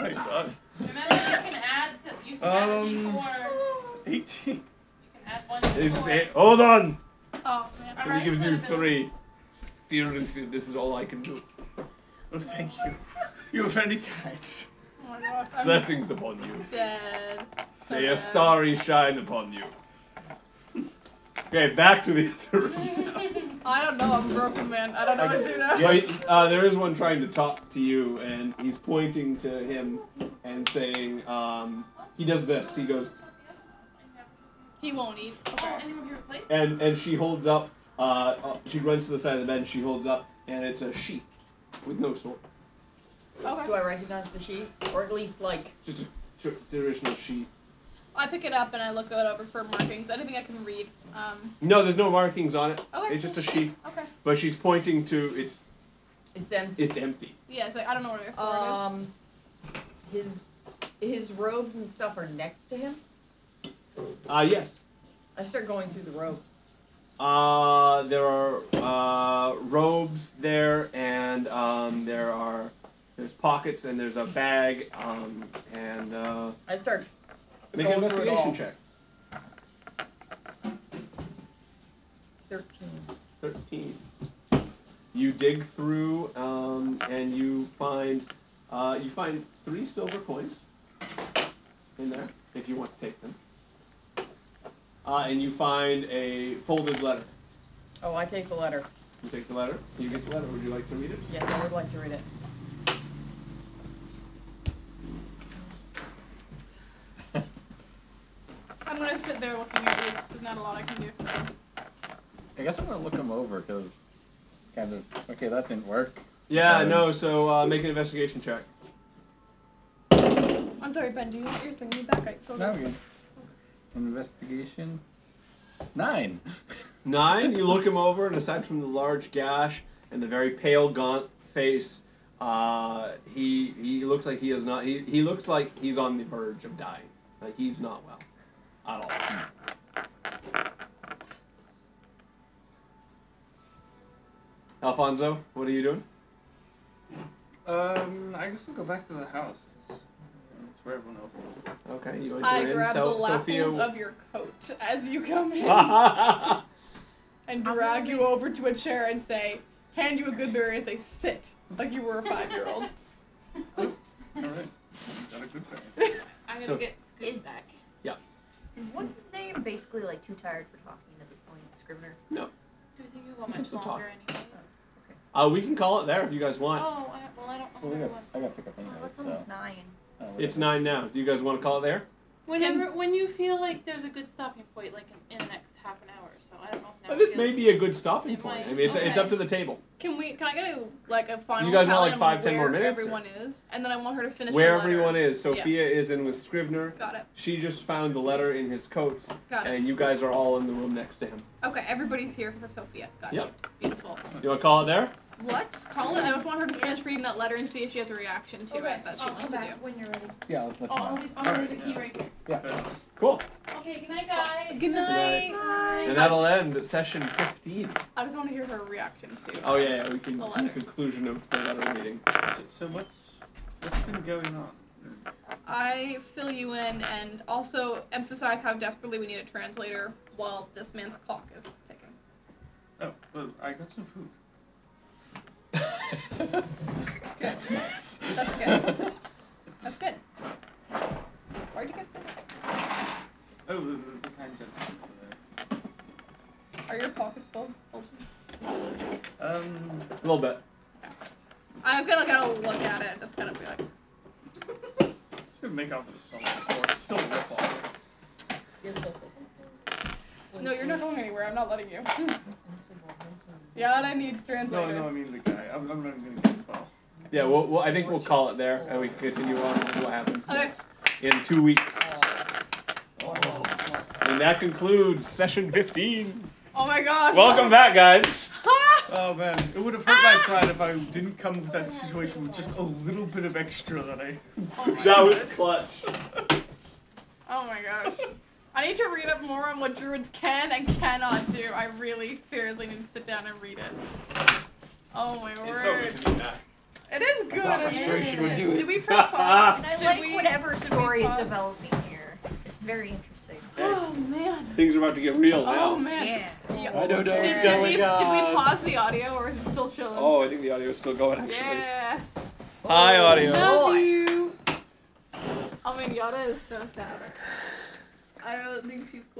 Speaker 4: my god.
Speaker 1: Remember, you can add to, you can
Speaker 4: Um,
Speaker 1: add a d4.
Speaker 4: Eighteen.
Speaker 1: You can add one d4.
Speaker 2: It's- eh, Hold on.
Speaker 3: Oh man.
Speaker 2: And he gives
Speaker 1: so
Speaker 2: you
Speaker 1: if it-
Speaker 2: three. Seriously, this is all I can do.
Speaker 4: Well, thank you. You're very kind.
Speaker 3: Oh my gosh. I'm
Speaker 2: Blessings upon you.
Speaker 3: dead. So
Speaker 2: May a
Speaker 3: dead.
Speaker 2: starry shine upon you. Okay, back to the other
Speaker 4: [laughs]
Speaker 2: room.
Speaker 3: I don't know. I'm broken, man. I don't know what to do now.
Speaker 2: Wait, uh, there is one trying to talk to you, and he's pointing to him and saying, um, he does this. He goes,
Speaker 3: [laughs] He won't eat.
Speaker 1: Oh,
Speaker 3: Okay.
Speaker 1: any of your plates?
Speaker 2: and and she holds up. Uh, uh, she runs to the side of the bed. and She holds up, and it's a sheath with no sword,
Speaker 3: Okay.
Speaker 5: Do I recognize the sheep? Or at least, like,
Speaker 2: just a tr- traditional sheath.
Speaker 3: I pick it up and I look it over for markings. Anything I can read. Um.
Speaker 2: No, there's no markings on it.
Speaker 3: Okay.
Speaker 2: It's just a sheath.
Speaker 3: Okay.
Speaker 2: But she's pointing to it's
Speaker 5: it's empty.
Speaker 2: it's empty.
Speaker 3: Yeah. It's like I don't know where their sword is.
Speaker 5: Um, his his robes and stuff are next to him. Ah,
Speaker 2: Uh, yes.
Speaker 5: I start going through the robes.
Speaker 2: Uh, there are uh, robes there, and um, there are there's pockets, and there's a bag, um, and uh,
Speaker 5: I start.
Speaker 2: make an
Speaker 5: Going through it
Speaker 2: investigation
Speaker 5: all.
Speaker 2: check.
Speaker 5: Thirteen.
Speaker 2: Thirteen. You dig through, um, and you find uh, you find three silver coins in there if you want to take them. Uh, and you find a folded letter.
Speaker 5: Oh, I take the letter.
Speaker 2: You take the letter. You get the letter. Would you like to read it?
Speaker 5: Yes, I would like to read it.
Speaker 3: I'm gonna sit there looking at these. There's not a lot I can do. So.
Speaker 6: I guess I'm gonna look him over because kind of okay that didn't work.
Speaker 2: Yeah,
Speaker 6: Um,
Speaker 2: no, so uh, make an investigation check.
Speaker 3: I'm sorry, Ben. Do you want your thingy back? I feel
Speaker 6: Now we can investigation nine. [laughs]
Speaker 2: Nine, you look him over, and aside from the large gash and the very pale, gaunt face, uh, he he looks like he is not. He, he looks like he's on the verge of dying. Like he's not well at all. Alfonso, what are you doing?
Speaker 4: Um, I guess we'll go back to the house. It's where everyone else is.
Speaker 2: Okay, you enter
Speaker 3: I
Speaker 2: in.
Speaker 3: grab
Speaker 2: so,
Speaker 3: the
Speaker 2: [laughs]
Speaker 3: lappels
Speaker 2: Sophia.
Speaker 3: of your coat as you come in
Speaker 2: [laughs]
Speaker 3: and drag you over to a chair and say, hand you a good berry and say, sit, like you were a five year old.
Speaker 4: Alright. Got a good fairy.
Speaker 1: I'm gonna
Speaker 2: So-
Speaker 1: get Scoot
Speaker 7: [laughs]
Speaker 8: Is-
Speaker 1: back.
Speaker 8: Is what's his name basically like too tired for talking at this point, Scrivener?
Speaker 1: Do you think you'll go
Speaker 2: Just
Speaker 1: much
Speaker 2: to talk.
Speaker 1: longer anyway?
Speaker 2: Uh, we can call it there if you guys want.
Speaker 1: Oh, I, well, I don't know
Speaker 6: Well, we
Speaker 1: where I
Speaker 6: got,
Speaker 1: want.
Speaker 6: I got to pick up
Speaker 8: Oh,
Speaker 6: anyway,
Speaker 8: it's
Speaker 6: so.
Speaker 8: almost nine.
Speaker 6: uh,
Speaker 2: It's
Speaker 6: whatever.
Speaker 2: nine now. Do you guys want to call it there?
Speaker 1: Whenever, when you feel like there's a good stopping point, like in, in the next half an hour or so, I don't know if now.
Speaker 2: Uh, this
Speaker 1: feels-
Speaker 2: may be a good stopping
Speaker 1: It might.
Speaker 2: point. I mean, it's, it's
Speaker 1: Okay.
Speaker 2: up to the table.
Speaker 3: [laughs] Can we? Can I get a like a final
Speaker 2: guys want,
Speaker 3: tally
Speaker 2: like,
Speaker 3: on
Speaker 2: five,
Speaker 3: where
Speaker 2: ten more minutes, or-
Speaker 3: everyone is, and then I want her to finish
Speaker 2: Where
Speaker 3: the letter.
Speaker 2: everyone is. Sophia is in with Scrivener.
Speaker 3: Got it.
Speaker 2: She just found the letter in his coats,
Speaker 3: Got it.
Speaker 2: and you guys are all in the room next to him.
Speaker 3: Okay, everybody's here for Sophia. Gotcha.
Speaker 2: Yep.
Speaker 3: Beautiful.
Speaker 2: You want to call it there?
Speaker 3: Let's call it. I just want her to finish reading that letter and see if she has a reaction to
Speaker 10: Okay,
Speaker 3: it that she
Speaker 10: I'll
Speaker 3: wants
Speaker 10: come
Speaker 3: to
Speaker 10: back
Speaker 3: do.
Speaker 10: when you're ready.
Speaker 6: Yeah, I'll let you
Speaker 10: Oh, I'll
Speaker 6: know.
Speaker 10: leave, I'll leave
Speaker 4: Alright,
Speaker 10: the key right here.
Speaker 2: Cool.
Speaker 10: Okay, good night, guys.
Speaker 3: Good night.
Speaker 2: And that'll end at session 15.
Speaker 3: I just want to hear her reaction to.
Speaker 2: Oh, yeah, yeah we can
Speaker 3: The
Speaker 2: do
Speaker 3: letter.
Speaker 2: conclusion of the letter reading.
Speaker 4: So, so what's what's been going on?
Speaker 3: I fill you in and also emphasize how desperately we need a translator while this man's clock is ticking.
Speaker 4: Oh, well, I got some food.
Speaker 2: [laughs]
Speaker 3: Good. Nice. That's good. That's good. Where'd you get food?
Speaker 4: Oh, the, the, the kind gentleman over
Speaker 3: Are your pockets full?
Speaker 4: there. Um,
Speaker 2: A little bit.
Speaker 3: I'm gonna gotta look at it. That's gonna be like,
Speaker 4: just gonna make out with a song before. It's still a rip off.
Speaker 5: Yes, yes,
Speaker 3: no, you're not going anywhere. I'm not
Speaker 4: [laughs]
Speaker 3: letting you. Yana needs
Speaker 4: No,
Speaker 3: translator.
Speaker 4: no, I mean the guy. I'm, I'm not even gonna get involved.
Speaker 2: Yeah, well, well, I think we'll call it there, and we can continue on with what happens
Speaker 3: Okay.
Speaker 2: next in two weeks. And that concludes session 15.
Speaker 3: Oh my gosh.
Speaker 2: Welcome
Speaker 3: [laughs]
Speaker 2: back, guys.
Speaker 4: Oh man, it would have hurt my pride if I didn't come with that situation with just a little bit of extra that I.
Speaker 2: That was clutch.
Speaker 3: Oh my gosh. I need to read up more on what druids can and cannot do. I really seriously need to sit down and read it. Oh my word.
Speaker 2: to be back.
Speaker 3: It is good.
Speaker 6: thought
Speaker 3: it is
Speaker 6: frustration
Speaker 3: good.
Speaker 6: would do it.
Speaker 3: Did we
Speaker 2: [laughs]
Speaker 3: press pause?
Speaker 8: And I
Speaker 3: Did
Speaker 8: like
Speaker 3: we-
Speaker 8: whatever
Speaker 3: did we
Speaker 8: story is
Speaker 3: pause?
Speaker 8: developing here. It's very interesting.
Speaker 3: Oh man.
Speaker 2: Things are about to get real now.
Speaker 3: Oh man.
Speaker 8: Yeah.
Speaker 3: Yeah.
Speaker 2: I don't know
Speaker 3: Did,
Speaker 2: what's
Speaker 3: did
Speaker 2: going
Speaker 3: we, did we
Speaker 2: on.
Speaker 3: pause the audio or is it still chilling?
Speaker 2: Oh, I think the audio is still going, actually.
Speaker 3: yeah.
Speaker 2: Hi, audio.
Speaker 3: Love you. Oh man, Yada is so sad. I don't think she's cool.